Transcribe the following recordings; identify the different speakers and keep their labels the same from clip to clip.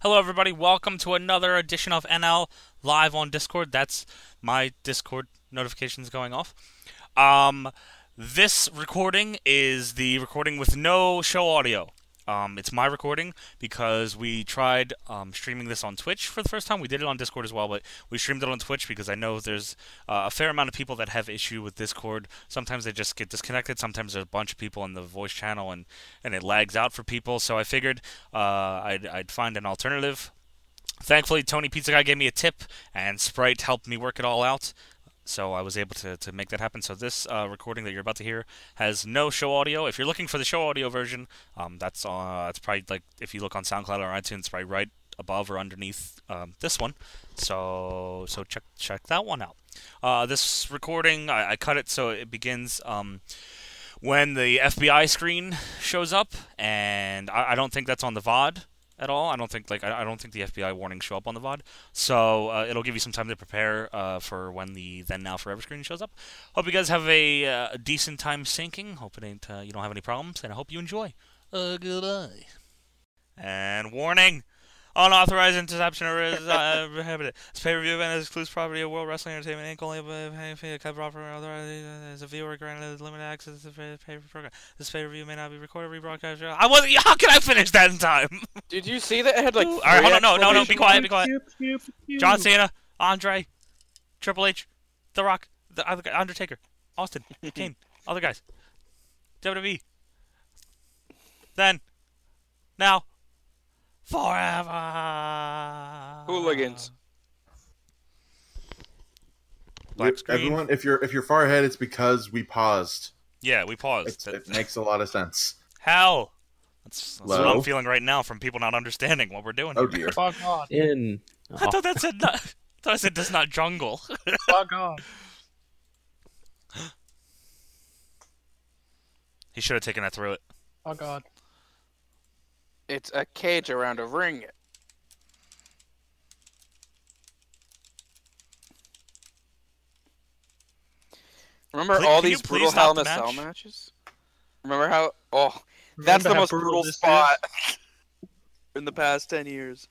Speaker 1: Hello, everybody. Welcome to another edition of NL Live on Discord. That's my Discord notifications going off. Um, this recording is the recording with no show audio. Um, it's my recording because we tried um, streaming this on Twitch for the first time. We did it on Discord as well, but we streamed it on Twitch because I know there's uh, a fair amount of people that have issue with Discord. Sometimes they just get disconnected. Sometimes there's a bunch of people in the voice channel and, and it lags out for people. So I figured uh, I'd, I'd find an alternative. Thankfully, Tony Pizza Guy gave me a tip, and Sprite helped me work it all out. So I was able to, to make that happen. So this uh, recording that you're about to hear has no show audio. If you're looking for the show audio version, um, that's uh, that's probably like if you look on SoundCloud or iTunes, it's probably right above or underneath um, this one. So so check check that one out. Uh, this recording I, I cut it so it begins. Um, when the FBI screen shows up, and I, I don't think that's on the VOD at all. I don't think like I, I don't think the FBI warnings show up on the VOD, so uh, it'll give you some time to prepare uh, for when the then now forever screen shows up. Hope you guys have a uh, decent time syncing. Hope it ain't uh, you don't have any problems, and I hope you enjoy. Uh, goodbye. And warning. Unauthorized interception or is uh, prohibited. This pay per view event is exclusive property of World Wrestling Entertainment Inc. Only if any fee cover offer or authorized uh, as a viewer granted limited access to the pay per program. This pay per view may not be recorded, rebroadcast. or- I wasn't. How can I finish that in time?
Speaker 2: Did you see that? It had like.
Speaker 1: All right, hold on. No, no, no. Be
Speaker 2: exclamation
Speaker 1: quiet. Be quiet. John Cena, Andre, Triple H, The Rock, The other guy, Undertaker, Austin, Kane, other guys, WWE. Then, now, forever.
Speaker 2: Hooligans.
Speaker 1: Black screen.
Speaker 3: Everyone, if you're if you're far ahead, it's because we paused.
Speaker 1: Yeah, we paused.
Speaker 3: It's, it makes a lot of sense.
Speaker 1: Hell. That's, that's what
Speaker 3: Hello?
Speaker 1: I'm feeling right now from people not understanding what we're doing.
Speaker 3: Oh dear.
Speaker 4: Log on.
Speaker 5: in.
Speaker 1: I thought that said not, I thought it said does not jungle.
Speaker 4: Log on.
Speaker 1: He should have taken that through it.
Speaker 4: Log on.
Speaker 2: It's a cage around a ring. Remember
Speaker 1: Please-
Speaker 2: all
Speaker 1: can you
Speaker 2: these brutal
Speaker 1: please
Speaker 2: Hell
Speaker 1: stop
Speaker 2: in
Speaker 1: the
Speaker 2: a Cell
Speaker 1: match?
Speaker 2: matches? Remember how? Oh, that's
Speaker 4: Remember
Speaker 2: the
Speaker 4: how
Speaker 2: most brutal
Speaker 4: this is?
Speaker 2: spot in the past ten years.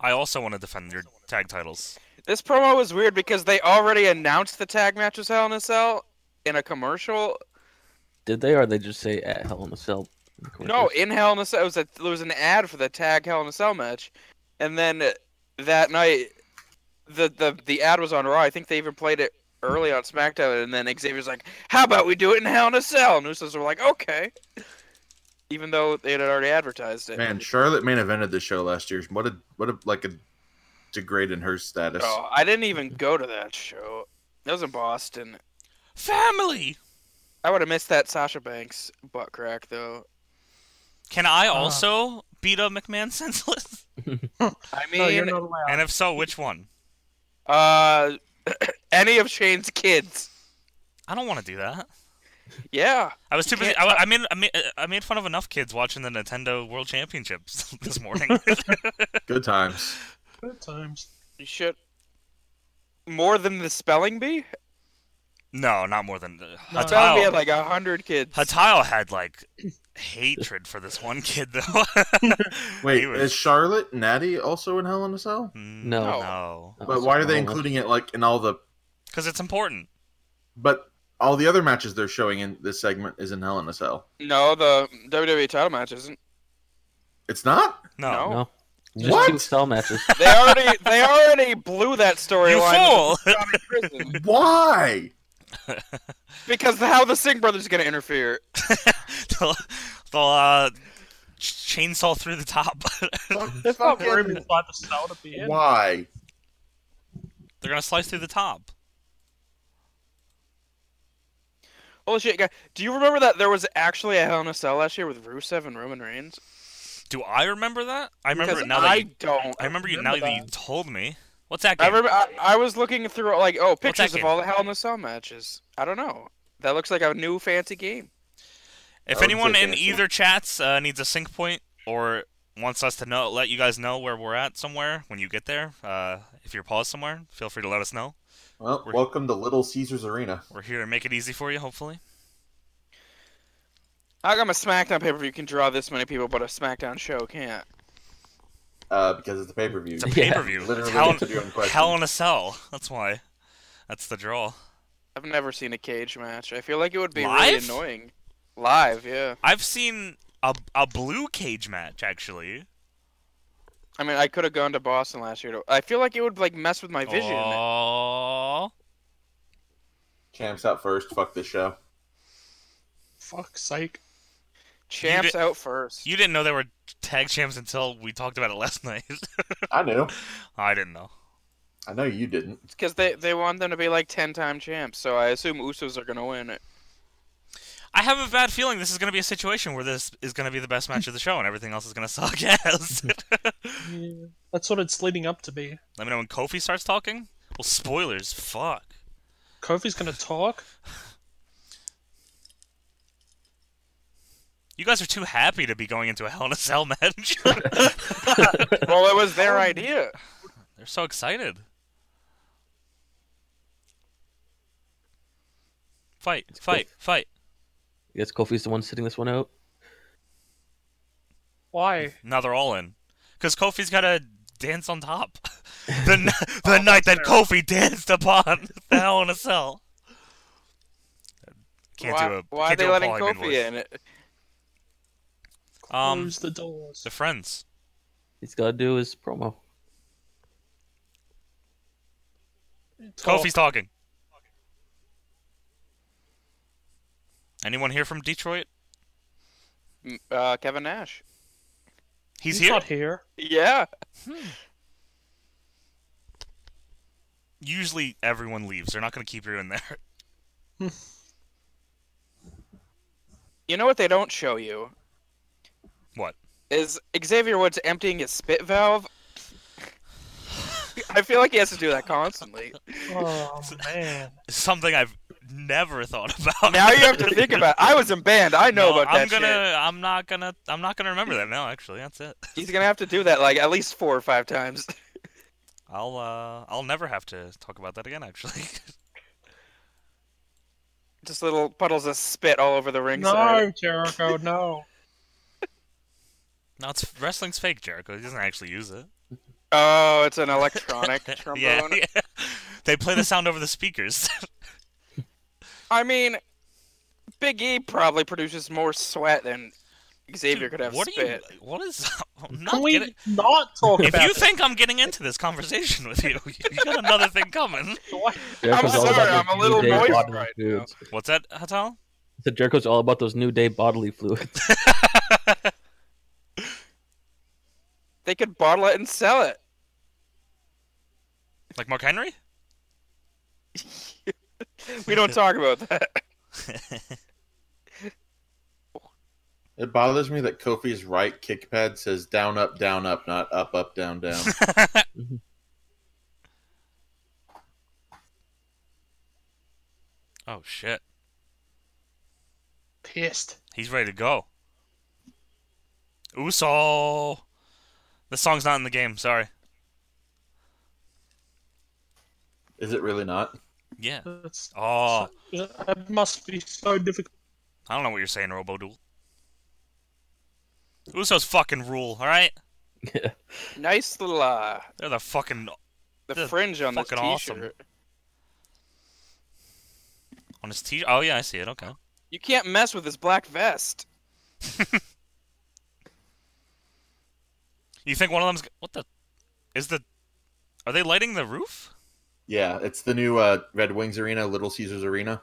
Speaker 1: I also want to defend your tag titles.
Speaker 2: This promo was weird because they already announced the tag match was Hell in a Cell in a commercial.
Speaker 5: Did they or they just say at Hell in a Cell?
Speaker 2: No, in Hell in a Cell, it was a, there was an ad for the tag Hell in a Cell match, and then that night, the the the ad was on Raw. I think they even played it early on SmackDown, and then Xavier's like, "How about we do it in Hell in a Cell?" And Usos were like, "Okay," even though they had already advertised it.
Speaker 3: Man, Charlotte main evented the show last year. What a what a like a degrade in her status.
Speaker 2: Oh, I didn't even go to that show. That was in Boston.
Speaker 1: Family.
Speaker 2: I would have missed that Sasha Banks butt crack though.
Speaker 1: Can I also beat up McMahon senseless?
Speaker 2: I mean,
Speaker 4: No, you're not allowed.
Speaker 1: and if so, which one?
Speaker 2: uh, any of Shane's kids.
Speaker 1: I don't want to do that.
Speaker 2: Yeah.
Speaker 1: I was too busy.
Speaker 2: can't
Speaker 1: I, I made I made I made fun of enough kids watching the Nintendo World Championships this morning.
Speaker 3: Good times.
Speaker 4: Good times.
Speaker 2: You should. More than the spelling bee?
Speaker 1: no, not more than uh,
Speaker 4: No.
Speaker 2: Spelling bee
Speaker 1: Hatile.
Speaker 2: had like a hundred kids.
Speaker 1: Hatile had like hatred for this one kid though. He
Speaker 3: Wait,
Speaker 1: was-
Speaker 3: is Charlotte Natty also in Hell in a Cell?
Speaker 1: Mm,
Speaker 5: No.
Speaker 1: no,
Speaker 5: Oh,
Speaker 3: But why are they
Speaker 5: sorry.
Speaker 3: including it like in all the
Speaker 1: because it's important.
Speaker 3: but all the other matches they're showing in this segment is in Hell in a Cell?
Speaker 2: No, the WWE title match isn't.
Speaker 3: It's not.
Speaker 1: Oh, No,
Speaker 2: No.
Speaker 5: No. Just two
Speaker 3: What?
Speaker 5: cell matches.
Speaker 2: They already they already blew that storyline
Speaker 1: you fool!
Speaker 2: with the prison
Speaker 3: Why?
Speaker 2: because how the Singh brothers gonna interfere?
Speaker 1: they'll they'll uh, ch- chainsaw through the top.
Speaker 3: Fuck-
Speaker 4: That's not where
Speaker 3: fucking
Speaker 4: we thought the cell to be in.
Speaker 3: Why?
Speaker 1: They're gonna slice through the top.
Speaker 2: Holy shit, guy! Do you remember that there was actually a Hell in a Cell last year with Rusev and Roman Reigns?
Speaker 1: Do I remember that? I remember
Speaker 2: Because
Speaker 1: it now
Speaker 2: I
Speaker 1: that you,
Speaker 2: don't.
Speaker 1: I remember you now
Speaker 4: remember
Speaker 1: that you told me. What's that
Speaker 2: I
Speaker 1: game?
Speaker 2: remember I, I was looking through like oh
Speaker 1: that
Speaker 2: pictures of
Speaker 1: game?
Speaker 2: all the Hell in a Cell matches. I don't know. That looks like a new fancy game.
Speaker 1: if
Speaker 3: I wouldn't
Speaker 1: anyone
Speaker 3: say
Speaker 1: in
Speaker 3: fancy.
Speaker 1: either chats uh, needs a sync point or wants us to know, let you guys know where we're at somewhere when you get there. Uh, if you're paused somewhere, feel free to let us know.
Speaker 3: Well,
Speaker 1: We're-
Speaker 3: welcome to Little Caesars Arena.
Speaker 1: We're here to make it easy for you, hopefully.
Speaker 2: How come a SmackDown pay per view can draw this many people, but a SmackDown show can't?
Speaker 3: Uh, because it's a pay per view.
Speaker 1: It's a
Speaker 5: Yeah.
Speaker 1: pay per view. It's
Speaker 3: Literally,
Speaker 1: hell,
Speaker 3: it's a doing question.
Speaker 1: hell in a cell. That's why. That's the draw.
Speaker 2: I've never seen a cage match. I feel like it would be
Speaker 1: Live?
Speaker 2: really annoying. Live, yeah.
Speaker 1: I've seen a, a blue cage match actually.
Speaker 2: I mean, I could have gone to Boston last year. To, I feel like it would like mess with my vision.
Speaker 1: Aw.
Speaker 3: Champs out first. Fuck this show.
Speaker 4: Fuck, psych.
Speaker 2: Champs
Speaker 1: did-
Speaker 2: out first.
Speaker 1: You didn't know they were tag champs until we talked about it last night.
Speaker 3: I knew.
Speaker 1: I didn't know.
Speaker 3: I know you didn't.
Speaker 2: Because they they want them to be like ten time champs, so I assume Usos are gonna win it.
Speaker 1: I have a bad feeling this is going to be a situation where this is going to be the best match of the show and everything else is going to suck ass.
Speaker 4: Yeah. That's what it's leading up to be.
Speaker 1: Let me know when Kofi starts talking. Well, spoilers. Fuck.
Speaker 4: Kofi's gonna talk.
Speaker 1: You guys are too happy to be going into a Hell in a Cell match.
Speaker 2: well, it was
Speaker 1: Oh.
Speaker 2: their idea.
Speaker 1: They're so excited. Fight, fight, fight.
Speaker 5: I guess Kofi's the one sitting this one out.
Speaker 4: Why?
Speaker 1: Now they're all in. Because Kofi's got to dance on top. the n- the night that Kofi danced upon the Hell in a Cell. Can't
Speaker 2: why
Speaker 1: do a.
Speaker 2: why
Speaker 1: can't do
Speaker 2: are they
Speaker 1: a
Speaker 2: letting
Speaker 1: Paulie man
Speaker 2: Kofi
Speaker 1: voice.
Speaker 2: in it?
Speaker 1: Um,
Speaker 4: Close the doors.
Speaker 1: They're friends.
Speaker 5: He's got to do his promo.
Speaker 4: Talk.
Speaker 1: Kofi's talking. Anyone here from Detroit?
Speaker 2: M- Uh, Kevin Nash.
Speaker 1: He's, here.
Speaker 4: not here.
Speaker 2: Yeah.
Speaker 1: Usually everyone leaves. They're not going to keep you in there.
Speaker 2: You know what they don't show you
Speaker 1: What?
Speaker 2: is Xavier Woods emptying his spit valve. I feel like he has to do that constantly.
Speaker 4: Oh man.
Speaker 1: Something I've never thought about.
Speaker 2: Now you have to think about. I was in band. I know
Speaker 1: No,
Speaker 2: about
Speaker 1: I'm
Speaker 2: that
Speaker 1: gonna.
Speaker 2: shit.
Speaker 1: I'm not gonna. I'm not gonna remember that now. Actually, that's it.
Speaker 2: He's gonna have to do that like at least four or five times.
Speaker 1: I'll. Uh, I'll never have to talk about that again. Actually,
Speaker 2: Just little puddles of spit all over the ring.
Speaker 4: No, Jericho, no.
Speaker 1: no, it's wrestling's fake, Jericho. He doesn't actually use it.
Speaker 2: Oh, it's an electronic trombone.
Speaker 1: Yeah, yeah. They play the sound over the speakers.
Speaker 2: I mean, Big E probably produces more sweat than Xavier could have
Speaker 1: what
Speaker 2: spit.
Speaker 1: are you? What is? I'm not
Speaker 4: Can we
Speaker 1: getting-
Speaker 4: not talk
Speaker 1: If
Speaker 4: about
Speaker 1: you think I'm getting into this conversation with you, you got another thing coming.
Speaker 4: it?
Speaker 5: Jericho's all
Speaker 2: sorry,
Speaker 5: about
Speaker 2: I'm a
Speaker 5: those
Speaker 2: little
Speaker 5: New Day
Speaker 2: moist
Speaker 5: bodily
Speaker 2: right now.
Speaker 5: fluids.
Speaker 1: What's that, Hatal?
Speaker 5: So Jericho's all about those new day bodily fluids.
Speaker 2: They could bottle it and sell it.
Speaker 1: Like Mark Henry?
Speaker 2: We don't talk about that.
Speaker 3: It bothers me that Kofi's right kick pad says down, up, down, up, not up, up, down, down.
Speaker 1: Oh shit,
Speaker 4: Pissed.
Speaker 1: he's ready to go. Uso. The song's not in the game. Sorry.
Speaker 3: Is it really not?
Speaker 1: Yeah.
Speaker 4: That's,
Speaker 1: Oh,
Speaker 4: That must be so difficult.
Speaker 1: I don't know what you're saying, RoboDuel. Usos fucking rule. All right,
Speaker 2: Nice little uh,
Speaker 1: they're the fucking
Speaker 2: the
Speaker 1: This is
Speaker 2: fringe on this
Speaker 1: fucking awesome.
Speaker 2: t-shirt.
Speaker 1: on his t. Oh yeah, I see it. Okay.
Speaker 2: You can't mess with his black vest.
Speaker 1: You think one of them's g- what the? Is the? Are they lighting the roof?
Speaker 3: Yeah, it's the new uh, Red Wings Arena, Little Caesars Arena.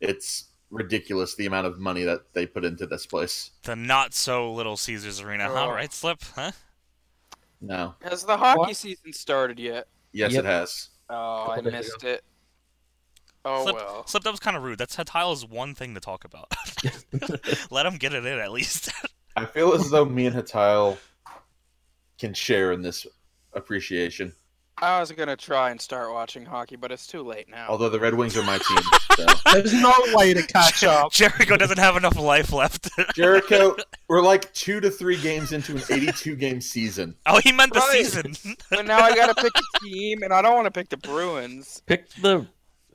Speaker 3: It's ridiculous the amount of money that they put into this place.
Speaker 1: The not so little Caesars Arena. huh?
Speaker 2: Oh.
Speaker 1: right, slip, huh?
Speaker 3: No.
Speaker 2: Has the hockey
Speaker 4: What?
Speaker 2: season started yet?
Speaker 3: Yes,
Speaker 5: Yep.
Speaker 3: it has.
Speaker 2: Oh, I
Speaker 5: Couple days
Speaker 2: missed it. Oh
Speaker 1: Slip,
Speaker 2: well.
Speaker 1: slip that was kind of rude. That's Hatile's one thing to talk about. Let him get it in at least.
Speaker 3: I feel as though me and Hatile can share in this appreciation.
Speaker 2: I was gonna try and start watching hockey, but it's too late now.
Speaker 6: Although the Red Wings are my team. So.
Speaker 4: There's no way to catch up.
Speaker 1: Jericho doesn't have enough life left.
Speaker 6: Jericho, we're like two to three games into an 82 game season.
Speaker 1: oh, he meant the
Speaker 2: Right.
Speaker 1: season.
Speaker 2: but now I gotta pick a team, and I don't want to pick the Bruins,
Speaker 5: Pick the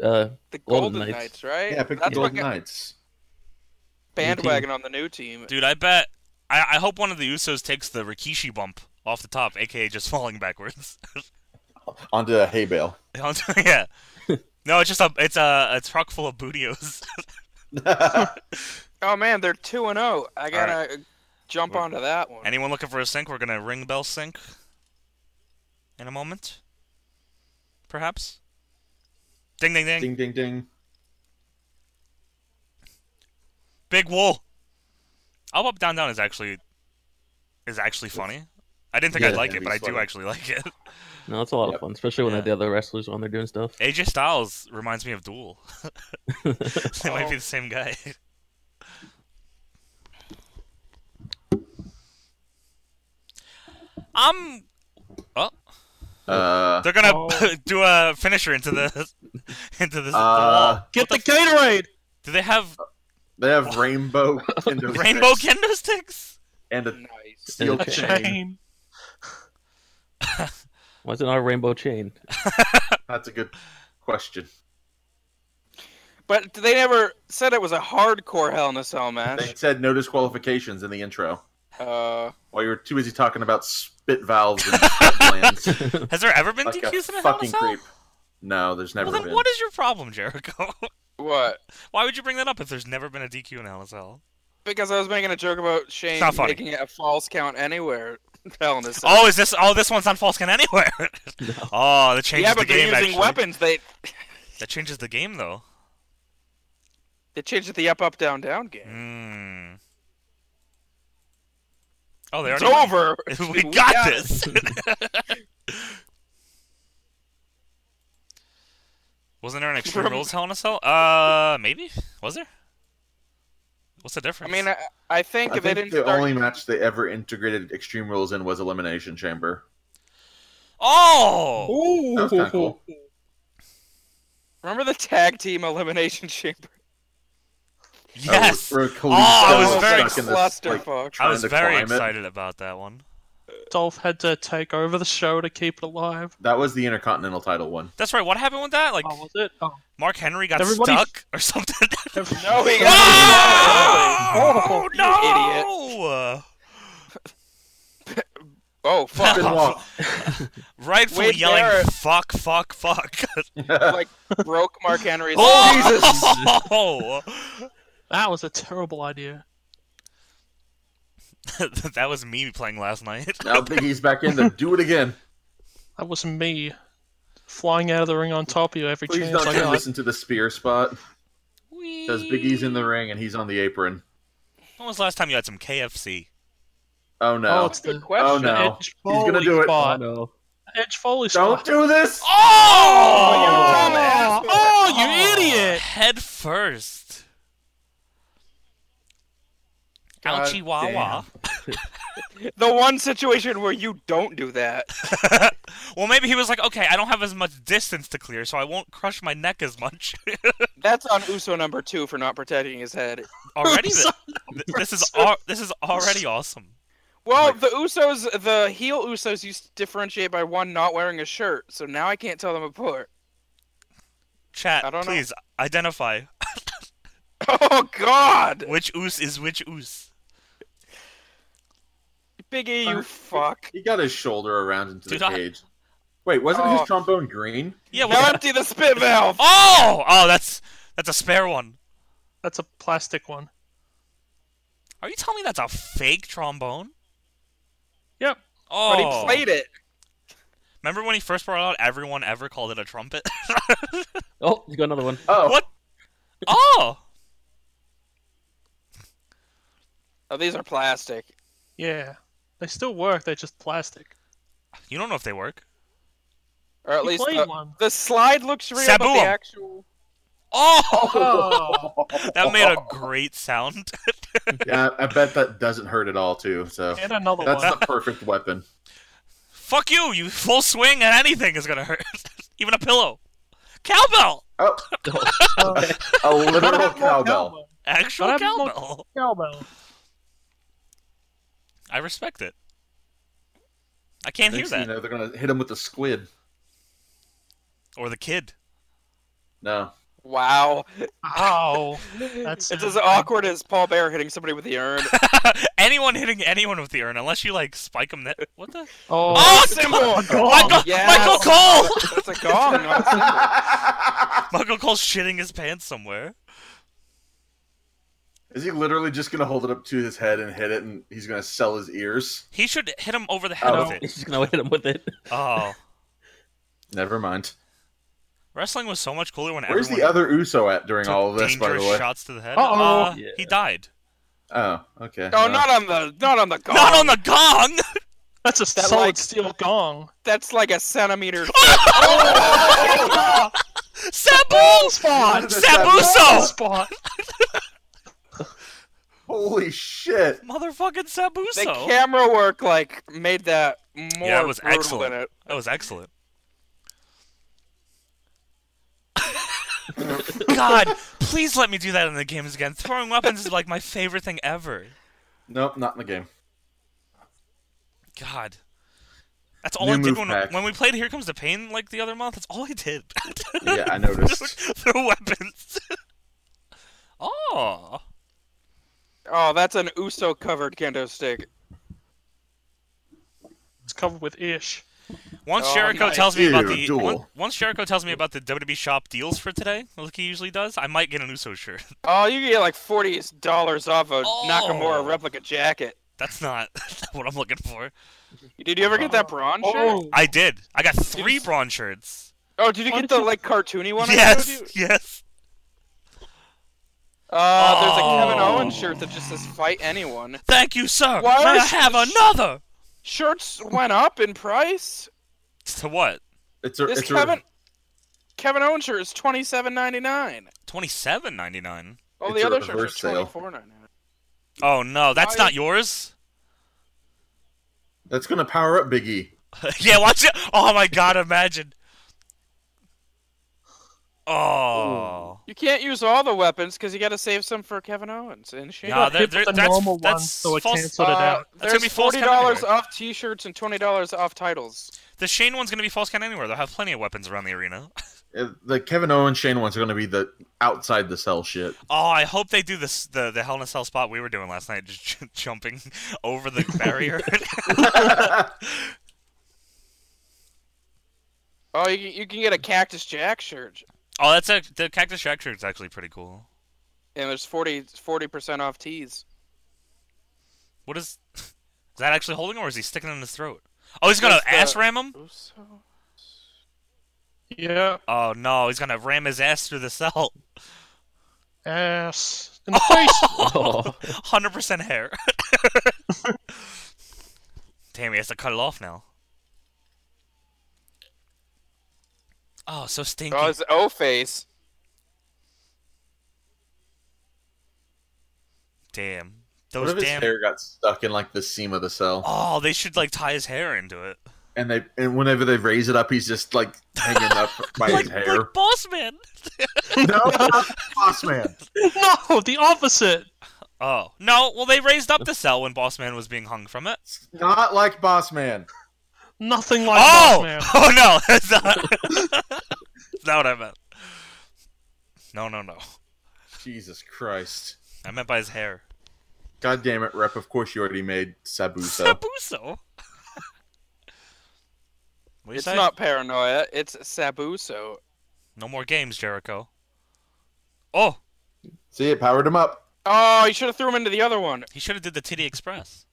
Speaker 5: uh,
Speaker 2: the
Speaker 5: Golden
Speaker 2: Golden,
Speaker 5: Knights.
Speaker 2: Knights, right?
Speaker 6: Yeah, pick the
Speaker 2: That's what
Speaker 6: Golden
Speaker 2: got
Speaker 6: Knights.
Speaker 2: bandwagon on the new team.
Speaker 1: Dude, I bet. I, I hope one of the Usos takes the Rikishi bump off the top, aka just falling backwards.
Speaker 6: Onto a hay bale.
Speaker 1: yeah. No, it's just a it's a, a truck full of bootios.
Speaker 2: Oh man, they're two and zero. I gotta jump
Speaker 1: We're-
Speaker 2: onto that one.
Speaker 1: Anyone looking for a sink? We're gonna ring bell sink in a moment, perhaps. Ding ding ding!
Speaker 6: ding, ding, ding.
Speaker 1: Big wool. Up up down down is actually is actually funny. I didn't think
Speaker 5: Yeah,
Speaker 1: I'd like
Speaker 6: it
Speaker 1: it, but I
Speaker 6: is
Speaker 1: do
Speaker 6: funny.
Speaker 1: actually like it.
Speaker 5: no, it's a lot
Speaker 6: Yep.
Speaker 5: of fun, especially when
Speaker 1: Yeah.
Speaker 5: the other wrestlers are on there doing stuff.
Speaker 1: AJ Styles reminds me of Duel. they might be the same guy. I'm. Oh,
Speaker 6: Uh,
Speaker 1: they're gonna
Speaker 4: Oh.
Speaker 1: do a finisher into the into this. the
Speaker 6: uh,
Speaker 1: wall.
Speaker 4: Get the Gatorade.
Speaker 1: Do they have
Speaker 6: they have rainbow Kinder
Speaker 1: rainbow
Speaker 6: sticks
Speaker 1: kendo sticks?
Speaker 6: and a
Speaker 2: Nice.
Speaker 6: steel
Speaker 5: Okay.
Speaker 6: chain.
Speaker 4: Chain.
Speaker 5: Why is it not a rainbow chain?
Speaker 6: That's a good question.
Speaker 2: But they never said it was a hardcore Hell in a Cell
Speaker 6: They
Speaker 2: match.
Speaker 6: said no disqualifications in the intro.
Speaker 2: Uh,
Speaker 6: While you were too busy talking about spit valves and spit glands.
Speaker 1: Has there ever been
Speaker 6: like a
Speaker 1: DQs in a Hell in a
Speaker 6: fucking
Speaker 1: Cell?
Speaker 6: creep. No, there's never
Speaker 1: well, then
Speaker 6: been.
Speaker 1: what is your problem, Jericho?
Speaker 2: what?
Speaker 1: Why would you bring that up if there's never been a DQ in Hell in a Cell?
Speaker 2: Because I was making a joke about Shane
Speaker 1: not funny.
Speaker 2: making it a false count anywhere. Hell in a Cell.
Speaker 1: Oh, is this? Oh, this one's on false count anywhere. Oh, that changes
Speaker 2: yeah, but
Speaker 1: the
Speaker 2: they're
Speaker 1: game.
Speaker 2: using
Speaker 1: actually.
Speaker 2: weapons. They
Speaker 1: That changes the game, though.
Speaker 2: they changed it to the up up down down game.
Speaker 1: Mm. Oh, they
Speaker 2: It's
Speaker 1: already.
Speaker 2: over.
Speaker 1: we got,
Speaker 2: got it.
Speaker 1: this. Wasn't there an Extreme
Speaker 2: From-
Speaker 1: Rules Hell in a Cell? Uh, maybe. Was there? What's the
Speaker 2: I
Speaker 1: difference?
Speaker 2: mean, I, I think
Speaker 6: I
Speaker 2: if they didn't
Speaker 6: think the
Speaker 2: start.
Speaker 6: only match they ever integrated Extreme Rules in was Elimination Chamber.
Speaker 1: oh,
Speaker 4: Ooh.
Speaker 6: That was kinda cool.
Speaker 2: Remember the tag team elimination chamber?
Speaker 1: yes.
Speaker 6: Oh, we're- we're Kalisto
Speaker 1: I was
Speaker 2: Oh,
Speaker 1: very
Speaker 2: what a
Speaker 6: stuck in this, like,
Speaker 2: clusterfuck.
Speaker 1: I was
Speaker 6: trying to
Speaker 1: very
Speaker 6: climb it.
Speaker 1: excited about that one.
Speaker 4: Dolph had to take over the show to keep it alive.
Speaker 6: That was the Intercontinental title one.
Speaker 1: That's right. What happened with that? Like
Speaker 4: Oh, was it? Oh.
Speaker 1: Mark Henry got
Speaker 4: Everybody-
Speaker 1: stuck or something.
Speaker 2: No, he
Speaker 1: oh,
Speaker 2: Oh, you
Speaker 1: no!
Speaker 2: Oh fuck!
Speaker 6: Benoit.
Speaker 1: Rightfully
Speaker 2: Wade
Speaker 1: yelling,
Speaker 2: Barrett.
Speaker 1: "Fuck! Fuck! Fuck!"
Speaker 2: like broke Mark Henry's.
Speaker 1: oh,
Speaker 4: That was a terrible idea.
Speaker 1: Jesus! that was me playing last night.
Speaker 6: now Biggie's back in to do it again.
Speaker 4: That was me flying out of the ring on top of you every
Speaker 6: Please
Speaker 4: chance
Speaker 6: don't
Speaker 4: I
Speaker 6: turn
Speaker 4: got.
Speaker 6: this into the spear spot. Because Biggie's in the ring and he's on the apron.
Speaker 1: When was the last time you had some KFC?
Speaker 6: Oh
Speaker 4: Oh,
Speaker 6: no.
Speaker 4: it's the
Speaker 2: question.
Speaker 6: Oh, no.
Speaker 4: Edge
Speaker 6: He's gonna
Speaker 4: Foley
Speaker 6: do it. Oh,
Speaker 4: spot.
Speaker 5: no.
Speaker 4: Edge Foley
Speaker 6: Don't
Speaker 4: spot.
Speaker 6: do this!
Speaker 1: Oh,
Speaker 2: Oh,
Speaker 4: Oh, oh, you idiot!
Speaker 1: Head first.
Speaker 6: God
Speaker 1: Ouchie wawa.
Speaker 2: The one situation where you don't do that.
Speaker 1: well, maybe he was like, okay, I don't have as much distance to clear, so I won't crush my neck as much.
Speaker 2: That's on Uso number two for not protecting his head.
Speaker 1: already, th- th- this is al- this is already awesome.
Speaker 2: Well,
Speaker 6: Like-
Speaker 2: the Usos, the heel Usos used to differentiate by one not wearing a shirt, so now I can't tell them apart.
Speaker 1: Chat,
Speaker 2: I don't know.
Speaker 1: please identify
Speaker 2: Oh God,
Speaker 1: which oos is which oos.
Speaker 2: Big E, you fuck!
Speaker 6: He got his shoulder around into the
Speaker 1: Dude, I-
Speaker 6: cage. Wait, wasn't his
Speaker 2: Oh.
Speaker 6: trombone green?
Speaker 1: Yeah.
Speaker 2: Now
Speaker 1: Well,
Speaker 2: empty the spit valve.
Speaker 1: oh, oh, that's that's a spare one.
Speaker 4: That's a plastic one.
Speaker 1: Are you telling me that's a fake trombone?
Speaker 4: Yep.
Speaker 1: Oh,
Speaker 2: But he played it.
Speaker 1: Remember when he first brought it out? Everyone ever called it a trumpet.
Speaker 5: Oh, you got another one.
Speaker 6: Oh,
Speaker 1: What? oh,
Speaker 2: Oh, these are plastic.
Speaker 4: Yeah. They still work, they're just plastic.
Speaker 1: you don't know if they work.
Speaker 2: Or at
Speaker 4: He
Speaker 2: least
Speaker 4: played
Speaker 2: the,
Speaker 4: one.
Speaker 2: the slide looks real, but
Speaker 1: Sabu
Speaker 2: the
Speaker 1: 'em.
Speaker 2: actual
Speaker 1: Oh,
Speaker 4: Oh,
Speaker 1: that made a great sound.
Speaker 6: yeah, I bet that doesn't hurt at all, too. So
Speaker 4: and another
Speaker 6: that's
Speaker 4: one.
Speaker 6: the perfect weapon.
Speaker 1: Fuck you! You full swing and anything is gonna hurt. Even a pillow. Cowbell.
Speaker 6: Oh, a literal
Speaker 4: Gotta have more
Speaker 6: cowbell.
Speaker 1: Actual
Speaker 4: Gotta have more-
Speaker 1: cowbell.
Speaker 4: Cowbell.
Speaker 1: I respect it. I can't hear
Speaker 6: Next thing
Speaker 1: that.
Speaker 6: You know, they're gonna hit him with the squid.
Speaker 1: or the kid.
Speaker 6: No,
Speaker 2: Wow.
Speaker 4: Ow.
Speaker 2: That's
Speaker 4: That's-
Speaker 2: it's as awkward as Paul Bear hitting somebody with the urn.
Speaker 1: anyone hitting anyone with the urn, unless you like spike them. That what the?
Speaker 4: Oh,
Speaker 1: Oh,
Speaker 2: It's a symbol.
Speaker 1: Michael,
Speaker 2: yes.
Speaker 1: Michael Cole.
Speaker 2: It's a gong. not a symbol.
Speaker 1: Michael Cole's shitting his pants somewhere.
Speaker 6: is he literally just gonna hold it up to his head and hit it, and he's gonna sell his ears?
Speaker 1: He should hit him over the head
Speaker 6: Oh.
Speaker 1: with it.
Speaker 5: He's just gonna hit him with it.
Speaker 1: Oh,
Speaker 6: Never mind.
Speaker 1: wrestling was so much cooler when
Speaker 6: Where's
Speaker 1: everyone
Speaker 6: the other USO at during
Speaker 1: took
Speaker 6: all of this? By the
Speaker 1: dangerous
Speaker 6: way.
Speaker 1: shots to the head.
Speaker 4: Uh-oh.
Speaker 1: Uh,
Speaker 5: Yeah.
Speaker 1: He died.
Speaker 6: Oh, okay.
Speaker 2: No,
Speaker 6: no.
Speaker 2: not on the not on the gong.
Speaker 1: Not on the gong.
Speaker 4: that's a
Speaker 2: That,
Speaker 4: solid
Speaker 2: like-
Speaker 4: steel gong.
Speaker 2: That's like a centimeter.
Speaker 1: Sabu.
Speaker 4: Spot.
Speaker 6: That's
Speaker 1: Sabuso.
Speaker 4: Spot.
Speaker 6: Holy shit!
Speaker 1: Motherfucking Sabuso.
Speaker 2: the camera work like made that more
Speaker 1: Yeah, it was
Speaker 2: brutal
Speaker 1: excellent.
Speaker 2: than it.
Speaker 1: That was excellent. God, please let me do that in the games again. Throwing weapons is like my favorite thing ever.
Speaker 6: Nope, not in the game.
Speaker 1: God. That's all
Speaker 6: New
Speaker 1: I did
Speaker 6: move
Speaker 1: when,
Speaker 6: pack.
Speaker 1: when we played Here Comes the Pain like the other month. That's all I did.
Speaker 6: Yeah, I noticed.
Speaker 1: Throw weapons. oh.
Speaker 2: Oh, that's an Uso covered kendo stick.
Speaker 4: It's covered with ish.
Speaker 1: Once
Speaker 2: Oh,
Speaker 1: Jericho
Speaker 2: nice.
Speaker 1: tells me about
Speaker 6: Ew,
Speaker 1: the
Speaker 6: duel.
Speaker 1: on- once Jericho tells me about the WWE shop deals for today, like he usually does, I might get an Uso shirt.
Speaker 2: Oh, you can get like forty dollars off a
Speaker 1: Oh.
Speaker 2: Nakamura replica jacket.
Speaker 1: That's not what I'm looking for.
Speaker 2: Did you ever get that bronze shirt?
Speaker 4: Oh,
Speaker 1: I did. I got three brawn shirts.
Speaker 2: Oh, did you
Speaker 4: Why
Speaker 2: get
Speaker 4: did
Speaker 2: the
Speaker 4: you-
Speaker 2: like cartoony one? I
Speaker 1: yes,
Speaker 2: showed you?
Speaker 1: yes.
Speaker 2: Uh, there's a Kevin
Speaker 1: Oh.
Speaker 2: Owens shirt that just says "Fight Anyone."
Speaker 1: Thank you, sir.
Speaker 2: Why
Speaker 1: May I
Speaker 2: is
Speaker 1: have
Speaker 2: this-
Speaker 1: another?
Speaker 2: Shirts went up in price.
Speaker 1: To what?
Speaker 6: It's a,
Speaker 2: This
Speaker 6: it's
Speaker 2: Kevin
Speaker 6: a,
Speaker 2: Kevin Owens shirt is twenty seven ninety nine.
Speaker 1: Twenty seven ninety nine.
Speaker 2: All
Speaker 6: It's
Speaker 2: the
Speaker 6: a
Speaker 2: other shirts
Speaker 6: reverse
Speaker 2: are
Speaker 6: sale.
Speaker 2: twenty four ninety nine.
Speaker 1: Oh no, that's
Speaker 2: Why-
Speaker 1: not yours.
Speaker 6: that's gonna power up Biggie.
Speaker 1: yeah, watch it. Oh my god, imagine. Oh.
Speaker 2: You can't use all the weapons because you got to save some for Kevin Owens and Shane.
Speaker 1: Nah,
Speaker 4: hit
Speaker 1: there-
Speaker 4: with the
Speaker 1: that's-
Speaker 4: normal one,
Speaker 1: that's
Speaker 4: so it
Speaker 1: false-
Speaker 4: canceled it out.
Speaker 1: That's gonna
Speaker 2: Uh, there's
Speaker 1: be false
Speaker 2: forty dollars
Speaker 1: count anyway.
Speaker 2: off T-shirts and twenty dollars off titles.
Speaker 1: The Shane one's gonna be false count anywhere. They'll have plenty of weapons around the arena.
Speaker 6: Uh, The Kevin Owens Shane ones are gonna be the outside the cell shit.
Speaker 1: Oh, I hope they do this the the Hell in a Cell spot we were doing last night, just j- jumping over the barrier.
Speaker 2: Oh, you, you can get a Cactus Jack shirt,
Speaker 1: oh, that's a, the Cactus Jack shirt's actually pretty cool.
Speaker 2: and there's 40 percent off tees.
Speaker 1: What is? Is that actually holding, or is he sticking it in his throat? Oh, he's gonna
Speaker 2: It's the-
Speaker 1: ass ram him.
Speaker 2: Uso.
Speaker 4: yeah.
Speaker 1: Oh no, he's gonna ram his ass through the cell.
Speaker 4: Ass. In the face.
Speaker 5: Oh,
Speaker 1: Hundred percent hair. Damn, he has to cut it off now. Oh, so stinky.
Speaker 2: Oh, it's O face.
Speaker 1: Damn,
Speaker 6: What
Speaker 1: those
Speaker 6: if his
Speaker 1: damn.
Speaker 6: hair got stuck in like the seam of the cell,
Speaker 1: Oh, they should like tie his hair into it.
Speaker 6: and they and whenever they raise it up, he's just like hanging up by
Speaker 1: like,
Speaker 6: his hair.
Speaker 1: like boss man.
Speaker 6: no, not boss man.
Speaker 4: no, the opposite.
Speaker 1: Oh no! Well, they raised up the cell when boss man was being hung from it.
Speaker 6: It's not like boss man.
Speaker 4: Nothing like
Speaker 1: oh!
Speaker 4: Bossman.
Speaker 1: Oh no, that's not, that's not what I meant. No, no, no.
Speaker 6: Jesus Christ.
Speaker 1: I meant by his hair.
Speaker 6: God damn it, rep. Of course you already made Sabuso.
Speaker 1: Sabuso. what do you
Speaker 2: It's
Speaker 1: say?
Speaker 2: not paranoia. It's Sabuso.
Speaker 1: No more games, Jericho. Oh,
Speaker 6: See, it powered him up.
Speaker 2: Oh, you should have threw him into the other one.
Speaker 1: he should have did the Titty Express.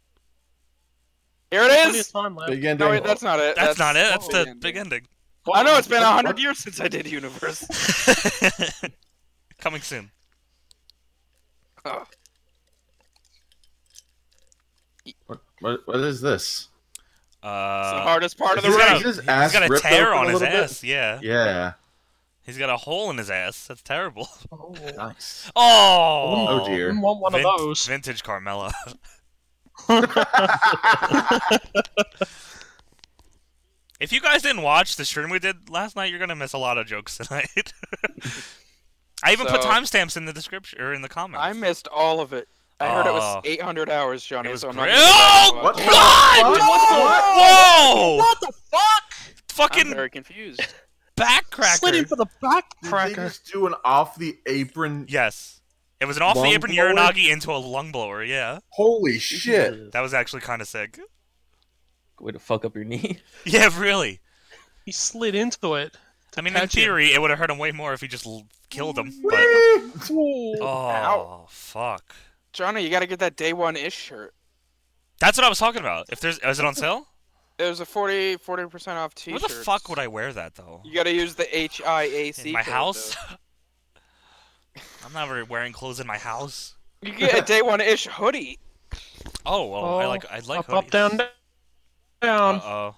Speaker 2: Here it
Speaker 4: Plenty
Speaker 2: is.
Speaker 4: of time left.
Speaker 6: Big ending.
Speaker 2: No, wait, that's not it.
Speaker 1: That's, not it. That's
Speaker 2: oh,
Speaker 1: the
Speaker 2: man.
Speaker 1: big ending.
Speaker 2: I know it's been a hundred years since I did Universe.
Speaker 1: Coming soon.
Speaker 2: Oh,
Speaker 6: What, what, what is this?
Speaker 2: it's the
Speaker 1: Uh,
Speaker 2: hardest part of the
Speaker 1: he's
Speaker 2: ring.
Speaker 1: got a-
Speaker 6: Is his
Speaker 1: he's
Speaker 6: ass
Speaker 1: got a
Speaker 6: ripped
Speaker 1: tear
Speaker 6: open
Speaker 1: on
Speaker 6: a
Speaker 1: his
Speaker 6: little bit?
Speaker 1: ass. Yeah.
Speaker 6: Yeah.
Speaker 1: He's got a hole in his ass. That's terrible.
Speaker 4: Oh,
Speaker 6: Nice.
Speaker 1: Oh.
Speaker 6: Oh, dear.
Speaker 4: wouldn't want one
Speaker 1: Vin-
Speaker 4: of those.
Speaker 1: Vintage Carmella. If you guys didn't watch the stream we did last night, you're gonna miss a lot of jokes tonight. I even put
Speaker 2: So-
Speaker 1: timestamps in the description or in the comments.
Speaker 2: I missed all of it. I heard it
Speaker 1: Oh.
Speaker 2: was 800 hours, Johnny.
Speaker 1: It was
Speaker 2: so I'm
Speaker 1: great.
Speaker 2: not gonna
Speaker 1: Oh,
Speaker 2: watch
Speaker 3: What?
Speaker 2: it.
Speaker 1: God!
Speaker 3: What?
Speaker 1: Whoa!
Speaker 4: What the fuck?
Speaker 2: I'm
Speaker 1: Fucking
Speaker 2: very confused.
Speaker 1: backcracker.
Speaker 4: Slitting for the back
Speaker 3: Did they
Speaker 4: cracker.
Speaker 3: just do an off the apron?
Speaker 1: Yes. It was an off the
Speaker 5: Lung
Speaker 1: apron
Speaker 5: blower?
Speaker 1: urinagi into a lung blower, yeah.
Speaker 3: Holy shit!
Speaker 1: That was actually kind of sick.
Speaker 5: Way to fuck up your knee.
Speaker 1: Yeah, really.
Speaker 4: He slid into it. to
Speaker 1: I mean, in
Speaker 4: catch him.
Speaker 1: theory, it would have hurt him way more if he just l- killed him. But
Speaker 3: Whee!
Speaker 1: oh,
Speaker 4: Ooh.
Speaker 1: fuck!
Speaker 2: Johnny, you gotta get that day one ish shirt.
Speaker 1: That's what I was talking about. If there's, is it on sale?
Speaker 2: There's a 40 percent off
Speaker 1: Where
Speaker 2: T-shirt.
Speaker 1: the fuck would I wear that though?
Speaker 2: You gotta use the H I A C.
Speaker 1: In my
Speaker 2: code,
Speaker 1: house? I'm not really wearing clothes in my house.
Speaker 2: though. You get a day one ish hoodie.
Speaker 1: Oh well, I
Speaker 4: Oh,
Speaker 1: like I like
Speaker 4: up, up,
Speaker 1: hoodies.
Speaker 4: down, down.
Speaker 1: Uh-oh.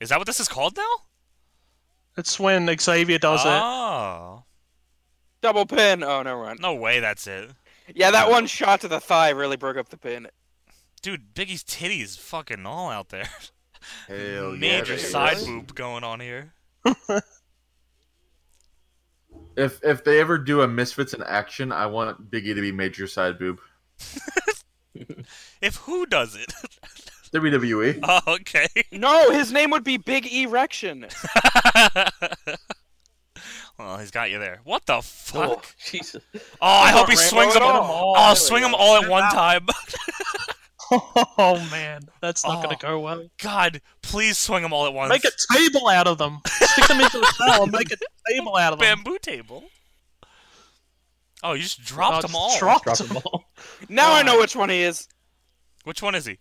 Speaker 1: Is that what this is called now?
Speaker 4: It's when Xavier does it.
Speaker 1: oh,
Speaker 2: Double pin. Oh no, run.
Speaker 1: no way, that's it,
Speaker 2: Yeah, that one shot to the thigh really broke up the pin.
Speaker 1: dude. Biggie's titties fucking all out there.
Speaker 3: Hell yeah!
Speaker 1: Major
Speaker 3: they
Speaker 1: side
Speaker 3: were.
Speaker 1: boob going on here.
Speaker 3: If if they ever do a Misfits in action, I want Biggie to be major side boob.
Speaker 1: If who does it?
Speaker 3: WWE.
Speaker 1: oh, okay.
Speaker 2: No, his name would be Big Erection.
Speaker 1: well, he's got you there. What the
Speaker 5: Oh,
Speaker 1: fuck?
Speaker 5: Jesus.
Speaker 1: Oh, I hope he
Speaker 2: Rambo
Speaker 1: swings
Speaker 2: at
Speaker 1: them.
Speaker 2: all.
Speaker 1: Oh,
Speaker 2: There we
Speaker 1: swing them
Speaker 2: go.
Speaker 1: all at one time.
Speaker 4: Oh man, that's not
Speaker 1: Oh.
Speaker 4: gonna go well.
Speaker 1: God, please swing them all at once.
Speaker 4: Make a table out of them. Stick them into the towel. and Make a table out of them.
Speaker 1: bamboo table. Oh, you just dropped
Speaker 4: Oh,
Speaker 1: them
Speaker 4: just
Speaker 1: all.
Speaker 4: Dropped
Speaker 5: Drop
Speaker 4: them.
Speaker 5: the ball.
Speaker 2: Now I know
Speaker 4: Why?
Speaker 2: which one he is.
Speaker 1: Which one is he?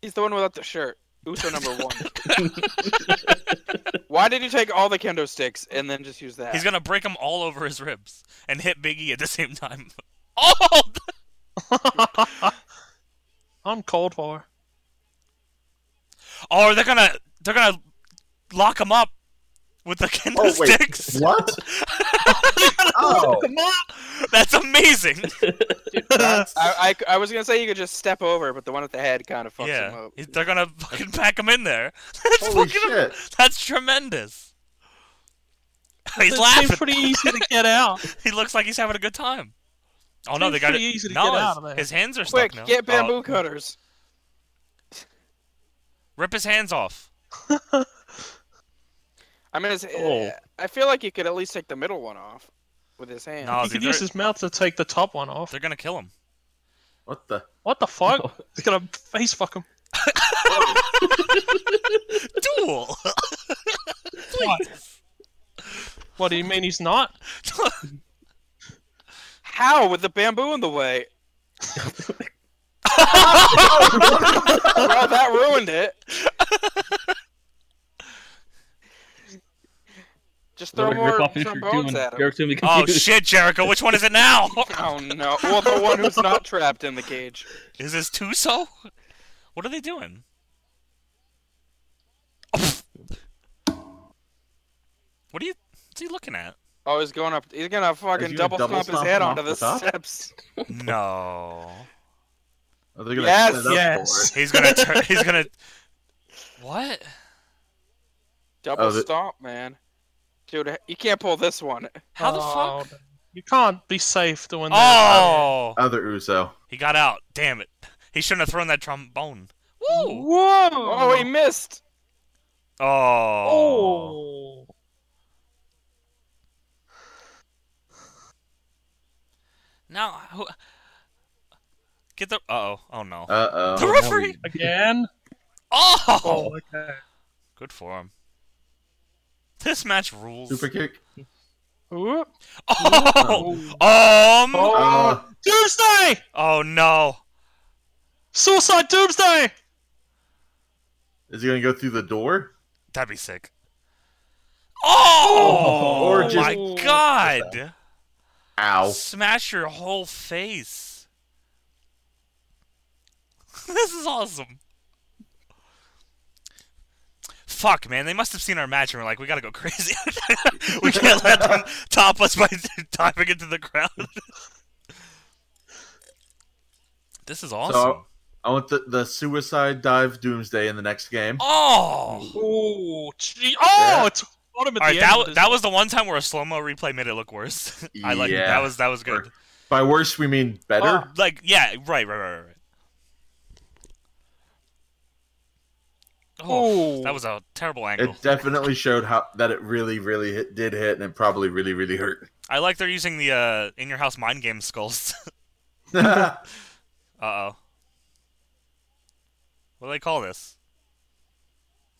Speaker 2: He's the one without the shirt. Uso number one. Why did you take all the kendo sticks and then just use that?
Speaker 1: He's gonna break them all over his ribs and hit Biggie at the same time. Oh,
Speaker 4: I'm cold for.
Speaker 1: oh, they're gonna they're gonna lock him up with the kendo
Speaker 3: Oh wait,
Speaker 1: sticks.
Speaker 3: what? oh,
Speaker 1: That's amazing.
Speaker 2: I, I, I was gonna say you could just step over, but the one at the head kind of fucks him
Speaker 1: yeah,
Speaker 2: up.
Speaker 1: He- they're gonna fucking pack him in there. That's
Speaker 3: holy
Speaker 1: fucking am-
Speaker 3: shit!
Speaker 1: That's tremendous. He's
Speaker 4: it
Speaker 1: laughing.
Speaker 4: seems pretty easy to get out.
Speaker 1: He looks like he's having a good time. Oh no,
Speaker 4: Seems
Speaker 1: they got
Speaker 4: pretty
Speaker 1: it.
Speaker 4: easy to
Speaker 1: no,
Speaker 4: get
Speaker 1: his,
Speaker 4: out of there.
Speaker 1: his hands are
Speaker 2: Quick,
Speaker 1: stuck now.
Speaker 2: get bamboo
Speaker 1: Oh,
Speaker 2: cutters.
Speaker 1: rip his hands off.
Speaker 2: I mean, it's,
Speaker 5: Oh.
Speaker 2: I feel like you could at least take the middle one off with his hand.
Speaker 1: No. Oh,
Speaker 4: he
Speaker 1: dude,
Speaker 4: could use
Speaker 1: they're-
Speaker 4: his mouth to take the top one off.
Speaker 1: They're gonna kill him.
Speaker 3: What the?
Speaker 4: What the fuck?
Speaker 5: Oh,
Speaker 4: He's gonna face fuck him.
Speaker 1: Duel. Please.
Speaker 4: What do you mean he's not?
Speaker 2: How with the bamboo in the way? well, that ruined it. Just throw
Speaker 5: Another oh, rip
Speaker 2: more
Speaker 5: off if you're
Speaker 2: trombones
Speaker 5: doing-
Speaker 2: at him.
Speaker 5: Eric's gonna be
Speaker 1: oh
Speaker 5: confused.
Speaker 1: shit, Jericho. Which one is it now?
Speaker 2: Oh no! Well, the one who's not trapped in the cage.
Speaker 1: Is this Tuso? What are they doing? What are you? What's he looking at?
Speaker 2: Oh, he's going up. He's gonna fucking
Speaker 3: gonna
Speaker 2: double,
Speaker 3: double
Speaker 2: stomp his
Speaker 3: stomp
Speaker 2: head
Speaker 3: him
Speaker 2: onto
Speaker 3: off
Speaker 2: the
Speaker 3: the top?
Speaker 2: steps.
Speaker 1: No.
Speaker 3: Are they gonna
Speaker 2: Yes,
Speaker 3: set it up
Speaker 4: yes.
Speaker 3: for it?
Speaker 1: He's gonna. Tur- he's gonna. What?
Speaker 2: Double
Speaker 3: Oh, the-
Speaker 2: stomp, man. Dude, you can't pull this one.
Speaker 1: How the
Speaker 4: Oh,
Speaker 1: fuck?
Speaker 4: You can't be safe doing that.
Speaker 1: Oh,
Speaker 3: Other Uso.
Speaker 1: he got out. Damn it. He shouldn't have thrown that trombone. Woo.
Speaker 4: Whoa!
Speaker 2: Oh, he missed.
Speaker 1: Oh.
Speaker 4: Oh.
Speaker 1: Now, who... get the. Uh oh. Oh no.
Speaker 3: Uh
Speaker 1: the
Speaker 3: oh.
Speaker 1: referee.
Speaker 4: Again?
Speaker 1: Oh.
Speaker 4: Oh, okay.
Speaker 1: Good for him. This match rules.
Speaker 3: Super kick.
Speaker 4: Ooh.
Speaker 1: Oh. Um.
Speaker 6: Oh.
Speaker 3: Uh,
Speaker 4: Doomsday!
Speaker 1: Oh no.
Speaker 4: Suicide Doomsday!
Speaker 3: is he gonna go through the door?
Speaker 1: That'd be sick. Oh.
Speaker 3: Or just-
Speaker 1: my God.
Speaker 6: Oh.
Speaker 3: Ow.
Speaker 1: Smash your whole face. this is awesome. Fuck, man. They must have seen our match and were like, we gotta go crazy. we can't let them top us by diving into the ground. this is awesome.
Speaker 3: So
Speaker 6: I want the, the suicide dive doomsday in the next game.
Speaker 1: Oh.
Speaker 4: Oh, gee. Oh,
Speaker 6: Yeah.
Speaker 4: it's bottom at
Speaker 1: All right,
Speaker 4: the
Speaker 1: that
Speaker 4: end.
Speaker 1: wa- that was the one time where a slow mo replay made it look worse. I like
Speaker 6: Yeah.
Speaker 1: that was that was good.
Speaker 6: By worse, we mean better.
Speaker 1: Like yeah, right, right, right, right. right. Oh,
Speaker 4: Oh,
Speaker 1: that was a terrible angle.
Speaker 6: it definitely showed how that it really, really hit, did hit, and it probably really, really hurt.
Speaker 1: I like they're using the uh, in your house mind game skulls.
Speaker 6: That's
Speaker 1: Uh oh. What do they call this?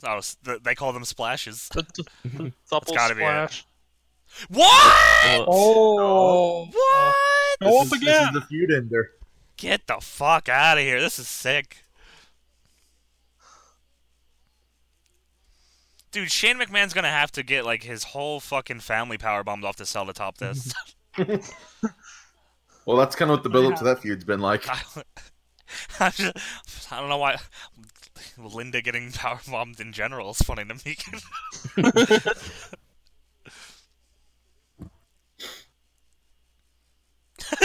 Speaker 1: Oh, s- th- they call them splashes.
Speaker 4: the, the, the double
Speaker 1: gotta be it.
Speaker 4: splash.
Speaker 1: What?
Speaker 4: Oh,
Speaker 1: What?
Speaker 4: go
Speaker 6: is-
Speaker 4: up again.
Speaker 6: This is the feud ender.
Speaker 1: Get the fuck out of here. This is sick. Dude, Shane McMahon's gonna have to get like his whole fucking family power bombed off to sell to top this.
Speaker 6: Well, that's kind of what the build up to that feud's been like.
Speaker 1: I, I'm just- I don't know why Linda getting power bombed in general is funny to me.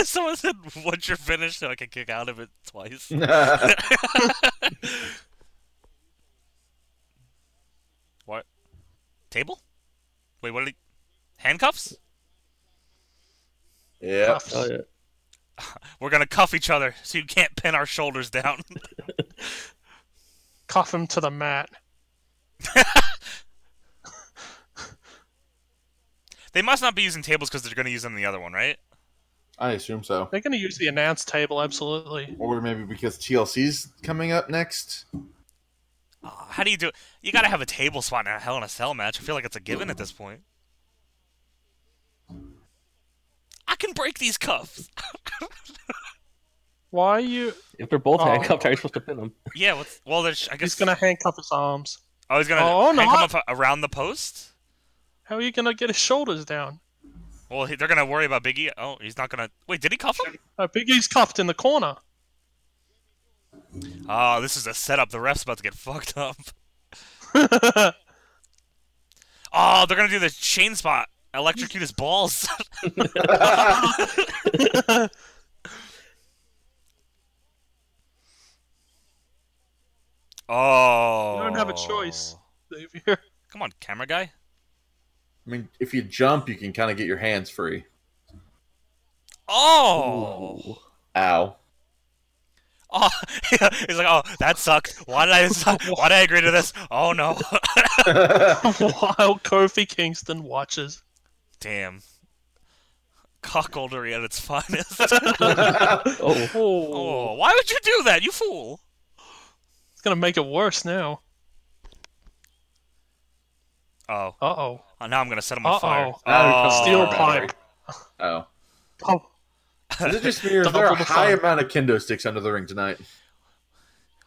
Speaker 1: Someone said, "Once you're finished, so I can kick out of it twice." what? Table? Wait, what? Are they... Handcuffs?
Speaker 6: yeah.
Speaker 4: Cuffs.
Speaker 5: Oh yeah.
Speaker 1: We're gonna cuff each other so you can't pin our shoulders down.
Speaker 4: Cuff him to the mat.
Speaker 1: they must not be using tables because they're gonna use them in the other one, right?
Speaker 6: I assume so.
Speaker 4: They're going to use the announce table, absolutely.
Speaker 6: Or maybe because TLC's coming up next.
Speaker 1: Oh, how do you do it? You gotta have a table spot in a Hell in a Cell match. I feel like it's a given at this point. I can break these cuffs.
Speaker 4: Why are you?
Speaker 5: If they're both
Speaker 4: Oh.
Speaker 5: handcuffed, how are you supposed to pin them?
Speaker 1: yeah, what's, well, there's, I guess.
Speaker 4: He's going to handcuff his arms.
Speaker 1: Oh, he's gonna
Speaker 4: Oh,
Speaker 1: hang
Speaker 4: no.
Speaker 1: him up around the post?
Speaker 4: How are you going to get his shoulders down?
Speaker 1: Well, he, they're gonna worry about Big E. Oh, he's not gonna. Wait, did he cuff him?
Speaker 4: Uh, Big E's cuffed in the corner.
Speaker 1: Oh, this is a setup. The ref's about to get fucked up. Oh, they're gonna do the chain spot. Electrocute his balls. oh.
Speaker 4: You don't have a choice, Xavier.
Speaker 1: Come on, camera guy.
Speaker 6: I mean, if you jump, you can kind of get your hands free.
Speaker 1: Oh.
Speaker 5: Ooh.
Speaker 6: Ow.
Speaker 1: Oh, he's like, oh, that sucked. Why did I? Why did I agree to this? Oh no.
Speaker 4: While Kofi Kingston watches.
Speaker 1: Damn. Cuckoldery at its finest.
Speaker 5: Oh.
Speaker 1: oh, why would you do that, you fool?
Speaker 4: It's going to make it worse now.
Speaker 1: Oh,
Speaker 4: Uh oh.
Speaker 1: oh, now I'm gonna set him on fire.
Speaker 4: Uh-oh.
Speaker 1: Oh.
Speaker 4: Steel pipe.
Speaker 6: Oh.
Speaker 4: Oh,
Speaker 6: Is it just me or is
Speaker 4: Double
Speaker 6: there a
Speaker 4: the
Speaker 6: high
Speaker 4: fun.
Speaker 6: amount of kendo sticks under the ring tonight?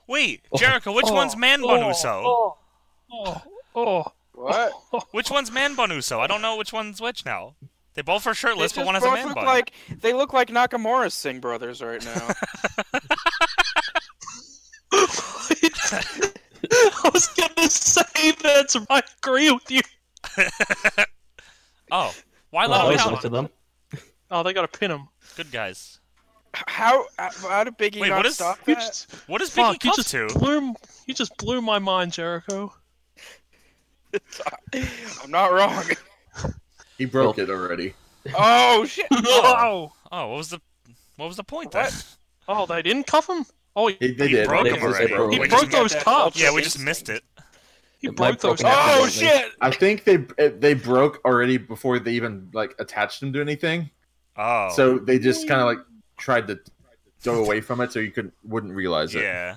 Speaker 1: Wait, Jericho, which one's Man Bun Uso?
Speaker 4: Oh, oh, oh.
Speaker 2: What?
Speaker 1: Which one's Man Bun Uso? I don't know which one's which now. They both are
Speaker 2: They
Speaker 1: shirtless, but
Speaker 2: just
Speaker 1: one has a
Speaker 2: both
Speaker 1: man
Speaker 2: look
Speaker 1: bun.
Speaker 2: like they look like Nakamura's Singh brothers right now.
Speaker 4: I was going to say that's I agree with you.
Speaker 1: Oh, why
Speaker 5: Well, I
Speaker 1: let
Speaker 5: always
Speaker 1: him
Speaker 5: look to
Speaker 1: down?
Speaker 5: them.
Speaker 4: Oh, they got to pin him.
Speaker 1: Good guys.
Speaker 2: how how did Biggie
Speaker 1: Wait,
Speaker 2: not
Speaker 1: what is-
Speaker 2: stop
Speaker 4: You
Speaker 2: that?
Speaker 4: just,
Speaker 1: What is Biggie
Speaker 4: fuck, you
Speaker 1: cuffed
Speaker 4: just
Speaker 1: to?
Speaker 4: blew you just blew my mind, Jericho.
Speaker 2: I'm not wrong.
Speaker 6: He broke it already.
Speaker 2: Oh shit!
Speaker 4: Oh,
Speaker 1: Oh, what was the what was the point then?
Speaker 4: oh, they didn't cuff him. Oh, he,
Speaker 6: He, they
Speaker 1: He
Speaker 6: did.
Speaker 1: broke
Speaker 6: They
Speaker 1: him
Speaker 6: just-
Speaker 1: already.
Speaker 6: they broke
Speaker 4: he
Speaker 1: We
Speaker 6: it.
Speaker 1: just
Speaker 4: broke those
Speaker 2: got that
Speaker 4: cuffs.
Speaker 1: Yeah, we just missed it.
Speaker 4: he
Speaker 5: It
Speaker 4: broke
Speaker 5: might
Speaker 4: those
Speaker 5: broken up.
Speaker 4: cuffs.
Speaker 2: Oh shit!
Speaker 6: I think they eh, they broke already before they even like attached him to anything.
Speaker 1: Oh,
Speaker 6: So they just kind of like tried to go away from it, so you could wouldn't realize it.
Speaker 1: yeah,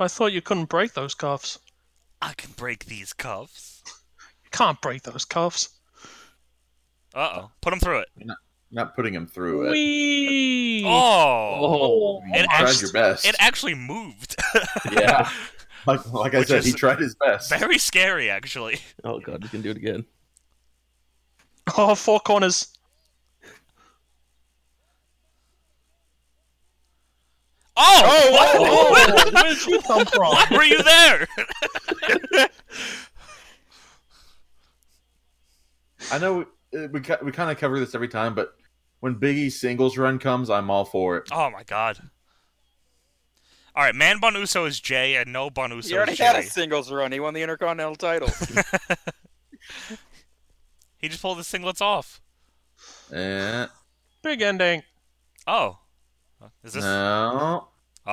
Speaker 4: I thought you couldn't break those cuffs.
Speaker 1: I can break these cuffs.
Speaker 4: You can't break those cuffs.
Speaker 1: Uh oh, put him through it.
Speaker 6: Not putting him through it.
Speaker 4: Wee.
Speaker 1: Oh,
Speaker 5: Oh.
Speaker 6: you
Speaker 1: it
Speaker 6: tried
Speaker 1: act-
Speaker 6: your best.
Speaker 1: it actually moved.
Speaker 6: yeah. Like, like I
Speaker 1: Which
Speaker 6: said, he
Speaker 1: is-
Speaker 6: tried his best.
Speaker 1: Very scary, actually.
Speaker 5: Oh god, he's gonna do it again.
Speaker 4: Oh, four corners.
Speaker 1: Oh, what?
Speaker 4: Oh, where did you come from?
Speaker 1: Why were you there?
Speaker 6: I know uh, we ki- we kind of cover this every time, but when Biggie's singles run comes, I'm all for it.
Speaker 1: Oh my god. Oh, All right, Man Bun Uso is Jay, and no Bun
Speaker 2: he
Speaker 1: Uso
Speaker 2: already
Speaker 1: is
Speaker 2: had a
Speaker 1: Jay.
Speaker 2: singles run. He won the Intercontinental title.
Speaker 1: He just pulled his singlets off.
Speaker 3: Eh,
Speaker 4: Big ending.
Speaker 1: Oh, is this?
Speaker 3: no.
Speaker 1: Oh,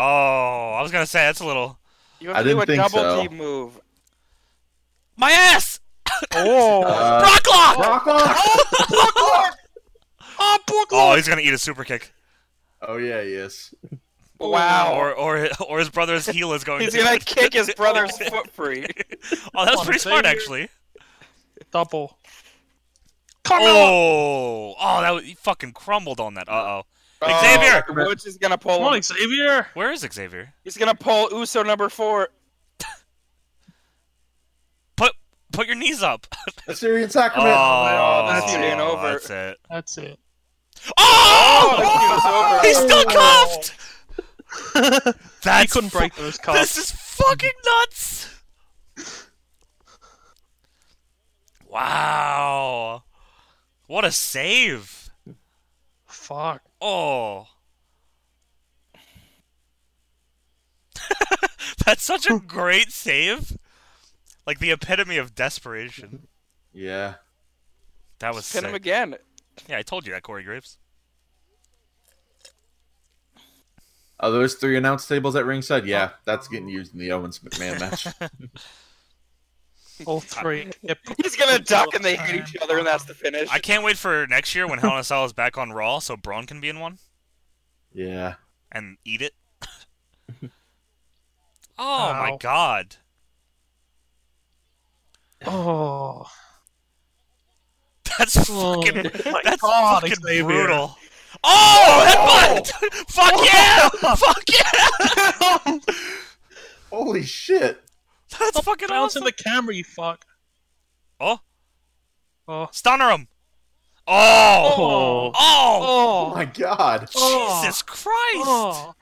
Speaker 1: I was gonna say that's a little.
Speaker 2: You have
Speaker 3: I
Speaker 2: to do
Speaker 3: didn't
Speaker 2: a
Speaker 3: think
Speaker 2: double
Speaker 3: so.
Speaker 2: team move.
Speaker 1: My ass!
Speaker 2: Oh,
Speaker 3: Uh,
Speaker 1: Brock lock!
Speaker 3: Brock Lesnar!
Speaker 4: Oh, Brock
Speaker 1: Oh,
Speaker 4: Lesnar!
Speaker 1: he's gonna eat a super kick.
Speaker 3: oh yeah, yes.
Speaker 2: Oh, wow.
Speaker 1: Or or or his brother's heel is going.
Speaker 2: He's
Speaker 1: to
Speaker 2: gonna kick his brother's foot free.
Speaker 1: Oh, that was
Speaker 4: Wanna
Speaker 1: pretty
Speaker 4: say
Speaker 1: smart
Speaker 4: here?
Speaker 1: actually.
Speaker 4: Double. Carmelo!
Speaker 1: Oh, oh, that was, he fucking crumbled on that. Uh oh.
Speaker 2: Oh,
Speaker 1: Xavier!
Speaker 2: Woods is gonna pull
Speaker 4: Come
Speaker 2: him.
Speaker 4: on, Xavier!
Speaker 1: Where is Xavier?
Speaker 2: He's gonna pull Uso number four.
Speaker 1: Put put your knees up.
Speaker 3: Assyrian
Speaker 1: Oh,
Speaker 3: sacrament.
Speaker 2: Oh, that's it, and over.
Speaker 1: That's it.
Speaker 4: That's it.
Speaker 1: Oh!
Speaker 2: Oh,
Speaker 1: He's still cuffed. That's
Speaker 4: he couldn't
Speaker 1: fu-
Speaker 4: break those
Speaker 1: This
Speaker 4: cards.
Speaker 1: is fucking nuts. Wow. What a save.
Speaker 4: Fuck.
Speaker 1: Oh. That's such a great save. Like the epitome of desperation.
Speaker 3: Yeah.
Speaker 1: That was
Speaker 2: Pin him
Speaker 1: sick.
Speaker 2: again.
Speaker 1: Yeah, I told you that, Corey Graves.
Speaker 3: Are those three announce tables at ringside?
Speaker 1: Oh.
Speaker 3: Yeah, that's getting used in the Owens McMahon match.
Speaker 4: All three. Yep.
Speaker 2: He's gonna duck and they hit each other, and that's the finish.
Speaker 1: I can't wait for next year when Hell in a Cell is back on Raw so Braun can be in one
Speaker 3: yeah.
Speaker 1: and eat it. oh my
Speaker 4: Ow.
Speaker 1: god.
Speaker 4: Oh.
Speaker 1: That's
Speaker 4: Oh,
Speaker 1: fucking
Speaker 4: my
Speaker 1: That's
Speaker 4: God,
Speaker 1: fucking
Speaker 4: Xavier.
Speaker 1: brutal. Oh, headbutt! Fuck yeah! Fuck yeah!
Speaker 3: Holy shit.
Speaker 1: That's fucking
Speaker 4: Bounce
Speaker 1: awesome.
Speaker 4: in the camera, you fuck.
Speaker 1: Oh,
Speaker 4: Oh.
Speaker 1: stunner him. Oh,
Speaker 4: Oh.
Speaker 1: oh,
Speaker 3: Oh
Speaker 4: Oh.
Speaker 3: my god.
Speaker 4: Oh.
Speaker 1: Jesus Christ! Oh.
Speaker 4: Oh.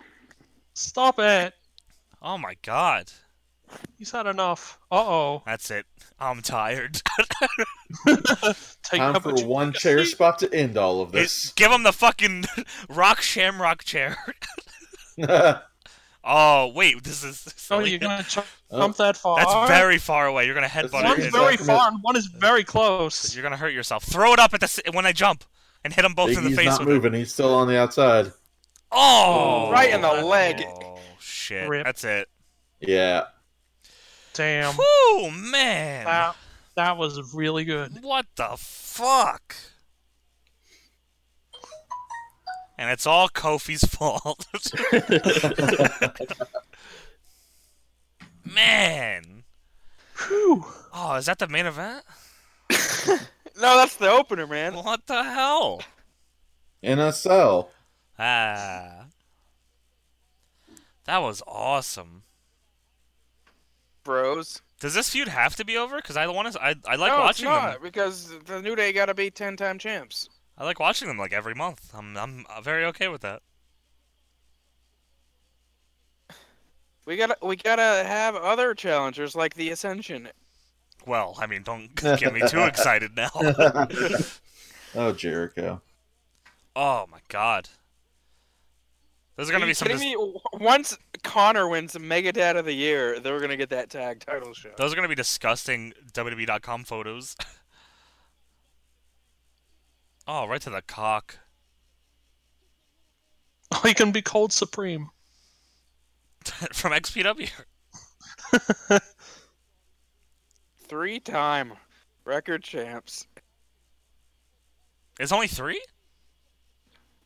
Speaker 4: Stop it.
Speaker 1: my God,
Speaker 4: He's had enough. Uh oh.
Speaker 1: that's it. I'm tired.
Speaker 4: Take
Speaker 3: Time
Speaker 4: up
Speaker 3: for
Speaker 4: what you
Speaker 3: one
Speaker 4: can
Speaker 3: chair
Speaker 4: see.
Speaker 3: spot to end all of
Speaker 1: It-
Speaker 3: this.
Speaker 1: give him the fucking rock shamrock chair.
Speaker 3: oh,
Speaker 1: Oh wait, this is
Speaker 4: Oh,
Speaker 1: silly.
Speaker 4: you're gonna jump that far.
Speaker 1: That's
Speaker 4: All right.
Speaker 1: very far away. You're gonna headbutt
Speaker 4: One's
Speaker 1: it.
Speaker 3: That's
Speaker 4: very
Speaker 3: Exactly.
Speaker 4: far and one is very close.
Speaker 1: You're gonna hurt yourself. Throw it up at the s- when I jump and hit them both in the
Speaker 3: Biggie's
Speaker 1: face
Speaker 3: not
Speaker 1: with it.
Speaker 3: moving. He's still on the outside.
Speaker 1: Oh,
Speaker 2: Right in the leg.
Speaker 1: Oh shit,
Speaker 4: Rip.
Speaker 1: that's it.
Speaker 3: Yeah.
Speaker 4: Damn.
Speaker 1: Oh man,
Speaker 4: That, that was really good.
Speaker 1: what the fuck? And it's all Kofi's fault. man,
Speaker 4: Whew.
Speaker 1: oh, is that the main event?
Speaker 2: No, that's the opener, man.
Speaker 1: What the hell?
Speaker 3: In a cell.
Speaker 1: Ah, that was awesome.
Speaker 2: Bros.
Speaker 1: Does this feud have to be over? Because I want to. I, I like
Speaker 2: no,
Speaker 1: watching
Speaker 2: it's
Speaker 1: them.
Speaker 2: not because the New Day gotta be ten-time champs.
Speaker 1: I like watching them like every month. I'm I'm uh, very okay with that.
Speaker 2: We gotta, we gotta have other challengers like the Ascension.
Speaker 1: Well, I mean, don't get me too excited now.
Speaker 3: Oh, Jericho.
Speaker 1: oh my god. There's
Speaker 2: Are
Speaker 1: gonna
Speaker 2: you
Speaker 1: be some.
Speaker 2: kidding
Speaker 1: Dis-
Speaker 2: me? W- Once Connor wins Mega Dad of the Year, they're gonna get that tag title shot.
Speaker 1: those are gonna be disgusting WWE.com photos. oh, right to the cock.
Speaker 4: Oh, he can be called supreme.
Speaker 1: From XPW.
Speaker 2: Three-time record champs.
Speaker 1: It's only three.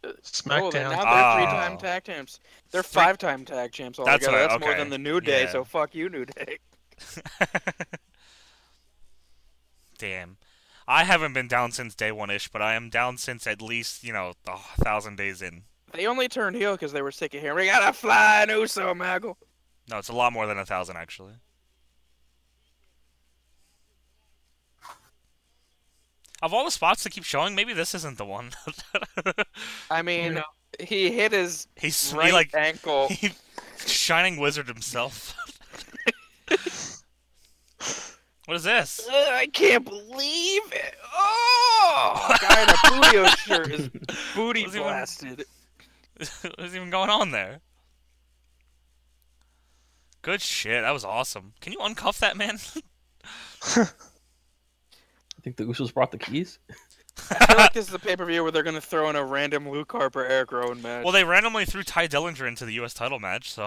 Speaker 2: Oh, they're
Speaker 4: SmackDown.
Speaker 2: now
Speaker 1: Ah.
Speaker 2: they're three-time tag champs. They're
Speaker 1: Three-
Speaker 2: five-time tag champs
Speaker 1: That's
Speaker 2: altogether.
Speaker 1: what I-
Speaker 2: That's, more
Speaker 1: okay.
Speaker 2: than the New Day.
Speaker 1: Yeah.
Speaker 2: So fuck you, New Day.
Speaker 1: Damn. I haven't been down since day one ish, but I am down since at least you know a thousand days in.
Speaker 2: They only turned heel because they were sick of hearing. We gotta fly an Uso, Maggle.
Speaker 1: No, it's a lot more than a thousand actually. Of all the spots to keep showing, maybe this isn't the one.
Speaker 2: I mean,
Speaker 4: Yeah.
Speaker 2: he hit his
Speaker 1: He's he,
Speaker 2: right
Speaker 1: like
Speaker 2: ankle.
Speaker 1: he, shining wizard himself. what is this?
Speaker 2: Ugh, I can't believe it. Oh, guy in a Puyo shirt is booty
Speaker 1: Was he one-
Speaker 2: blasted.
Speaker 1: What's even going on there? Good shit. That was awesome. Can you uncuff that man?
Speaker 5: I think the Usos brought the keys.
Speaker 2: I feel like this is a pay per view where they're gonna throw in a random Luke Harper Eric Rowan match.
Speaker 1: well, they randomly threw Ty Dillinger into the U.S. title match, so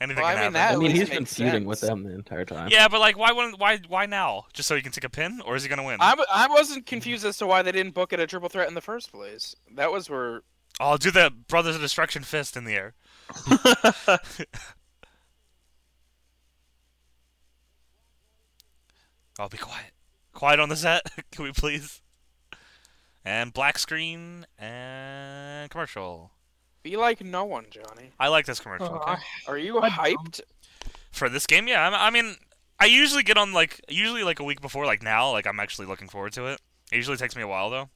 Speaker 1: anything
Speaker 2: Well, I
Speaker 1: can happen.
Speaker 2: mean, That
Speaker 5: I
Speaker 2: at
Speaker 5: mean,
Speaker 2: least
Speaker 5: he's been
Speaker 2: makes
Speaker 5: feuding with
Speaker 2: sense.
Speaker 5: them the entire time.
Speaker 1: Yeah, but like, why wouldn't? Why? Why now? Just so he can take a pin, or is he gonna win?
Speaker 2: I, I wasn't confused as to why they didn't book it a triple threat in the first place. That was where
Speaker 1: Oh, I'll do the Brothers of Destruction fist in the air. I'll be quiet. Quiet on the set, can we please? And black screen and commercial.
Speaker 2: be like no one, Johnny.
Speaker 1: I like this commercial.
Speaker 4: Uh,
Speaker 2: Are you hyped?
Speaker 1: For this game, yeah. I'm, I mean, I usually get on like usually like a week before. Like now, like I'm actually looking forward to it. It usually takes me a while though.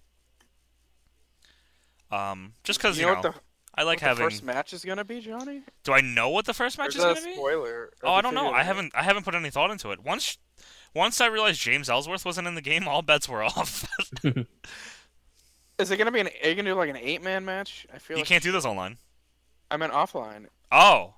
Speaker 1: Um, just because you,
Speaker 2: know
Speaker 1: know,
Speaker 2: what the, what
Speaker 1: I like
Speaker 2: the
Speaker 1: having.
Speaker 2: first match is gonna be, Johnny?
Speaker 1: Do I know what the first
Speaker 2: Or
Speaker 1: match
Speaker 2: is
Speaker 1: is
Speaker 2: that
Speaker 1: going
Speaker 2: a
Speaker 1: to be?
Speaker 2: spoiler?
Speaker 1: Oh, I don't know. I haven't I haven't put any thought into it. Once once I realized James Ellsworth wasn't in the game, all bets were off.
Speaker 2: Is it gonna be an? Are you gonna do like an eight man match? I feel
Speaker 1: you
Speaker 2: like
Speaker 1: can't do this online.
Speaker 2: I meant offline.
Speaker 1: Oh,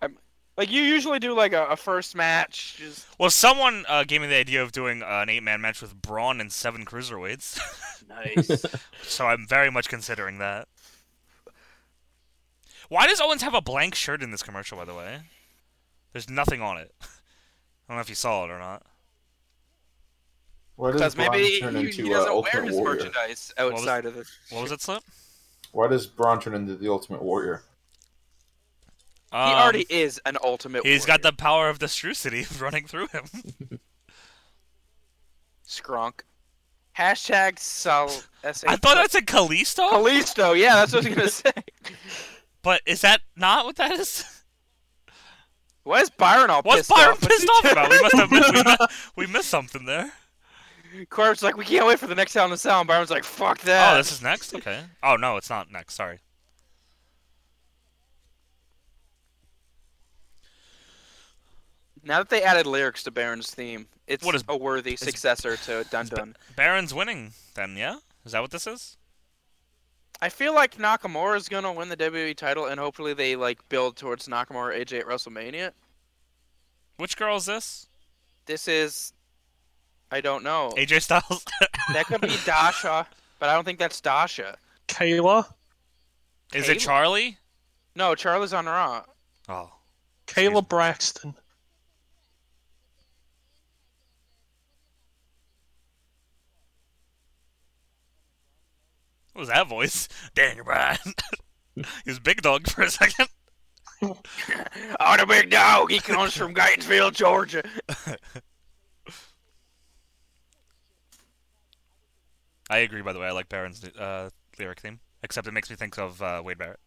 Speaker 2: Like you usually do like a, a first match. Just
Speaker 1: well, someone uh, gave me the idea of doing uh, an eight-man match with Braun and seven cruiserweights,
Speaker 2: nice.
Speaker 1: so I'm very much considering that. Why does Owens have a blank shirt in this commercial, by the way? There's nothing on it. I don't know if you saw it or not.
Speaker 6: What
Speaker 2: Because
Speaker 6: does Braun
Speaker 2: maybe
Speaker 6: turn
Speaker 2: he,
Speaker 6: into
Speaker 2: he
Speaker 6: uh,
Speaker 2: doesn't wear
Speaker 6: Ultimate
Speaker 2: his
Speaker 6: Warrior?
Speaker 2: merchandise
Speaker 1: was-
Speaker 2: outside of this.
Speaker 1: What was it, Slip?
Speaker 6: Why does Braun turn into the Ultimate Warrior?
Speaker 2: He already is an ultimate.
Speaker 1: Um, He's got
Speaker 2: Warrior.
Speaker 1: the power of the Strucity running through him.
Speaker 2: Skronk. Hashtag Sal.
Speaker 1: I thought that's a Kalisto.
Speaker 2: Kalisto. Yeah, that's what I was gonna say.
Speaker 1: But is that not what that is?
Speaker 2: Why is Byron all
Speaker 1: What's
Speaker 2: pissed
Speaker 1: Byron
Speaker 2: off?
Speaker 1: pissed off about? We must have missed, we, missed, we missed something there.
Speaker 2: Corb's like, we can't wait for the next Hell in a Cell. And Byron's like, fuck that.
Speaker 1: Oh, this is next. Okay. Oh no, it's not next. Sorry.
Speaker 2: Now that they added lyrics to Baron's theme, it's
Speaker 1: What is-
Speaker 2: a worthy successor to Dun
Speaker 1: is Ba-
Speaker 2: Dun.
Speaker 1: Baron's winning. Then yeah, is that what this is?
Speaker 2: I feel like Nakamura's gonna win the WWE title, and hopefully they like build towards Nakamura AJ at WrestleMania.
Speaker 1: Which girl is this?
Speaker 2: This is, I don't know.
Speaker 1: AJ Styles.
Speaker 2: That could be Dasha, but I don't think that's Dasha.
Speaker 4: Kayla?
Speaker 1: is it
Speaker 2: Kayla?
Speaker 1: Charlie?
Speaker 2: No, Charlie's on Raw.
Speaker 1: Oh. Excuse me.
Speaker 4: Kayla Braxton.
Speaker 1: What was that voice? Daniel Bryan. he was big dog for a second.
Speaker 2: Oh, the big dog. He comes from Gainesville, Georgia.
Speaker 1: I agree. By the way, I like Baron's uh, lyric theme. Except it makes me think of uh, Wade Barrett.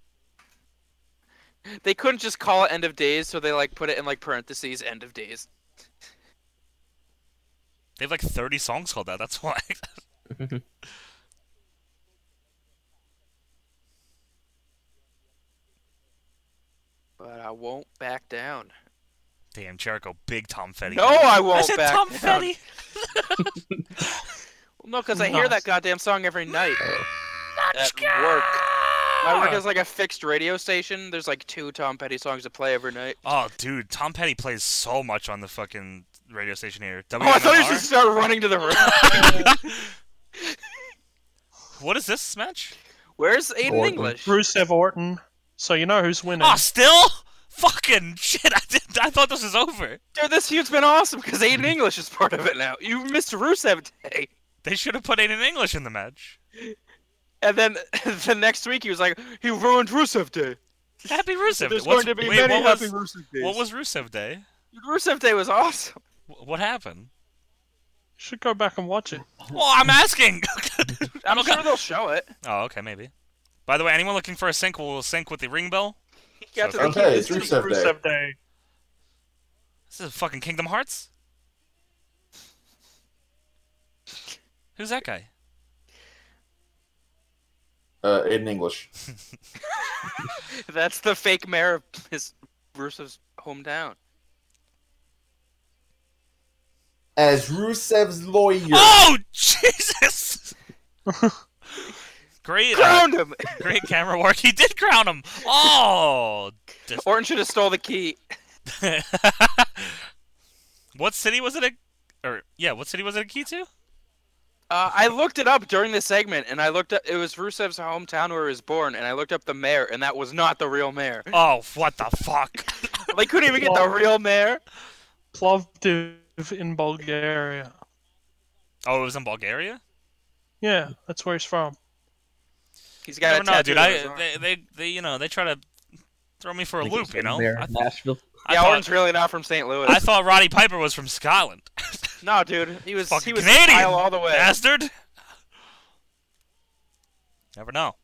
Speaker 2: They couldn't just call it End of Days, so they like put it in like parentheses End of Days.
Speaker 1: They have like 30 songs called that. That's why.
Speaker 2: But I won't back down.
Speaker 1: Damn, Jericho, big Tom Fetty.
Speaker 2: No, I won't
Speaker 1: I said
Speaker 2: back
Speaker 1: Tom
Speaker 2: down.
Speaker 1: Fetty.
Speaker 2: No, because I hear
Speaker 4: Nice.
Speaker 2: that goddamn song every night. At work. My work is like a fixed radio station. There's like two Tom Petty songs to play every night.
Speaker 1: Oh, dude, Tom Petty plays so much on the fucking radio station here.
Speaker 2: Oh, I thought you
Speaker 1: WMMR?
Speaker 2: should start running to the room.
Speaker 1: What is this match?
Speaker 2: Where's Aiden
Speaker 3: Gordon.
Speaker 2: English?
Speaker 4: Rusev Orton. So you know who's winning.
Speaker 1: Oh, still? Fucking shit! I did. I thought this was over.
Speaker 2: Dude, this feud's been awesome because
Speaker 1: Mm-hmm.
Speaker 2: Aiden English is part of it now. You missed Rusev Day.
Speaker 1: They should have put it in English in the match.
Speaker 2: And then the next week he was like, he ruined Rusev Day.
Speaker 1: Happy Rusev.
Speaker 2: There's
Speaker 1: What's-
Speaker 2: going to be
Speaker 1: wait,
Speaker 2: many
Speaker 1: what
Speaker 2: happy
Speaker 1: was
Speaker 2: Rusev Days.
Speaker 1: what was Rusev Day?
Speaker 2: Dude, Rusev Day was awesome.
Speaker 1: Wh- What happened?
Speaker 4: Should go back and watch it.
Speaker 1: Well, I'm asking.
Speaker 2: I'm sure they'll show it.
Speaker 1: oh, okay, maybe. By the way, anyone looking for a sync will sync with the ring bell.
Speaker 2: He got
Speaker 1: So
Speaker 2: to the
Speaker 6: Okay,
Speaker 2: key.
Speaker 6: it's Rusev Day.
Speaker 4: Rusev Day.
Speaker 1: This is fucking Kingdom Hearts. Who's that guy?
Speaker 6: Uh, Aiden English.
Speaker 2: That's the fake mayor of his Rusev's hometown.
Speaker 6: As Rusev's lawyer.
Speaker 1: Oh Jesus! great, uh,
Speaker 2: Ground him.
Speaker 1: great camera work. He did crown him. Oh,
Speaker 2: Orton should have stole the key.
Speaker 1: what city was it? A- or yeah, what city was it a key to?
Speaker 2: Uh, I looked it up during the segment, and I looked up. It was Rusev's hometown where he was born, and I looked up the mayor, and that was not the real mayor.
Speaker 1: Oh, what the fuck!
Speaker 2: They couldn't even get the real mayor.
Speaker 4: Plovdiv in Bulgaria.
Speaker 1: Oh, it was in Bulgaria.
Speaker 4: Yeah, that's where he's from.
Speaker 2: He's
Speaker 1: I
Speaker 2: got a
Speaker 1: don't know,
Speaker 2: tattoo.
Speaker 1: dude.
Speaker 2: on
Speaker 1: I
Speaker 2: his arm.
Speaker 1: they, they they you know they try to throw me for a
Speaker 5: I think it
Speaker 1: loop.
Speaker 5: was
Speaker 1: You know,
Speaker 5: There,
Speaker 1: I,
Speaker 5: Nashville.
Speaker 1: I
Speaker 2: yeah, Orin's
Speaker 1: thought,
Speaker 2: really not from St. Louis.
Speaker 1: I thought Roddy Piper was from Scotland.
Speaker 2: no, dude, he was he
Speaker 1: Fucking
Speaker 2: was
Speaker 1: Canadian,
Speaker 2: Kyle all the way.
Speaker 1: bastard. Never know.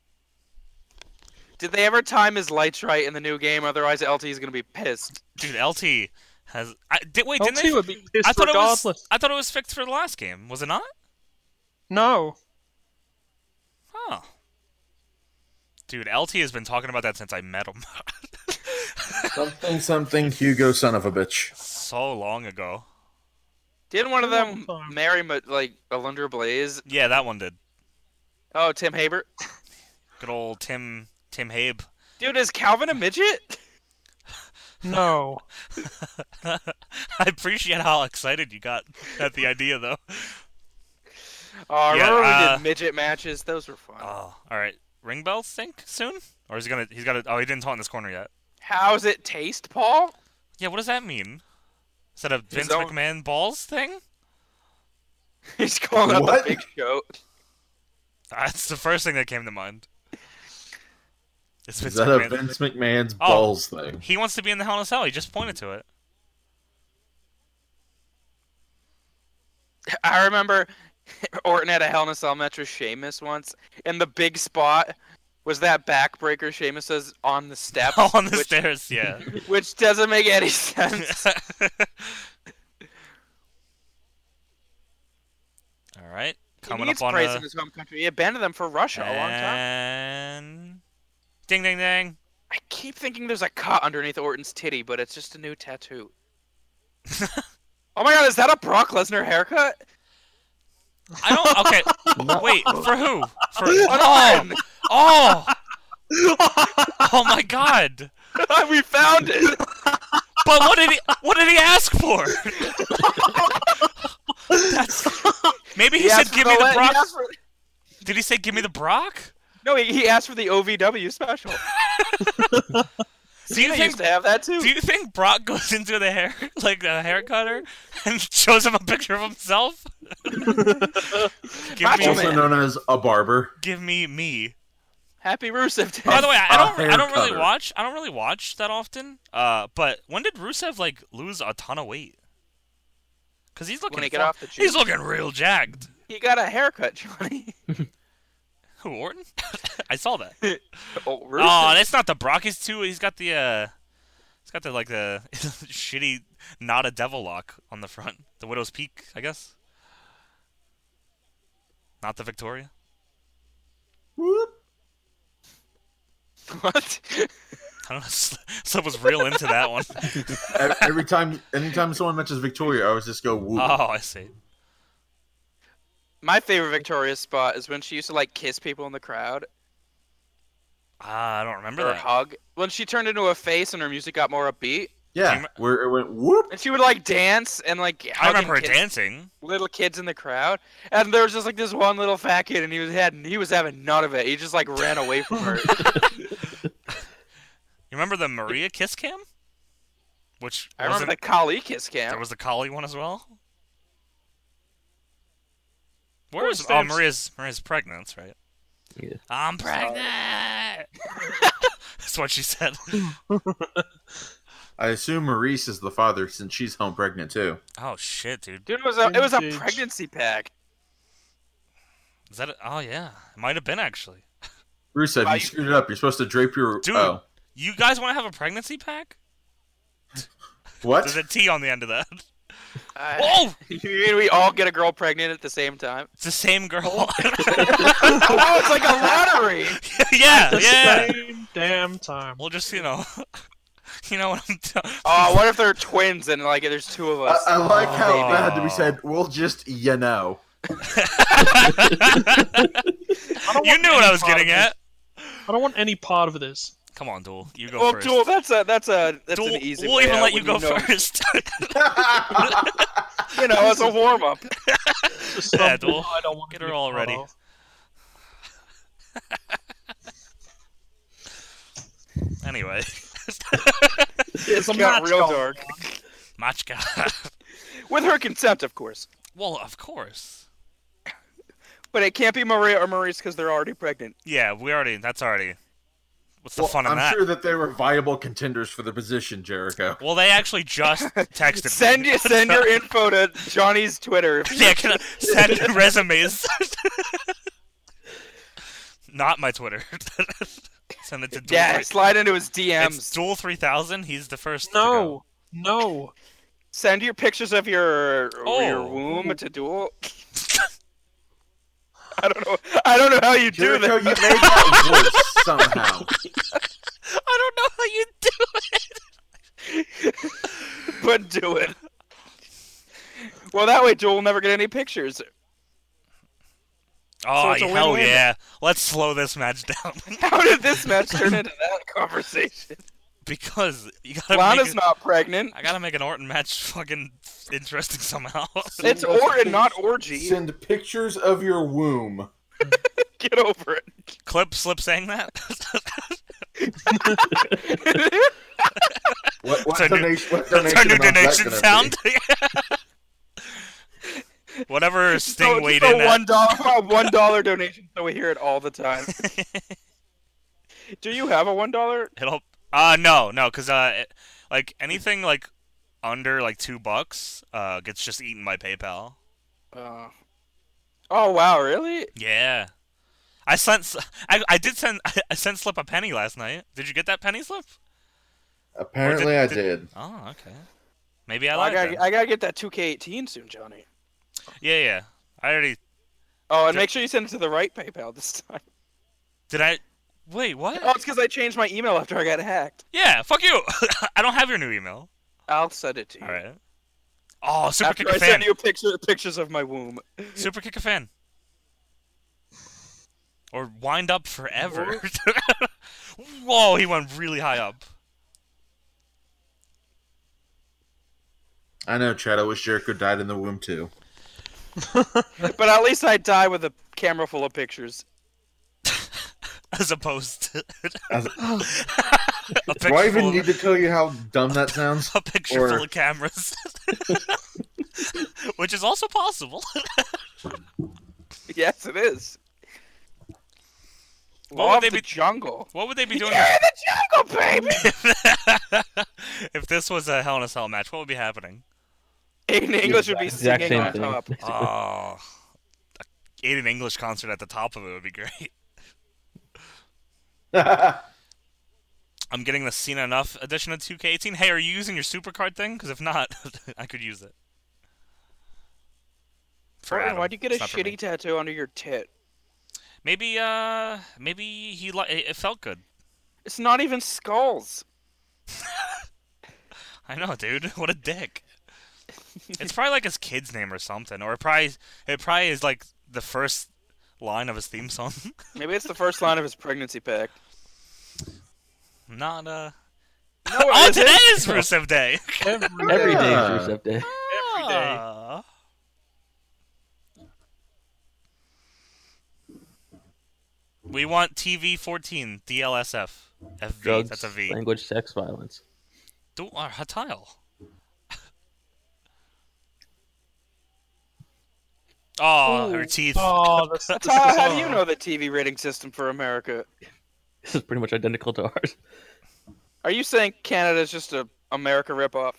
Speaker 2: Did they ever time his lights right in the new game? Otherwise, LT is gonna be pissed.
Speaker 1: Dude, LT has. I, did, wait,
Speaker 4: LT
Speaker 1: didn't they?
Speaker 4: would be pissed
Speaker 1: I thought it
Speaker 4: regardless.
Speaker 1: was. I thought it was fixed for the last game. Was it not?
Speaker 4: No,
Speaker 1: Oh. Dude, LT has been talking about that since I met him
Speaker 6: Something, something, Hugo, son of a bitch.
Speaker 1: so long ago.
Speaker 2: Didn't one of
Speaker 4: You're on
Speaker 2: them
Speaker 4: fire.
Speaker 2: marry Ma- like Alundra Blaze?
Speaker 1: Yeah, that one did.
Speaker 2: Oh, Tim Habert.
Speaker 1: Good old Tim Tim Habe.
Speaker 2: Dude, is Calvin a midget?
Speaker 4: no.
Speaker 1: I appreciate how excited you got at the idea, though.
Speaker 2: Oh, I
Speaker 1: Yeah,
Speaker 2: remember we
Speaker 1: uh,
Speaker 2: did midget matches. Those were fun.
Speaker 1: Oh, all right. Ring bells think soon, or is he gonna? He's got to. Oh, he didn't talk in this corner yet.
Speaker 2: How's it taste, Paul?
Speaker 1: Yeah, what does that mean? Is that a Vince
Speaker 2: own-
Speaker 1: McMahon balls thing?
Speaker 2: He's calling out the
Speaker 6: What?
Speaker 2: big show.
Speaker 1: That's the first thing that came to mind. It's
Speaker 6: Is
Speaker 1: Vince
Speaker 6: that
Speaker 1: McMahon.
Speaker 6: a Vince McMahon's
Speaker 1: Oh.
Speaker 6: balls thing?
Speaker 1: He wants to be in the Hell in a Cell. He just pointed to it.
Speaker 2: I remember Orton had a Hell in a Cell match with Sheamus once, and the big spot was that backbreaker Sheamus does on the steps,
Speaker 1: Oh, on the
Speaker 2: which,
Speaker 1: stairs. Yeah.
Speaker 2: which doesn't make any sense.
Speaker 1: All right,
Speaker 2: He
Speaker 1: coming
Speaker 2: needs
Speaker 1: up on
Speaker 2: praise
Speaker 1: a
Speaker 2: in his home country. He abandoned them for Russia a long time.
Speaker 1: and ding ding ding.
Speaker 2: I keep thinking there's a cut underneath Orton's titty, but it's just a new tattoo. oh my god, is that a Brock Lesnar haircut?
Speaker 1: I don't. Okay, wait for who? For oh
Speaker 2: What
Speaker 1: oh oh my god!
Speaker 2: on? we found it.
Speaker 1: But what did he? What did he ask for? That's, maybe he,
Speaker 2: He
Speaker 1: said,
Speaker 2: asked for
Speaker 1: "Give me the
Speaker 2: le- he
Speaker 1: Brock."
Speaker 2: asked for-
Speaker 1: Did he say, "Give me the Brock"?
Speaker 2: No, he, he asked for the OVW special.
Speaker 1: Do you
Speaker 2: I
Speaker 1: think?
Speaker 2: used to have that too.
Speaker 1: Do you think Brock goes into the hair like the hair cutter and shows him a picture of himself? give me,
Speaker 2: Macho Man.
Speaker 6: Also known as a barber.
Speaker 1: give me me.
Speaker 2: Happy Rusev Day.
Speaker 1: By the way, I
Speaker 6: A
Speaker 1: don't I
Speaker 6: hair
Speaker 1: don't really
Speaker 6: cutter.
Speaker 1: watch I don't really watch that often. Uh, but when did Rusev like lose a ton of weight? Cause he's looking
Speaker 2: when he got
Speaker 1: fu-
Speaker 2: off the juice,
Speaker 1: he's looking real jagged.
Speaker 2: he got a haircut, Johnny.
Speaker 1: Who Orton? I saw that.
Speaker 2: oh, Rusev.
Speaker 1: Oh, that's not the Brock. He's too. He's got the uh, he's got the like the shitty not a devil lock on the front. The widow's peak, I guess. Not the Victoria.
Speaker 2: what?
Speaker 1: I don't know. Sl- Slim was real into that one.
Speaker 6: Ev- Every time, anytime someone mentions Victoria, I always just go woo.
Speaker 1: Oh, I see.
Speaker 2: My favorite Victoria spot is when she used to like kiss people in the crowd
Speaker 1: Ah, I don't remember
Speaker 2: or
Speaker 1: that.
Speaker 2: hug. When she turned into a face and her music got more upbeat,
Speaker 6: yeah,
Speaker 1: you-
Speaker 6: where it went whoop.
Speaker 2: and she would like dance and like hug
Speaker 1: I
Speaker 2: and
Speaker 1: remember her
Speaker 2: kiss
Speaker 1: dancing.
Speaker 2: little kids in the crowd, and there was just like this one little fat kid, and he was had he was having none of it. He just like ran away from her.
Speaker 1: You remember the Maria kiss cam? Which
Speaker 2: I remember
Speaker 1: wasn't-
Speaker 2: the Kali kiss
Speaker 1: there
Speaker 2: cam.
Speaker 1: was the Kali one as well. Where
Speaker 4: Where's
Speaker 1: is oh
Speaker 4: this?
Speaker 1: Maria's Maria's pregnant, that's right?
Speaker 5: Yeah.
Speaker 1: I'm pregnant. That's what she said.
Speaker 6: I assume Maurice is the father since she's home pregnant too.
Speaker 1: Oh shit, dude.
Speaker 2: Dude, it was a it was a
Speaker 4: Vintage.
Speaker 2: pregnancy pack.
Speaker 1: Is that? A, oh yeah, it might have been actually.
Speaker 6: Rusev,
Speaker 2: Wow,
Speaker 6: you
Speaker 2: you-
Speaker 6: screwed it up. You're supposed to drape your.
Speaker 1: Dude.
Speaker 6: Oh,
Speaker 1: You guys want to have a pregnancy pack?
Speaker 6: what?
Speaker 1: There's a T on the end of that.
Speaker 2: Uh,
Speaker 1: Whoa!
Speaker 2: you mean we all get a girl pregnant at the same time?
Speaker 1: It's the same girl.
Speaker 2: Oh, it's like a lottery.
Speaker 1: yeah,
Speaker 4: The
Speaker 1: yeah.
Speaker 4: same damn time.
Speaker 1: We'll just you know, you know what I'm. T-
Speaker 2: Oh, what if they're twins and like there's two of
Speaker 6: I,
Speaker 2: us?
Speaker 6: I like how
Speaker 1: Oh.
Speaker 6: that had to be said. We'll just, you know.
Speaker 4: I don't
Speaker 1: you
Speaker 4: want
Speaker 1: knew what
Speaker 4: any
Speaker 1: I was
Speaker 4: part of
Speaker 1: getting
Speaker 4: this.
Speaker 1: at.
Speaker 4: I don't want any part of this.
Speaker 1: Come on, Duel. You go
Speaker 2: Well,
Speaker 1: first.
Speaker 2: Duel, that's a that's a that's
Speaker 1: Duel,
Speaker 2: an easy.
Speaker 1: Oh, we'll
Speaker 2: way
Speaker 1: even
Speaker 2: out
Speaker 1: let you go
Speaker 2: when know-
Speaker 1: first.
Speaker 2: You know, as a warm up.
Speaker 4: Just
Speaker 1: Yeah,
Speaker 4: something
Speaker 1: well,
Speaker 4: I don't wanna
Speaker 1: get her
Speaker 4: be
Speaker 1: all
Speaker 4: part
Speaker 1: ready.
Speaker 4: of.
Speaker 1: anyway,
Speaker 2: It's
Speaker 4: a
Speaker 2: got
Speaker 4: match
Speaker 2: real
Speaker 4: going
Speaker 2: dark.
Speaker 1: Machka.
Speaker 2: With her consent, of course.
Speaker 1: well, of course.
Speaker 2: But it can't be Maria or Maurice because they're already pregnant.
Speaker 1: Yeah, we already. That's already. What's the
Speaker 6: Well,
Speaker 1: fun of
Speaker 6: I'm
Speaker 1: that?
Speaker 6: sure that they were viable contenders for the position, Jericho.
Speaker 1: Well, they actually just texted. me.
Speaker 2: Send you send your info to Johnny's Twitter.
Speaker 1: yeah, can I send your resumes. Not my Twitter. send it to Duel.
Speaker 2: Yeah,
Speaker 1: three-
Speaker 2: slide into his
Speaker 1: It's
Speaker 2: DMs.
Speaker 1: Duel three thousand. He's the first. to
Speaker 4: No, no.
Speaker 2: Send your pictures of your your
Speaker 1: Oh.
Speaker 2: womb to Duel. I don't know. I don't know how you do
Speaker 6: Jericho,
Speaker 2: that.
Speaker 6: you made that worse somehow.
Speaker 1: go. I don't know how you do it.
Speaker 2: but do it. Well, that way Joel will never get any pictures.
Speaker 1: Oh
Speaker 2: it's a
Speaker 1: hell
Speaker 2: win-win.
Speaker 1: yeah! Let's slow this match down
Speaker 2: How did this match turn into that conversation?
Speaker 1: because you gotta. Make
Speaker 2: Lana's
Speaker 1: it-
Speaker 2: not pregnant.
Speaker 1: I gotta make an Orton match fucking interesting somehow.
Speaker 2: It's Orton, not orgy.
Speaker 6: Send pictures of your womb.
Speaker 2: Get over
Speaker 1: Clip slip saying that.
Speaker 2: it.
Speaker 6: What, what
Speaker 1: That's our new-
Speaker 6: donation? what
Speaker 1: That's our new
Speaker 6: amount's
Speaker 1: donation
Speaker 6: that gonna be?
Speaker 1: sound. Whatever Sting
Speaker 2: So
Speaker 1: weighed
Speaker 2: just a
Speaker 1: in at.
Speaker 2: one dollar, one dollar donation, so we hear it all the time. Do you have a one dollar?
Speaker 1: It'll uh no no because uh it- like anything like under like two bucks uh gets just eaten by PayPal.
Speaker 2: Uh, oh wow, really?
Speaker 1: Yeah, I sent s- I, I did send I sent Slip a penny last night. Did you get that penny slip?
Speaker 3: Apparently,
Speaker 1: Or
Speaker 3: I
Speaker 1: did-
Speaker 3: did.
Speaker 1: Oh okay, maybe I
Speaker 2: Well,
Speaker 1: like
Speaker 2: I gotta,
Speaker 1: it.
Speaker 2: I gotta get that 2K18 soon, Johnny.
Speaker 1: Yeah yeah. I already
Speaker 2: Oh, and
Speaker 1: Ju-
Speaker 2: make sure you send it to the right PayPal this time.
Speaker 1: did I. Wait what?
Speaker 2: Oh, it's because I changed my email after I got hacked.
Speaker 1: Yeah, fuck you. I don't have your new email.
Speaker 2: I'll send it to you.
Speaker 1: All right. Oh, super
Speaker 2: After
Speaker 1: kick
Speaker 2: I
Speaker 1: a fan.
Speaker 2: send you picture, pictures of my womb.
Speaker 1: Super kick a fan. Or wind up forever. Whoa, he went really high up.
Speaker 6: I know, Chad. I wish Jericho died in the womb too.
Speaker 2: But at least I die with a camera full of pictures.
Speaker 1: As opposed to
Speaker 3: As-
Speaker 1: a
Speaker 6: Do I
Speaker 1: picture,
Speaker 6: even
Speaker 1: full
Speaker 6: need
Speaker 1: of,
Speaker 6: to tell you how dumb that sounds?
Speaker 1: a picture
Speaker 6: or-
Speaker 1: full of cameras. Which is also possible.
Speaker 2: Yes, it is.
Speaker 1: What
Speaker 2: Law
Speaker 1: would
Speaker 2: of
Speaker 1: they
Speaker 2: the
Speaker 1: be-
Speaker 2: jungle.
Speaker 1: What would they be
Speaker 2: You're
Speaker 1: doing
Speaker 2: in the jungle, baby.
Speaker 1: if, if this was a Hell in a Cell match? What would be happening?
Speaker 2: Aiden English would be
Speaker 5: Exact
Speaker 2: singing
Speaker 5: same
Speaker 2: on
Speaker 5: thing.
Speaker 1: Oh,
Speaker 2: top.
Speaker 1: a Aiden English concert at the top of it would be great. I'm getting the Cena Enough edition of 2K18. Hey, are you using your supercard thing? Because if not, I could use it. For
Speaker 2: Orton,
Speaker 1: Adam.
Speaker 2: why'd you get a
Speaker 1: It's not for me.
Speaker 2: shitty tattoo under your tit?
Speaker 1: Maybe, uh, maybe he li- it it felt good.
Speaker 2: It's not even skulls.
Speaker 1: I know, dude. What a dick. it's probably like his kid's name or something, or it probably it probably is like the first line of his theme song.
Speaker 2: Maybe it's the first line of his pregnancy pact.
Speaker 1: not uh.
Speaker 2: No, it
Speaker 1: Oh,
Speaker 2: isn't.
Speaker 1: today is Rusev Day.
Speaker 4: Every
Speaker 5: Every day
Speaker 6: Yeah.
Speaker 5: is Rusev Day.
Speaker 1: Every
Speaker 4: day.
Speaker 1: We want TV 14, DLSF. FV,
Speaker 5: Drugs,
Speaker 1: that's a V.
Speaker 5: language, sex, violence.
Speaker 1: Do or Hatile. oh, her teeth.
Speaker 4: Oh, that's, that's
Speaker 2: Ty, how do you know the TV rating system for America?
Speaker 5: This is pretty much identical to ours.
Speaker 2: Are you saying Canada's just a America ripoff?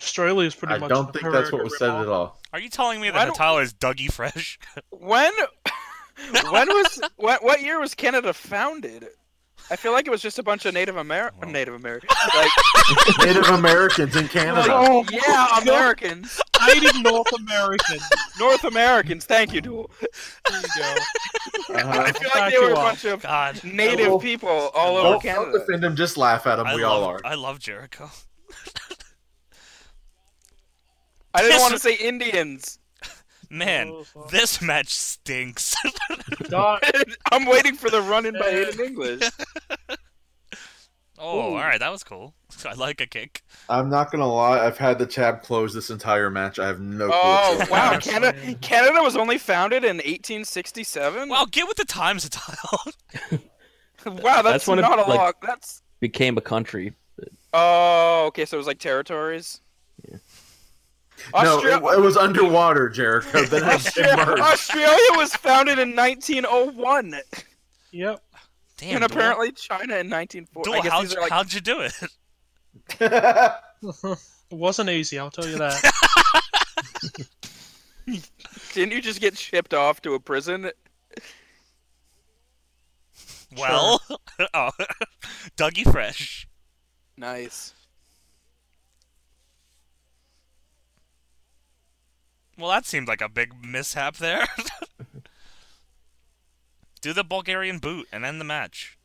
Speaker 4: Australia is pretty
Speaker 6: I
Speaker 4: much.
Speaker 6: don't think that's what was said at all.
Speaker 1: Are you telling me
Speaker 2: Why
Speaker 1: that
Speaker 2: don't-
Speaker 1: Hatile is Dougie Fresh?
Speaker 2: When, when was what? What year was Canada founded? I feel like it was just a bunch of Native Amer
Speaker 4: Oh.
Speaker 1: Well.
Speaker 2: Native Americans. Like,
Speaker 6: Native Americans in Canada.
Speaker 4: Oh,
Speaker 2: yeah, Americans,
Speaker 4: Native North American.
Speaker 2: North Americans. Thank you, Duel.
Speaker 4: There you go.
Speaker 2: I
Speaker 6: Uh-huh.
Speaker 2: feel
Speaker 4: Back
Speaker 2: like they were
Speaker 4: you
Speaker 2: a
Speaker 4: up.
Speaker 2: bunch of
Speaker 1: God.
Speaker 2: Native
Speaker 6: Well,
Speaker 2: people all over
Speaker 6: Don't,
Speaker 2: Canada.
Speaker 6: don't defend him. Just laugh at him.
Speaker 1: I
Speaker 6: Um, we
Speaker 1: love,
Speaker 6: all are.
Speaker 1: I love Jericho.
Speaker 2: I didn't
Speaker 1: Yes.
Speaker 2: want to say Indians.
Speaker 1: Man, this match stinks.
Speaker 4: God,
Speaker 2: I'm waiting for the run in by Aiden English.
Speaker 1: oh, all right, that was cool. I like a kick.
Speaker 6: I'm not gonna lie. I've had the tab close this entire match. I have no. clue
Speaker 2: Oh
Speaker 6: what's going
Speaker 2: wow,
Speaker 6: on.
Speaker 2: Canada Canada was only founded in 1867.
Speaker 1: Wow, get with the times, Tile.
Speaker 2: wow, that's,
Speaker 5: That's one of,
Speaker 2: not a
Speaker 5: like-
Speaker 2: lot. That's
Speaker 5: Became a country.
Speaker 2: oh, okay. So it was like territories.
Speaker 6: No,
Speaker 2: Austra-
Speaker 6: it, it was underwater, Jericho. Then it
Speaker 2: Austra-
Speaker 6: emerged.
Speaker 2: Australia was founded in 1901,
Speaker 4: yep.
Speaker 1: Damn. Duel.
Speaker 2: and apparently China in 1940.
Speaker 1: Duel,
Speaker 2: I guess
Speaker 1: how'd,
Speaker 2: these are like
Speaker 1: how'd you do it?
Speaker 4: It wasn't easy, I'll tell you that.
Speaker 2: Didn't you just get shipped off to a prison?
Speaker 1: Well, oh, Dougie Fresh.
Speaker 2: Nice.
Speaker 1: Well, that seemed like a big mishap there. Do the Bulgarian boot and end the match.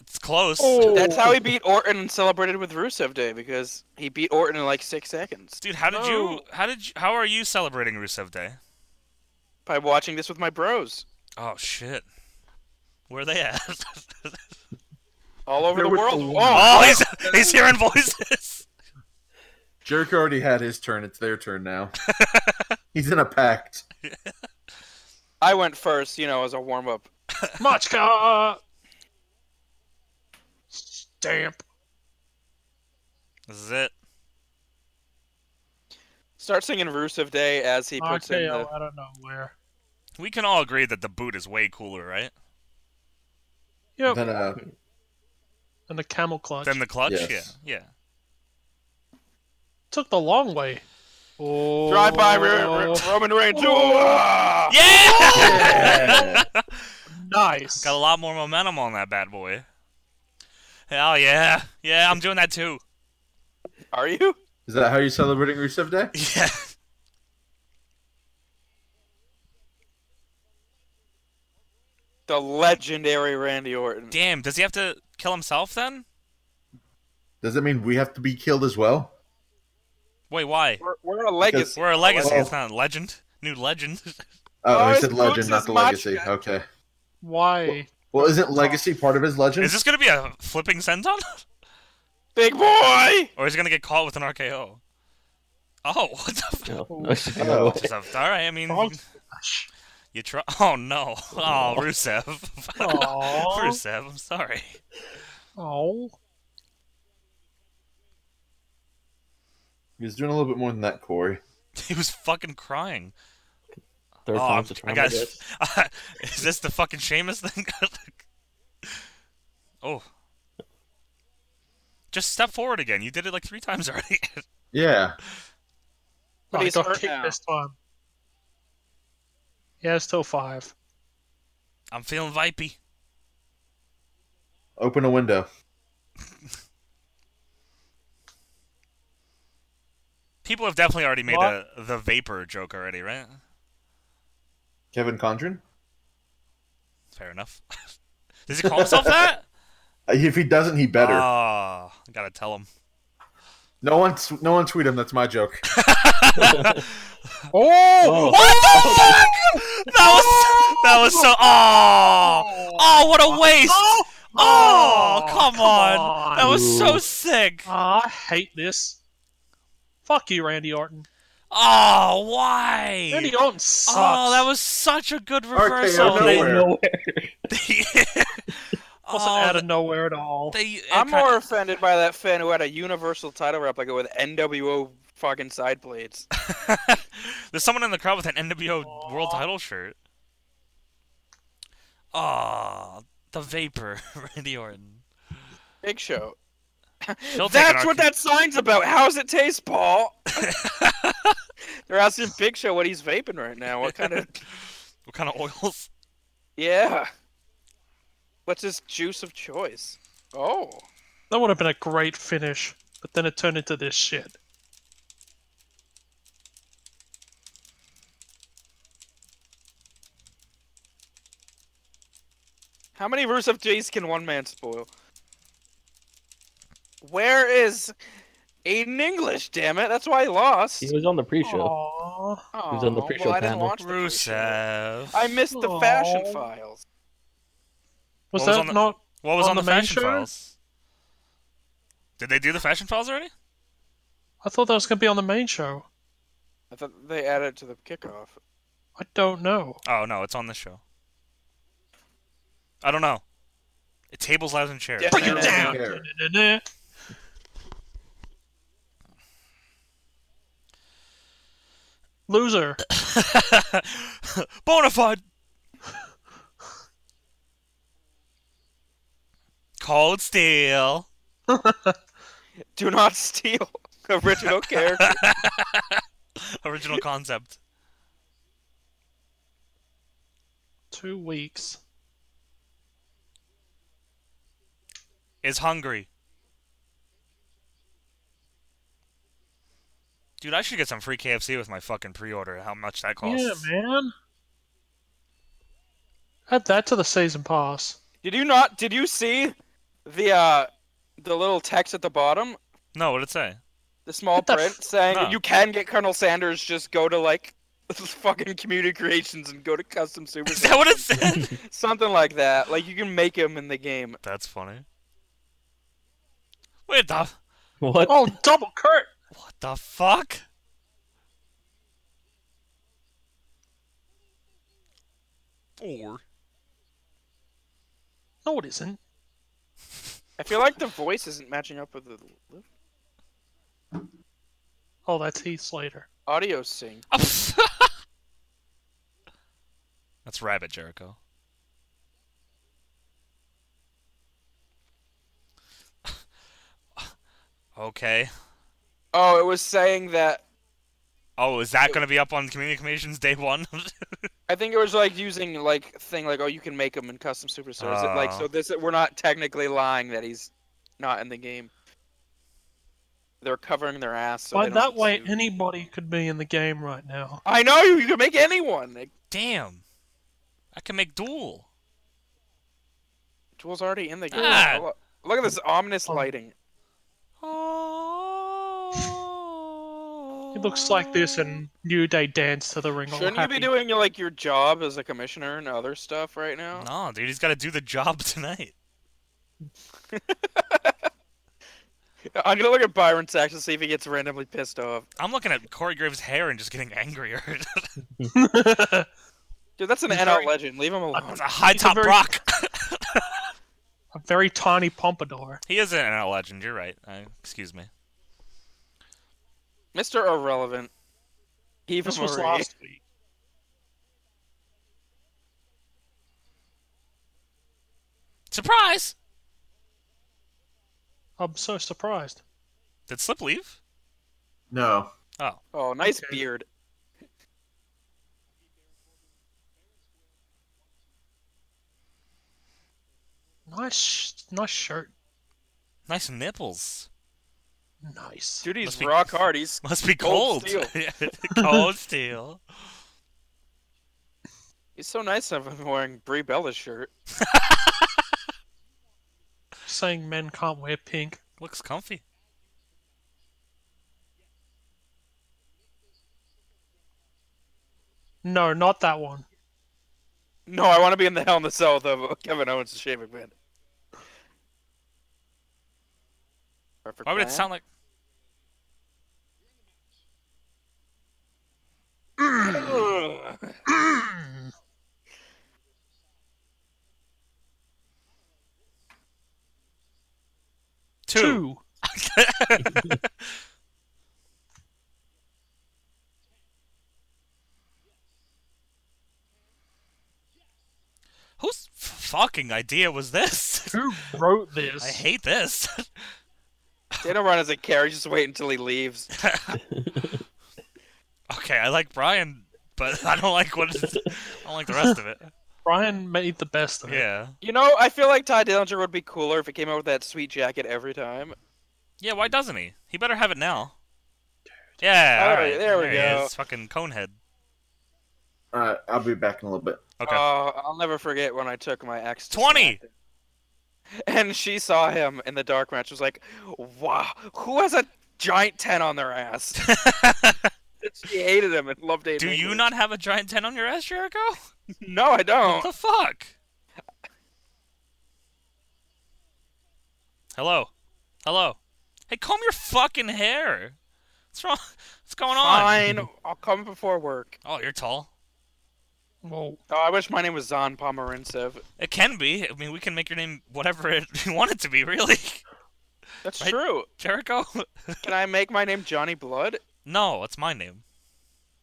Speaker 1: It's close.
Speaker 2: That's how he beat Orton and celebrated with Rusev Day because he beat Orton in like six seconds
Speaker 1: Dude, how did you? How did you? How are you celebrating Rusev Day?
Speaker 2: by watching this with my bros
Speaker 1: Oh shit. Where are they at?
Speaker 2: all over
Speaker 6: They're
Speaker 2: the
Speaker 6: with
Speaker 2: world.
Speaker 6: the
Speaker 2: oh,
Speaker 6: women.
Speaker 1: oh, he's, he's hearing voices.
Speaker 6: Jericho already had his turn. It's their turn now. He's in a pact.
Speaker 2: I went first, you know, as a warm up.
Speaker 4: Machka! Stamp.
Speaker 1: This is it.
Speaker 2: Start singing Rusev Day as he puts in the.
Speaker 4: RKO, I don't know where.
Speaker 1: We can all agree that the boot is way cooler, right?
Speaker 4: Yep.
Speaker 6: Then, uh,
Speaker 4: and the camel clutch.
Speaker 1: Than the clutch.
Speaker 6: Yes.
Speaker 1: Yeah. Yeah.
Speaker 4: Took the long way. Oh.
Speaker 2: Drive by Ro- Ro- Roman Reigns. Oh.
Speaker 1: Yeah!
Speaker 4: Nice.
Speaker 1: Got a lot more momentum on that bad boy. Hell yeah. Yeah, I'm doing that too.
Speaker 2: Are you?
Speaker 6: is that how you're celebrating Rusev Day?
Speaker 1: Yeah.
Speaker 2: The legendary Randy Orton.
Speaker 1: Damn, does he have to kill himself then?
Speaker 6: Does that mean we have to be killed as well?
Speaker 1: Wait, why?
Speaker 2: We're, we're a legacy.
Speaker 1: We're a legacy,
Speaker 6: Well-
Speaker 1: it's not a legend. New legend.
Speaker 2: Oh,
Speaker 6: Oh, I
Speaker 2: it's
Speaker 6: said legend,
Speaker 2: Bruce's
Speaker 6: not the
Speaker 2: match
Speaker 6: legacy.
Speaker 2: guy.
Speaker 6: Okay.
Speaker 4: Why?
Speaker 6: Well, isn't legacy part of his legend?
Speaker 1: is this gonna be a flipping senton?
Speaker 2: Big boy!
Speaker 1: Or is he gonna get caught with an RKO? Oh, what the f-
Speaker 5: No,
Speaker 4: Oh.
Speaker 5: no, it's just-
Speaker 6: Oh.
Speaker 1: Just a- Alright, I mean
Speaker 4: Frog
Speaker 1: you try Oh no. Oh Rusev.
Speaker 4: Oh.
Speaker 1: Rusev, I'm sorry.
Speaker 4: Oh.
Speaker 6: He was doing a little bit more than that, Corey.
Speaker 1: He was fucking crying.
Speaker 5: Third
Speaker 1: Oh,
Speaker 5: time's a
Speaker 1: I'm-
Speaker 5: charm. I
Speaker 1: I got.
Speaker 5: guess.
Speaker 1: is this the fucking Seamus thing? oh, just step forward again. You did it like three times already.
Speaker 6: Yeah.
Speaker 2: But
Speaker 4: I
Speaker 2: he's
Speaker 4: got
Speaker 2: hurt
Speaker 4: kicked
Speaker 2: now.
Speaker 4: this time. Yeah, it's still five.
Speaker 1: I'm feeling vipey.
Speaker 6: Open a window.
Speaker 1: People have definitely already made
Speaker 4: What?
Speaker 1: a, the vapor joke already, right?
Speaker 6: Kevin Condren?
Speaker 1: Fair enough. Does he call himself that?
Speaker 6: Uh, If he doesn't, he better.
Speaker 1: Oh, I gotta tell him.
Speaker 6: no one, s- no one tweet him. That's my joke.
Speaker 4: Oh!
Speaker 1: What the fuck? That was that was so. Oh, oh, what a waste.
Speaker 4: Oh,
Speaker 1: Oh, come
Speaker 4: on.
Speaker 1: on. That was so
Speaker 5: Ooh.
Speaker 1: sick.
Speaker 4: Ah, I hate this. Fuck you, Randy Orton.
Speaker 1: Oh, why?
Speaker 4: Randy Orton sucks.
Speaker 1: Oh, that was such a good reversal.
Speaker 6: RKO
Speaker 1: They-
Speaker 6: nowhere.
Speaker 1: they-
Speaker 4: wasn't
Speaker 1: Oh,
Speaker 4: out of nowhere at all.
Speaker 1: they- it
Speaker 2: I'm
Speaker 1: kind-
Speaker 2: more offended by that fan who had a Universal title replica with NWO fucking side plates.
Speaker 1: There's someone in the crowd with an NWO World Title shirt. Oh, the vapor, Randy Orton.
Speaker 2: Big show.
Speaker 1: She'll take an
Speaker 2: That's what
Speaker 1: RKO.
Speaker 2: that sign's about. How's it taste, Paul? They're asking Big Show what he's vaping right now. What kind of
Speaker 1: What kind of oils?
Speaker 2: yeah? What's his juice of choice? Oh,
Speaker 4: That would have been a great finish, but then it turned into this shit.
Speaker 2: how many Rusev Days can one man spoil? Where is Aiden English, damn it. That's why I lost.
Speaker 5: He was on the
Speaker 4: Oh.
Speaker 5: pre-show.
Speaker 4: Aww.
Speaker 5: was on the
Speaker 2: Aw,
Speaker 5: pre-show
Speaker 2: well, I didn't
Speaker 5: panel.
Speaker 2: watch the pre-show.
Speaker 1: Rusev.
Speaker 2: I missed the fashion
Speaker 4: Aw.
Speaker 2: files.
Speaker 1: What
Speaker 4: Was
Speaker 1: was
Speaker 4: that
Speaker 1: on the-
Speaker 4: not?
Speaker 1: What was on,
Speaker 4: on
Speaker 1: the,
Speaker 4: the main
Speaker 1: fashion
Speaker 4: show?
Speaker 1: files? Did they do the fashion files already?
Speaker 4: I thought that was going to be on the main show.
Speaker 2: I thought they added it to the kickoff.
Speaker 4: I don't know.
Speaker 1: Oh no, it's on this show. I don't know. It tables, ladders, and chairs.
Speaker 2: Yeah. Bring it down.
Speaker 6: Care.
Speaker 4: Loser.
Speaker 1: Bonafide. Cold steel.
Speaker 2: Do not steal original character.
Speaker 1: Original concept.
Speaker 4: Two weeks.
Speaker 1: Is hungry. Dude, I should get some free KFC with my fucking pre-order. How much that costs?
Speaker 4: Yeah, man. Add that to the season pass.
Speaker 2: Did you not? Did you see the uh, the little text at the bottom?
Speaker 1: No, what did it say?
Speaker 2: The small
Speaker 4: What the
Speaker 2: print
Speaker 4: f-
Speaker 2: saying
Speaker 1: No.
Speaker 2: you can get Colonel Sanders. Just go to like fucking community creations and go to custom super.
Speaker 1: Is that what it said?
Speaker 2: Something like that. Like you can make him in the game.
Speaker 1: That's funny. Wait, the
Speaker 5: What?
Speaker 4: Oh, double crit!
Speaker 1: what the fuck? Or
Speaker 4: No, it isn't.
Speaker 2: I feel like the voice isn't matching up with the
Speaker 4: Oh, that's Heath Slater.
Speaker 2: audio sync.
Speaker 1: That's Rabbit Jericho. okay.
Speaker 2: Oh, it was saying that.
Speaker 1: Oh, is that going to be up on Communications Day 1?
Speaker 2: I think it was like using like thing like oh you can make him in custom superstars. It, like
Speaker 1: Oh.
Speaker 2: so this we're not technically lying that he's not in the game. They're covering their ass. So
Speaker 4: By
Speaker 2: they don't
Speaker 4: that way,
Speaker 2: sue.
Speaker 4: anybody could be in the game right now.
Speaker 2: I know you. You can make anyone. Like,
Speaker 1: Damn. I can make Duel.
Speaker 2: Jewel's already in the game.
Speaker 1: Ah.
Speaker 2: Look- Look at this ominous
Speaker 4: Oh.
Speaker 2: lighting.
Speaker 1: Oh.
Speaker 4: He looks like this in New Day Dance to the Ring. all
Speaker 2: Shouldn't you be
Speaker 4: happy.
Speaker 2: doing like your job as a commissioner and other stuff right now?
Speaker 1: No, dude, he's got to do the job tonight.
Speaker 2: I'm gonna look at Byron Saxon see if he gets randomly pissed off.
Speaker 1: I'm looking at Corey Graves' hair and just getting angrier.
Speaker 2: Dude, that's an
Speaker 4: He's
Speaker 2: NL
Speaker 4: very-
Speaker 2: legend. Leave him alone.
Speaker 1: It's a high
Speaker 4: He's a
Speaker 1: top
Speaker 4: very-
Speaker 1: Brock.
Speaker 4: A very tiny pompadour.
Speaker 1: he is an NL legend. You're right. Uh, excuse me.
Speaker 2: Mr. Irrelevant. Eva
Speaker 4: This was
Speaker 2: Marie.
Speaker 4: last week.
Speaker 1: Surprise!
Speaker 4: I'm so surprised.
Speaker 1: Did Slip leave?
Speaker 6: No.
Speaker 2: Oh, nice
Speaker 4: Okay.
Speaker 2: beard.
Speaker 4: Nice, sh- nice shirt.
Speaker 1: Nice nipples.
Speaker 4: Nice.
Speaker 2: Dude, he's
Speaker 1: Must be-
Speaker 2: rock hard. He's
Speaker 1: Must be
Speaker 2: Cold
Speaker 1: cold. cold steel.
Speaker 2: he's so nice of him wearing Brie Bella's shirt.
Speaker 4: Saying men can't wear pink.
Speaker 1: Looks comfy.
Speaker 4: No, not that one.
Speaker 2: No, I want to be in the Hell in the Cell with uh, Kevin Owens and Shane McMahon. Perfect
Speaker 1: Why would it
Speaker 2: plan.
Speaker 1: sound like?
Speaker 2: Ugh.
Speaker 1: Two. Whose f- fucking idea was this?
Speaker 4: Who wrote this?
Speaker 1: I hate this.
Speaker 2: They don't run as a carriage. Just wait until he leaves.
Speaker 1: okay, I like Brian, but I don't like what. I don't like the rest of it.
Speaker 4: Brian made the best of it.
Speaker 1: Yeah.
Speaker 2: You know, I feel like Ty Dillinger would be cooler if he came out with that sweet jacket every time.
Speaker 1: Yeah. Why doesn't he? He better have it now. Yeah.
Speaker 2: All
Speaker 1: All
Speaker 2: right,
Speaker 1: right.
Speaker 2: there we
Speaker 1: he
Speaker 2: go.
Speaker 1: is, fucking conehead.
Speaker 6: All right, I'll be back in a little bit.
Speaker 1: Okay.
Speaker 2: Oh, I'll never forget when I took my ex. to
Speaker 1: 20.
Speaker 2: Smackdown. And she saw him in the dark match. Was like, wow, who has a giant ten on their ass. she hated him and loved Aiden.
Speaker 1: Do you
Speaker 2: English.
Speaker 1: not have a giant 10 on your ass, Jericho?
Speaker 2: No, I
Speaker 1: What
Speaker 2: don't.
Speaker 1: the fuck? Hello. Hello. Hey, comb your fucking hair. What's wrong? What's going on?
Speaker 2: Fine, I'll come before work.
Speaker 1: Oh, you're tall.
Speaker 4: Whoa.
Speaker 2: Oh, I wish my name was Zan Pomerantsev.
Speaker 1: It can be. I mean, we can make your name whatever it, you want it to be, really.
Speaker 2: That's
Speaker 1: Right.
Speaker 2: true.
Speaker 1: Jericho?
Speaker 2: Can I make my name Johnny Blood?
Speaker 1: No, it's my name.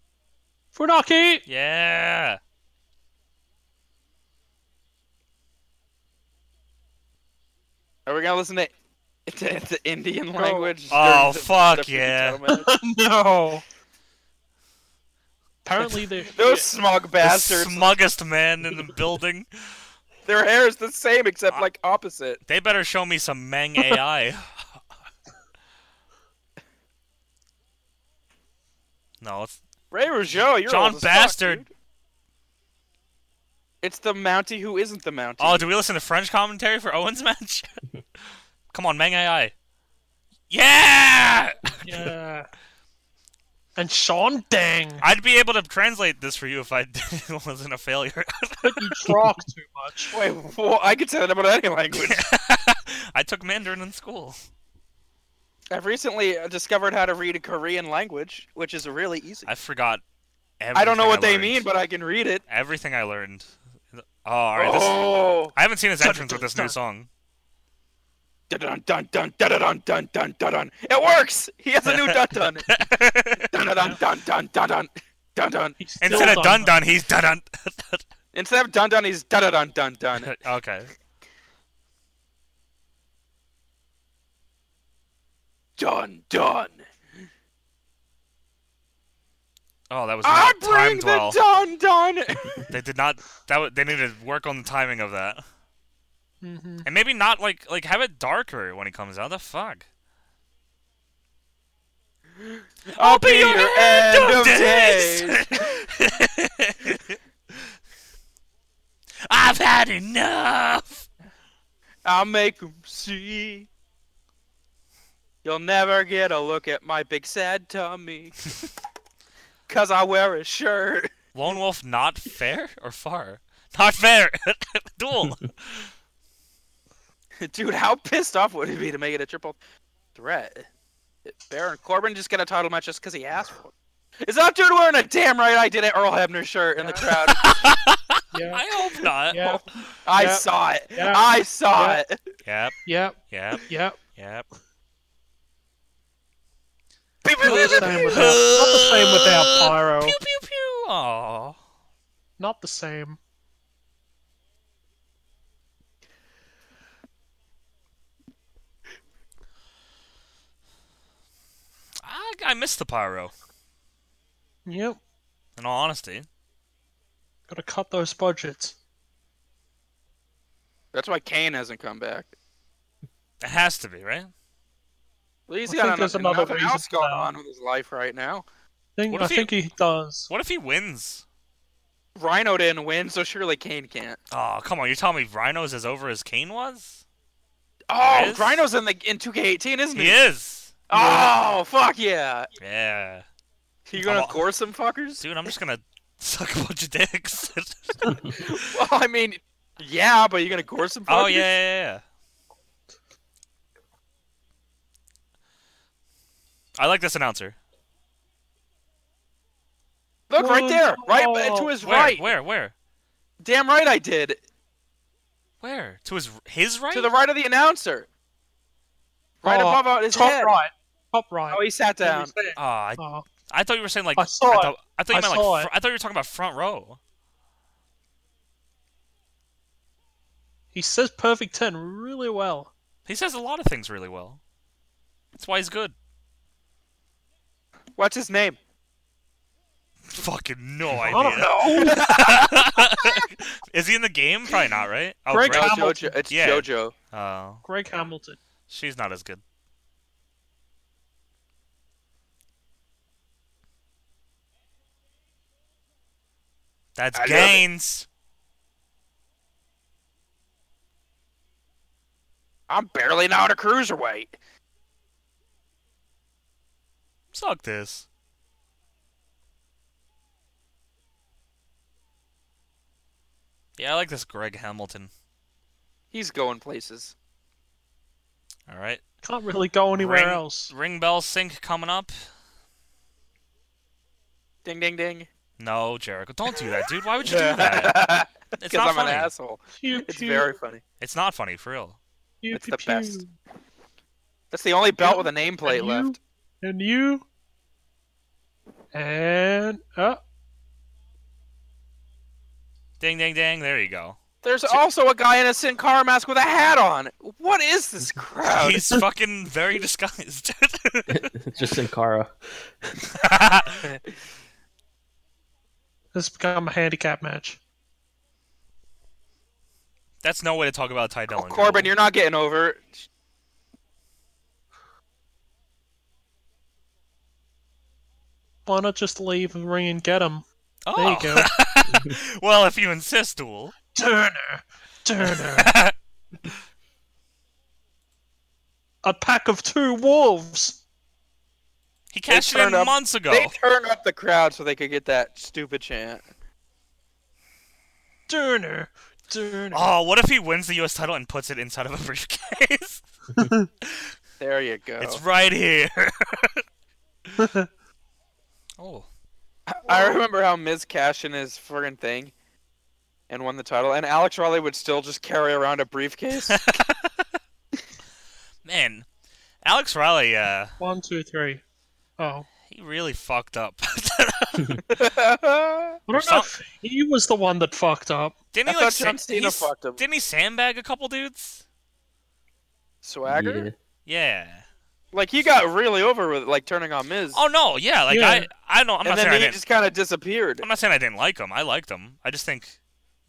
Speaker 4: Funaki!
Speaker 1: Yeah.
Speaker 2: Are we gonna listen to to, to Indian language?
Speaker 1: Oh,
Speaker 2: during the-
Speaker 1: fuck
Speaker 2: the- the
Speaker 1: yeah.
Speaker 2: settlement?
Speaker 4: no! Apparently they're.
Speaker 2: Those smug
Speaker 1: The
Speaker 2: bastards.
Speaker 1: smuggest man in the building.
Speaker 2: Their hair is the same except like opposite.
Speaker 1: They better show me some Meng AI. no, it's
Speaker 2: Ray Rougeau, you're
Speaker 1: John
Speaker 2: old as fuck,
Speaker 1: Bastard.
Speaker 2: dude. it's the Mountie who isn't the Mountie.
Speaker 1: Oh, do we listen to French commentary for Owen's match? Come on, Meng AI. Yeah!
Speaker 4: Yeah. And Sean Dang!
Speaker 1: I'd be able to translate this for you if I wasn't a failure.
Speaker 4: But you talk too much.
Speaker 2: Wait, well, I could say that about any language.
Speaker 1: I took Mandarin in school.
Speaker 2: I've recently uh, discovered how to read a Korean language, which is really easy.
Speaker 1: I forgot everything.
Speaker 2: I don't know what they
Speaker 1: learned.
Speaker 2: mean, but I can read it.
Speaker 1: Everything I learned. Oh, alright. This...
Speaker 2: Oh.
Speaker 1: I haven't seen his entrance with this new song.
Speaker 2: Dun dun dun dun dun dun dun dun dun. It works. He has a new dun dun. Dun dun dun dun dun dun dun dun.
Speaker 4: He's still
Speaker 1: Instead of dun
Speaker 4: done.
Speaker 1: dun, he's dun dun.
Speaker 2: Instead of dun dun, he's dun dun dun dun.
Speaker 1: okay.
Speaker 2: Dun dun.
Speaker 1: Oh, that was
Speaker 2: I
Speaker 1: not
Speaker 2: bring
Speaker 1: timed
Speaker 2: the
Speaker 1: well.
Speaker 2: dun dun.
Speaker 1: They did not. That w- they needed to work on the timing of that,
Speaker 4: Mhm.
Speaker 1: and maybe not like like have it darker when he comes out. The fuck.
Speaker 2: I'll be your end of days.
Speaker 1: days. I've had enough.
Speaker 2: I'll make 'em see. You'll never get a look at my big sad tummy. Cause I wear a shirt.
Speaker 1: Lone Wolf, not fair or far. Not fair. Duel.
Speaker 2: Dude, how pissed off would it be to make it a triple threat? Baron Corbin just get a title match just because he asked for it. Is that dude wearing a damn right I did it Earl Hebner shirt in the crowd?
Speaker 4: Yeah.
Speaker 1: I hope not.
Speaker 4: Yeah.
Speaker 2: I
Speaker 4: Yep.
Speaker 2: saw it.
Speaker 4: Yep.
Speaker 2: I saw
Speaker 4: Yep.
Speaker 2: it.
Speaker 1: Yep.
Speaker 4: Yep.
Speaker 1: Yep.
Speaker 4: Yep.
Speaker 1: Yep.
Speaker 2: Beep, beep,
Speaker 4: Not the
Speaker 2: beep, beep,
Speaker 4: same
Speaker 2: beep.
Speaker 4: without, not the same without Pyro.
Speaker 1: Pew pew pew. Aww.
Speaker 4: Not the same.
Speaker 1: I I miss the pyro.
Speaker 4: Yep.
Speaker 1: In all honesty.
Speaker 4: Gotta cut those budgets.
Speaker 2: That's why Kane hasn't come back.
Speaker 1: It has to be, right?
Speaker 2: Well, he's
Speaker 4: I
Speaker 2: got
Speaker 4: think
Speaker 2: enough,
Speaker 4: there's another
Speaker 2: enough else
Speaker 4: reason
Speaker 2: going
Speaker 4: now.
Speaker 2: on with his life right now.
Speaker 4: I think,
Speaker 1: What
Speaker 4: I
Speaker 1: if he-
Speaker 4: think he does.
Speaker 1: What if he wins?
Speaker 2: Rhino didn't win, so surely Kane can't.
Speaker 1: Oh, come on. You're telling me Rhino's as over as Kane was?
Speaker 2: Oh,
Speaker 1: Yes.
Speaker 2: Rhino's in the in 2K18, isn't he?
Speaker 1: He is.
Speaker 2: Oh, fuck yeah!
Speaker 1: Yeah.
Speaker 2: You gonna
Speaker 1: I'm all-
Speaker 2: gore some fuckers?
Speaker 1: Dude, I'm just going to suck a bunch of dicks.
Speaker 2: Well, I mean, yeah, but you gonna gore some fuckers?
Speaker 1: oh, yeah, yeah, yeah. I like this announcer.
Speaker 2: Look
Speaker 4: Oh,
Speaker 2: right there, right b- to his
Speaker 1: Where?
Speaker 2: right.
Speaker 1: Where? Where?
Speaker 2: Damn right I did.
Speaker 1: Where? To his his right?
Speaker 2: To the right of the announcer. Right
Speaker 4: Oh,
Speaker 2: above uh, his
Speaker 4: Top
Speaker 2: head.
Speaker 4: right. Top right.
Speaker 2: Oh, he sat down.
Speaker 1: Oh, I,
Speaker 4: Oh,
Speaker 1: I thought you were saying like
Speaker 4: I saw it.
Speaker 1: thought, I thought you
Speaker 4: I
Speaker 1: meant
Speaker 4: saw
Speaker 1: like
Speaker 4: it.
Speaker 1: fr- I thought you were talking about front row.
Speaker 4: He says perfect 10 really well.
Speaker 1: He says a lot of things really well. That's why he's good.
Speaker 2: What's his name?
Speaker 1: Fucking no
Speaker 4: I
Speaker 1: idea.
Speaker 4: don't know.
Speaker 1: Is he in the game? Probably not, right? Oh,
Speaker 4: Greg
Speaker 1: Greg-
Speaker 2: No,
Speaker 4: Hamilton.
Speaker 2: Jojo. It's
Speaker 1: Yeah.
Speaker 2: JoJo.
Speaker 1: Oh,
Speaker 4: Greg Hamilton.
Speaker 1: she's not as good. That's
Speaker 2: I love it.
Speaker 1: Gaines.
Speaker 2: I'm barely not a cruiserweight.
Speaker 1: Suck this. Yeah, I like this Greg Hamilton.
Speaker 2: He's going places.
Speaker 1: All right.
Speaker 4: Can't really go anywhere
Speaker 1: Ring-
Speaker 4: else.
Speaker 1: Ring bell sync coming up.
Speaker 2: Ding ding ding.
Speaker 1: No, Jericho, don't do that, dude. Why would you do that? It's
Speaker 2: Because
Speaker 1: not
Speaker 2: I'm
Speaker 1: funny.
Speaker 2: an asshole.
Speaker 4: Pew,
Speaker 2: It's
Speaker 4: pew,
Speaker 2: very funny.
Speaker 1: It's not funny for real.
Speaker 4: pew,
Speaker 2: it's
Speaker 4: pew,
Speaker 2: the
Speaker 4: pew.
Speaker 2: best. That's the only belt with a
Speaker 4: And
Speaker 2: nameplate
Speaker 4: you?
Speaker 2: left.
Speaker 4: And you. And uh,
Speaker 1: Ding, ding, ding. There you go.
Speaker 2: There's also a guy in a Sin Cara mask with a hat on. What is this crowd?
Speaker 1: He's fucking very disguised.
Speaker 5: It's just Sankara.
Speaker 4: this has become a handicap match.
Speaker 1: That's no way to talk about Ty Dillon. dude.
Speaker 2: Oh, Corbin, you're not getting over. it.
Speaker 4: Why not just leave the ring and get him? There
Speaker 1: Oh.
Speaker 4: you go.
Speaker 1: well, if you insist, Duel.
Speaker 4: Turner, Turner. a pack of two wolves.
Speaker 1: He cashed it
Speaker 2: turned
Speaker 1: in
Speaker 2: up-
Speaker 1: months ago.
Speaker 2: They turned up the crowd so they could get that stupid chant.
Speaker 4: Turner, Turner.
Speaker 1: Oh, what if he wins the U.S. title and puts it inside of a briefcase?
Speaker 2: There you go.
Speaker 1: It's right here. oh,
Speaker 2: I remember how Miz cashed in his friggin' thing and won the title, and Alex Raleigh would still just carry around a briefcase.
Speaker 1: man, Alex Riley. Uh,
Speaker 4: One, two, three. Oh,
Speaker 1: he really fucked up.
Speaker 2: I
Speaker 4: I don't know if he was the one that fucked up.
Speaker 1: didn't he like?
Speaker 2: thought
Speaker 1: sa-
Speaker 2: John Cena
Speaker 1: he's-
Speaker 2: fucked him.
Speaker 1: Didn't he sandbag a couple dudes?
Speaker 2: Swagger?
Speaker 5: Yeah.
Speaker 1: Yeah.
Speaker 2: Like, he got really over with, like, turning on Miz.
Speaker 1: Oh no, yeah. Like
Speaker 4: Yeah.
Speaker 1: I, I don't. I'm
Speaker 2: and
Speaker 1: not
Speaker 2: then
Speaker 1: saying I
Speaker 2: he
Speaker 1: didn't.
Speaker 2: just kind of disappeared.
Speaker 1: I'm not saying I didn't like him. I liked him. I just think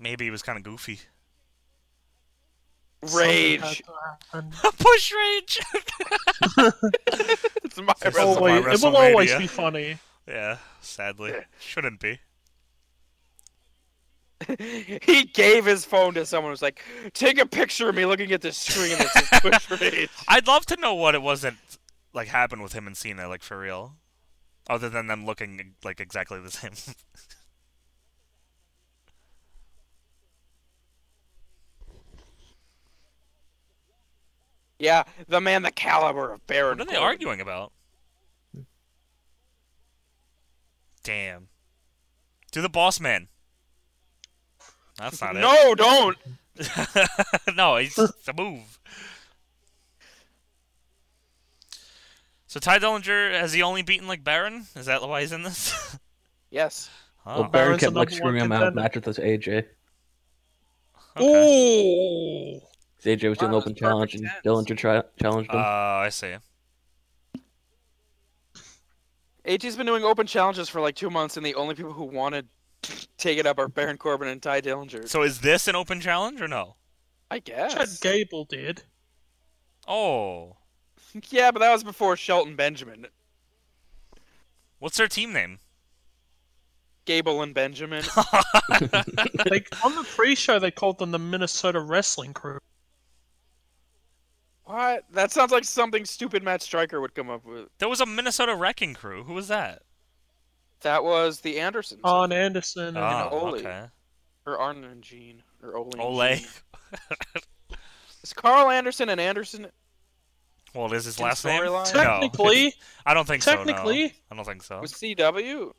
Speaker 1: maybe he was kind of goofy.
Speaker 2: Rage.
Speaker 4: And-
Speaker 1: Push rage.
Speaker 2: It's my
Speaker 1: It's
Speaker 2: wrestling.
Speaker 1: my
Speaker 4: Always, it will always
Speaker 1: WrestleMania.
Speaker 4: be funny.
Speaker 1: yeah. Sadly, shouldn't be.
Speaker 2: He gave his phone to someone who was like, take a picture of me looking at this screen that says push rage.
Speaker 1: I'd love to know what it was that like happened with him and Cena, like for real. Other than them looking like exactly the same.
Speaker 2: Yeah, the man the caliber of Baron.
Speaker 1: what are they
Speaker 2: Corbin.
Speaker 1: arguing about? Damn. Do the boss man. That's not it.
Speaker 2: No, don't!
Speaker 1: no, it's it's a move. So Ty Dillinger has he only beaten like Baron? Is that why he's in this?
Speaker 2: Yes.
Speaker 5: Well,
Speaker 1: oh,
Speaker 5: Baron
Speaker 4: Baron's
Speaker 5: kept
Speaker 4: the number
Speaker 5: like
Speaker 4: one
Speaker 5: screwing him out of
Speaker 4: contender.
Speaker 5: match with this AJ.
Speaker 4: Oh,
Speaker 1: okay.
Speaker 4: Ooh.
Speaker 5: AJ was doing
Speaker 2: Wow, that's
Speaker 5: open
Speaker 2: perfect
Speaker 5: challenge and
Speaker 2: sense.
Speaker 5: Dillinger tri- challenged
Speaker 1: Oh,
Speaker 5: him.
Speaker 1: I see.
Speaker 2: AG's been doing open challenges for like two months, and the only people who want to take it up are Baron Corbin and Ty Dillinger.
Speaker 1: So is this an open challenge or no?
Speaker 2: I
Speaker 4: Chad
Speaker 2: guess.
Speaker 4: Gable did.
Speaker 1: Oh.
Speaker 2: yeah, but that was before Shelton Benjamin.
Speaker 1: What's their team name?
Speaker 2: Gable and Benjamin.
Speaker 4: They, on the pre-show, they called them the Minnesota Wrestling Crew.
Speaker 2: what? That sounds like something stupid Matt Stryker would come up with.
Speaker 1: There was a Minnesota Wrecking Crew. Who was that?
Speaker 2: That was the Andersons.
Speaker 4: Arn Anderson. And
Speaker 1: Oh,
Speaker 2: Ole.
Speaker 1: okay.
Speaker 2: Or Arn and Gene. Or Ole. and
Speaker 1: Ole.
Speaker 2: Gene. Is Carl Anderson and Anderson?
Speaker 1: Well, is his
Speaker 2: In
Speaker 1: last name?
Speaker 2: storyline?
Speaker 4: technically,
Speaker 1: I don't think so.
Speaker 4: Technically-
Speaker 1: No. I don't think so.
Speaker 2: With CW?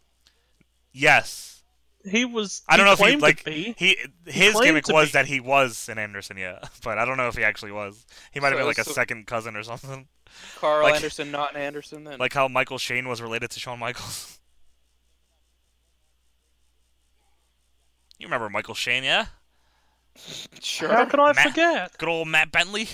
Speaker 1: Yes.
Speaker 4: he was.
Speaker 1: I don't
Speaker 4: he
Speaker 1: know if he
Speaker 4: claimed to
Speaker 1: like
Speaker 4: be.
Speaker 1: he his
Speaker 4: claimed
Speaker 1: gimmick
Speaker 4: to
Speaker 1: was
Speaker 4: be.
Speaker 1: that he was an Anderson, yeah, but I don't know if he actually was. He might have
Speaker 2: So-
Speaker 1: been like a
Speaker 2: so-
Speaker 1: second cousin or something,
Speaker 2: Carl
Speaker 1: Like-
Speaker 2: Anderson, not an Anderson then?
Speaker 1: like how Michael Shane was related to Shawn Michaels. You remember Michael Shane, yeah?
Speaker 4: How
Speaker 2: sure.
Speaker 4: could I
Speaker 1: Matt-
Speaker 4: forget?
Speaker 1: Good old Matt Bentley.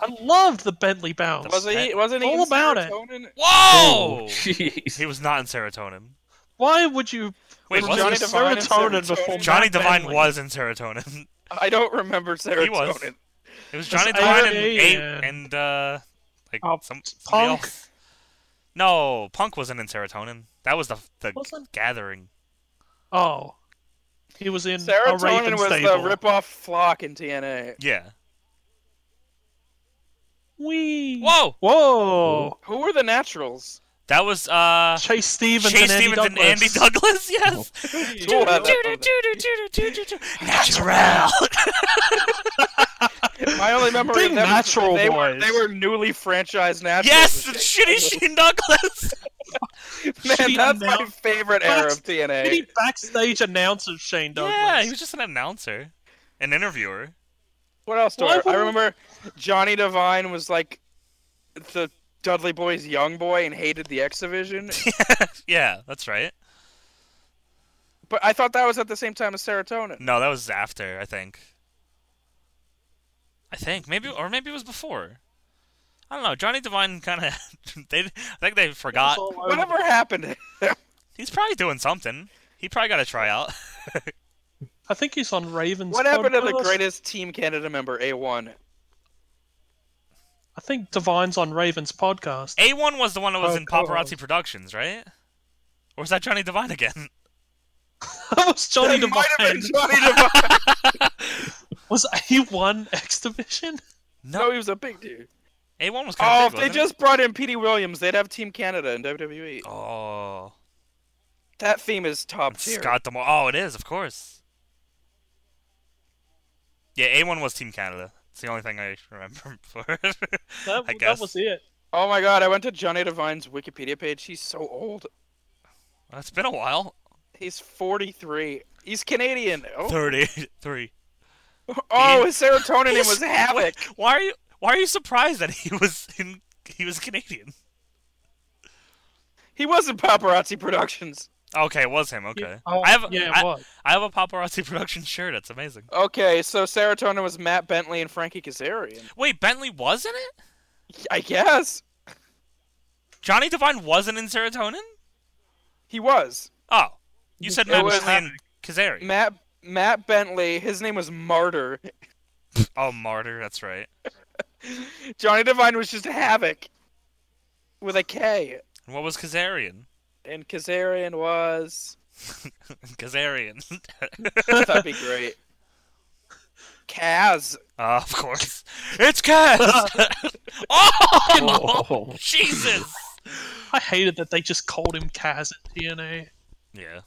Speaker 4: I loved the Bentley Bounce.
Speaker 2: Was he, wasn't he
Speaker 4: All
Speaker 2: in
Speaker 4: about it.
Speaker 2: Serotonin?
Speaker 5: Oh,
Speaker 2: Oh,
Speaker 1: Whoa!
Speaker 5: jeez.
Speaker 1: he was not in Serotonin.
Speaker 4: Why would you?
Speaker 1: Wait,
Speaker 2: Was
Speaker 1: was
Speaker 2: Johnny
Speaker 1: Johnny,
Speaker 4: it
Speaker 2: Devine in
Speaker 4: serotonin
Speaker 2: Serotonin?
Speaker 4: before
Speaker 1: Johnny
Speaker 4: Matt
Speaker 1: Devine
Speaker 4: Bentley?
Speaker 1: was in Serotonin.
Speaker 2: I don't remember Serotonin.
Speaker 1: was. It was
Speaker 4: That's
Speaker 1: Johnny Devine and,
Speaker 4: AJ
Speaker 1: Ape
Speaker 4: and-
Speaker 1: and uh, like
Speaker 4: Oh,
Speaker 1: some somebody
Speaker 4: Punk.
Speaker 1: else. No, Punk wasn't in Serotonin. That was the the
Speaker 4: Wasn't?
Speaker 1: Gathering.
Speaker 4: Oh, he was in a
Speaker 2: Serotonin
Speaker 4: Raven
Speaker 2: was
Speaker 4: stable.
Speaker 2: the rip-off flock in TNA.
Speaker 1: Yeah.
Speaker 4: Whee.
Speaker 1: Whoa!
Speaker 4: Whoa!
Speaker 2: Who were the naturals?
Speaker 1: That was uh,
Speaker 4: Chase Stevens
Speaker 1: Chase
Speaker 4: and Andy
Speaker 1: Stevens and
Speaker 4: Douglas. Oh,
Speaker 1: Andy Douglas. Yes.
Speaker 2: Cool, I have that one.
Speaker 1: Natural.
Speaker 2: My only memory
Speaker 4: Big
Speaker 2: of them is that
Speaker 4: natural
Speaker 2: they were,
Speaker 4: boys.
Speaker 2: they were newly franchised naturals.
Speaker 1: yes, shitty Shane Douglas.
Speaker 2: Man,
Speaker 4: Shitty
Speaker 2: that's my
Speaker 4: announce-
Speaker 2: favorite era
Speaker 4: That's-
Speaker 2: of TNA.
Speaker 4: Shitty backstage announcer Shane Douglas.
Speaker 1: Yeah, he was just an announcer, an interviewer.
Speaker 2: What else do
Speaker 4: Why
Speaker 2: I,
Speaker 4: would-
Speaker 2: I remember? Johnny Devine was like the Dudley Boy's young boy and hated the X Division.
Speaker 1: Yeah, that's right.
Speaker 2: but I thought that was at the same time as Serotonin.
Speaker 1: No, that was after, I think. I think maybe, or maybe it was before. I don't know. Johnny Devine kind of they, I think they forgot.
Speaker 2: Whatever happened?
Speaker 1: He's probably doing something. He probably got a tryout.
Speaker 4: I think he's on Ravens.
Speaker 2: What happened to
Speaker 4: podcast.
Speaker 2: the greatest Team Canada member, A1?
Speaker 4: I think Divine's on Ravens podcast.
Speaker 1: A one was the one that was
Speaker 4: Oh,
Speaker 1: in
Speaker 4: God.
Speaker 1: Paparazzi Productions, right? Or was that Johnny Devine again?
Speaker 4: that was Johnny
Speaker 2: It might have
Speaker 4: Divine.
Speaker 2: been Johnny Devine.
Speaker 4: Was he one X Division?
Speaker 2: no, he was a big dude.
Speaker 1: A one was kind
Speaker 2: Oh,
Speaker 1: of.
Speaker 2: if they just brought in Petey Williams, they'd have Team Canada in WWE.
Speaker 1: Oh,
Speaker 2: That theme is top tier.
Speaker 1: Scott Demore. Oh, it is, of course. Yeah, A one was Team Canada. It's the only thing I remember for.
Speaker 4: That,
Speaker 1: I
Speaker 4: that
Speaker 1: guess.
Speaker 4: was it.
Speaker 2: Oh my god, I went to Johnny Devine's Wikipedia page. He's so old.
Speaker 1: it's been a while.
Speaker 2: He's 43. He's Canadian. Oh,
Speaker 1: Thirty-three.
Speaker 2: oh his serotonin name
Speaker 1: He's-
Speaker 2: was Havoc.
Speaker 1: Why are you? Why are you surprised that he was in? He was Canadian.
Speaker 2: He was in Paparazzi Productions.
Speaker 1: Okay, it was him. Okay,
Speaker 4: Oh,
Speaker 1: I have.
Speaker 4: yeah, it
Speaker 1: I-
Speaker 4: was.
Speaker 1: I have a paparazzi production shirt. It's amazing.
Speaker 2: Okay, so serotonin was Matt Bentley and Frankie Kazarian.
Speaker 1: Wait, Bentley was in it.
Speaker 2: I guess
Speaker 1: Johnny Devine wasn't in serotonin.
Speaker 2: he was.
Speaker 1: Oh, you said
Speaker 2: It
Speaker 1: Matt
Speaker 2: was-
Speaker 1: Bentley and Kazarian.
Speaker 2: Matt Matt Bentley. His name was Martyr.
Speaker 1: oh, martyr. That's right.
Speaker 2: Johnny Devine was just Havoc with a K,
Speaker 1: And what was Kazarian?
Speaker 2: and Kazarian was.
Speaker 1: Kazarian.
Speaker 2: That'd be great. Kaz.
Speaker 1: Ah, of course. It's Kaz. oh,
Speaker 5: Oh.
Speaker 1: Jesus.
Speaker 4: I hated that they just called him Kaz at TNA.
Speaker 1: Yeah.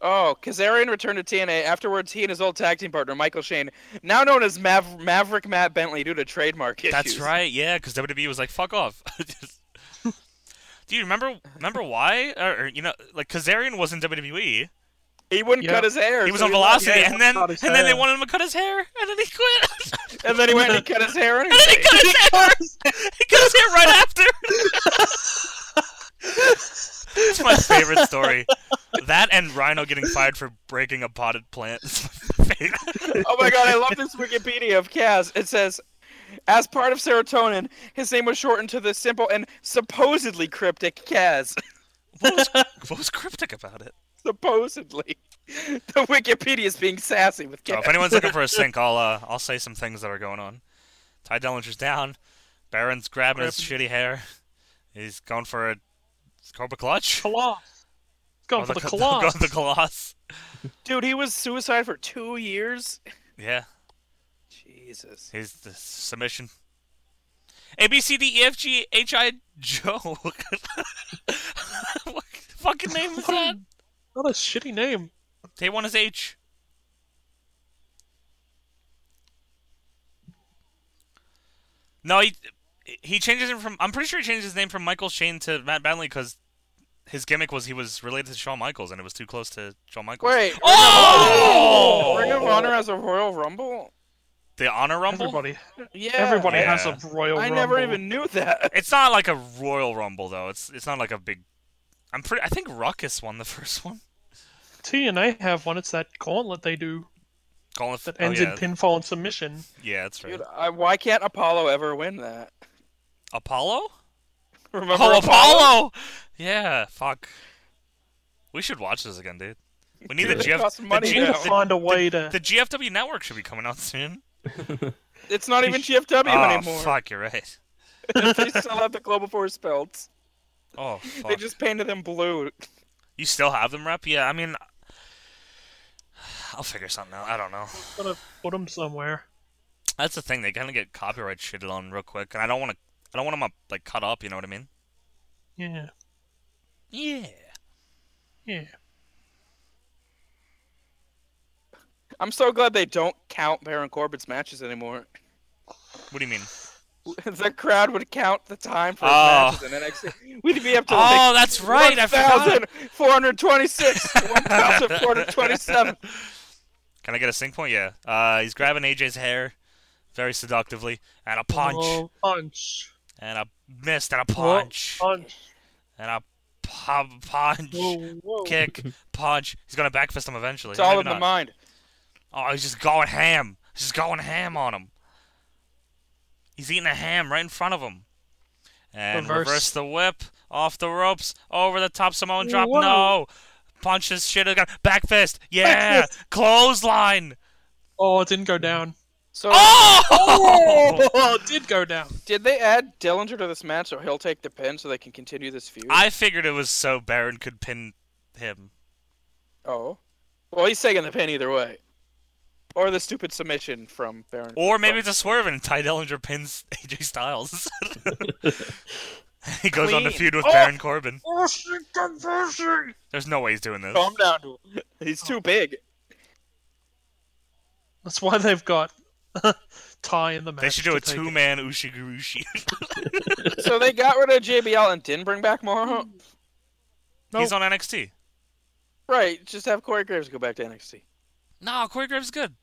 Speaker 2: Oh, Kazarian returned to TNA. Afterwards, he and his old tag team partner Michael Shane, now known as Mav- Maverick Matt Bentley, due to trademark issues.
Speaker 1: That's right. Yeah, because WWE E was like, "Fuck off." Do you remember remember why? Or, or, you know, like Kazarian was in WWE.
Speaker 2: He wouldn't
Speaker 4: Yeah.
Speaker 2: cut his hair.
Speaker 1: He was
Speaker 2: so
Speaker 1: on Velocity,
Speaker 4: yeah,
Speaker 1: and then
Speaker 4: cut his
Speaker 1: and then they
Speaker 4: hair.
Speaker 1: wanted him to cut his hair, and then he quit.
Speaker 2: and then he went and he cut his hair.
Speaker 1: and then he cut his hair. he cut his hair right after. it's my favorite story. That and Rhino getting fired for breaking a potted plant. It's my favorite.
Speaker 2: Oh my god, I love this Wikipedia of Kaz. It says, as part of serotonin, his name was shortened to the simple and supposedly cryptic Kaz.
Speaker 1: What was, what was cryptic about it?
Speaker 2: supposedly. The Wikipedia is being sassy with
Speaker 1: So
Speaker 4: Oh,
Speaker 2: Kaz.
Speaker 1: if anyone's looking for a sink, I'll uh, I'll say some things that are going on. Ty Dellinger's down. Baron's grabbing his shitty hair. He's going for a Cobra clutch.
Speaker 4: Colossus. Going
Speaker 1: Or
Speaker 4: for the,
Speaker 1: co-
Speaker 4: Colossus.
Speaker 1: Oh, The, Colossus.
Speaker 2: Dude, he was suicide for two years.
Speaker 1: Yeah,
Speaker 2: Jesus.
Speaker 1: he's the submission. A B C D E F G H I Joe. what fucking name is that?
Speaker 4: What a shitty name.
Speaker 1: Day one is H. No, he he changes it from. I'm pretty sure he changed his name from Michael Shane to Matt Bentley because his gimmick was he was related to Shawn Michaels and it was too close to Shawn Michaels.
Speaker 2: Wait. Ring of
Speaker 1: Oh!
Speaker 2: Honor- Ring of Honor has a Royal Rumble?
Speaker 1: The Honor Rumble.
Speaker 4: Everybody,
Speaker 2: Yeah.
Speaker 4: everybody
Speaker 1: Yeah.
Speaker 4: has a royal.
Speaker 2: I never
Speaker 4: Rumble.
Speaker 2: even knew that.
Speaker 1: It's not like a Royal Rumble though. It's it's not like a big. I'm pretty. I think Ruckus won the first one.
Speaker 4: TNA have one. It's that gauntlet they do
Speaker 1: Colin. F-
Speaker 4: that
Speaker 1: oh,
Speaker 4: ends
Speaker 1: yeah.
Speaker 4: in pinfall and submission.
Speaker 1: yeah, that's right.
Speaker 2: Dude, I, why can't Apollo ever win that?
Speaker 1: Apollo.
Speaker 2: Remember
Speaker 1: oh,
Speaker 2: Apollo?
Speaker 1: Apollo! Yeah, fuck. We should watch this again, dude. We need
Speaker 2: Dude,
Speaker 1: the
Speaker 2: it
Speaker 1: GF.
Speaker 2: costs
Speaker 1: The,
Speaker 2: money
Speaker 1: G-
Speaker 4: They need to
Speaker 2: now.
Speaker 1: the,
Speaker 4: find a way to.
Speaker 1: the GFW network should be coming out soon.
Speaker 2: It's not even GFW
Speaker 4: Ah,
Speaker 1: oh,
Speaker 2: anymore.
Speaker 1: fuck, you're right.
Speaker 2: they still have the Global Force belts.
Speaker 1: Oh, fuck.
Speaker 2: They just painted them blue.
Speaker 1: You still have them, rep? Yeah, I mean, I'll figure something out. I don't know.
Speaker 4: Gotta put them somewhere.
Speaker 1: That's the thing. They kind of get copyright shitted on real quick, and I don't want to I don't want him like cut up. You know what I mean?
Speaker 4: Yeah.
Speaker 1: Yeah.
Speaker 4: Yeah.
Speaker 2: I'm so glad they don't count Baron Corbett's matches anymore.
Speaker 1: What do you mean?
Speaker 2: the crowd would count the time for his
Speaker 1: Oh.
Speaker 2: matches in NXT. We'd be up to
Speaker 1: Oh, that's right. I forgot.
Speaker 2: 1,426, 1,427.
Speaker 1: Can I get a sync point? Yeah. Uh, he's grabbing AJ's hair, very seductively, and a punch,
Speaker 4: Oh, punch.
Speaker 1: and a missed, and a
Speaker 4: Whoa,
Speaker 1: punch,
Speaker 4: Punch.
Speaker 1: and a pu- punch,
Speaker 4: Whoa, whoa.
Speaker 1: kick, punch. He's gonna backfist him eventually.
Speaker 2: It's all
Speaker 1: Maybe
Speaker 2: in the
Speaker 1: not.
Speaker 2: mind.
Speaker 1: Oh, he's just going ham. He's just going ham on him. He's eating a ham right in front of him. And reverse,
Speaker 4: Reverse.
Speaker 1: the whip off the ropes, over the top Samoan drop.
Speaker 4: Whoa.
Speaker 1: No, punches shit. again. Back fist. Yeah, clothesline.
Speaker 4: Oh, it didn't go down.
Speaker 2: So,
Speaker 1: Ah! Oh!
Speaker 4: Oh, it did go down.
Speaker 2: did they add Dillinger to this match so he'll take the pin so they can continue this feud?
Speaker 1: I figured it was so Baron could pin him.
Speaker 2: Oh. Well, he's taking the pin either way. Or the stupid submission from Baron.
Speaker 1: Or maybe it's
Speaker 2: from-
Speaker 1: a swerve and Ty Dillinger pins AJ Styles. he goes on to
Speaker 2: Clean.
Speaker 1: feud with
Speaker 4: Oh!
Speaker 1: Baron Corbin.
Speaker 4: Forcing conversion.
Speaker 1: There's no way he's doing this.
Speaker 2: Calm down to him. He's too big.
Speaker 4: That's why they've got Ty in the match.
Speaker 1: They should do
Speaker 4: to
Speaker 1: a
Speaker 4: take
Speaker 1: two
Speaker 4: it.
Speaker 1: man Ushigurushi.
Speaker 2: so they got rid of JBL and didn't bring back Moro?
Speaker 1: He's on NXT.
Speaker 2: Right, just have Corey Graves go back to NXT.
Speaker 1: No, Corey Graves is good.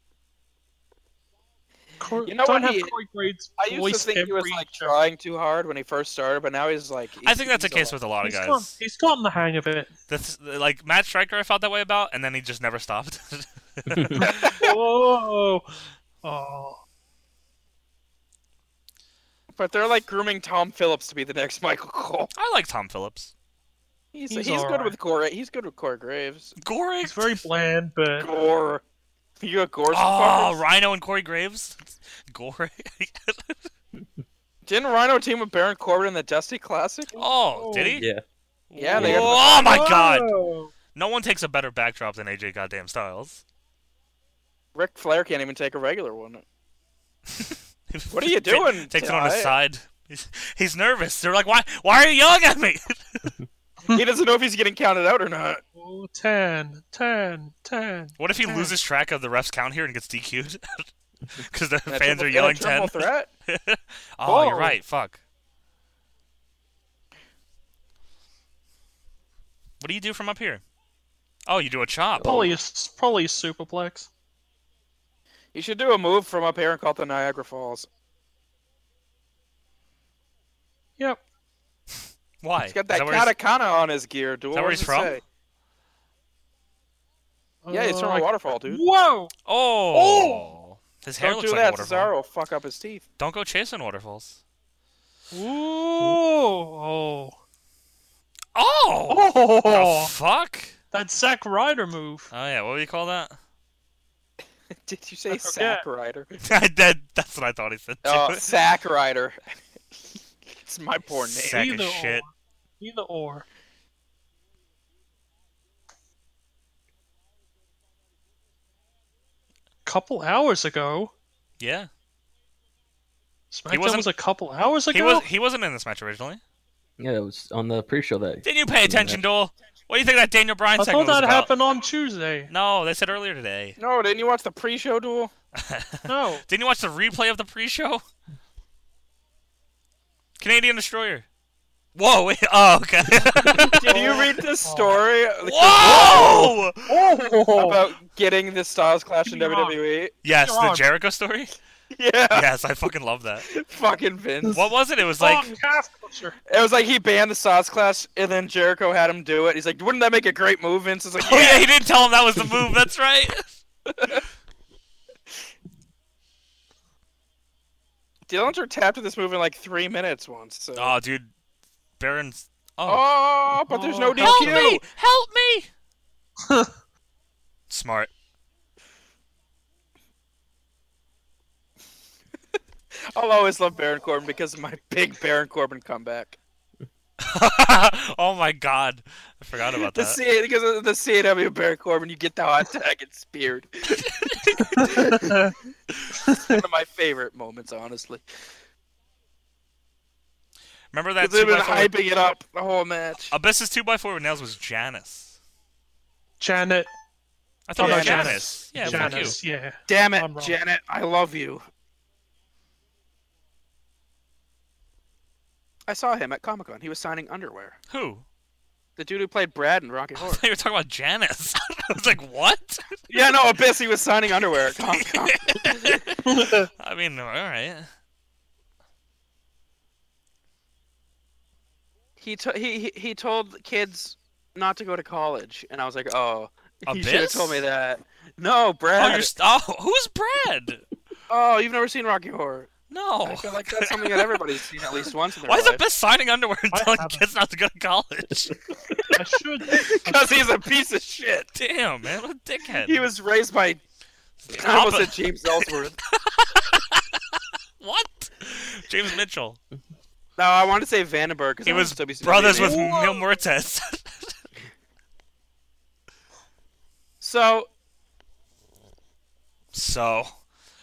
Speaker 4: Cor-
Speaker 2: You know
Speaker 4: don't
Speaker 2: what
Speaker 4: have
Speaker 2: he-
Speaker 4: Corey Graves
Speaker 2: I used
Speaker 4: voice
Speaker 2: to think he was
Speaker 4: every
Speaker 2: like
Speaker 4: show.
Speaker 2: trying too hard when he first started, but now he's like.
Speaker 1: I think that's the
Speaker 2: he's
Speaker 1: case with a lot of
Speaker 4: He's gotten-
Speaker 1: guys.
Speaker 4: he's gotten the hang of it.
Speaker 1: The th- like Matt Stryker, I felt that way about, and then he just never stopped.
Speaker 4: Whoa. Oh.
Speaker 2: But they're like grooming Tom Phillips to be the next Michael Cole.
Speaker 1: I like Tom Phillips.
Speaker 2: He's
Speaker 4: He's
Speaker 2: he's, good
Speaker 4: alright.
Speaker 2: with Corey. He's good with Corey Graves.
Speaker 1: Gory.
Speaker 4: He's very bland, but
Speaker 2: Gore. You got Gore.
Speaker 1: Oh, Rhino and Corey Graves. Gory.
Speaker 2: Didn't Rhino team with Baron Corbin in the Dusty Classic?
Speaker 1: Oh, did he?
Speaker 5: yeah.
Speaker 2: Yeah, they
Speaker 1: Whoa,
Speaker 2: got
Speaker 1: oh my god.
Speaker 4: Whoa.
Speaker 1: No one takes a better backdrop than AJ Goddamn Styles.
Speaker 2: Ric Flair can't even take a regular one. What are you doing,
Speaker 1: Takes it on his
Speaker 2: Ty?
Speaker 1: side. He's, he's nervous. They're like, why? Why are you yelling at me?
Speaker 2: he doesn't know if he's getting counted out or not.
Speaker 4: Oh, 10, 10, 10.
Speaker 1: What if he
Speaker 4: Hmm.
Speaker 1: loses track of the refs count here and gets DQ'd? Because the
Speaker 2: That
Speaker 1: fans
Speaker 2: triple
Speaker 1: are
Speaker 2: threat,
Speaker 1: yelling
Speaker 2: triple
Speaker 1: ten.
Speaker 2: Threat.
Speaker 1: oh, you're
Speaker 2: Whoa.
Speaker 1: right. Fuck. What do you do from up here? Oh, you do a chop.
Speaker 4: Probably a, s- probably a superplex.
Speaker 2: You should do a move from up here and call it the Niagara Falls.
Speaker 4: Yep.
Speaker 1: Why?
Speaker 2: He's got
Speaker 1: Is
Speaker 2: that,
Speaker 1: that where he's-
Speaker 2: katakana on his gear. Do
Speaker 1: that where he's from?
Speaker 2: Yeah, he's from
Speaker 4: Uh,
Speaker 2: a waterfall, dude.
Speaker 4: Whoa!
Speaker 1: Oh. His hair
Speaker 2: Don't
Speaker 1: looks
Speaker 2: do
Speaker 1: like a
Speaker 2: that.
Speaker 1: waterfall.
Speaker 2: Cesaro will fuck up his teeth.
Speaker 1: Don't go chasing waterfalls.
Speaker 4: Whoa!
Speaker 1: Oh.
Speaker 4: Oh!
Speaker 1: The fuck.
Speaker 4: That Zack Ryder move.
Speaker 1: Oh yeah. What do you call that?
Speaker 2: Did you say
Speaker 4: forget.
Speaker 2: sack rider?
Speaker 1: I did. That's what I thought he said. too.
Speaker 2: Oh, sack rider. it's my poor name.
Speaker 1: Sack. Sack of
Speaker 4: Either
Speaker 1: shit.
Speaker 4: Or. Either or. Couple hours ago.
Speaker 1: yeah.
Speaker 4: SmackDown
Speaker 1: wasn't-
Speaker 4: was a couple hours ago.
Speaker 1: He was. He wasn't in this match originally.
Speaker 5: Yeah, it was on the pre-show that.
Speaker 1: Didn't you pay attention, Dole? What do you think that Daniel Bryan
Speaker 4: I
Speaker 1: segment
Speaker 4: thought that
Speaker 1: was about?
Speaker 4: happened on Tuesday.
Speaker 1: No, they said earlier today.
Speaker 2: No, didn't you watch the pre-show duel?
Speaker 4: No.
Speaker 1: Didn't you watch the replay of the pre-show? Canadian Destroyer. Whoa! Wait, oh, okay.
Speaker 2: Did you read this story like,
Speaker 1: Oh. Whoa!
Speaker 2: about getting this Styles Clash in E?
Speaker 4: Yeah.
Speaker 2: WWE?
Speaker 1: Yes, the
Speaker 4: Wrong.
Speaker 1: Jericho story.
Speaker 2: Yeah,
Speaker 1: Yes, I fucking love that.
Speaker 2: fucking Vince.
Speaker 1: What was it? It was like
Speaker 4: Fuck, half culture.
Speaker 2: It was like he banned the Styles Clash, and then Jericho had him do it. He's like, "Wouldn't that make a great move?" Vince is like,
Speaker 1: Oh yeah, he didn't tell him that was the move. That's right.
Speaker 2: Dillinger tapped at this move in like three minutes once. So.
Speaker 1: Oh, dude, Baron's. Oh,
Speaker 2: oh, but there's no
Speaker 4: Oh,
Speaker 2: DQ.
Speaker 1: help me! Help me! Smart.
Speaker 2: I'll always love Baron Corbin because of my big Baron Corbin comeback.
Speaker 1: oh my god, I forgot about
Speaker 2: The
Speaker 1: that.
Speaker 2: C- because of the CAW Baron Corbin, you get the hot tag and speared. One of my favorite moments, honestly.
Speaker 1: Remember that
Speaker 2: Because they've been
Speaker 1: 2x4?
Speaker 2: hyping it up the whole match.
Speaker 1: Abyss's 2x4 with nails was Janice.
Speaker 4: Janet.
Speaker 1: I
Speaker 2: Oh,
Speaker 1: thought it was
Speaker 4: Yeah,
Speaker 1: Oh, Janice. Yeah, fuck you.
Speaker 4: Janice. Yeah.
Speaker 2: Damn it,
Speaker 4: I'm wrong.
Speaker 2: Janet, I love you. I saw him at Comic Con. He was signing underwear.
Speaker 1: Who?
Speaker 2: The dude who played Brad in Rocky Horror.
Speaker 1: They were talking about Janice. I was like, what?
Speaker 2: yeah, no, Abyss, he was signing underwear at Comic Con.
Speaker 1: I mean, all right.
Speaker 2: he, to- he, he, he told kids not to go to college, and I was like, oh, you should have
Speaker 1: Abyss?
Speaker 2: told me that. No,
Speaker 1: Oh,
Speaker 2: Brad.
Speaker 1: you're st- oh, who's Brad?
Speaker 2: Oh, you've never seen Rocky Horror. I
Speaker 1: No.
Speaker 2: feel like that's something that everybody's seen at least once in their
Speaker 1: Oh, Why is
Speaker 2: life.
Speaker 1: Abyss signing underwear and
Speaker 4: I
Speaker 1: telling
Speaker 4: haven't.
Speaker 1: kids not to go to college?
Speaker 4: I should.
Speaker 2: Because he's a piece of shit.
Speaker 1: Damn, man, what a dickhead.
Speaker 2: He was raised by I
Speaker 1: Compa-
Speaker 2: almost said James Ellsworth.
Speaker 1: what? James Mitchell.
Speaker 2: no, I wanted to say Vandenberg. 'cause
Speaker 1: He
Speaker 2: I
Speaker 1: was
Speaker 2: wanted WCW
Speaker 1: Brothers
Speaker 2: name.
Speaker 1: with Mil Muertes.
Speaker 2: So,
Speaker 1: so.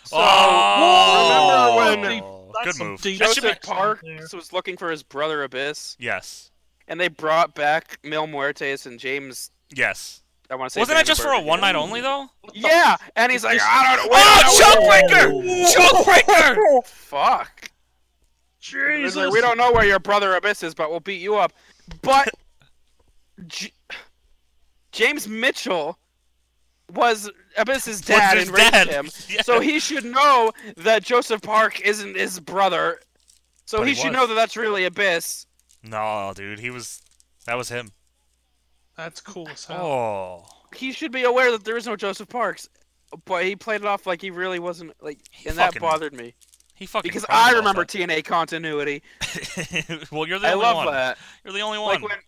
Speaker 2: so
Speaker 1: Oh!
Speaker 2: remember when
Speaker 1: Oh,
Speaker 4: That's
Speaker 1: good
Speaker 4: some
Speaker 1: move.
Speaker 4: deep
Speaker 1: That should be-
Speaker 2: Joseph
Speaker 4: sex
Speaker 2: Parks
Speaker 4: there.
Speaker 2: was looking for his brother Abyss,
Speaker 1: Yes.
Speaker 2: and they brought back Mil Muertes and James?
Speaker 1: Yes.
Speaker 2: I want to say.
Speaker 1: Wasn't that just for a
Speaker 2: Vandenberg.
Speaker 1: one night only, though?
Speaker 2: Yeah, and he's like, I don't know. Wait,
Speaker 1: Oh,
Speaker 2: no,
Speaker 1: Jokebreaker! Jokebreaker!
Speaker 2: fuck. It was
Speaker 4: Jesus.
Speaker 2: like, we don't know where your brother Abyss is, but we'll beat you up. But J- James Mitchell was Abyss's dad
Speaker 1: his
Speaker 2: and raised
Speaker 1: dad.
Speaker 2: him,
Speaker 1: Yeah.
Speaker 2: so he should know that Joseph Park isn't his brother. So
Speaker 1: But
Speaker 2: he,
Speaker 1: he
Speaker 2: should
Speaker 1: was.
Speaker 2: know that that's really Abyss.
Speaker 1: No, dude, he was. That was him.
Speaker 4: That's cool as hell.
Speaker 1: Oh,
Speaker 2: He should be aware that there is no Joseph Parks. But he played it off like he really wasn't like,
Speaker 1: He
Speaker 2: and that
Speaker 1: fucking-
Speaker 2: bothered me
Speaker 1: he fucking.
Speaker 2: because
Speaker 1: crumbled
Speaker 2: I
Speaker 1: off
Speaker 2: remember TNA continuity.
Speaker 1: that. well, you're the
Speaker 2: I
Speaker 1: only
Speaker 2: love
Speaker 1: one.
Speaker 2: that.
Speaker 1: You're the only one.
Speaker 2: Like when,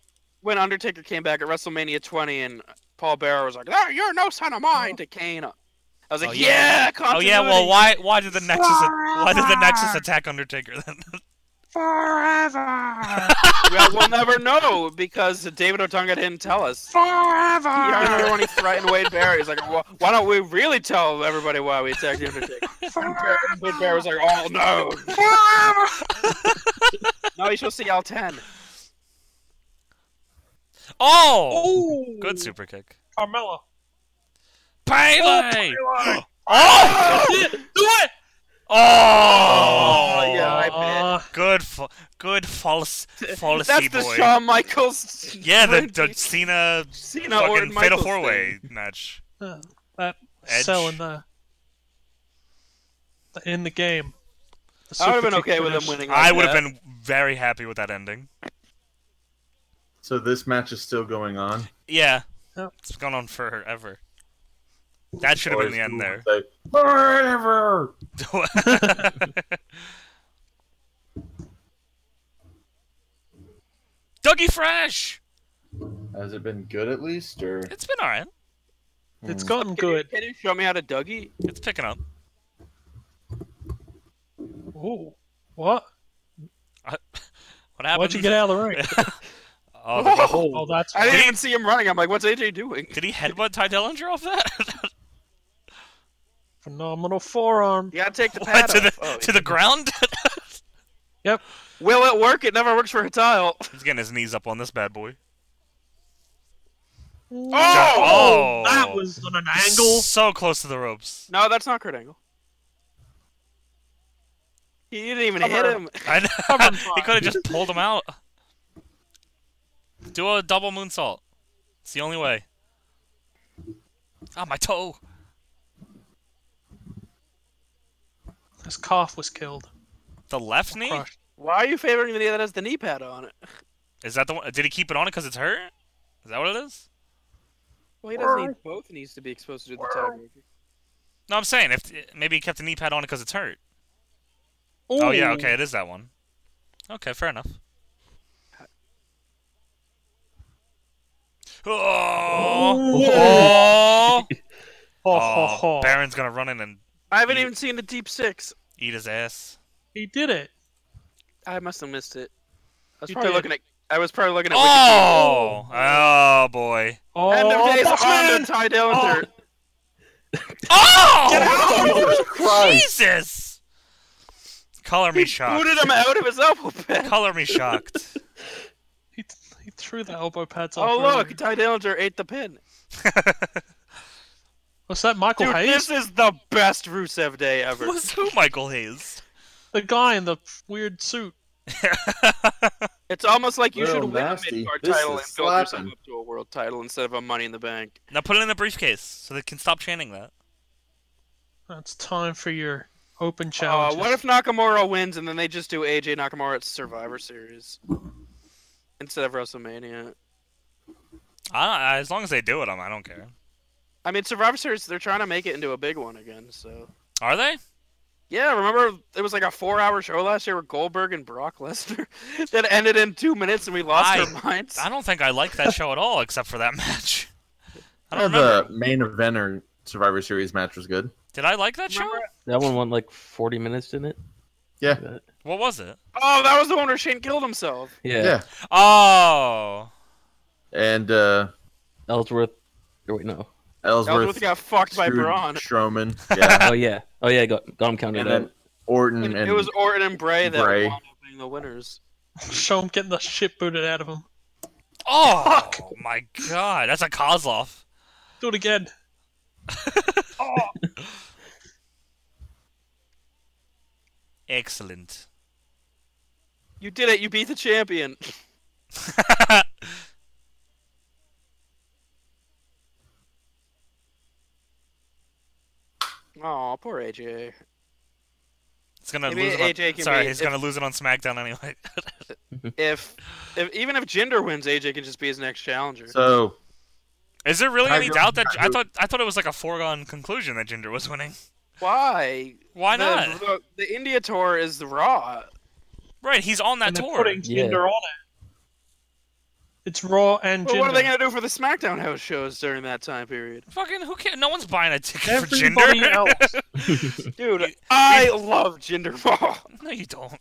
Speaker 2: when Undertaker came back at WrestleMania 20 and Paul Bearer was like, oh, you're no son of mine to Kane. I was like,
Speaker 1: Oh, yeah.
Speaker 2: yeah,
Speaker 1: oh yeah, well,
Speaker 2: continuity,
Speaker 1: why why did the Nexus why did the Nexus attack Undertaker then?
Speaker 2: well, we'll never know because David Otunga didn't tell us. Forever. I remember when he threatened Wade Barrett. He's like, well, why don't we really tell everybody why we attacked the Undertaker? And Bear- Wade Barrett was like, oh no. no, you should see L10.
Speaker 1: oh,
Speaker 4: Ooh.
Speaker 1: good super kick.
Speaker 4: Carmella.
Speaker 1: Bailey.
Speaker 4: Oh,
Speaker 1: Oh, do it. Oh,
Speaker 2: Oh, yeah, I bet.
Speaker 1: Good, fa- good false, false
Speaker 2: That's the
Speaker 1: boy.
Speaker 2: Shawn Michaels.
Speaker 1: Yeah, the, the Cena
Speaker 2: Cena
Speaker 1: fucking
Speaker 2: Orton
Speaker 1: fatal
Speaker 2: Michaels
Speaker 1: four
Speaker 2: thing.
Speaker 1: way match.
Speaker 4: Uh, that
Speaker 1: Edge.
Speaker 4: selling the, the in the game. The
Speaker 2: I would
Speaker 4: super
Speaker 2: have been
Speaker 4: kick
Speaker 2: okay with him
Speaker 4: finish.
Speaker 2: winning.
Speaker 1: I
Speaker 2: like
Speaker 1: would
Speaker 2: that.
Speaker 1: have been very happy with that ending.
Speaker 6: So this match is still going on.
Speaker 1: Yeah.
Speaker 4: Yep.
Speaker 1: It's gone on forever. That should have been the end there.
Speaker 6: Like, Forever.
Speaker 1: Dougie Fresh!
Speaker 6: Has it been good at least, or
Speaker 1: It's been alright.
Speaker 4: It's
Speaker 2: Mm.
Speaker 6: Hmm.
Speaker 4: gotten good.
Speaker 2: Can you show me how to Dougie?
Speaker 1: It's picking up.
Speaker 4: Ooh.
Speaker 1: What
Speaker 4: What?
Speaker 1: happened?
Speaker 4: Why'd you get out of the ring?
Speaker 1: Oh, the rough-
Speaker 4: Oh, that's
Speaker 2: I didn't
Speaker 1: Did he-
Speaker 2: even see him running. I'm like, what's AJ doing?
Speaker 1: Did he headbutt Ty Dillinger off that?
Speaker 4: phenomenal forearm.
Speaker 2: You gotta take the
Speaker 1: What,
Speaker 2: pad
Speaker 1: to the
Speaker 2: off. Oh,
Speaker 1: to the ground?
Speaker 2: Will it work? It never works for a tile.
Speaker 1: He's getting his knees up on this bad boy.
Speaker 4: Oh,
Speaker 1: Oh!
Speaker 4: that was on an angle.
Speaker 1: So close to the ropes.
Speaker 2: No, that's not Kurt Angle. He didn't even hit
Speaker 4: Cover.
Speaker 2: him.
Speaker 1: I
Speaker 4: on,
Speaker 1: know. he
Speaker 4: Ty.
Speaker 1: could have just pulled him out. Do a double moonsault. It's the only way. Ah, my toe.
Speaker 4: His calf was killed.
Speaker 1: The left knee?
Speaker 4: Crushed.
Speaker 2: Why are you favoring the that has the knee pad on it?
Speaker 1: Is that the one? Did he keep it on it because it's hurt? Is that what it is?
Speaker 2: Well, he doesn't need both knees to be exposed to the tile.
Speaker 1: No, I'm saying if maybe he kept the knee pad on it because it's hurt. Oh yeah, okay, it is that one. Okay, fair enough. Oh, oh,
Speaker 4: Ho, ho,
Speaker 1: oh
Speaker 4: ho.
Speaker 1: Baron's gonna run in and
Speaker 2: I haven't
Speaker 1: You-
Speaker 2: even seen the deep six.
Speaker 1: eat his ass.
Speaker 4: He did it.
Speaker 2: I must have missed it. I was
Speaker 4: You
Speaker 2: probably
Speaker 4: did.
Speaker 2: looking at. I was probably looking at.
Speaker 1: Oh, oh boy.
Speaker 4: Oh,
Speaker 2: Wikipedia. End of days
Speaker 4: Bossman!
Speaker 2: Honda Ty Dillinger.
Speaker 1: Oh,
Speaker 3: Christ.
Speaker 1: Jesus! Color me shocked.
Speaker 2: Booted him out of his elbow pad.
Speaker 1: Color me shocked.
Speaker 4: He, he threw the elbow pads off.
Speaker 2: Oh look,
Speaker 4: earlier.
Speaker 2: Ty Dillinger ate the pin.
Speaker 4: Was that Michael
Speaker 2: Dude,
Speaker 4: Hayes?
Speaker 2: this is the best Rusev day ever.
Speaker 1: Was who Michael Hayes?
Speaker 4: The guy in the weird suit.
Speaker 2: It's almost like you
Speaker 6: Real
Speaker 2: should win
Speaker 6: nasty.
Speaker 2: a mid-card
Speaker 6: This
Speaker 2: title
Speaker 6: is
Speaker 2: and build yourself
Speaker 6: slapping.
Speaker 2: up to a world title instead of a Money in the Bank.
Speaker 1: Now put it in a briefcase so they can stop chanting that.
Speaker 4: That's time for your open
Speaker 2: Uh,
Speaker 4: challenge.
Speaker 2: what if Nakamura wins and then they just do AJ Nakamura at Survivor Series instead of WrestleMania?
Speaker 1: I, as long as they do it, I'm, I don't care.
Speaker 2: I mean, Survivor Series, they're trying to make it into a big one again, so.
Speaker 1: Are they?
Speaker 2: Yeah, remember it was like a four-hour show last year with Goldberg and Brock Lesnar that ended in two minutes and we lost
Speaker 1: I-
Speaker 2: our minds.
Speaker 1: I don't think I like that show at all, except for that match. I
Speaker 3: Yeah,
Speaker 1: don't remember.
Speaker 3: The main event or Survivor Series match was good.
Speaker 1: Did I like that show?
Speaker 2: Remember-
Speaker 5: That one went like 40 minutes, didn't it?
Speaker 3: Yeah.
Speaker 5: That-
Speaker 1: What was it?
Speaker 2: Oh, that was the one where Shane killed himself.
Speaker 5: Yeah.
Speaker 3: Yeah.
Speaker 1: Oh,
Speaker 3: And uh,
Speaker 5: Ellsworth. or wait, no.
Speaker 2: Ellsworth
Speaker 3: Ellsworth
Speaker 2: got fucked by
Speaker 3: screwed
Speaker 2: Braun.
Speaker 3: Strowman. Yeah.
Speaker 1: Ah.
Speaker 5: Oh, yeah. Oh, yeah. Got, got him counted
Speaker 3: and
Speaker 5: out.
Speaker 3: then Orton and
Speaker 2: It was Orton and Bray that
Speaker 3: Bray.
Speaker 2: wound up being the winners.
Speaker 4: Show him getting the shit booted out of him.
Speaker 1: oh my God! That's a Kozlov.
Speaker 4: Do it again.
Speaker 1: Excellent.
Speaker 2: You did it. You beat the champion. Oh, poor AJ.
Speaker 1: It's gonna
Speaker 2: Maybe
Speaker 1: lose. It on,
Speaker 2: AJ can
Speaker 1: sorry,
Speaker 2: be-
Speaker 1: he's
Speaker 2: if-
Speaker 1: gonna lose it on SmackDown anyway.
Speaker 2: If, if even if Jinder wins, AJ can just be his next challenger.
Speaker 3: so
Speaker 1: Is there really
Speaker 3: I
Speaker 1: any
Speaker 3: really-
Speaker 1: doubt that I
Speaker 3: I-
Speaker 1: thought I thought it was like a foregone conclusion that Jinder was winning?
Speaker 2: Why?
Speaker 1: Why
Speaker 2: the,
Speaker 1: not?
Speaker 2: The, the India tour is the Raw.
Speaker 1: Right, he's on that
Speaker 4: and they're
Speaker 1: tour.
Speaker 4: putting
Speaker 5: Yeah.
Speaker 4: Jinder on it. It's Raw and
Speaker 2: Well,
Speaker 4: Jinder.
Speaker 2: what are they gonna do for the SmackDown house shows during that time period,
Speaker 1: Fucking who cares? No one's buying a ticket
Speaker 4: Everybody
Speaker 1: for Jinder.
Speaker 4: else.
Speaker 2: dude? I love Jinder Mahal.
Speaker 1: no, you don't.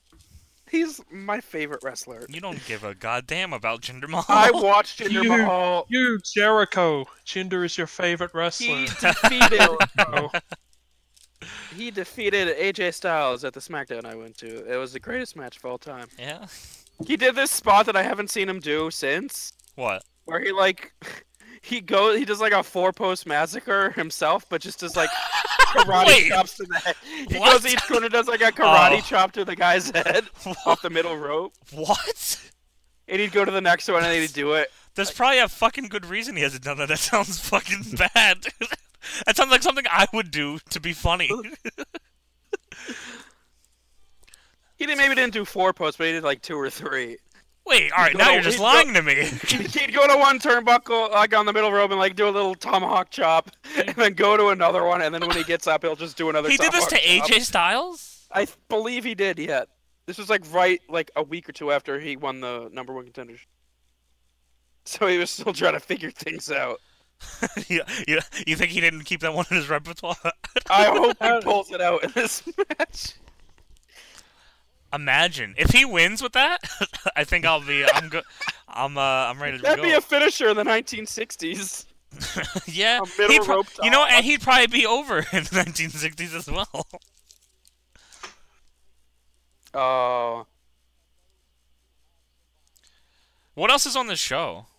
Speaker 2: He's my favorite wrestler.
Speaker 1: You don't give a goddamn about Jinder Mahal.
Speaker 2: I watched Jinder
Speaker 4: You-
Speaker 2: Mahal.
Speaker 4: You, Jericho. Jinder is your favorite
Speaker 2: He
Speaker 4: wrestler.
Speaker 2: defeated.
Speaker 4: Oh,
Speaker 2: he defeated AJ Styles at the SmackDown I went to. It was the greatest match of all time.
Speaker 1: yeah.
Speaker 2: He did this spot that I haven't seen him do since.
Speaker 1: What?
Speaker 2: where he like he goes he does like a four post massacre himself but just does like karate
Speaker 1: Wait.
Speaker 2: chops to the head he
Speaker 1: What?
Speaker 2: goes each corner does like a karate
Speaker 1: Oh.
Speaker 2: chop to the guy's head off the middle rope
Speaker 1: What?
Speaker 2: and he'd go to the next one and then he'd do it
Speaker 1: There's probably a fucking good reason he hasn't done that. That sounds fucking bad. that sounds like something I would do to be funny.
Speaker 2: he didn't, maybe didn't do four posts but he did like two or three
Speaker 1: Wait, all right,
Speaker 2: He's
Speaker 1: now
Speaker 2: got a-
Speaker 1: you're just
Speaker 2: he's got-
Speaker 1: lying to me.
Speaker 2: he'd go to one turnbuckle like on the middle rope and like do a little tomahawk chop and then go to another one and then when he gets up he'll just do another
Speaker 1: he did this to
Speaker 2: tomahawk chop.
Speaker 1: AJ Styles.
Speaker 2: I th- believe he did, yeah. This was like right like a week or two after he won the number one contender. So he was still trying to figure things out.
Speaker 1: you, you, you think he didn't keep that one in his repertoire?
Speaker 2: I hope he pulls it out in this match.
Speaker 1: Imagine if he wins with that. I think I'll be. I'm good. I'm. Uh, I'm ready to
Speaker 2: That'd
Speaker 1: go.
Speaker 2: be a finisher in the 1960s.
Speaker 1: yeah.
Speaker 2: a middle
Speaker 1: he'd pro-
Speaker 2: rope
Speaker 1: you know,
Speaker 2: top.
Speaker 1: and he'd probably be over in the 1960s as well.
Speaker 2: Oh,
Speaker 1: What else is on this show?
Speaker 2: uh,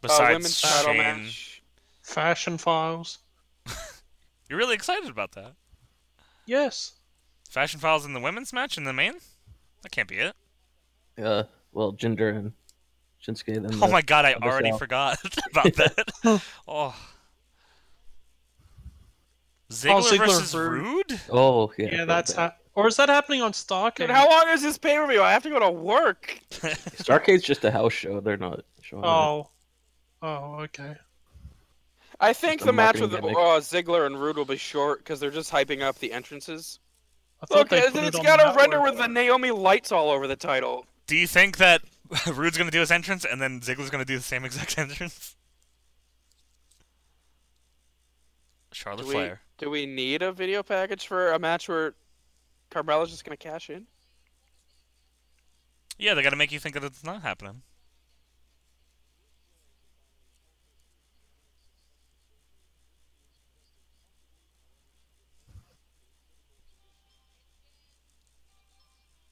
Speaker 1: Besides
Speaker 2: women's title
Speaker 1: Shane,
Speaker 2: match.
Speaker 4: Fashion Files.
Speaker 1: you're really excited about that.
Speaker 4: Yes.
Speaker 1: Fashion Files in the women's match in the main? That can't be it.
Speaker 5: Uh, well, Jinder and Shinsuke. Then
Speaker 1: Oh
Speaker 5: the-
Speaker 1: my god, I
Speaker 5: other
Speaker 1: already
Speaker 5: side.
Speaker 1: forgot about that. oh. Ziggler,
Speaker 4: Ziggler
Speaker 1: versus
Speaker 4: Rude.
Speaker 1: Rude?
Speaker 5: Oh, yeah.
Speaker 4: Yeah,
Speaker 5: about
Speaker 4: that's
Speaker 5: that.
Speaker 4: ha- or is that happening on Starcade?
Speaker 2: Dude, how long is this pay per view? I have to go to work.
Speaker 5: Starcade's just a house show. They're not showing that.
Speaker 4: Oh, oh, okay.
Speaker 2: I think
Speaker 5: Just a
Speaker 2: the match with
Speaker 5: marketing
Speaker 2: uh,
Speaker 5: gimmick.
Speaker 2: Ziggler and Rude will be short because they're just hyping up the entrances.
Speaker 4: I thought
Speaker 2: Look,
Speaker 4: they
Speaker 2: it's
Speaker 4: put it on
Speaker 2: got a
Speaker 4: the
Speaker 2: render
Speaker 4: network.
Speaker 2: with the Naomi lights all over the title.
Speaker 1: Do you think that Rude's gonna do his entrance and then Ziggler's gonna do the same exact entrance? Charlotte
Speaker 2: Do we,
Speaker 1: Flair.
Speaker 2: do we need a video package for a match where Carmella's just gonna cash in?
Speaker 1: Yeah, they gotta make you think that it's not happening.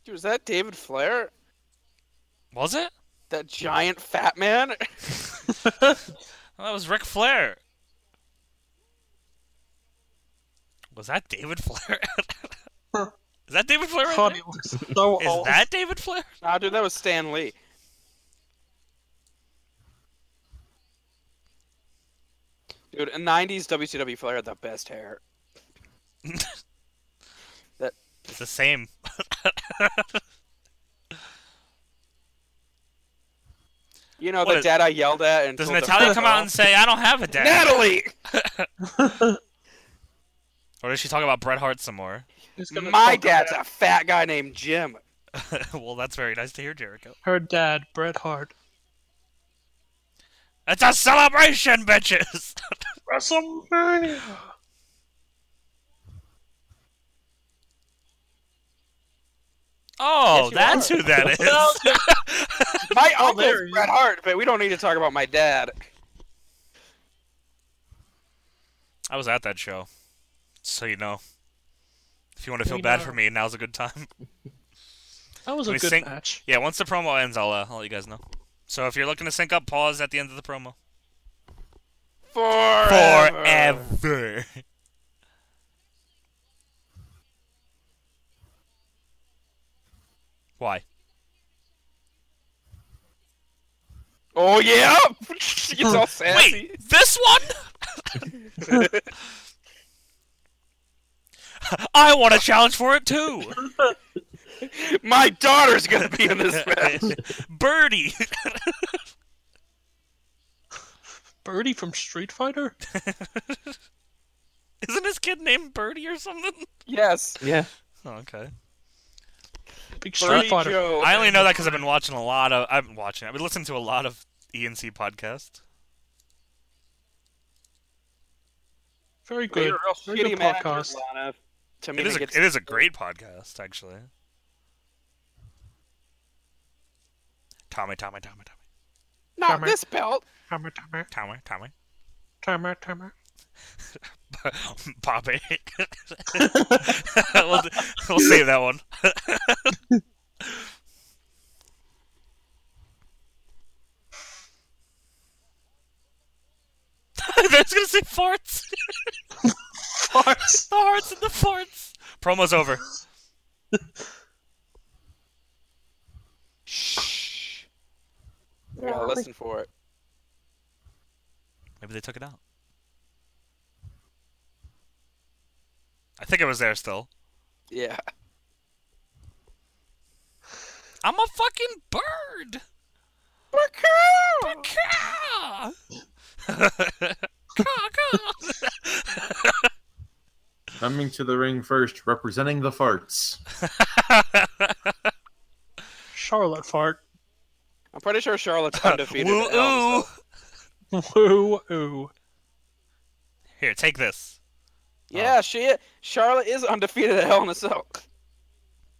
Speaker 2: Dude, was that David Flair?
Speaker 1: Was it?
Speaker 2: That giant fat man?
Speaker 1: Well, that was Ric Flair. Was that David Flair? Is that David Flair? Right
Speaker 4: God,
Speaker 1: there?
Speaker 4: he looks so
Speaker 2: oh,
Speaker 1: Is
Speaker 4: old.
Speaker 1: that David Flair?
Speaker 2: nah, dude, that was Stan Lee. Dude, in '90s WCW Flair had the best hair.
Speaker 1: It's the same.
Speaker 2: You know,
Speaker 1: What
Speaker 2: the
Speaker 1: is-
Speaker 2: dad I yelled at and
Speaker 1: Does
Speaker 2: told to
Speaker 1: Natalia
Speaker 2: fuck
Speaker 1: come out
Speaker 2: off.
Speaker 1: and say, I don't have a dad?
Speaker 2: Natalie,
Speaker 1: Or does she talk about Bret Hart some more?
Speaker 4: He's gonna
Speaker 2: my
Speaker 4: fuck
Speaker 2: dad's
Speaker 4: up
Speaker 2: a fat guy named Jim.
Speaker 1: well, that's very nice to hear, Jericho.
Speaker 4: her dad, Bret Hart.
Speaker 1: It's a celebration, bitches!
Speaker 4: WrestleMania.
Speaker 1: Oh, Oh,
Speaker 2: Yes, you
Speaker 1: that's
Speaker 2: are.
Speaker 1: who that is.
Speaker 4: Well,
Speaker 2: My
Speaker 4: Oh,
Speaker 2: uncle's
Speaker 4: there he is.
Speaker 2: Bret Hart, but we don't need to talk about my dad.
Speaker 1: I was at that show. So you know. If you want to
Speaker 4: We
Speaker 1: feel bad
Speaker 4: know.
Speaker 1: for me, now's a good time.
Speaker 4: That was a
Speaker 1: We
Speaker 4: good
Speaker 1: sing-
Speaker 4: match.
Speaker 1: Yeah, once the promo ends, I'll, uh, I'll let you guys know. So if you're looking to sync up, pause at the end of the promo.
Speaker 2: Forever.
Speaker 1: Forever. Why?
Speaker 2: Oh yeah, she gets all sassy.
Speaker 1: Wait, this one? I want a challenge for it too.
Speaker 2: My daughter's gonna be in this match.
Speaker 1: Birdie.
Speaker 4: Birdie from Street Fighter?
Speaker 1: Isn't his kid named Birdie or something?
Speaker 2: Yes,
Speaker 5: Yeah.
Speaker 1: Oh, okay.
Speaker 4: Big
Speaker 2: Birdie
Speaker 4: Street Fighter.
Speaker 2: Joe.
Speaker 1: I only know that because I've been watching a lot of. I've been watching. I've been listening to a lot of ENC podcasts.
Speaker 4: Very good.
Speaker 2: You're a real
Speaker 4: Very good
Speaker 2: shitty manager,
Speaker 4: podcast.
Speaker 2: Lana. To me,
Speaker 1: It is. A,
Speaker 2: gets-
Speaker 1: it is a great podcast, actually. Tommy, Tommy, Tommy, Tommy,
Speaker 2: Not
Speaker 4: Bummer.
Speaker 2: this belt.
Speaker 4: Timer, timer,
Speaker 1: Tommy, Tommy,
Speaker 4: timer, timer.
Speaker 1: Bobby. we'll, we'll save that one. I was gonna say farts.
Speaker 4: Farts.
Speaker 1: The hearts and the farts. Promo's over.
Speaker 2: Shh. They're gonna listen for it.
Speaker 1: Maybe they took it out. I think it was there still.
Speaker 2: Yeah.
Speaker 1: I'm a fucking bird. Caw. Caw, caw.
Speaker 6: Coming to the ring first, representing the farts.
Speaker 4: Charlotte fart.
Speaker 2: I'm pretty sure Charlotte's undefeated.
Speaker 1: Woo
Speaker 2: at Hell in a
Speaker 1: ooh.
Speaker 2: Cell.
Speaker 4: Woo ooh.
Speaker 1: Here, take this.
Speaker 2: Yeah, she Charlotte is undefeated at Hell in a Cell.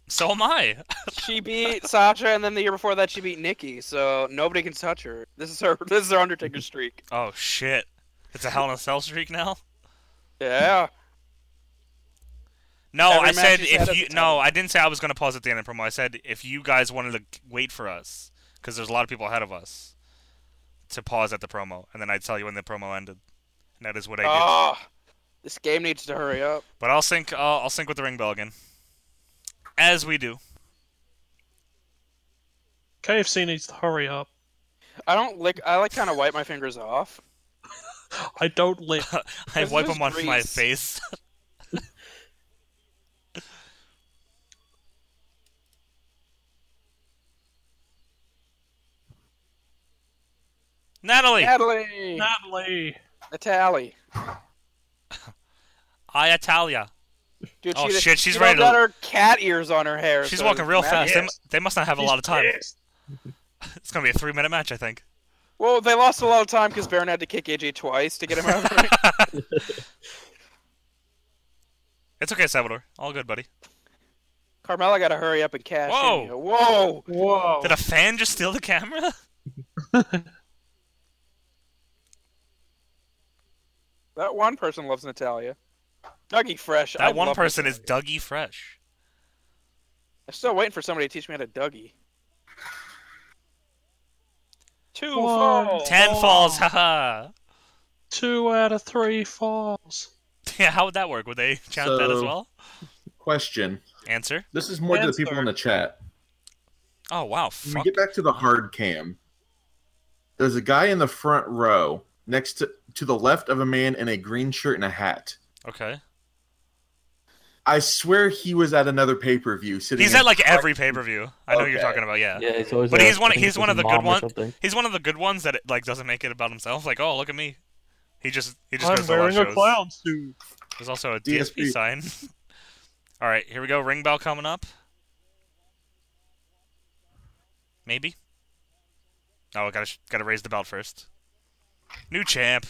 Speaker 1: So am I.
Speaker 2: She beat Sasha, and then the year before that, she beat Nikki. So nobody can touch her. This is her. This is her Undertaker streak.
Speaker 1: Oh shit. It's a Hell in a Cell streak now.
Speaker 2: Yeah.
Speaker 1: No,
Speaker 2: Every
Speaker 1: I
Speaker 2: match
Speaker 1: said
Speaker 2: he's had
Speaker 1: if
Speaker 2: at
Speaker 1: you
Speaker 2: the
Speaker 1: no, I didn't say I was gonna pause at the end of promo. I said if you guys wanted to wait for us, because there's a lot of people ahead of us, to pause at the promo, and then I'd tell you when the promo ended. And that is what I did.
Speaker 2: Oh, this game needs to hurry up.
Speaker 1: But I'll sync. I'll, I'll sync with the ring bell again, as we do.
Speaker 4: KFC needs to hurry up.
Speaker 2: I don't lick. I like kind of wipe my fingers off.
Speaker 4: I don't lick.
Speaker 1: I
Speaker 2: This
Speaker 1: wipe
Speaker 2: is
Speaker 1: them on my
Speaker 2: grease.
Speaker 1: face. Natalie,
Speaker 2: Natalie,
Speaker 4: Natalie.
Speaker 2: Natalie.
Speaker 1: I Italia.
Speaker 2: Dude,
Speaker 1: Oh,
Speaker 2: she,
Speaker 1: shit, she's
Speaker 2: she
Speaker 1: ready to-
Speaker 2: Got her cat ears on her hair.
Speaker 1: She's
Speaker 2: so
Speaker 1: walking
Speaker 2: it's
Speaker 1: real
Speaker 2: mad-
Speaker 1: fast. They, mu-
Speaker 4: Yes.
Speaker 1: they must not have a lot of time.
Speaker 4: Yes.
Speaker 1: It's gonna be a three-minute match, I think.
Speaker 2: Well, they lost a lot of time because Baron had to kick AJ twice to get him out. of the ring.
Speaker 1: It's okay, Salvador. All good, buddy.
Speaker 2: Carmella got to hurry up and cash. in
Speaker 1: Whoa.
Speaker 2: here. Whoa! Oh.
Speaker 4: Whoa.
Speaker 1: Did a fan just steal the camera?
Speaker 2: That one person loves Natalia. Dougie Fresh. I
Speaker 1: That one
Speaker 2: love
Speaker 1: person is
Speaker 2: Natalia.
Speaker 1: Dougie Fresh.
Speaker 2: I'm still waiting for somebody to teach me how to Dougie. Two
Speaker 4: One.
Speaker 2: falls.
Speaker 1: Ten falls, haha.
Speaker 4: Two out of three falls.
Speaker 1: Yeah, how would that work? Would they count that as
Speaker 6: So-
Speaker 1: well?
Speaker 6: Question.
Speaker 1: Answer.
Speaker 6: This is more to the
Speaker 4: Answer.
Speaker 6: people in the chat.
Speaker 1: Oh wow,
Speaker 6: When
Speaker 1: fuck.
Speaker 6: we get back to the hard cam, there's a guy in the front row next to to the left of a man in a green shirt and a hat.
Speaker 1: Okay.
Speaker 6: I swear he was at another pay per view sitting.
Speaker 1: He's
Speaker 6: in-
Speaker 1: at like every pay per view. I know who you're
Speaker 6: Okay.
Speaker 1: talking about. Yeah.
Speaker 5: Yeah, it's always.
Speaker 1: But
Speaker 5: uh,
Speaker 1: he's one-
Speaker 5: I think
Speaker 1: he's
Speaker 5: it's
Speaker 1: one
Speaker 5: his
Speaker 1: of the good
Speaker 5: mom or
Speaker 1: one-
Speaker 5: something.
Speaker 1: He's one of the good ones that it, like doesn't make it about himself. Like, oh look at me. He just he just
Speaker 4: I'm
Speaker 1: goes to a lot of
Speaker 4: wearing a
Speaker 1: shows.
Speaker 4: clown suit.
Speaker 1: There's also a DSP,
Speaker 6: DSP.
Speaker 1: sign. All right, here we go. Ring bell coming up. Maybe. Oh, I gotta sh- gotta raise the belt first. New champ.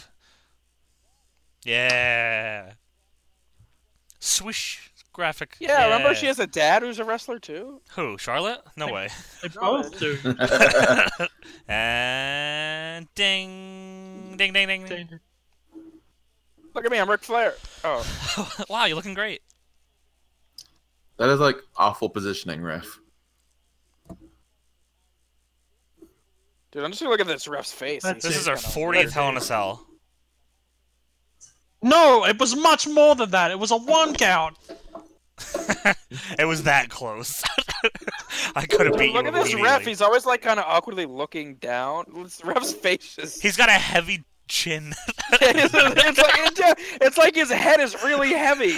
Speaker 1: Yeah. Swish graphic.
Speaker 2: Yeah, remember she has a dad who's a wrestler too.
Speaker 1: Who? Charlotte? No
Speaker 4: Like-
Speaker 1: way.
Speaker 4: They both do.
Speaker 1: and ding, ding, ding, ding. ding.
Speaker 2: Look at me, I'm Ric Flair. Oh,
Speaker 1: wow, you're looking great.
Speaker 6: that is like awful positioning, ref.
Speaker 2: dude, I'm just gonna look at this ref's face. and
Speaker 4: That's
Speaker 1: This
Speaker 2: see
Speaker 4: Dude,
Speaker 1: is our
Speaker 2: kinda what
Speaker 1: 40th
Speaker 2: it
Speaker 1: Hell in a
Speaker 2: is.
Speaker 1: Cell.
Speaker 4: No, it was much more than that. It was a one count.
Speaker 1: It was that close. I could have beat you.
Speaker 2: Dude, Look at this
Speaker 1: immediately.
Speaker 2: ref. He's always like kind of awkwardly looking down. This ref's face is.
Speaker 1: He's got a heavy chin.
Speaker 2: it's, like, it's, just- it's like his head is really heavy.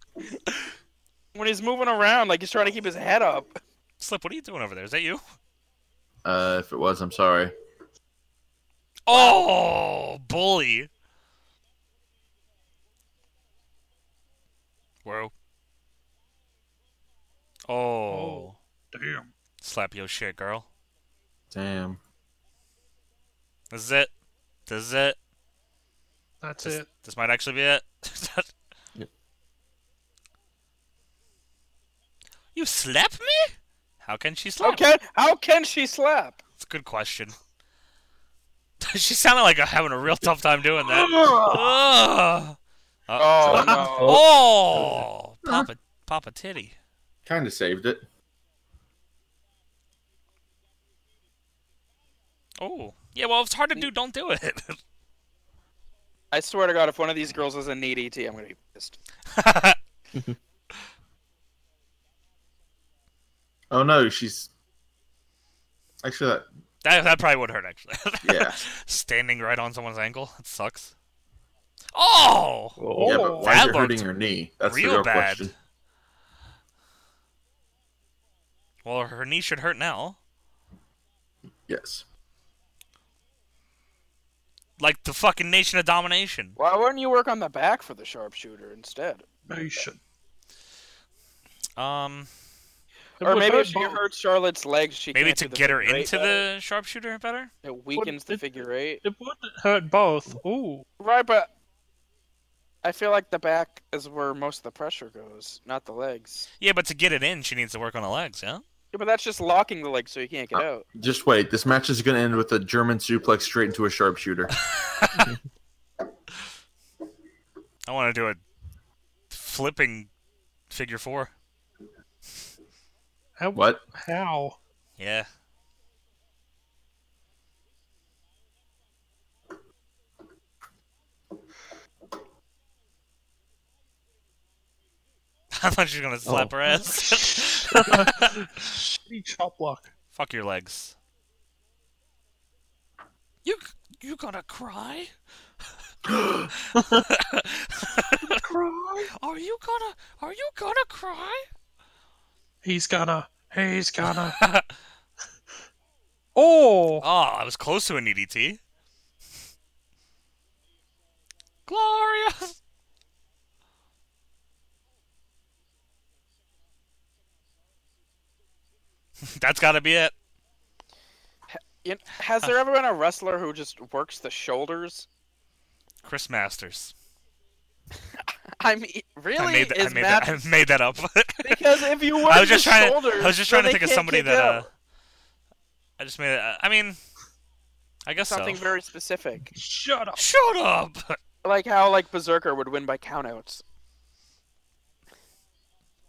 Speaker 2: when he's moving around, like he's trying to keep his head up.
Speaker 1: Slip, what are you doing over there? Is that you?
Speaker 6: Uh, if it was, I'm sorry.
Speaker 1: Oh, bully. Whoa. Oh.
Speaker 4: Damn.
Speaker 1: Slap your shit, girl.
Speaker 6: Damn.
Speaker 1: This is it. This is it.
Speaker 4: That's
Speaker 1: This,
Speaker 4: it.
Speaker 1: this might actually be it.
Speaker 5: Yep.
Speaker 1: You slap me? How can she slap?
Speaker 2: How can how can she slap?
Speaker 1: It's a good question. she sounded like having a real tough time doing that. Ugh.
Speaker 2: Oh no!
Speaker 5: Oh,
Speaker 1: Oh, Papa, Papa Titty.
Speaker 6: Kind of saved it.
Speaker 1: Oh, yeah. Well, if it's hard to do. Don't do it.
Speaker 2: I swear to God, if one of these girls doesn't need ET, E I'm gonna be pissed.
Speaker 6: Oh no, she's actually that.
Speaker 1: that that probably would hurt actually.
Speaker 6: Yeah.
Speaker 1: Standing right on someone's ankle. It sucks. Oh,
Speaker 5: oh.
Speaker 6: yeah, but why
Speaker 1: That
Speaker 6: is it hurting
Speaker 1: looked
Speaker 6: her knee? That's
Speaker 1: real
Speaker 6: the real
Speaker 1: bad.
Speaker 6: question.
Speaker 1: well, her knee should hurt now.
Speaker 6: Yes.
Speaker 1: Like the fucking nation of domination.
Speaker 2: Why wouldn't you work on the back for the sharpshooter instead?
Speaker 4: Nation.
Speaker 1: Um,
Speaker 4: It
Speaker 2: or
Speaker 4: would
Speaker 2: maybe
Speaker 4: hurt
Speaker 2: if she
Speaker 4: both.
Speaker 2: hurts Charlotte's legs, she
Speaker 1: maybe
Speaker 2: can't
Speaker 1: to
Speaker 2: do the
Speaker 1: get her
Speaker 2: figure eight
Speaker 1: into
Speaker 2: better.
Speaker 1: the sharpshooter better.
Speaker 2: It weakens the
Speaker 4: it-
Speaker 2: figure eight.
Speaker 4: It would hurt both. Ooh.
Speaker 2: Right, but I feel like the back is where most of the pressure goes, not the legs.
Speaker 1: Yeah, but to get it in, she needs to work on the legs. Yeah.
Speaker 2: Yeah, but that's just locking the leg so you can't get out.
Speaker 6: Just wait. This match is going to end with a German suplex straight into a sharpshooter.
Speaker 1: I want to do a flipping figure four.
Speaker 4: How?
Speaker 6: what?
Speaker 4: How?
Speaker 1: Yeah. I thought she was gonna slap
Speaker 5: Oh.
Speaker 1: her ass.
Speaker 4: Shitty chop block.
Speaker 1: Fuck your legs. You you gonna cry?
Speaker 4: Cry.
Speaker 1: Are you gonna are you gonna cry?
Speaker 4: He's gonna. He's gonna. oh.
Speaker 1: Oh, I was close to an E EDT. Glorious. That's got to be it.
Speaker 2: You kn- has there ever been a wrestler who just works the shoulders?
Speaker 1: Chris Masters.
Speaker 2: I mean, really?
Speaker 1: I made that, I
Speaker 2: is
Speaker 1: made
Speaker 2: Matt-
Speaker 1: that, I made that up.
Speaker 2: Because if you work
Speaker 1: I was just
Speaker 2: the
Speaker 1: trying to,
Speaker 2: shoulders,
Speaker 1: I was just
Speaker 2: then
Speaker 1: trying to
Speaker 2: they
Speaker 1: think of
Speaker 2: can't
Speaker 1: somebody
Speaker 2: kick
Speaker 1: that uh
Speaker 2: out.
Speaker 1: I just made it. uh, I mean I guess
Speaker 2: something
Speaker 1: so.
Speaker 2: very specific,
Speaker 4: Shut up.
Speaker 1: Shut up.
Speaker 2: like how like Berserker would win by countouts.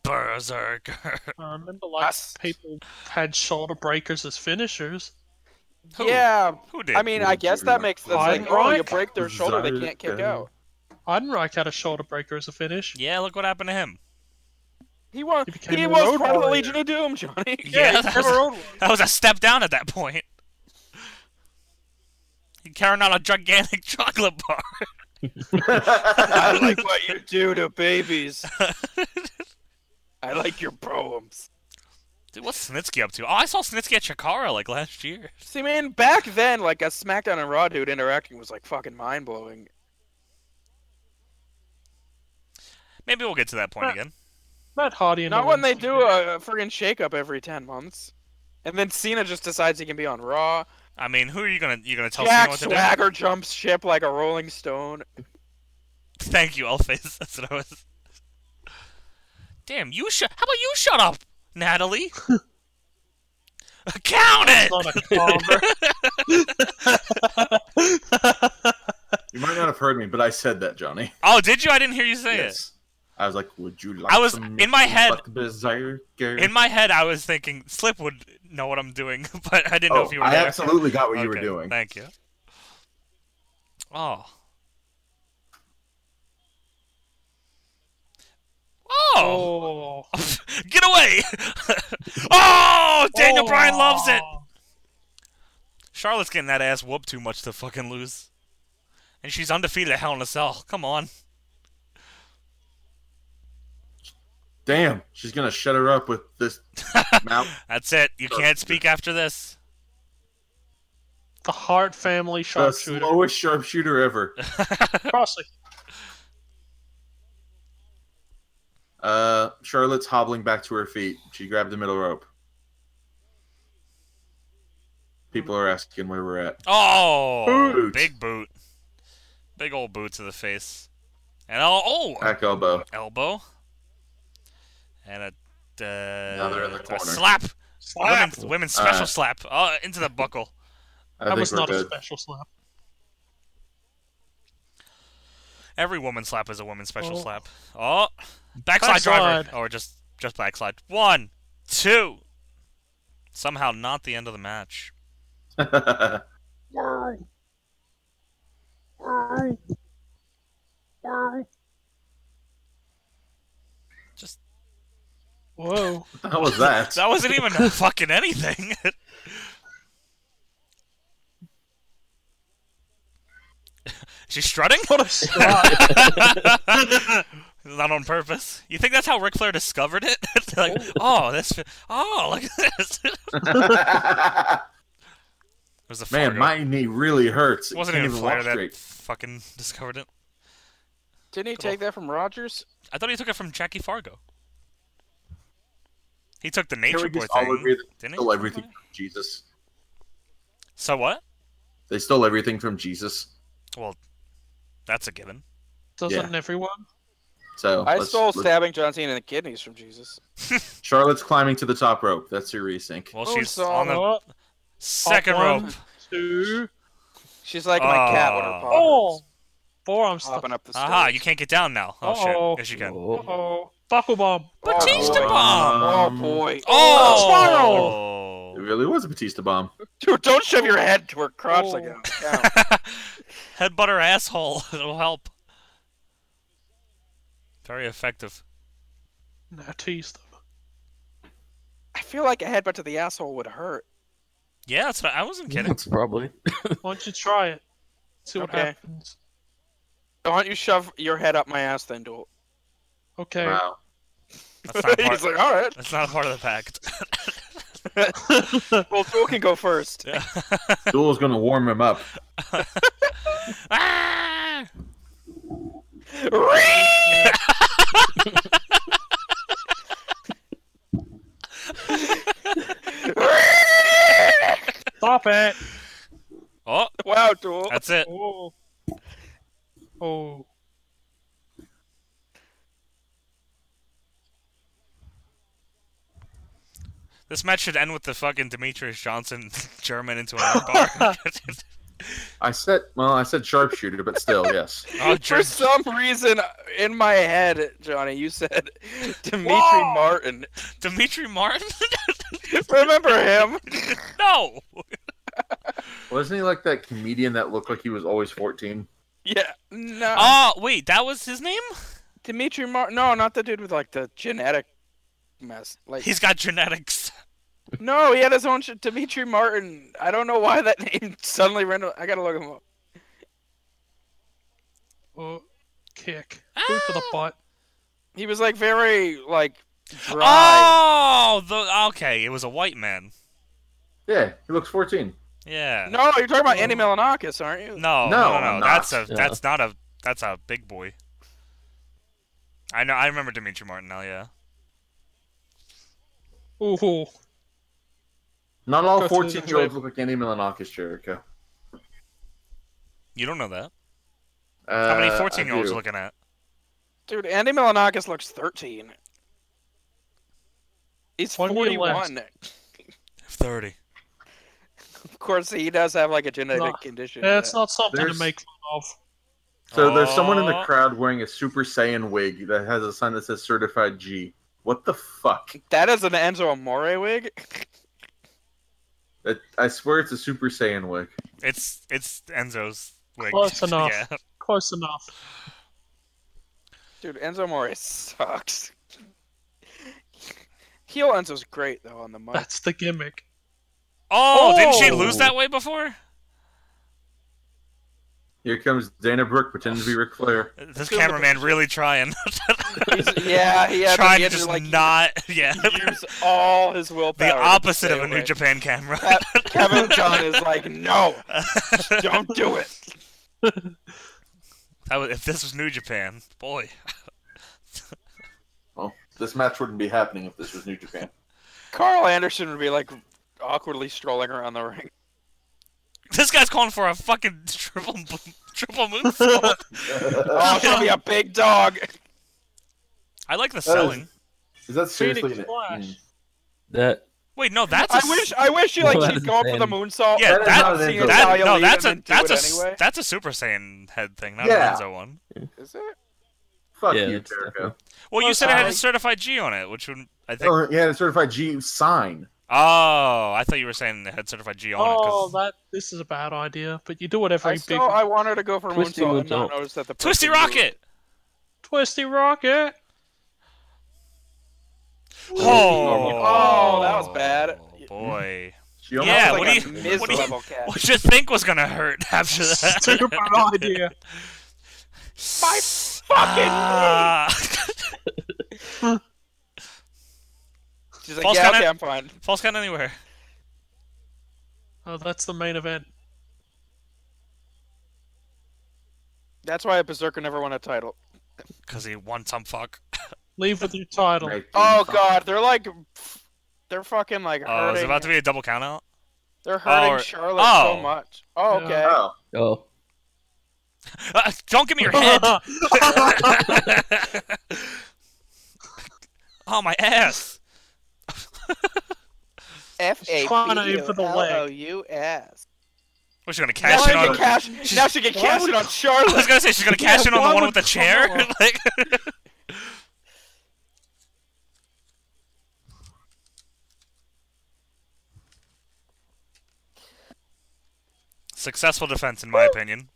Speaker 1: Berserker.
Speaker 4: I remember like
Speaker 2: Us.
Speaker 4: people had shoulder breakers as finishers.
Speaker 1: Who?
Speaker 2: Yeah,
Speaker 1: Who did?
Speaker 2: I mean, I guess that makes that's like, oh, you
Speaker 4: Heidenreich?
Speaker 2: break their shoulder, they can't kick
Speaker 6: Zarek.
Speaker 2: out.
Speaker 4: Heidenreich had a shoulder breaker as a finish.
Speaker 1: yeah, look what happened to him.
Speaker 2: He was
Speaker 4: He became
Speaker 2: he
Speaker 4: a
Speaker 2: was
Speaker 4: road
Speaker 2: part of the
Speaker 4: warrior.
Speaker 2: Legion of Doom, Johnny.
Speaker 1: Yeah, that,
Speaker 4: he never
Speaker 1: was,
Speaker 4: owned one.
Speaker 1: that was a step down at that point. Carrying out a gigantic chocolate bar.
Speaker 2: I like what you do to babies. I like your poems.
Speaker 1: Dude, what's Snitsky up to? Oh, I saw Snitsky at Chikara like last year.
Speaker 2: See, man, back then, like a SmackDown and Raw dude interacting was like fucking mind blowing.
Speaker 1: Maybe we'll get to that point again.
Speaker 4: Matt Hardy and
Speaker 2: Not when they
Speaker 4: Owens.
Speaker 2: do a, a friggin' shakeup every ten months, and then Cena just decides he can be on Raw.
Speaker 1: I mean, who are you gonna you gonna tell Cena
Speaker 2: Jack
Speaker 1: what to do?
Speaker 2: Swagger jumps ship like a Rolling Stone.
Speaker 1: Thank you, Elface. That's what I was. Damn, you shut. How about you shut up, Natalie? Count
Speaker 4: That's
Speaker 1: it.
Speaker 4: not a carver.
Speaker 6: You might not have heard me, but I said that, Johnny.
Speaker 1: Oh, did you? I didn't hear you say
Speaker 6: Yes. I was like, "Would you like?"
Speaker 1: I was-
Speaker 6: some
Speaker 1: in my head-
Speaker 6: fuck berserker?
Speaker 1: it. In my head, I was thinking Slip would know what I'm doing, but I didn't know
Speaker 6: oh,
Speaker 1: if you were
Speaker 6: I
Speaker 1: there.
Speaker 6: absolutely got what you were
Speaker 1: Okay,
Speaker 6: doing.
Speaker 1: Thank you. Oh. Oh!
Speaker 4: Oh,
Speaker 1: Get away! oh! Daniel Bryan
Speaker 4: Oh.
Speaker 1: loves it! Charlotte's getting that ass whooped too much to fucking lose. And she's undefeated at Hell in a Cell. Come on.
Speaker 6: Damn, she's gonna shut her up with this mouth.
Speaker 1: That's it. You can't speak after this.
Speaker 4: The Hart family
Speaker 6: the
Speaker 4: sharpshooter.
Speaker 6: slowest sharpshooter ever.
Speaker 4: Crossley.
Speaker 6: Uh, Charlotte's hobbling back to her feet. She grabbed the middle rope. People are asking where we're at.
Speaker 1: Oh!
Speaker 6: Boot.
Speaker 1: Big boot. Big old boot to the face. And oh, oh
Speaker 6: Back elbow.
Speaker 1: elbow. And a, uh,
Speaker 6: Now they're in the
Speaker 1: a
Speaker 6: corner. Uh,
Speaker 1: slap.
Speaker 4: Slap.
Speaker 1: Women's, women's special
Speaker 6: Alright.
Speaker 1: slap. Oh, into the buckle.
Speaker 6: I
Speaker 4: That
Speaker 6: think
Speaker 4: was
Speaker 6: we're
Speaker 4: not a
Speaker 6: good.
Speaker 4: special slap.
Speaker 1: Every woman slap is a woman's special
Speaker 4: Oh.
Speaker 1: slap. Oh, backslide, driver,
Speaker 4: Backslide.
Speaker 1: or just just backslide. One, two. Somehow not the end of the match. Just
Speaker 4: Whoa.
Speaker 6: How was that?
Speaker 1: that wasn't even fucking anything. She's strutting.
Speaker 4: What a slap.
Speaker 1: Not on purpose. You think that's how Ric Flair discovered it? like, oh, this. Oh, look at this. it was a
Speaker 6: Man,
Speaker 1: Fargo.
Speaker 6: my knee really hurts.
Speaker 1: It
Speaker 6: It
Speaker 1: wasn't
Speaker 6: can't
Speaker 1: even Flair
Speaker 6: walk
Speaker 1: that
Speaker 6: straight.
Speaker 1: fucking discovered it.
Speaker 2: Didn't he
Speaker 1: Cool.
Speaker 2: take that from Rogers?
Speaker 1: I thought he took it from Jackie Fargo. He took the
Speaker 6: Can
Speaker 1: Nature
Speaker 6: we
Speaker 1: Boy
Speaker 6: just all agree
Speaker 1: thing,
Speaker 6: that they
Speaker 1: didn't
Speaker 6: stole
Speaker 1: he?
Speaker 6: everything from Jesus?
Speaker 1: So what?
Speaker 6: They stole everything from Jesus.
Speaker 1: Well, that's a given.
Speaker 4: Doesn't everyone?
Speaker 6: So
Speaker 2: I
Speaker 6: Oh, let's-
Speaker 2: stole
Speaker 6: let's-
Speaker 2: stabbing John Cena in the kidneys from Jesus.
Speaker 6: Charlotte's climbing to the top rope. That's her resync.
Speaker 1: Well,
Speaker 2: Oh,
Speaker 1: she's
Speaker 2: so-
Speaker 1: on the
Speaker 4: What?
Speaker 1: second
Speaker 4: Hop
Speaker 1: rope.
Speaker 4: one, Two.
Speaker 2: She's like my cat when her
Speaker 1: Ah.
Speaker 2: paw
Speaker 4: Oh.
Speaker 2: hurts,
Speaker 4: Forearm stuff.
Speaker 2: hopping up the stairs.
Speaker 1: Aha, you can't get down now. Oh,
Speaker 4: Uh-oh.
Speaker 1: shit. Yes, you can.
Speaker 5: Oh.
Speaker 4: Oh. Buckle bomb.
Speaker 1: Batista
Speaker 6: Oh.
Speaker 1: bomb!
Speaker 2: Oh
Speaker 6: Um,
Speaker 2: boy.
Speaker 1: Oh!
Speaker 6: It really was a Batista bomb.
Speaker 2: Dude, don't shove your head to her crotch like
Speaker 4: Oh.
Speaker 2: a cow.
Speaker 1: Headbutt her asshole. It'll help. Very effective.
Speaker 4: Batista.
Speaker 2: I feel like a headbutt to the asshole would hurt.
Speaker 1: Yeah, that's what I wasn't kidding.
Speaker 5: That's probably.
Speaker 4: Why don't you try it? See what
Speaker 2: Okay.
Speaker 4: happens.
Speaker 2: Why don't you shove your head up my ass then, Duel?
Speaker 4: Okay.
Speaker 6: Wow.
Speaker 1: That's not, part,
Speaker 2: He's like, all right.
Speaker 1: that's not part of the pact.
Speaker 2: Well, Duel can go first.
Speaker 6: Duel's gonna warm him up.
Speaker 1: ah!
Speaker 4: Stop it.
Speaker 1: Oh,
Speaker 2: wow, Duel.
Speaker 1: that's it.
Speaker 4: Oh. Oh.
Speaker 1: This match should end with the fucking Demetrius Johnson German into an armbar.
Speaker 6: I said, well, I said sharpshooter, but still, yes.
Speaker 1: Oh,
Speaker 2: For
Speaker 1: Jer-
Speaker 2: some reason, in my head, Johnny, you said Dimitri
Speaker 1: Whoa!
Speaker 2: Martin.
Speaker 1: Dimitri Martin?
Speaker 2: Remember him?
Speaker 1: no.
Speaker 6: Wasn't he like that comedian that looked like he was always 14?
Speaker 2: Yeah. No.
Speaker 1: Oh, wait, that was his name?
Speaker 2: Dimitri Martin. No, not the dude with like the genetic mess. Like
Speaker 1: He's got genetics.
Speaker 2: no, he had his own shit. Dimitri Martin. I don't know why that name suddenly ran. I gotta look him up.
Speaker 4: Oh, kick. Boot for the
Speaker 1: Ah.
Speaker 4: butt.
Speaker 2: He was like very like dry.
Speaker 1: Oh, the okay, it was a white man.
Speaker 6: Yeah, he looks 14.
Speaker 1: Yeah.
Speaker 2: No, you're talking about Andy Milanakis, aren't you?
Speaker 1: Oh! No, no,
Speaker 6: No,
Speaker 1: no, no.
Speaker 6: I'm
Speaker 1: That's a
Speaker 6: not.
Speaker 5: Yeah.
Speaker 1: that's not a that's a big boy. I know. I remember Dimitri Martinelli. Yeah.
Speaker 4: Ooh.
Speaker 6: Not all
Speaker 4: Go through the
Speaker 6: 14 year olds look like Andy Milanakis, Jericho.
Speaker 1: You don't know that.
Speaker 6: Uh,
Speaker 1: How
Speaker 6: I
Speaker 1: many fourteen-year-olds
Speaker 6: do.
Speaker 1: looking at?
Speaker 2: Dude, Andy Milanakis looks 13. He's
Speaker 4: One year less.
Speaker 2: 41.
Speaker 1: Thirty.
Speaker 2: Of course, he does have like a genetic
Speaker 4: No.
Speaker 2: condition.
Speaker 4: That's not something
Speaker 6: There's-
Speaker 4: to make fun of.
Speaker 6: So there's someone in the
Speaker 1: Oh.
Speaker 6: crowd wearing a Super Saiyan wig that has a sign that says certified G. What the fuck?
Speaker 2: That is an Enzo Amore wig.
Speaker 6: It, I swear it's a Super Saiyan wig.
Speaker 1: It's it's Enzo's wig.
Speaker 4: Close enough.
Speaker 1: yeah.
Speaker 4: Close enough.
Speaker 2: Dude, Enzo Amore sucks. Heel Enzo's great though on the mic.
Speaker 4: That's the gimmick.
Speaker 1: Oh, didn't she
Speaker 6: Oh.
Speaker 1: lose that way before?
Speaker 6: Here comes Dana Brooke pretending to be Ric Flair.
Speaker 1: This cameraman really trying,
Speaker 2: He's- yeah, he had
Speaker 1: trying
Speaker 2: he
Speaker 1: to
Speaker 2: had
Speaker 1: just
Speaker 2: like
Speaker 1: not. Yeah.
Speaker 2: use all his willpower.
Speaker 1: The
Speaker 2: to
Speaker 1: opposite
Speaker 2: stay
Speaker 1: of a New
Speaker 2: away.
Speaker 1: Japan camera.
Speaker 2: Ke- Kevin John is like, no, don't do it.
Speaker 1: That was, if this was New Japan, boy.
Speaker 6: Well, this match wouldn't be happening if this was New Japan.
Speaker 2: Carl Anderson would be like awkwardly strolling around the ring.
Speaker 1: This guy's calling for a fucking triple triple moonsault.
Speaker 2: Oh, she'll be a big dog.
Speaker 1: I like the selling.
Speaker 6: Is that seriously?
Speaker 4: Phoenix
Speaker 6: an-
Speaker 4: Splash.
Speaker 6: mm.
Speaker 5: That
Speaker 1: Wait, no, that's a
Speaker 2: I
Speaker 1: s-
Speaker 2: wish I wish you like
Speaker 5: Well, that
Speaker 2: she'd
Speaker 5: is
Speaker 2: go up for the
Speaker 5: insane.
Speaker 2: moonsault.
Speaker 1: Yeah,
Speaker 2: but
Speaker 1: that-
Speaker 2: not see
Speaker 6: that-
Speaker 1: that,
Speaker 2: Natalia
Speaker 1: no,
Speaker 2: leave
Speaker 1: that's a
Speaker 2: and do
Speaker 1: that's a
Speaker 2: it
Speaker 1: s-
Speaker 2: anyway.
Speaker 1: that's a Super Saiyan head thing, not
Speaker 6: Yeah.
Speaker 1: an Enzo one.
Speaker 2: Is it?
Speaker 6: Fuck
Speaker 5: Yeah,
Speaker 6: you,
Speaker 5: it's
Speaker 6: Jericho.
Speaker 1: Well, you
Speaker 2: Oh,
Speaker 1: said it had a
Speaker 2: sorry.
Speaker 1: certified G on it, which would I think.
Speaker 6: Or, yeah, the certified G sign.
Speaker 1: Oh, I thought you were saying it had certified G on it.
Speaker 4: Oh,
Speaker 1: 'cause-
Speaker 4: that this is a bad idea. But you do whatever
Speaker 2: I
Speaker 4: you big
Speaker 2: still I want her to go for a
Speaker 5: Twisty
Speaker 2: moonsault and not
Speaker 5: moonsault.
Speaker 2: notice that the
Speaker 1: Twisty
Speaker 2: person
Speaker 1: Rocket.
Speaker 4: twisty rocket.
Speaker 1: Oh,
Speaker 2: Oh, that was bad.
Speaker 1: Oh, boy.
Speaker 6: She
Speaker 2: moved-
Speaker 6: almost
Speaker 1: Yeah,
Speaker 2: That's
Speaker 6: looked
Speaker 1: what do
Speaker 2: like a
Speaker 1: you-
Speaker 6: a-
Speaker 2: Miz
Speaker 1: what do you-
Speaker 2: level cat.
Speaker 1: What'd you think was gonna hurt after that?
Speaker 4: Stupid idea.
Speaker 2: My fucking
Speaker 1: Ah.
Speaker 2: She's like,
Speaker 1: False
Speaker 2: yeah,
Speaker 1: count
Speaker 2: okay,
Speaker 1: out-
Speaker 2: I'm fine.
Speaker 1: False count anywhere.
Speaker 4: Oh, that's the main event.
Speaker 2: That's why a berserker never won a title.
Speaker 1: Cause he won some fuck.
Speaker 4: Leave with your title.
Speaker 6: Right.
Speaker 2: Oh god, they're like, they're fucking like hurting.
Speaker 1: Oh, is it about to be a double count out?
Speaker 2: They're hurting
Speaker 1: or-
Speaker 2: Charlotte
Speaker 1: oh.
Speaker 2: so much. Oh,
Speaker 4: Yeah.
Speaker 2: okay.
Speaker 6: Oh.
Speaker 5: oh
Speaker 1: Uh, don't give me your head. oh my ass.
Speaker 2: F A
Speaker 4: trying
Speaker 2: P
Speaker 4: to aim for
Speaker 2: U
Speaker 4: the
Speaker 2: L
Speaker 4: leg.
Speaker 2: O U S.
Speaker 1: Was she gonna
Speaker 2: Now
Speaker 1: cash
Speaker 2: she
Speaker 1: in on?
Speaker 2: can cash. Now she can cash it on
Speaker 1: I was
Speaker 2: Charlotte.
Speaker 1: gonna say she's gonna
Speaker 4: Yeah,
Speaker 1: cash in on the
Speaker 4: why
Speaker 1: one
Speaker 4: would
Speaker 1: with the chair.
Speaker 4: Carmella-
Speaker 1: like, successful defense, in my opinion.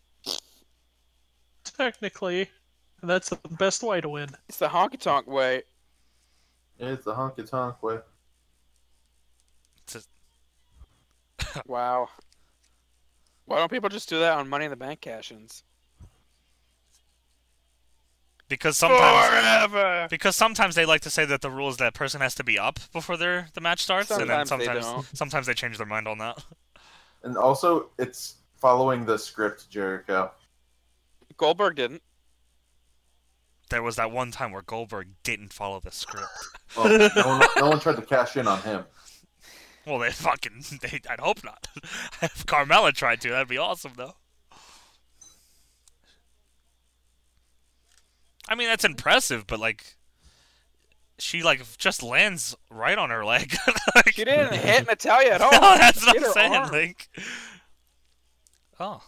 Speaker 4: Technically, that's the best way to win.
Speaker 2: It's the honky tonk way.
Speaker 6: It's the honky tonk way.
Speaker 2: Wow. Why don't people just do that on Money in the Bank cash-ins?
Speaker 1: Because sometimes,
Speaker 2: Forever.
Speaker 1: because sometimes they like to say that the rule is that person has to be up before their the match starts, and then
Speaker 2: Sometimes they
Speaker 1: sometimes
Speaker 2: don't.
Speaker 1: sometimes they change their mind on that.
Speaker 6: And also, it's following the script, Jericho.
Speaker 2: Goldberg didn't.
Speaker 1: There was that one time where Goldberg didn't follow the script.
Speaker 6: Well, no, one, no one tried to cash in on him.
Speaker 1: Well, they fucking. They, I'd hope not. if Carmella tried to, that'd be awesome, though. I mean, that's impressive, but like, she like just lands right on her leg. like,
Speaker 2: She didn't hit Natalia at all.
Speaker 1: no, that's
Speaker 2: Hit
Speaker 1: what I'm
Speaker 2: her
Speaker 1: saying.
Speaker 2: arm.
Speaker 1: Like, oh.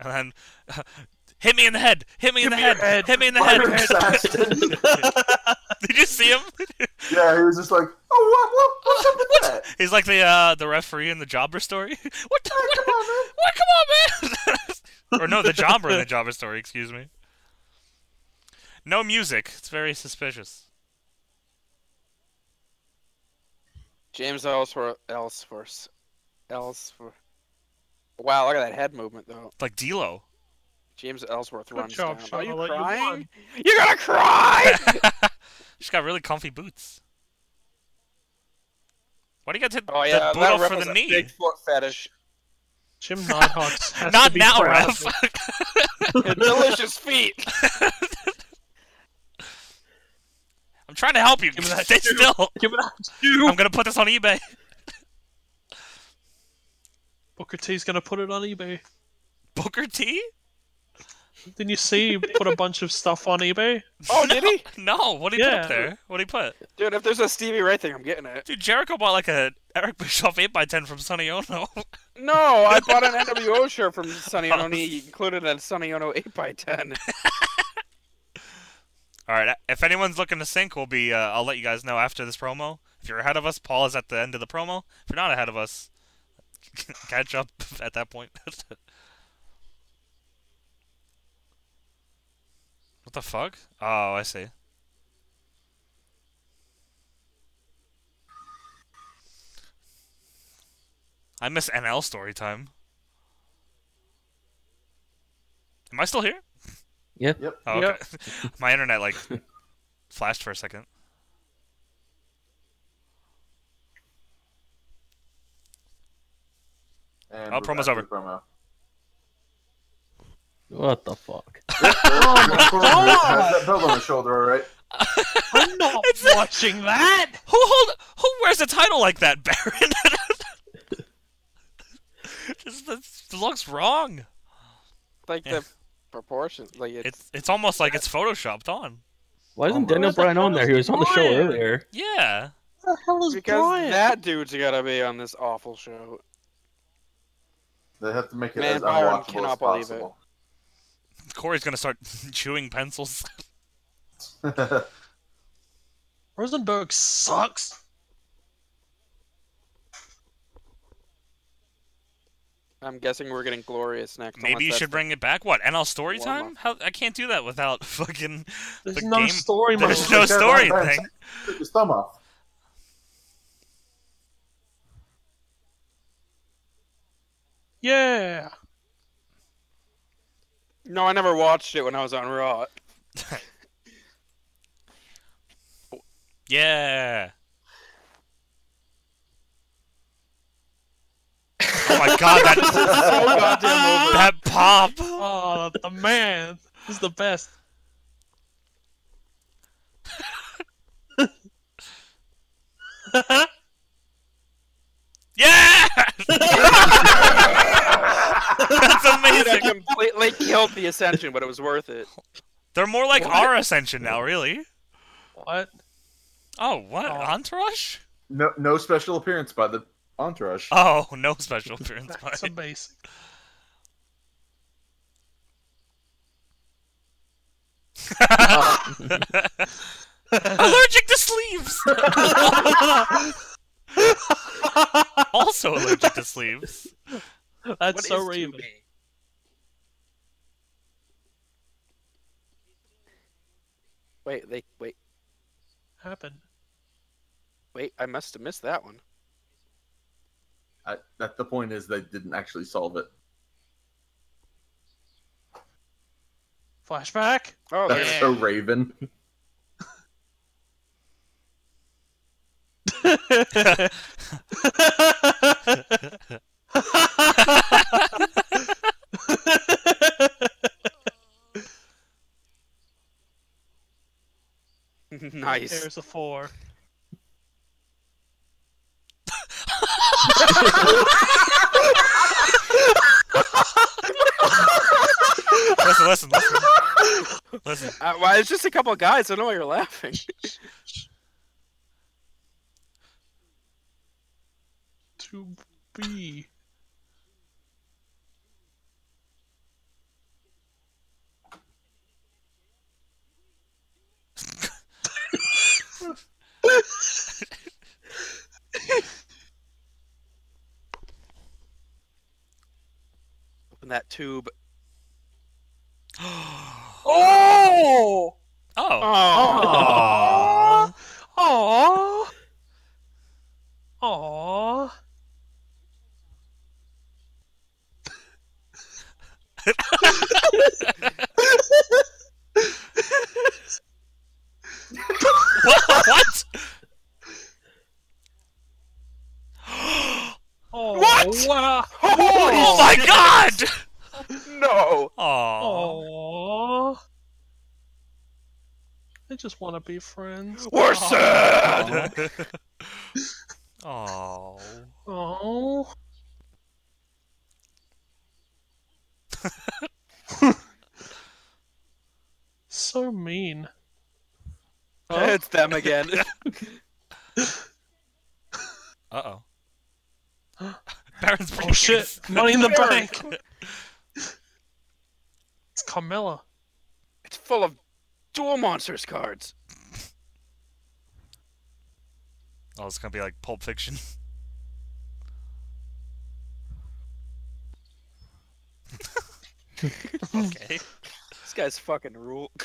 Speaker 1: And then, hit me in the head! Hit me in the
Speaker 2: me your
Speaker 1: head! Hit me in the head!
Speaker 3: Byron Saxton.
Speaker 1: Did you see him?
Speaker 3: yeah, he was just like, oh, what, what, what's up with that?
Speaker 1: He's like the uh, the referee in the Jobber story. what? The,
Speaker 3: Hey,
Speaker 1: what,
Speaker 3: Oh, come on, man.
Speaker 1: what? Come on, man! or no, the Jobber in the Jobber story. Excuse me. No music. It's very suspicious.
Speaker 2: James Ellsworth. Ellsworth. Ellsworth. Wow, look at that head movement though.
Speaker 1: It's like D'Lo.
Speaker 2: James Ellsworth
Speaker 4: Good
Speaker 2: runs
Speaker 4: job,
Speaker 2: down.
Speaker 4: Sean.
Speaker 2: Are you
Speaker 4: I'll let you
Speaker 2: crying?
Speaker 4: win.
Speaker 2: You are gonna cry?
Speaker 1: She's got really comfy boots. Why do you got to
Speaker 2: oh yeah,
Speaker 1: the boot
Speaker 2: that
Speaker 1: off
Speaker 2: ref
Speaker 1: for
Speaker 2: has
Speaker 1: the
Speaker 2: a
Speaker 1: knee?
Speaker 2: big foot fetish.
Speaker 4: Jim Nighthawks has to
Speaker 1: Not
Speaker 4: be
Speaker 1: now,
Speaker 4: proud.
Speaker 1: ref.
Speaker 2: Delicious feet.
Speaker 1: I'm trying to help you.
Speaker 4: Give me that
Speaker 1: Stay
Speaker 4: shoe.
Speaker 1: still.
Speaker 4: Give it up.
Speaker 1: I'm gonna put this on eBay.
Speaker 4: Booker T's gonna put it on eBay.
Speaker 1: Booker T?
Speaker 4: Didn't you see he put a bunch of stuff on eBay?
Speaker 2: Oh, did he?
Speaker 1: No. What did he put
Speaker 4: Yeah.
Speaker 1: up there? What did he put?
Speaker 2: Dude, if there's a Stevie Ray thing, I'm getting it.
Speaker 1: Dude, Jericho bought like a Eric Bischoff 8x10 from Sonny Ono.
Speaker 2: No, I bought an NWO shirt from Sonny
Speaker 1: Oh.
Speaker 2: Ono. and He included a Sonny Ono 8x10.
Speaker 1: All right. If anyone's looking to sync, we'll be. Uh, I'll let you guys know after this promo. If you're ahead of us, Paul is at the end of the promo. If you're not ahead of us, catch up at that point. what the fuck? Oh, I see. I miss NL story time. Am I still here?
Speaker 5: Yeah.
Speaker 3: Yep.
Speaker 1: Oh, okay. My internet like flashed for a second.
Speaker 6: And
Speaker 1: Oh,
Speaker 6: we're
Speaker 1: promo's
Speaker 6: back to
Speaker 1: over.
Speaker 6: the Promo.
Speaker 5: What the fuck?
Speaker 6: Has that belt on the shoulder, all right?
Speaker 4: I'm not watching that.
Speaker 1: Who hold? Who wears a title like that, Baron? Just this looks wrong.
Speaker 2: Like
Speaker 1: Yeah.
Speaker 2: the proportions. Like it's,
Speaker 1: It's it's almost like it's photoshopped on.
Speaker 5: Why isn't
Speaker 6: Oh,
Speaker 5: Daniel
Speaker 4: what the
Speaker 5: Bryan on
Speaker 4: hell
Speaker 5: there? He was on the show
Speaker 4: Bryan?
Speaker 5: earlier.
Speaker 1: Yeah.
Speaker 4: What the hell is
Speaker 2: because
Speaker 4: Brian?
Speaker 2: that dude's gotta be on this awful show.
Speaker 6: They have to make it
Speaker 2: Man,
Speaker 6: as
Speaker 2: Byron
Speaker 6: unwatchable
Speaker 2: cannot
Speaker 6: as
Speaker 2: believe it.
Speaker 6: possible.
Speaker 1: Corey's gonna start chewing pencils.
Speaker 4: Rosenberg sucks.
Speaker 2: I'm guessing we're getting glorious next.
Speaker 1: Maybe you
Speaker 2: unless
Speaker 1: should
Speaker 2: that's
Speaker 1: bring it back. What NL story
Speaker 2: Warm up.
Speaker 1: time? How I can't do that without fucking.
Speaker 4: There's
Speaker 1: The
Speaker 4: no
Speaker 1: game-
Speaker 4: story mode.
Speaker 1: There's no story thing.
Speaker 6: Take his thumb off.
Speaker 4: Yeah.
Speaker 2: the- No, I never watched it when I was on Raw.
Speaker 1: Yeah. Oh my god, that
Speaker 2: So goddamn over.
Speaker 1: that pop.
Speaker 4: Oh, the man is the best.
Speaker 1: Yeah! That's
Speaker 2: That
Speaker 1: amazing.
Speaker 2: completely killed the ascension, but it was worth it.
Speaker 1: They're more like
Speaker 2: What?
Speaker 1: our ascension now, really.
Speaker 4: What?
Speaker 1: Oh, what?
Speaker 4: Oh.
Speaker 1: Entourage?
Speaker 6: No, no special appearance by the entourage.
Speaker 1: Oh, no special appearance.
Speaker 4: That's
Speaker 1: by-
Speaker 4: amazing.
Speaker 1: allergic to sleeves. also allergic to sleeves.
Speaker 4: That's
Speaker 2: What
Speaker 4: so
Speaker 2: is
Speaker 4: Raven.
Speaker 2: Tubi? Wait, they wait,
Speaker 4: Happened.
Speaker 2: wait! I must have missed that one.
Speaker 6: I, that the point is they didn't actually solve it.
Speaker 4: Flashback.
Speaker 2: Oh, there
Speaker 6: That's
Speaker 2: it is.
Speaker 6: so Raven.
Speaker 2: nice.
Speaker 4: There's a four.
Speaker 1: Listen, listen, listen. Listen.
Speaker 2: Uh, well, it's just a couple of guys. I don't know why you're laughing.
Speaker 4: To be.
Speaker 2: in that tube. Oh!
Speaker 1: Oh.
Speaker 4: Oh.
Speaker 1: Aw.
Speaker 4: Aww. Aww.
Speaker 1: What? what?
Speaker 4: Oh,
Speaker 2: What?
Speaker 4: Wow.
Speaker 1: Oh my god!
Speaker 2: No!
Speaker 1: Oh.
Speaker 4: Aww. I just want to be friends.
Speaker 2: We're sad!
Speaker 1: Oh.
Speaker 4: Oh. so mean. Huh?
Speaker 2: It's them again.
Speaker 1: Uh oh. Baron's
Speaker 4: Oh shit! Money in the
Speaker 2: Barry.
Speaker 4: bank. It's Carmilla.
Speaker 2: it's full of dual monsters cards.
Speaker 1: Oh, it's gonna be like Pulp Fiction. okay.
Speaker 2: This guy's fucking rule.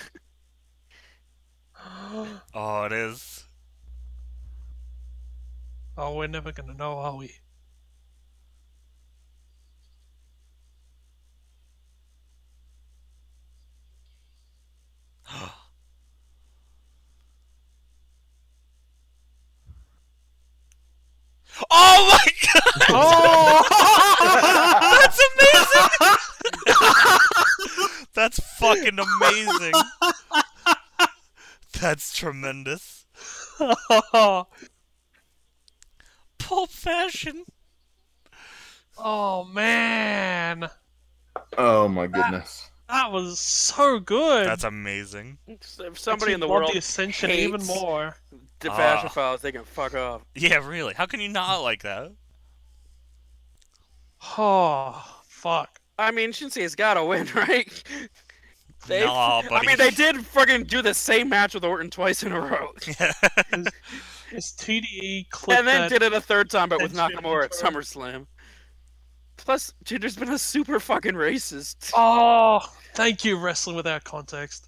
Speaker 1: Oh, it is.
Speaker 4: Oh, we're never gonna know, are we?
Speaker 1: Oh my god! That's amazing! That's fucking amazing. That's tremendous. Pulp fashion.
Speaker 4: oh man,
Speaker 6: Oh my goodness.
Speaker 4: that was so good.
Speaker 1: That's amazing.
Speaker 2: if
Speaker 4: Makes
Speaker 2: somebody
Speaker 4: me
Speaker 2: in the
Speaker 4: want
Speaker 2: world
Speaker 4: the ascension
Speaker 2: hates-
Speaker 4: even more.
Speaker 2: the
Speaker 1: Ah.
Speaker 2: fashion files, they can fuck off.
Speaker 1: Yeah, really. How can you not like that?
Speaker 4: Oh fuck.
Speaker 2: I mean, Shinsuke's gotta win, right? They,
Speaker 1: Nah, buddy.
Speaker 2: I mean, they did fucking do the same match with Orton twice in a row,
Speaker 4: Is TDE clip
Speaker 2: and then
Speaker 4: E, that?
Speaker 2: did it a third time, but with
Speaker 4: That's
Speaker 2: Nakamura at
Speaker 4: true.
Speaker 2: SummerSlam. Plus, Jinder's been a super fucking racist.
Speaker 4: Oh, thank you, wrestling without context.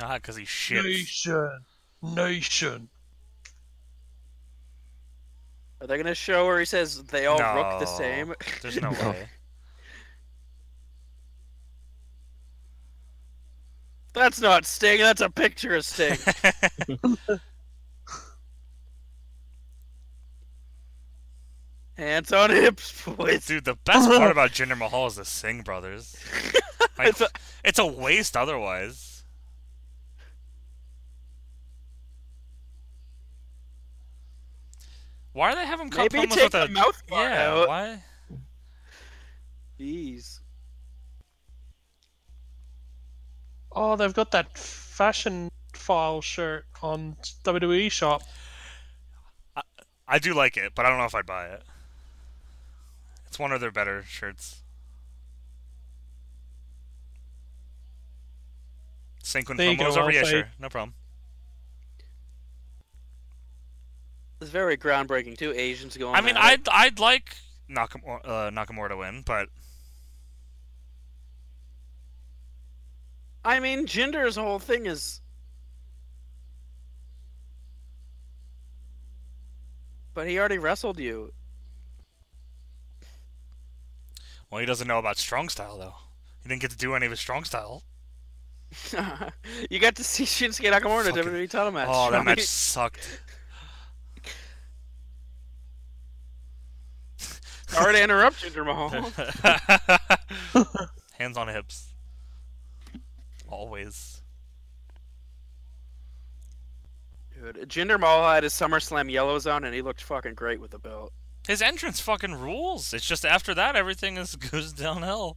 Speaker 1: Ah, because he shits.
Speaker 4: Nation, nation.
Speaker 2: Are they gonna show where he says they all look the
Speaker 1: No.
Speaker 2: same?
Speaker 1: There's no
Speaker 5: No.
Speaker 1: way.
Speaker 2: That's not Sting. That's a picture of Sting. Hands on hips, boys.
Speaker 1: Dude, the best part about Jinder Mahal is the Singh brothers. Like,
Speaker 2: It's a-
Speaker 1: it's a waste otherwise. Why do they have him cut
Speaker 2: Maybe
Speaker 1: promos
Speaker 2: take
Speaker 1: with
Speaker 2: the
Speaker 1: a
Speaker 2: mouth part
Speaker 1: yeah?
Speaker 2: out.
Speaker 1: Why?
Speaker 2: Jeez.
Speaker 4: Oh, they've got that fashion file shirt on WWE shop.
Speaker 1: I do like it, but I don't know if I'd buy it. It's one of their better shirts. Sync when
Speaker 4: There you
Speaker 1: promos
Speaker 4: go,
Speaker 1: over, yeah,
Speaker 4: Alfie.
Speaker 1: sure, no problem.
Speaker 2: It's very groundbreaking. Two Asians going.
Speaker 1: I mean,
Speaker 2: at
Speaker 1: I'd
Speaker 2: it.
Speaker 1: I'd like Nakamura, uh, Nakamura to win, but
Speaker 2: I mean, Jinder's whole thing is. But he already wrestled you.
Speaker 1: well, he doesn't know about strong style though. He didn't get to do any of his strong style.
Speaker 2: you got to see Shinsuke Nakamura in a
Speaker 1: Fucking-
Speaker 2: WWE title match.
Speaker 1: Oh, that
Speaker 2: right?
Speaker 1: match sucked.
Speaker 2: Sorry to interrupt, Jinder Mahal.
Speaker 1: Hands on hips. Always.
Speaker 2: Dude, Jinder Mahal had his SummerSlam yellows on, and he looked fucking great with the belt.
Speaker 1: His entrance fucking rules. It's just after that everything is goes downhill.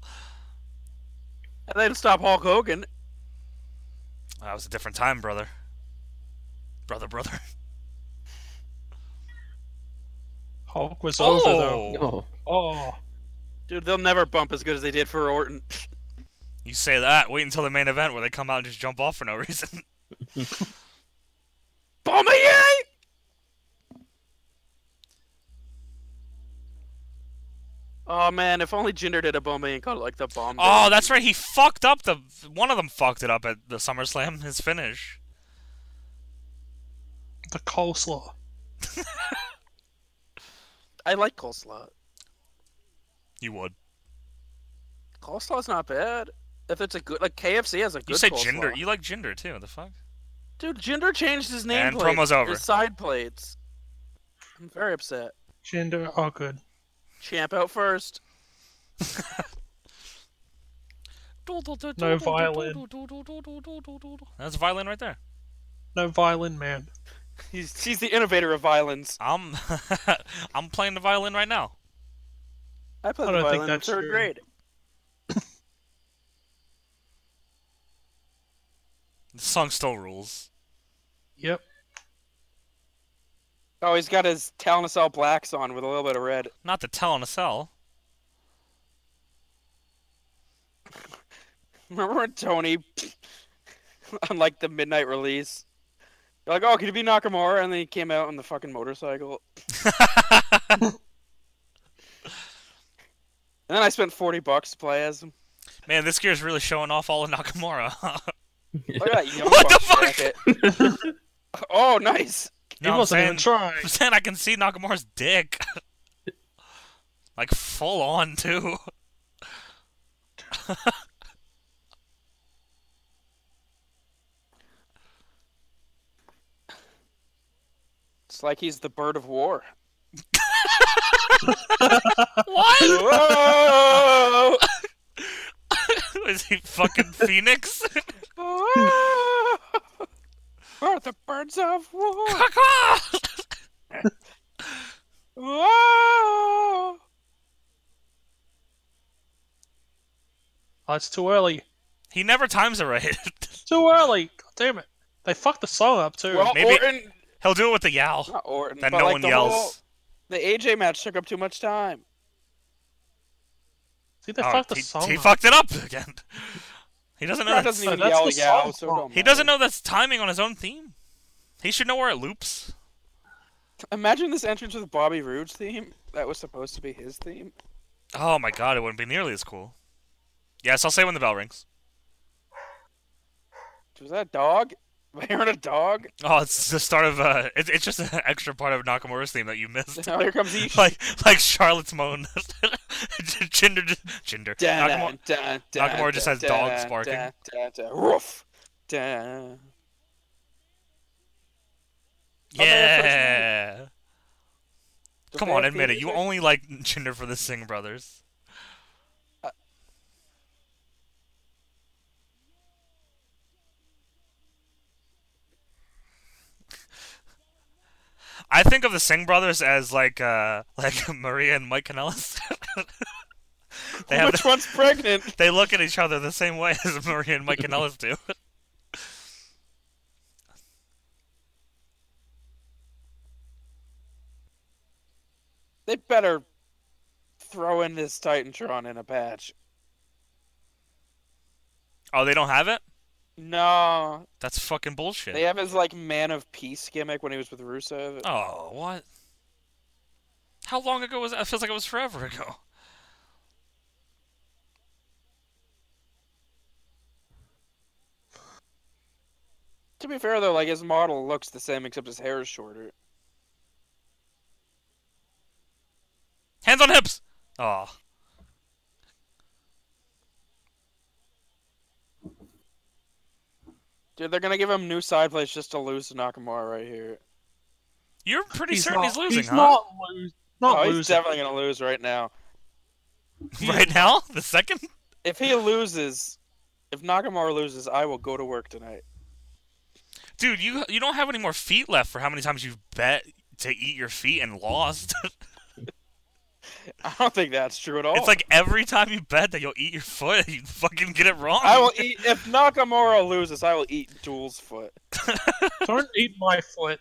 Speaker 2: And then stop Hulk Hogan.
Speaker 1: That was a different time, brother. Brother, brother.
Speaker 4: Hulk was over though.
Speaker 1: Oh,
Speaker 5: Oh,
Speaker 4: Oh,
Speaker 2: Dude, they'll never bump as good as they did for Orton.
Speaker 1: you say that. Wait until the main event where they come out and just jump off for no reason.
Speaker 2: Bummer, yay! Oh man, if only Jinder did a Bombay and called it like the bomb.
Speaker 1: Oh,
Speaker 2: Day.
Speaker 1: that's right. He fucked up the one of them fucked it up at the SummerSlam. His finish.
Speaker 4: the coleslaw.
Speaker 2: I like coleslaw.
Speaker 1: You would.
Speaker 2: Coleslaw's not bad. If it's a good, like KFC has a good.
Speaker 1: You say
Speaker 2: coleslaw.
Speaker 1: gender. You like gender too. The fuck.
Speaker 2: Dude, Jinder changed his name.
Speaker 1: And
Speaker 2: plate,
Speaker 1: promo's over.
Speaker 2: His side plates. I'm very upset.
Speaker 4: Gender, all good.
Speaker 2: Champ out first.
Speaker 4: No violin.
Speaker 1: That's a violin right there.
Speaker 4: No violin man.
Speaker 2: He's he's the innovator of violins.
Speaker 1: I'm I'm playing the violin right now.
Speaker 2: I played
Speaker 4: I
Speaker 2: the
Speaker 4: don't think
Speaker 2: violin in
Speaker 4: that's
Speaker 2: third
Speaker 4: true.
Speaker 2: grade.
Speaker 1: The song still rules.
Speaker 4: Yep.
Speaker 2: Oh, he's got his Talonacel blacks on with a little bit of red.
Speaker 1: Not the tell on a cell.
Speaker 2: Remember when Tony, on like the midnight release, you're like, oh, could it be Nakamura? And then he came out on the fucking motorcycle. And then I spent 40 bucks to play as him.
Speaker 1: Man, this gear's really showing off all of Nakamura.
Speaker 2: Look at that young
Speaker 1: What the
Speaker 2: Bucks
Speaker 1: fuck?
Speaker 2: jacket. oh, nice.
Speaker 1: No,
Speaker 4: he
Speaker 1: I'm
Speaker 4: wasn't
Speaker 1: saying,
Speaker 4: even trying.
Speaker 1: I'm saying I can see Nakamura's dick. like full on too.
Speaker 2: It's like he's the bird of war.
Speaker 1: What?
Speaker 2: Whoa!
Speaker 1: Is he fucking Phoenix?
Speaker 2: Whoa! We're the birds of war. Whoa!
Speaker 4: Oh, it's too early.
Speaker 1: he never times it right.
Speaker 4: It's too early. God damn it. They fucked the song up too.
Speaker 2: Well,
Speaker 1: maybe-
Speaker 2: Orton.
Speaker 1: He'll do it with the yowl.
Speaker 2: Not Orton.
Speaker 1: That
Speaker 2: but
Speaker 1: no
Speaker 2: like
Speaker 1: one
Speaker 2: the
Speaker 1: yells.
Speaker 2: whole- The AJ match took up too much time.
Speaker 4: See, they
Speaker 1: Oh,
Speaker 4: fucked the
Speaker 1: he,
Speaker 4: song
Speaker 1: he
Speaker 4: up.
Speaker 1: fucked it up again. He doesn't know.
Speaker 2: Brad
Speaker 1: That's,
Speaker 2: doesn't
Speaker 4: so
Speaker 2: even
Speaker 4: that's
Speaker 2: yell
Speaker 4: the
Speaker 2: yeah,
Speaker 4: song
Speaker 2: so
Speaker 4: prompt.
Speaker 2: don't
Speaker 1: he doesn't know that's timing on his own theme. He should know where it loops.
Speaker 2: matter. Imagine this entrance with Bobby Roode's theme. That was supposed to be his theme.
Speaker 1: Oh my god, it wouldn't be nearly as cool. Yes, I'll say when the bell rings.
Speaker 2: Was that a dog? Am I hearing a dog?
Speaker 1: Oh, it's the start of uh, it, it's just an extra part of Nakamura's theme that you missed.
Speaker 2: Now here comes Ish.
Speaker 1: like like Charlotte's moan. Jinder, just- Jinder.
Speaker 2: Dun,
Speaker 1: Nakamura,
Speaker 2: dun, dun,
Speaker 1: Nakamura just
Speaker 2: dun,
Speaker 1: has dogs
Speaker 2: dun,
Speaker 1: barking.
Speaker 2: dun, dun, dun. Roof. Dun.
Speaker 1: yeah.
Speaker 2: Do
Speaker 1: Come
Speaker 2: they
Speaker 1: on,
Speaker 2: have
Speaker 1: admit
Speaker 2: theme
Speaker 1: it. You
Speaker 2: music?
Speaker 1: only like Jinder for the Singh brothers.
Speaker 2: Uh,
Speaker 1: I think of the Singh brothers as like uh like Maria and Mike Kanellis. they have
Speaker 2: Which one's pregnant?
Speaker 1: they look at each other the same way as Maria and Mike Kanellis do.
Speaker 2: They better throw in this Titantron in a patch.
Speaker 1: Oh, they don't have it?
Speaker 2: No,
Speaker 1: That's fucking bullshit.
Speaker 2: they have his like man of peace gimmick when he was with Rusev.
Speaker 1: Oh, what? How long ago was that? It feels like it was forever ago.
Speaker 2: To be fair though, like his model looks the same except his hair is shorter.
Speaker 1: Hands on hips. Oh,
Speaker 2: Dude, they're gonna give him new side plays just to lose to Nakamura right here.
Speaker 1: you're pretty
Speaker 4: He's
Speaker 1: certain
Speaker 4: not,
Speaker 1: he's losing,
Speaker 4: he's
Speaker 1: huh?
Speaker 4: not, lose, not
Speaker 2: oh, he's
Speaker 4: losing.
Speaker 2: definitely gonna lose right now.
Speaker 1: right now, the second.
Speaker 2: If he loses, if Nakamura loses, I will go to work tonight.
Speaker 1: Dude, you you don't have any more feet left for how many times you've bet to eat your feet and lost.
Speaker 2: I don't think that's true at all.
Speaker 1: It's like every time you bet that you'll eat your foot, you fucking get it wrong.
Speaker 2: I will eat if Nakamura loses, I will eat Duel's foot.
Speaker 4: Don't eat my foot.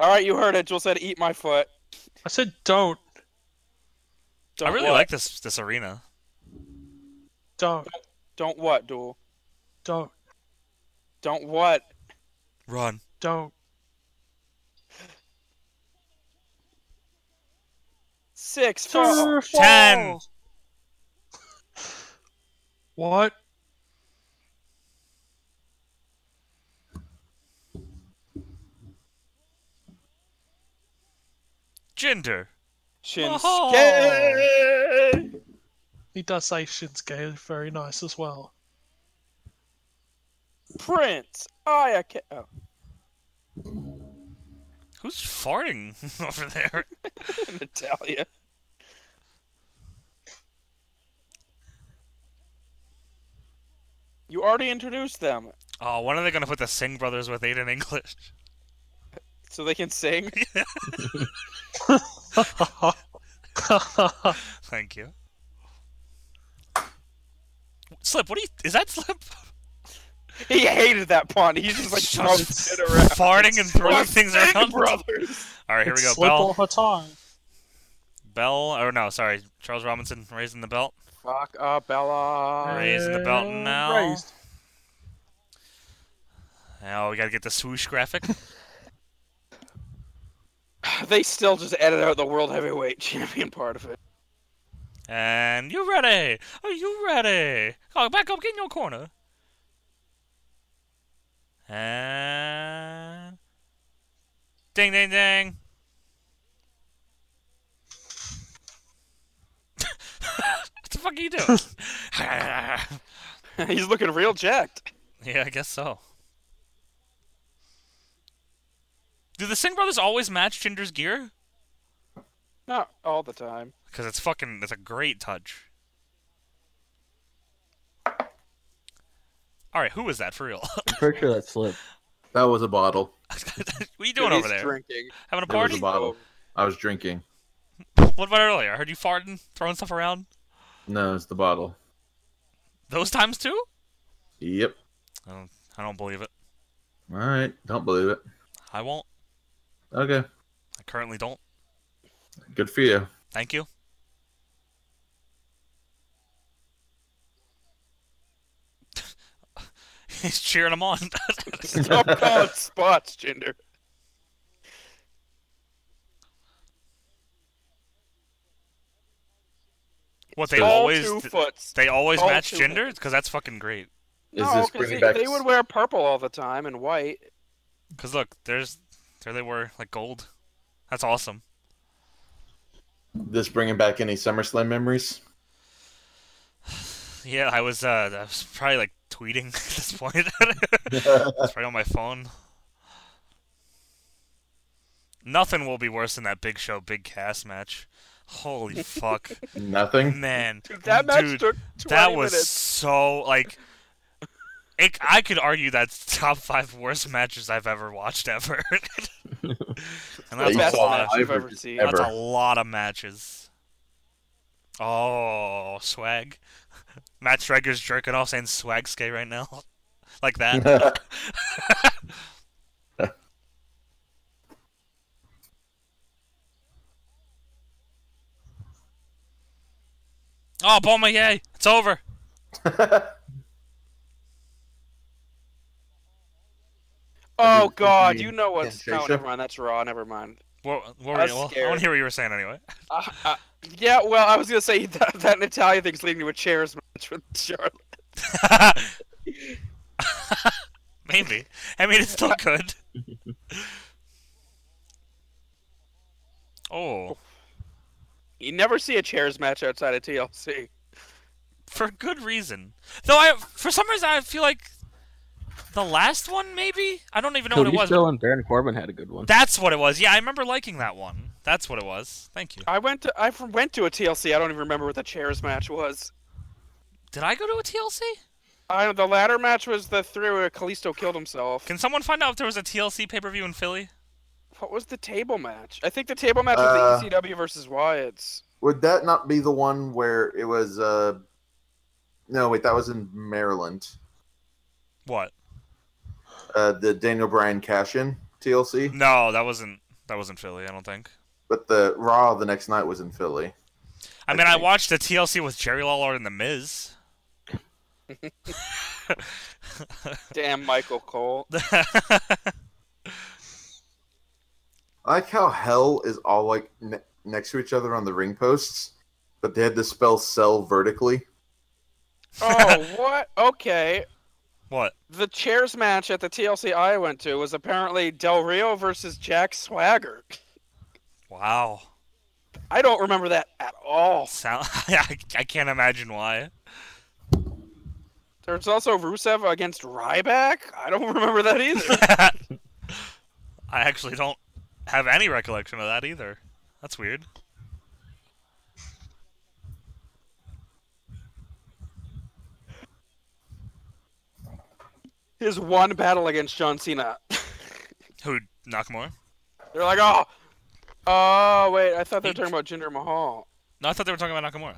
Speaker 2: All right, you heard it. Joel said, "Eat my foot."
Speaker 4: I said don't.
Speaker 1: I
Speaker 2: Don't
Speaker 1: really
Speaker 2: what?
Speaker 1: like this this arena.
Speaker 4: Don't.
Speaker 2: Don't what, Duel?
Speaker 4: Don't.
Speaker 2: Don't what?
Speaker 1: Run.
Speaker 4: Don't.
Speaker 2: Six. Four.
Speaker 4: Turf
Speaker 1: Ten.
Speaker 4: wall. What?
Speaker 1: Ginger.
Speaker 2: Shinsuke.
Speaker 1: Oh.
Speaker 4: He does say Shinsuke is very nice as well.
Speaker 2: Prince. Ayaka. Oh.
Speaker 1: Who's farting over there?
Speaker 2: Natalia. You already introduced them,
Speaker 1: Oh, when are they gonna put the Singh brothers with eight in English?
Speaker 2: so they can sing.
Speaker 1: Thank you. Slip, what are you is that Slip?
Speaker 2: He hated that pun. He's just like throwing shit around.
Speaker 1: farting and throwing things
Speaker 2: Singh
Speaker 1: around.
Speaker 2: brothers.
Speaker 1: Alright, here we go.
Speaker 4: It's slip
Speaker 1: Bell
Speaker 4: all the time.
Speaker 1: Bell or no, sorry, Charles Robinson raising the belt.
Speaker 2: Fuck up, Bella.
Speaker 1: Raising the belt
Speaker 4: And
Speaker 1: now.
Speaker 4: raised.
Speaker 1: Oh, we gotta get the swoosh graphic.
Speaker 2: They still just edit out the world heavyweight champion part of it.
Speaker 1: and you ready? Are you ready? Oh, back up, get in your corner. And ding, ding, ding. what the fuck are you doing? yeah,
Speaker 2: He's looking real jacked.
Speaker 1: I guess so. Do the Singh brothers always match Ginger's gear?
Speaker 2: Not all the time.
Speaker 1: Because it's fucking, it's a great touch. All right, who was that for real?
Speaker 5: I'm pretty sure that's slip.
Speaker 6: That was a bottle.
Speaker 1: what are you doing
Speaker 2: He's
Speaker 1: over there?
Speaker 2: Drinking.
Speaker 1: Having a
Speaker 6: That was
Speaker 1: party?
Speaker 6: a bottle. I was drinking.
Speaker 1: What about earlier? I heard you farting, throwing stuff around.
Speaker 6: No, it's the bottle.
Speaker 1: Those times too?
Speaker 6: Yep.
Speaker 1: I don't believe it.
Speaker 6: All right. Don't believe it.
Speaker 1: I won't.
Speaker 6: Okay.
Speaker 1: I currently don't.
Speaker 6: Good for you.
Speaker 1: Thank you. He's cheering him on.
Speaker 2: Stop calling spots, Jinder.
Speaker 1: what they
Speaker 6: All
Speaker 1: always
Speaker 2: two foots.
Speaker 1: they always
Speaker 2: all
Speaker 1: match
Speaker 2: two
Speaker 1: gender because that's fucking great.
Speaker 6: Is
Speaker 2: no, 'cause
Speaker 6: this bringing
Speaker 2: they,
Speaker 6: back?
Speaker 2: they would wear purple all the time and white.
Speaker 1: Because look, there's there they were like gold. That's awesome.
Speaker 6: This bringing back any SummerSlam memories?
Speaker 1: Yeah, I was uh I was probably like tweeting at this point. it's probably on my phone. Nothing will be worse than that Big Show Big Cass match. Holy fuck,
Speaker 6: Nothing.
Speaker 1: man!
Speaker 2: Dude, that match
Speaker 1: Dude,
Speaker 2: took 20
Speaker 1: that was
Speaker 2: minutes.
Speaker 1: so like. It, I could argue that's top five worst matches I've ever watched ever, and that's
Speaker 2: best
Speaker 1: a lot.
Speaker 2: match I've ever seen.
Speaker 1: That's a lot of matches. Oh, swag. Matt Stryker's jerking off saying swag skate right now. like that. oh, Boma, yay. It's over.
Speaker 2: Oh God,
Speaker 3: mean
Speaker 2: you know what's no,
Speaker 3: penetration?
Speaker 2: never mind. That's raw. Never mind.
Speaker 1: What, what were
Speaker 2: I
Speaker 1: you,
Speaker 2: was
Speaker 1: well, I
Speaker 2: scared.
Speaker 1: want to hear what you were saying anyway.
Speaker 2: Uh, uh, yeah, well, I was gonna say that, that Natalia thing's leading to a chairs match with Charlotte.
Speaker 1: Maybe. I mean, it's still good. oh,
Speaker 2: You never see a chairs match outside of TLC.
Speaker 1: for good reason. Though I, for some reason, I feel like the last one, maybe I don't even know what
Speaker 5: Cody
Speaker 1: it was.
Speaker 5: Still and Baron Corbin had a good one.
Speaker 1: That's what it was. Yeah, I remember liking that one. That's what it was. Thank you.
Speaker 2: I went to I from- went to a TLC. I don't even remember what the chairs match was.
Speaker 1: Did I go to a TLC?
Speaker 2: I, the latter match was the three where Kalisto killed himself.
Speaker 1: Can someone find out if there was a TLC pay per view in Philly?
Speaker 2: What was the table match? I think the table match
Speaker 6: Uh,
Speaker 2: was the ECW versus Wyatt's.
Speaker 6: Would that not be the one where it was? uh No, wait, that was in Maryland.
Speaker 1: What?
Speaker 6: Uh The Daniel Bryan cash in TLC.
Speaker 1: Mm-hmm. No, that wasn't. That wasn't Philly, I don't think.
Speaker 6: But the Raw the next night was in Philly.
Speaker 1: I
Speaker 6: I
Speaker 1: mean, I
Speaker 6: think-
Speaker 1: watched a TLC with Jerry Lawler and The Miz.
Speaker 2: Damn Michael Cole.
Speaker 6: I like how hell is all like ne- next to each other on the ring posts, but they had to spell cell vertically.
Speaker 2: Oh, what? Okay.
Speaker 1: what?
Speaker 2: The chairs match at the TLC I went to was apparently Del Rio versus Jack Swagger.
Speaker 1: Wow.
Speaker 2: I don't remember that at all.
Speaker 1: Sound. I, I can't imagine why.
Speaker 2: There's also Rusev against Ryback. I don't remember that either.
Speaker 1: I actually don't have any recollection of that either. That's weird.
Speaker 2: His one battle against John Cena.
Speaker 1: Who Nakamura?
Speaker 2: They're like, oh, oh wait, I thought they were
Speaker 1: Think-
Speaker 2: talking about Jinder Mahal.
Speaker 1: No, I thought they were talking about Nakamura.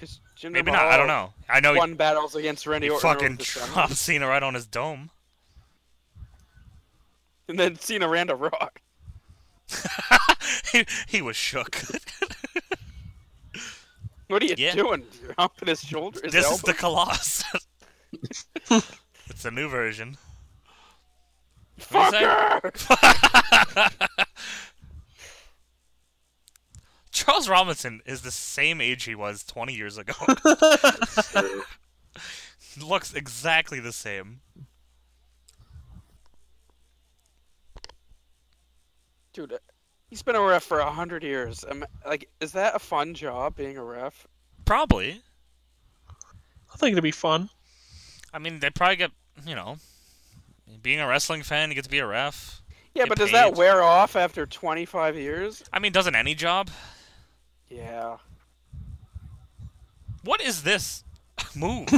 Speaker 2: 'Cause Jinder
Speaker 1: Maybe
Speaker 2: Mahal
Speaker 1: not. I don't know. I know
Speaker 2: One battles against Randy
Speaker 1: he
Speaker 2: Orton. earlier
Speaker 1: fucking
Speaker 2: this summer.
Speaker 1: dropped Cena right on his dome.
Speaker 2: And then Cena ran to Rock.
Speaker 1: he, he was shook.
Speaker 2: What are you
Speaker 1: Yeah.
Speaker 2: doing? You're humping his shoulder. His
Speaker 1: this is
Speaker 2: elbow.
Speaker 1: the Colossus. it's a new version. what do you say?
Speaker 2: Fucker!
Speaker 1: Charles Robinson is the same age he was 20 years ago.
Speaker 6: Oh,
Speaker 1: Looks exactly the same.
Speaker 2: Dude, he's been a ref for a hundred years. Um, like, is that a fun job being a ref?
Speaker 1: Probably.
Speaker 4: I think it'd be fun.
Speaker 1: I mean, they probably get, you know, being a wrestling fan, you get to be a ref.
Speaker 2: Yeah,
Speaker 1: Get
Speaker 2: but does that
Speaker 1: paid.
Speaker 2: wear off after 25 years?
Speaker 1: I mean, doesn't any job?
Speaker 2: Yeah.
Speaker 1: What is this move?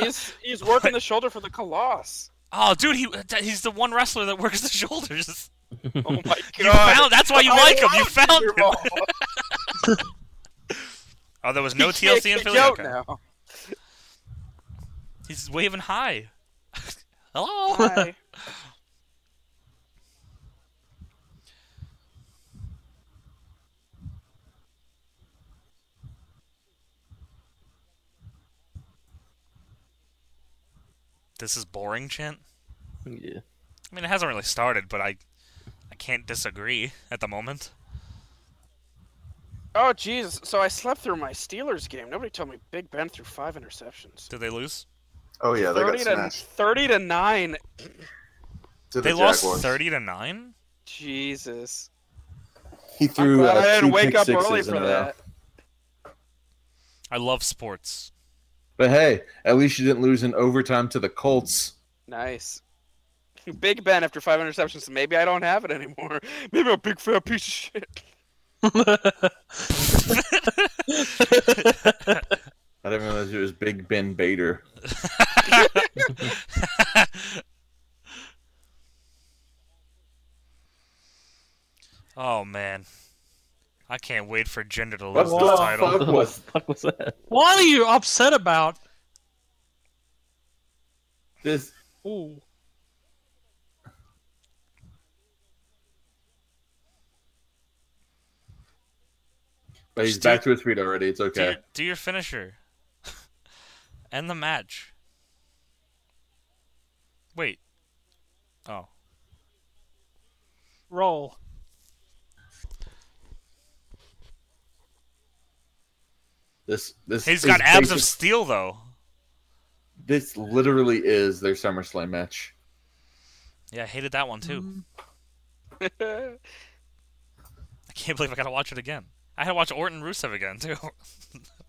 Speaker 2: He's he's working the shoulder for the Coloss.
Speaker 1: oh, dude, he he's the one wrestler that works the shoulders.
Speaker 2: Oh my
Speaker 1: You
Speaker 2: god.
Speaker 1: found, that's why you
Speaker 2: I
Speaker 1: like him. You
Speaker 2: love
Speaker 1: found
Speaker 2: Jinder
Speaker 1: him.
Speaker 2: Mahal.
Speaker 1: Oh, there was no
Speaker 2: He
Speaker 1: TLC in
Speaker 2: can't
Speaker 1: Philly.
Speaker 2: kick out
Speaker 1: Okay.
Speaker 2: now.
Speaker 1: He's waving hi. Hello.
Speaker 2: Hi.
Speaker 1: This is boring, chant.
Speaker 5: Yeah.
Speaker 1: I mean, it hasn't really started, but I, I can't disagree at the moment.
Speaker 2: Oh jeez. So I slept through my Steelers game. Nobody told me Big Ben threw five interceptions.
Speaker 1: Did they lose?
Speaker 6: Oh yeah, they got
Speaker 2: 30 to,
Speaker 6: smashed.
Speaker 2: 30 to 9.
Speaker 6: To the
Speaker 1: they lost
Speaker 6: Jaguars.
Speaker 1: thirty to nine.
Speaker 2: Jesus.
Speaker 6: He
Speaker 2: I'm
Speaker 6: threw
Speaker 2: glad
Speaker 6: uh,
Speaker 2: I didn't
Speaker 6: two
Speaker 2: wake
Speaker 6: pick
Speaker 2: up
Speaker 6: sixes
Speaker 2: early
Speaker 6: in
Speaker 2: for
Speaker 6: a row.
Speaker 2: that.
Speaker 1: I love sports.
Speaker 6: But hey, at least you didn't lose in overtime to the Colts.
Speaker 2: Nice. Big Ben after five interceptions. Maybe I don't have it anymore. Maybe I'm a big fat piece of shit.
Speaker 6: I didn't realize it was Big Ben Bader.
Speaker 1: Oh man, I can't wait for Jinder to lose
Speaker 6: What the
Speaker 1: this title.
Speaker 6: fuck?
Speaker 5: What the
Speaker 6: was-
Speaker 5: fuck was that?
Speaker 4: what are you upset about?
Speaker 6: This
Speaker 4: Ooh.
Speaker 6: but he's
Speaker 1: Just
Speaker 6: back to his feet already. It's
Speaker 1: Do, your,
Speaker 6: okay.
Speaker 1: do your finisher. End the match. Wait. Oh.
Speaker 4: Roll.
Speaker 6: This this
Speaker 1: He's
Speaker 6: is
Speaker 1: got abs of
Speaker 6: basic-
Speaker 1: steel though.
Speaker 6: This literally is their SummerSlam match.
Speaker 1: Yeah, I hated that one too. I can't believe I gotta watch it again. I had to watch Orton Rusev again too.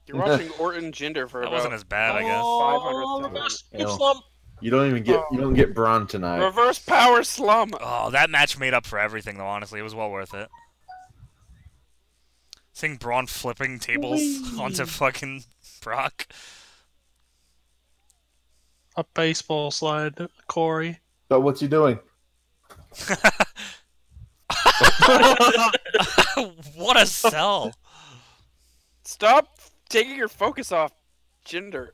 Speaker 2: You're watching Orton Jinder for
Speaker 1: That
Speaker 2: about
Speaker 1: wasn't as bad, I guess.
Speaker 4: Oh,
Speaker 2: 500,000.
Speaker 4: reverse
Speaker 6: Ew.
Speaker 4: slump.
Speaker 6: You don't even get you don't get Braun tonight.
Speaker 2: reverse power slum.
Speaker 1: Oh, that match made up for everything though. Honestly, it was well worth it. Seeing Braun flipping tables onto fucking Brock.
Speaker 4: A baseball slide, Corey.
Speaker 6: But what's he doing?
Speaker 1: what a sell!
Speaker 2: Stop taking your focus off Jinder.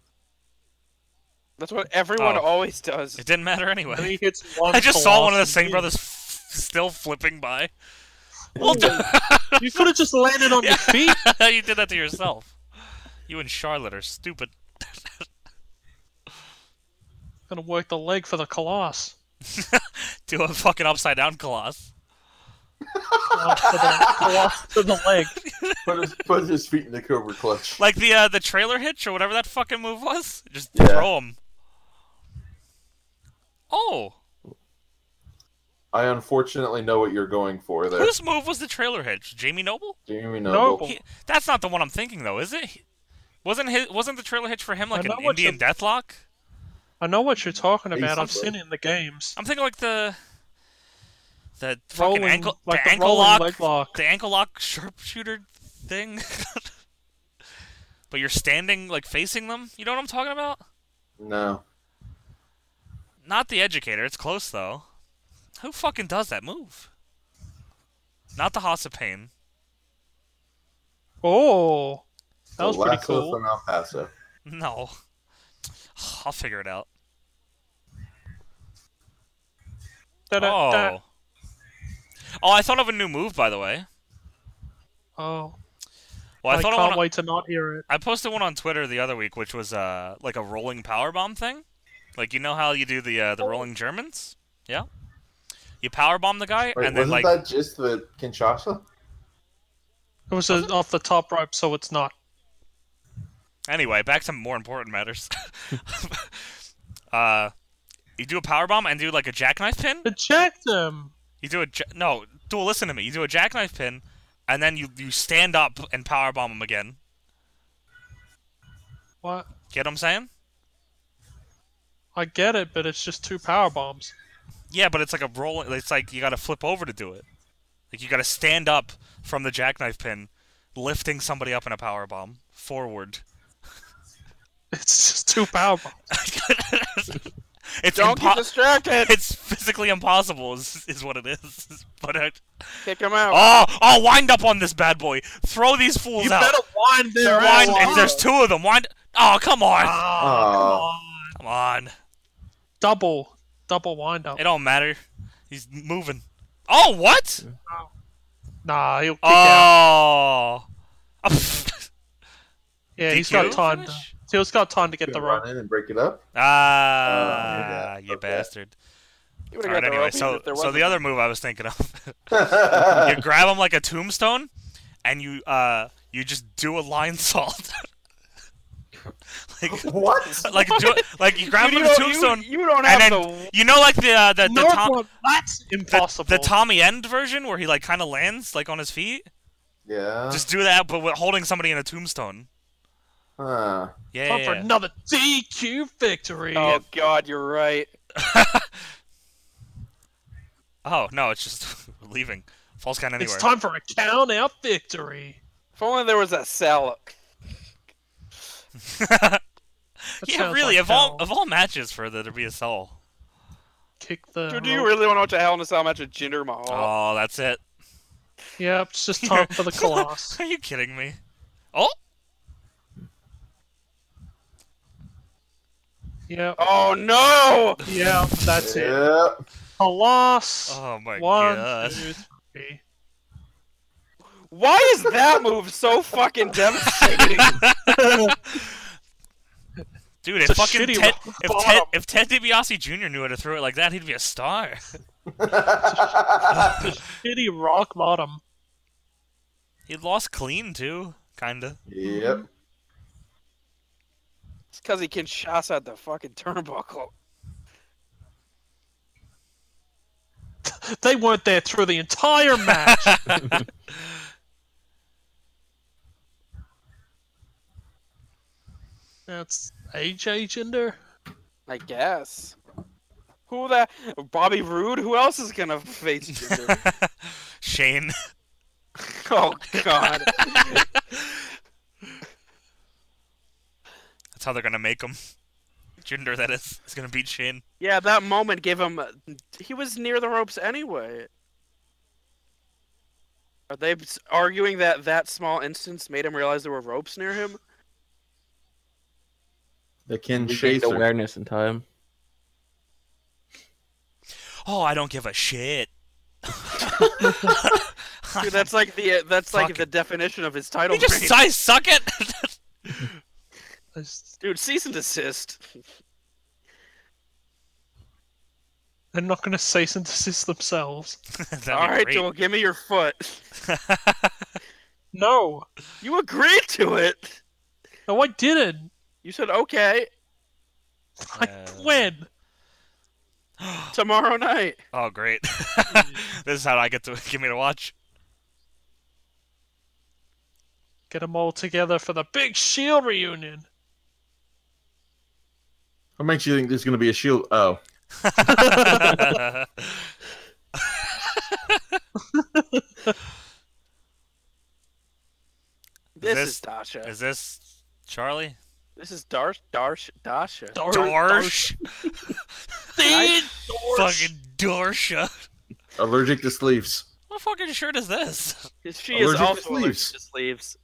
Speaker 2: That's what everyone
Speaker 1: Oh.
Speaker 2: always does.
Speaker 1: It didn't matter
Speaker 4: And
Speaker 1: anyway.
Speaker 4: he hits one
Speaker 1: I just saw one of the
Speaker 4: Singh
Speaker 1: Singh brothers f- still flipping by. Well,
Speaker 4: You could have just landed on your feet.
Speaker 1: you did that to yourself. You and Charlotte are stupid.
Speaker 4: Gonna work the leg for the coloss.
Speaker 1: Do a fucking upside down coloss.
Speaker 4: Coloss to Oh, the, coloss to the leg.
Speaker 3: Put his, put his feet in the cobra clutch.
Speaker 1: Like the uh, the trailer hitch or whatever that fucking move was. Just
Speaker 3: Yeah.
Speaker 1: throw him. Oh,
Speaker 3: I unfortunately know what you're going for there.
Speaker 1: whose move was the trailer hitch? Jamie Noble?
Speaker 3: Jamie
Speaker 6: Oh.
Speaker 4: Noble.
Speaker 3: Noble.
Speaker 1: He, that's not the one I'm thinking though, is it? He- wasn't his, wasn't the trailer hitch for him like
Speaker 4: I
Speaker 1: an
Speaker 4: know what
Speaker 1: Indian
Speaker 4: you-
Speaker 1: deathlock?
Speaker 4: I know what you're talking about. I've
Speaker 3: Basically.
Speaker 4: seen it in the games.
Speaker 1: I'm thinking like the the fucking
Speaker 4: Rolling,
Speaker 1: ankle
Speaker 4: like
Speaker 1: the
Speaker 4: the
Speaker 1: ankle
Speaker 4: rolling
Speaker 1: lock,
Speaker 4: leg lock.
Speaker 1: the ankle lock sharpshooter thing. but you're standing like facing them. You know what I'm talking about?
Speaker 6: No.
Speaker 1: Not the educator. It's close though. Who fucking does that move? Not the Hasapane.
Speaker 4: Oh, that was pretty
Speaker 6: Lasso
Speaker 4: cool.
Speaker 6: From El Paso.
Speaker 1: No. I'll figure it out.
Speaker 4: Da-da-da.
Speaker 1: Oh. Oh, I thought of a new move, by the way.
Speaker 4: Oh,
Speaker 1: Well, I,
Speaker 4: I
Speaker 1: thought of
Speaker 4: can't
Speaker 1: one.
Speaker 4: wait to not hear it.
Speaker 1: I posted one on Twitter the other week, which was uh like a rolling power bomb thing. Like you know how you do the uh, the rolling Germans, yeah. You power bomb the guy,
Speaker 6: Wait,
Speaker 1: and then like
Speaker 6: wasn't that just the Kinshasa?
Speaker 4: It was uh off the top rope, so it's not.
Speaker 1: anyway, back to more important matters. uh, you do a power bomb and do like a jackknife pin.
Speaker 4: Eject him.
Speaker 1: You do a ja- no, duel. Listen to me. You do a jackknife pin, and then you you stand up and power bomb him again.
Speaker 4: What?
Speaker 1: Get what I'm saying?
Speaker 4: I get it, but it's just two power bombs.
Speaker 1: Yeah, but it's like a rolling. It's like you got to flip over to do it. Like you got to stand up from the jackknife pin, lifting somebody up in a power bomb forward.
Speaker 4: It's just two power bombs.
Speaker 1: it's
Speaker 2: Don't get
Speaker 1: impo-
Speaker 2: distracted.
Speaker 1: it's physically impossible, is, is what it is. But I-
Speaker 2: Kick him out.
Speaker 1: oh, oh, wind up on this bad boy. Throw these fools out.
Speaker 4: wind
Speaker 1: They're
Speaker 4: their
Speaker 1: wind- if there's two of them, wind. Oh, come on,
Speaker 4: Ah.
Speaker 6: Oh,
Speaker 1: come on.
Speaker 4: Double, double wind up.
Speaker 1: It don't matter. He's moving. Oh, what?
Speaker 4: Nah, he'll kick out.
Speaker 1: Oh.
Speaker 4: Yeah, he's
Speaker 1: DQ?
Speaker 4: got time. To,
Speaker 1: Finish?
Speaker 4: he's got time to get the
Speaker 6: Gonna
Speaker 4: rope.
Speaker 6: run in and break it up.
Speaker 1: Ah,
Speaker 6: Oh, yeah,
Speaker 1: you
Speaker 6: okay.
Speaker 1: bastard. All
Speaker 2: You would've
Speaker 1: right,
Speaker 2: got the
Speaker 1: anyway,
Speaker 2: rope even
Speaker 1: so
Speaker 2: if there
Speaker 1: so the
Speaker 2: wasn't.
Speaker 1: other move I was thinking of, you grab him like a tombstone, and you uh you just do a line salt, like
Speaker 6: what?
Speaker 1: like do, like you grab
Speaker 2: Dude,
Speaker 1: him
Speaker 2: you,
Speaker 1: like a
Speaker 2: don't- you-
Speaker 1: tombstone,
Speaker 2: you don't
Speaker 1: and
Speaker 2: have
Speaker 1: then
Speaker 2: the
Speaker 1: you know like the uh, the the,
Speaker 4: North
Speaker 1: Tom-
Speaker 4: one, that's
Speaker 1: the,
Speaker 4: impossible.
Speaker 1: the Tommy End version where he like kind of lands like on his feet.
Speaker 6: Yeah.
Speaker 1: Just do that, but with holding somebody in a tombstone.
Speaker 6: Huh.
Speaker 1: Yeah,
Speaker 4: Time for
Speaker 1: yeah, yeah.
Speaker 4: another DQ victory.
Speaker 2: Oh God, you're right.
Speaker 1: Oh no, it's just leaving. False count anywhere.
Speaker 4: it's time for a count out victory.
Speaker 2: If only there was that salad.
Speaker 4: That
Speaker 1: yeah,
Speaker 4: sounds
Speaker 1: really.
Speaker 4: like
Speaker 1: of all
Speaker 4: hell.
Speaker 1: of all matches for there to be a soul.
Speaker 4: kick the.
Speaker 2: Dude, do you
Speaker 4: rope.
Speaker 2: really want to watch a Hell in a Cell match with Jinder Mahal?
Speaker 1: Oh, that's it.
Speaker 4: Yeah, it's just time for the coloss.
Speaker 1: Are you kidding me? Oh,
Speaker 4: Yeah,
Speaker 2: Oh, no!
Speaker 4: yeah, that's it.
Speaker 6: Yeah.
Speaker 4: Oh Coloss.
Speaker 1: oh my
Speaker 4: One,
Speaker 1: god.
Speaker 4: two, three.
Speaker 2: Why is that move so fucking devastating?
Speaker 1: Dude,
Speaker 4: It's
Speaker 1: if
Speaker 4: a
Speaker 1: fucking
Speaker 4: shitty
Speaker 1: Ted,
Speaker 4: rock
Speaker 1: if
Speaker 4: bottom.
Speaker 1: Ted, if Ted DiBiase Jr. knew how to throw it like that, he'd be a star.
Speaker 4: Shitty rock bottom.
Speaker 1: He lost clean too, kinda.
Speaker 6: yep.
Speaker 2: it's because he can shots at the fucking turnbuckle.
Speaker 4: They weren't there through the entire match. That's AJ Jinder.
Speaker 2: I guess. Who the Bobby Roode? Who else is gonna face Jinder?
Speaker 1: Shane.
Speaker 2: oh God!
Speaker 1: That's how they're gonna make him. Jinder, that is. He's gonna beat Shane.
Speaker 2: Yeah, that moment gave him. He was near the ropes anyway. Are they s- arguing that that small instance made him realize there were ropes near him?
Speaker 6: The Ken
Speaker 5: We gained
Speaker 6: Chaser.
Speaker 5: awareness in time.
Speaker 1: Oh, I don't give a shit.
Speaker 2: Dude, that's like the uh, that's like
Speaker 1: Fuck.
Speaker 2: the definition of his title.
Speaker 1: you just
Speaker 2: reign.
Speaker 1: size suck it.
Speaker 4: There's-
Speaker 2: Dude, cease and desist.
Speaker 4: They're not going to cease and desist themselves.
Speaker 1: That'd be
Speaker 2: All right,
Speaker 1: great.
Speaker 2: Joel, give me your foot.
Speaker 4: No,
Speaker 2: You agreed to it.
Speaker 4: no, I didn't.
Speaker 2: You said okay
Speaker 4: Like
Speaker 1: Uh,
Speaker 4: when?
Speaker 2: tomorrow night.
Speaker 1: Oh, great. this is how I get to give me to watch.
Speaker 4: Get them all together for the big shield reunion.
Speaker 6: What makes you think there's going to be a shield? Oh,
Speaker 2: This,
Speaker 1: This-
Speaker 2: is Dasha.
Speaker 1: is this Charlie?
Speaker 2: This is Darsh Darsh Dasha.
Speaker 4: Dar-
Speaker 1: Dorsh.
Speaker 2: I-
Speaker 1: Fucking Dorsha.
Speaker 6: allergic to sleeves.
Speaker 1: What fucking shirt is this?
Speaker 2: she is
Speaker 6: Allergic to
Speaker 2: also allergic
Speaker 6: sleeves.
Speaker 2: to sleeves.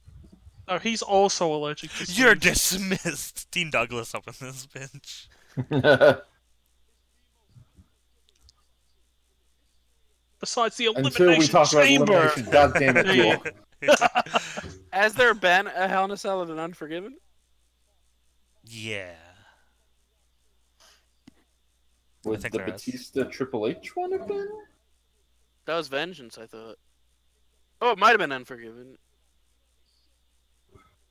Speaker 4: No, he's also allergic to
Speaker 1: You're
Speaker 4: sleeves.
Speaker 1: dismissed. Dean Douglas up in this bitch.
Speaker 4: Besides the elimination
Speaker 3: Until we talk about
Speaker 4: chamber.
Speaker 3: elimination, God damn it, Jewel.
Speaker 2: Has there been a Hell in a Cell and an Unforgiven?
Speaker 1: yeah.
Speaker 3: Would
Speaker 1: think
Speaker 3: the
Speaker 1: there is.
Speaker 3: Batista Triple H one have been?
Speaker 2: That was Vengeance, I thought. Oh, it might have been Unforgiven.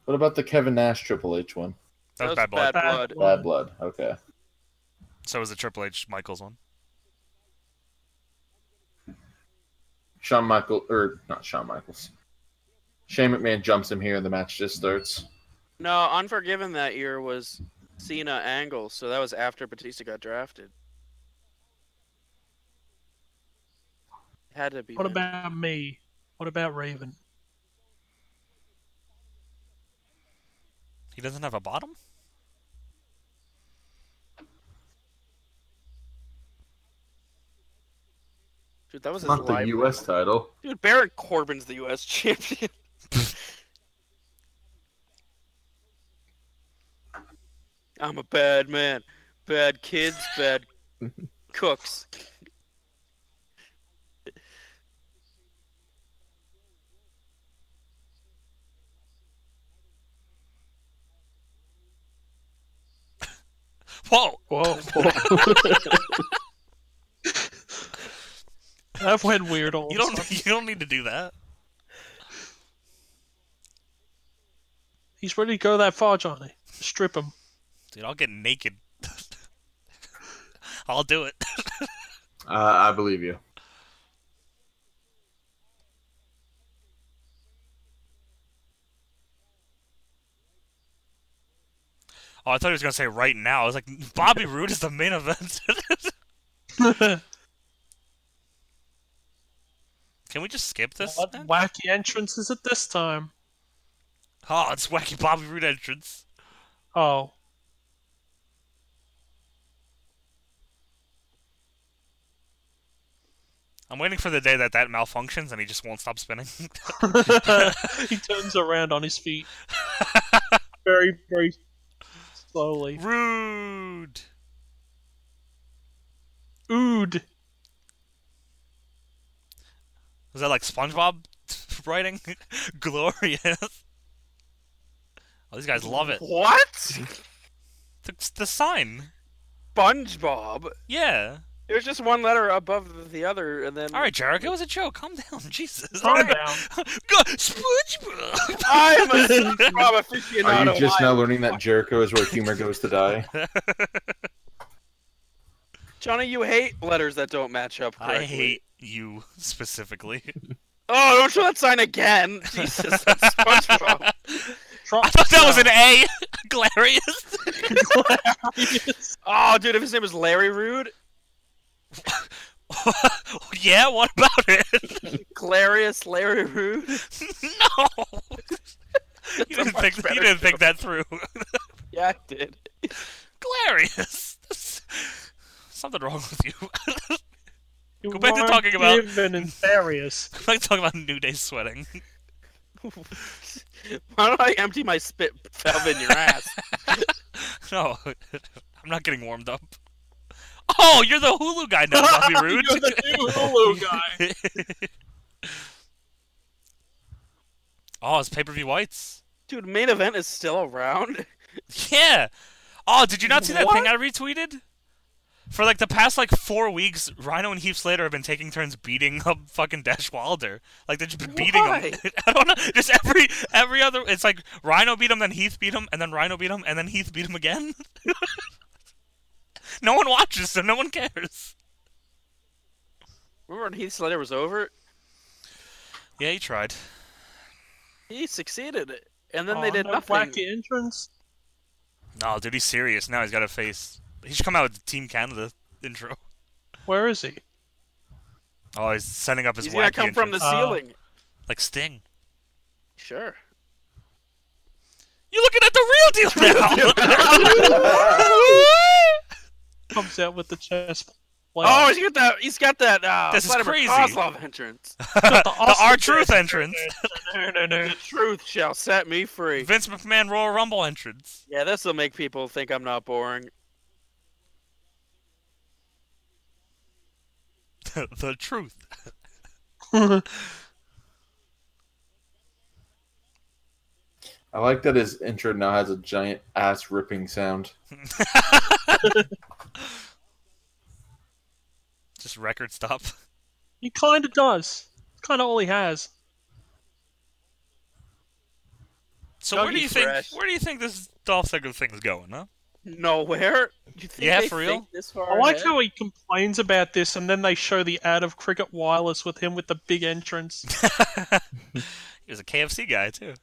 Speaker 3: What about the Kevin Nash Triple H one?
Speaker 1: That was
Speaker 2: That
Speaker 1: bad blood.
Speaker 4: Bad
Speaker 2: blood.
Speaker 3: Bad Blood. Okay.
Speaker 1: So was the Triple H Michaels one.
Speaker 6: Shawn Michael or not Shawn Michaels. Shane McMahon jumps him here, and the match just starts.
Speaker 2: No, Unforgiven that year was Cena Angle, so that was after Batista got drafted. Had to be.
Speaker 4: What
Speaker 2: then.
Speaker 4: about me? What about Raven?
Speaker 1: He doesn't have a bottom?
Speaker 2: Dude, that was
Speaker 6: It's
Speaker 2: his
Speaker 6: not the
Speaker 2: live-
Speaker 6: U.S. title.
Speaker 2: Dude, Baron Corbin's the U.S. champion. I'm a bad man. Bad kids, bad cooks.
Speaker 1: Whoa!
Speaker 4: Whoa. that went weird all
Speaker 1: You
Speaker 4: of a sudden.
Speaker 1: don't you don't need to do that.
Speaker 4: He's ready to go that far, Johnny. Strip him.
Speaker 1: Dude, I'll get naked. I'll do it.
Speaker 6: Uh, I believe you.
Speaker 1: Oh, I thought he was gonna say right now. I was like, Bobby Roode is the main event. Can we just skip this?
Speaker 4: what
Speaker 1: then?
Speaker 4: wacky entrance is it this time?
Speaker 1: Oh, it's wacky Bobby Roode entrance.
Speaker 4: Oh.
Speaker 1: I'm waiting for the day that that malfunctions and he just won't stop spinning.
Speaker 4: he turns around on his feet. very, very slowly.
Speaker 1: Rude.
Speaker 4: Ood.
Speaker 1: Is that like SpongeBob writing? Glorious. Oh, these guys love it.
Speaker 2: What?
Speaker 1: The, the sign.
Speaker 2: SpongeBob.
Speaker 1: Yeah.
Speaker 2: There's just one letter above the other, and then.
Speaker 1: All right, Jericho, it was a joke. Calm down, Jesus.
Speaker 4: Calm down.
Speaker 1: Go- SpongeBob.
Speaker 2: I'm a SpongeBob aficionado.
Speaker 6: Are you just
Speaker 2: I-
Speaker 6: now learning that Jericho is where humor goes to die?
Speaker 2: Johnny, you hate letters that don't match up correctly.
Speaker 1: I hate you specifically.
Speaker 2: Oh, don't show that sign again. Jesus, that's SpongeBob.
Speaker 1: I thought that was an A. Glorious.
Speaker 2: Oh, dude, if his name was Larry Rude,
Speaker 1: yeah, what about it?
Speaker 2: Glarious Larry
Speaker 1: no.
Speaker 2: Rude.
Speaker 1: you didn't,
Speaker 2: much
Speaker 1: think, you
Speaker 2: better
Speaker 1: didn't think that through.
Speaker 2: Yeah, I did.
Speaker 1: Glorious. Something wrong with you. Go back to talking about-
Speaker 4: Even and various.
Speaker 1: I'm not talking about New Day sweating.
Speaker 2: Why don't I empty my spit valve in your ass?
Speaker 1: No, I'm not getting warmed up. Oh, you're the Hulu guy now. Don't be rude.
Speaker 6: You're the new Hulu guy.
Speaker 1: oh, it's pay per view whites.
Speaker 2: Dude, main event is still around.
Speaker 1: Yeah. Oh, did you not see that thing I retweeted? For like the past like four weeks, Rhino and Heath Slater have been taking turns beating up fucking Dash Wilder. Like they've just been beating
Speaker 2: Why?
Speaker 1: him. I don't know. Just every every other. It's like Rhino beat him, then Heath beat him, and then Rhino beat him, and then Heath beat him again. no one watches, so no one cares.
Speaker 2: Remember when Heath Slater was over?
Speaker 1: Yeah, he tried.
Speaker 2: He succeeded, and then they
Speaker 4: Oh,
Speaker 2: did
Speaker 4: no
Speaker 2: nothing.
Speaker 4: Wacky entrance.
Speaker 1: No, dude, he's serious now. He's got a face. He should come out with the Team Canada intro.
Speaker 4: Where is he?
Speaker 1: Oh, he's setting up his
Speaker 2: He's
Speaker 1: wacky
Speaker 2: gonna come from the
Speaker 1: entrance.
Speaker 4: Oh.
Speaker 2: ceiling.
Speaker 1: like Sting.
Speaker 2: Sure.
Speaker 1: You're looking at the real deal now.
Speaker 4: Comes out with the chest. plate.
Speaker 2: Oh, he's got that. He's got that. Uh,
Speaker 1: This is
Speaker 2: Vladimir
Speaker 1: crazy.
Speaker 2: Kozlov entrance.
Speaker 1: the
Speaker 4: Austin
Speaker 1: R Truth
Speaker 4: Theory.
Speaker 1: entrance.
Speaker 4: no, no, no.
Speaker 2: the truth shall set me free.
Speaker 1: Vince McMahon Royal Rumble entrance.
Speaker 2: Yeah, this will make people think I'm not boring.
Speaker 1: the truth.
Speaker 6: I like that his intro now has a giant ass ripping sound.
Speaker 1: Just record stop.
Speaker 4: He kind of does. Kind of all he has.
Speaker 1: So
Speaker 2: Dougie
Speaker 1: where do you think
Speaker 2: Fresh.
Speaker 1: where do you think this Dolph Ziggler thing's going, huh?
Speaker 2: Nowhere. You think
Speaker 1: Yeah,
Speaker 2: they
Speaker 1: for real?
Speaker 2: think This far
Speaker 4: I like
Speaker 2: ahead?
Speaker 4: how he complains about this, and then they show the ad of Cricket Wireless with him with the big entrance.
Speaker 1: He was a KFC guy too.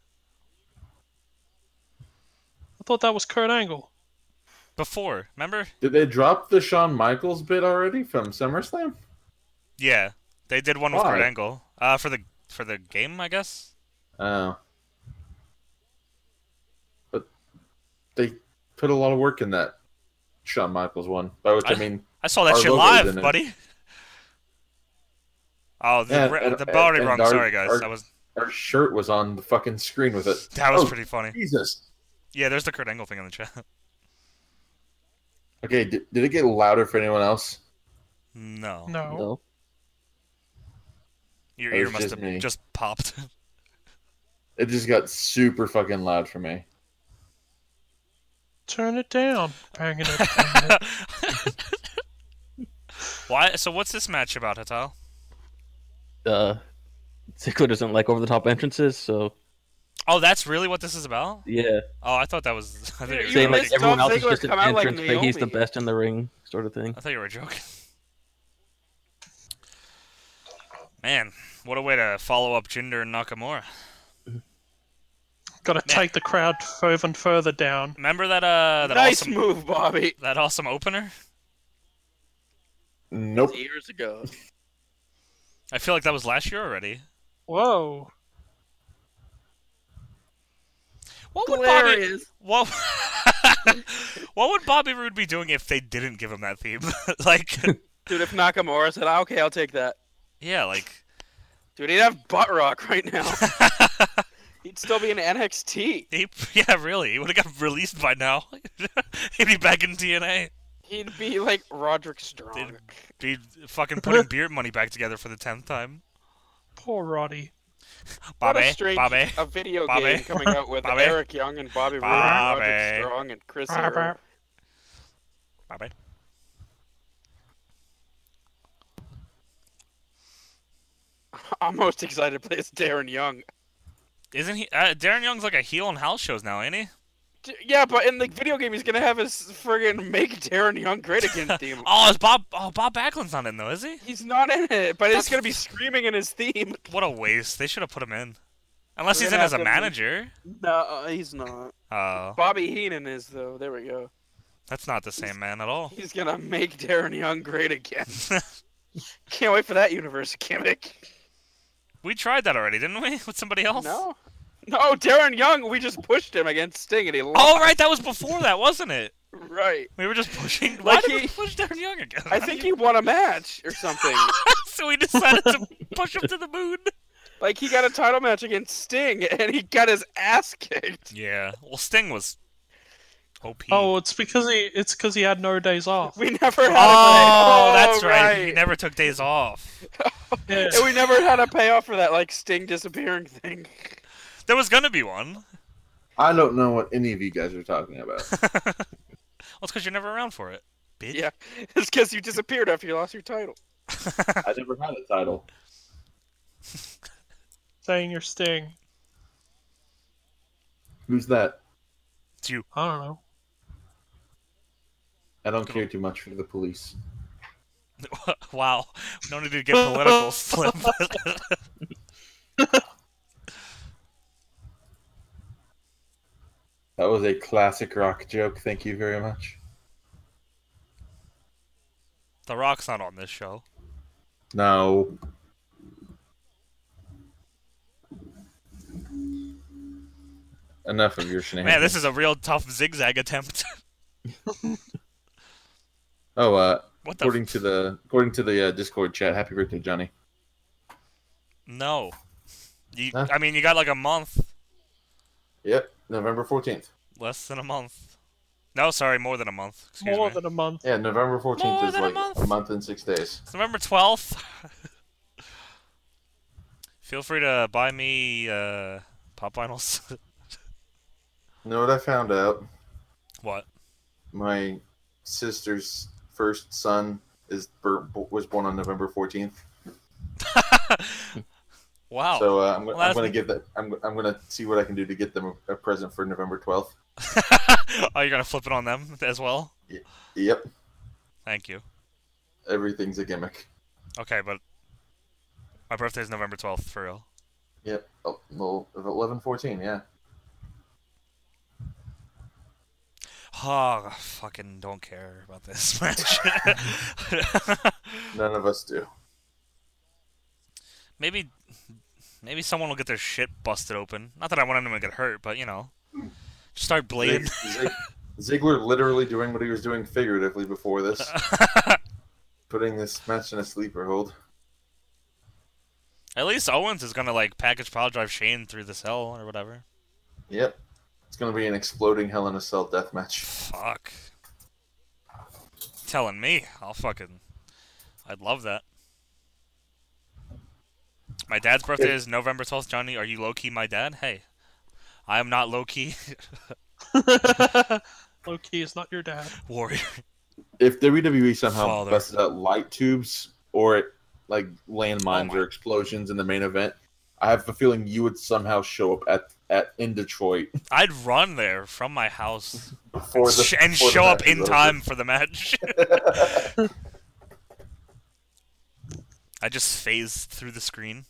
Speaker 4: I thought that was Kurt Angle.
Speaker 1: Before, remember?
Speaker 6: Did they drop the Shawn Michaels bit already from SummerSlam?
Speaker 1: Yeah. They did one with
Speaker 6: Why?
Speaker 1: Kurt Angle. Uh for the for the game, I guess.
Speaker 6: Oh. But they put a lot of work in that Shawn Michaels one. By which I,
Speaker 1: I-
Speaker 6: mean,
Speaker 1: I saw that
Speaker 6: Our
Speaker 1: shit
Speaker 6: logo's
Speaker 1: live,
Speaker 6: in it.
Speaker 1: buddy. Oh, the,
Speaker 6: Yeah,
Speaker 1: re-
Speaker 6: and-
Speaker 1: the body
Speaker 6: and
Speaker 1: wrong.
Speaker 6: our-
Speaker 1: Sorry, guys.
Speaker 6: our-
Speaker 1: that was
Speaker 6: our shirt was on the fucking screen with it.
Speaker 1: that was
Speaker 6: Oh,
Speaker 1: pretty funny.
Speaker 6: Jesus.
Speaker 1: Yeah, there's the Kurt Angle thing in the chat.
Speaker 6: Okay, did, did it get louder for anyone else?
Speaker 1: No,
Speaker 4: No.
Speaker 5: No.
Speaker 1: your
Speaker 6: It
Speaker 1: ear
Speaker 6: was
Speaker 1: must
Speaker 6: Oh, just
Speaker 1: have
Speaker 6: me.
Speaker 1: just popped.
Speaker 6: It just got super fucking loud for me.
Speaker 4: Turn it down. Banging it down.
Speaker 1: Why? So what's this match about, Hatal?
Speaker 5: Uh, Ziggler doesn't like over the top entrances, so
Speaker 1: Oh, that's really what this is about.
Speaker 5: yeah.
Speaker 1: Oh, I thought that was. I thought, you,
Speaker 2: Yeah, you-
Speaker 1: were,
Speaker 5: Saying like
Speaker 2: missed
Speaker 5: everyone
Speaker 2: Dolph
Speaker 5: else is
Speaker 2: Ziggler
Speaker 5: just an
Speaker 2: come out like
Speaker 5: entrance, but he's the
Speaker 2: Naomi.
Speaker 5: best in the ring, sort of thing.
Speaker 1: I thought you were joking. Man, what a way to follow up Jinder and Nakamura.
Speaker 4: Got to take the crowd further and further down.
Speaker 1: Remember that uh that
Speaker 2: nice
Speaker 1: awesome
Speaker 2: move, Bobby.
Speaker 1: that awesome opener?
Speaker 6: Nope.
Speaker 2: Years ago.
Speaker 1: I feel like that was last year already.
Speaker 4: Whoa.
Speaker 1: What would Bobby?
Speaker 2: Hilarious.
Speaker 1: What? what would Bobby Roode be doing if they didn't give him that theme? like,
Speaker 2: Dude, if Nakamura said, "Ah, okay, I'll take that.
Speaker 1: yeah, like
Speaker 2: Dude, he'd have butt rock right now. he'd still be in NXT.
Speaker 1: he, yeah, really, he would have got released by now. He'd be back in TNA.
Speaker 2: He'd be like Roderick Strong.
Speaker 1: Dude. Be fucking putting beer money back together for the tenth time.
Speaker 4: Poor Roddy.
Speaker 2: What
Speaker 1: Bobby,
Speaker 2: a strange
Speaker 1: Bobby,
Speaker 2: a video
Speaker 1: Bobby.
Speaker 2: game coming out with
Speaker 1: Bobby.
Speaker 2: Eric Young and Bobby Roode, and
Speaker 1: Bobby.
Speaker 2: Roderick Strong and Chris. Hero.
Speaker 1: Bobby.
Speaker 2: I'm most excited to play as Darren Young.
Speaker 1: Isn't he? Uh, Darren Young's like a heel on house shows now, ain't he?
Speaker 2: D- Yeah, but in the video game, he's gonna have his friggin' "Make Darren Young Great Again" theme.
Speaker 1: Oh, is Bob? Oh, Bob Backlund's not in though, is he?
Speaker 2: He's not in it, but
Speaker 1: That's-
Speaker 2: it's gonna be screaming in his theme.
Speaker 1: What a waste. They should have put him in. Unless
Speaker 2: We're
Speaker 1: he's in
Speaker 2: gonna
Speaker 1: as a
Speaker 2: have to-
Speaker 1: manager.
Speaker 2: No, uh, he's not.
Speaker 1: Oh,
Speaker 2: Bobby Heenan is though. There we go.
Speaker 1: that's not the same man at all.
Speaker 2: He's gonna make Darren Young great again. Can't wait for that universe gimmick.
Speaker 1: we tried that already, didn't we? With somebody else?
Speaker 2: No, no, Darren Young. We just pushed him against Sting, and he lost.
Speaker 1: Oh, right, that was before that, wasn't it?
Speaker 2: Right.
Speaker 1: We were just pushing. Why
Speaker 2: Like
Speaker 1: did we
Speaker 2: he-
Speaker 1: push Darren Young again?
Speaker 2: I think he won a match or something.
Speaker 1: so we decided to push him to the moon.
Speaker 2: like he got a title match against Sting, and he got his ass kicked.
Speaker 1: Yeah. Well, Sting was OP.
Speaker 4: Oh, it's because he it's because he had no days off.
Speaker 2: We never had a
Speaker 1: Oh,
Speaker 2: payoff.
Speaker 1: that's right. He never took days off.
Speaker 4: Yeah.
Speaker 2: And we never had a payoff for that like Sting disappearing thing.
Speaker 1: There was gonna be one.
Speaker 6: I don't know what any of you guys are talking about.
Speaker 1: Well, it's because you're never around for it, bitch.
Speaker 2: Yeah, it's because you disappeared after you lost your title.
Speaker 6: I never had a title.
Speaker 4: Saying your sting.
Speaker 6: Who's that?
Speaker 1: It's you.
Speaker 4: I don't know.
Speaker 6: I don't care too much for the police.
Speaker 1: wow. No need to get political, Flip.
Speaker 6: That was a classic rock joke. Thank you very much.
Speaker 1: the Rock's not on this show.
Speaker 6: No. Enough of your shenanigans.
Speaker 1: Man, this is a real tough zigzag attempt.
Speaker 6: oh, uh,
Speaker 1: what the?
Speaker 6: according
Speaker 1: f-
Speaker 6: to the according to the uh, Discord chat, happy birthday, Johnny.
Speaker 1: no. You,
Speaker 6: Huh?
Speaker 1: I mean, you got like a month,
Speaker 6: Yep, November fourteenth.
Speaker 1: less than a month. No, sorry, more than a month. Excuse
Speaker 4: More
Speaker 1: me.
Speaker 4: than a month.
Speaker 6: Yeah, November
Speaker 1: More than a month.
Speaker 6: and six days.
Speaker 1: It's November 12th. Feel free to buy me uh, pop vinyls.
Speaker 6: You know what I found out?
Speaker 1: what?
Speaker 6: My sister's first son is bur- was born on November fourteenth.
Speaker 1: Wow.
Speaker 6: So uh, I'm,
Speaker 1: Oh, Well,
Speaker 6: gonna I'm
Speaker 1: that's-
Speaker 6: going to give that. I'm, I'm going to see what I can do to get them a, a present for November 12th.
Speaker 1: Are you going to Oh, flip it on them as well?
Speaker 6: Yep,
Speaker 1: Thank you.
Speaker 6: everything's a gimmick.
Speaker 1: Okay, but my birthday's November 12th, for real.
Speaker 6: Yep, oh, well, 11, 14, yeah.
Speaker 1: Oh, I fucking don't care about this match.
Speaker 6: None of us do.
Speaker 1: maybe, maybe someone will get their shit busted open. Not that I want anyone to get hurt, but you know, just start
Speaker 6: Zig,
Speaker 1: blading.
Speaker 6: Zig, Ziggler literally doing what he was doing figuratively before this, putting this match in a sleeper hold.
Speaker 1: At least Owens is gonna like package pile drive Shane through the cell or whatever.
Speaker 6: Yep, it's going to be an exploding Hell in a Cell death match.
Speaker 1: Fuck. Telling me, I'll fucking. I'd love that. My dad's birthday is November 12th. Johnny, are you low key my dad? Hey, I am not low key.
Speaker 4: Low key is not your dad.
Speaker 1: Warrior.
Speaker 6: If WWE somehow
Speaker 1: Father.
Speaker 6: busts out light tubes or it, like landmines
Speaker 1: Oh my-
Speaker 6: or explosions in the main event, I have a feeling you would somehow show up at, at in Detroit
Speaker 1: I'd run there from my house
Speaker 6: before the
Speaker 1: sh- and
Speaker 6: before the
Speaker 1: show up
Speaker 6: match is
Speaker 1: in
Speaker 6: over.
Speaker 1: time for the match. I just phase through the screen.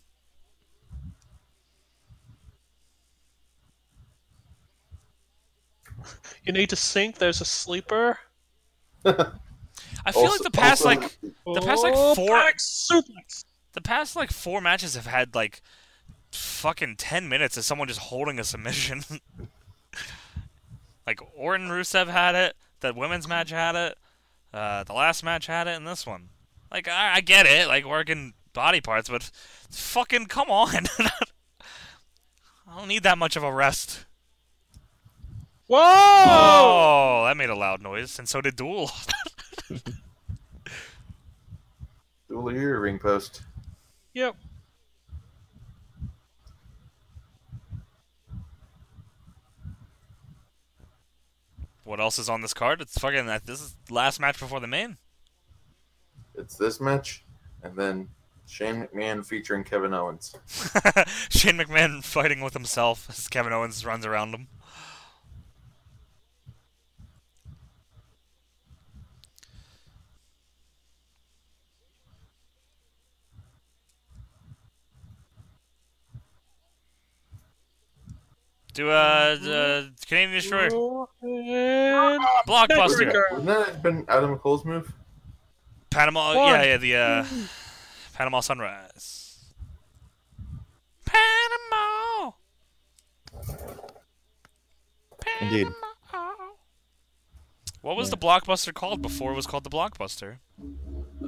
Speaker 4: You need to sink. There's a sleeper.
Speaker 1: I feel
Speaker 6: Also-
Speaker 1: like the past
Speaker 6: also-
Speaker 1: like The past, like,
Speaker 4: Oh,
Speaker 1: four-
Speaker 4: back suplex.
Speaker 1: the past like four matches have had like fucking ten minutes of someone just holding a submission. like Orton Rusev had it, the women's match had it, uh, the last match had it, and this one. Like I, I get it, like working body parts, but fucking come on. I don't need that much of a rest.
Speaker 4: Whoa!
Speaker 1: Oh, that made a loud noise, and so did Duel.
Speaker 6: Dual ear ring post.
Speaker 4: Yep.
Speaker 1: what else is on this card? It's fucking that. This is last match before the main.
Speaker 6: It's this match, and then Shane McMahon featuring Kevin Owens.
Speaker 1: Shane McMahon fighting with himself as Kevin Owens runs around him. Do uh, the Canadian Destroyer
Speaker 4: And
Speaker 1: blockbuster
Speaker 4: Neckbreaker.
Speaker 6: Wouldn't that have been Adam McCole's move?
Speaker 1: Panama?
Speaker 4: One.
Speaker 1: Yeah, yeah, the uh, Panama Sunrise. Panama.
Speaker 5: Indeed.
Speaker 1: What was the blockbuster called before it was called the blockbuster?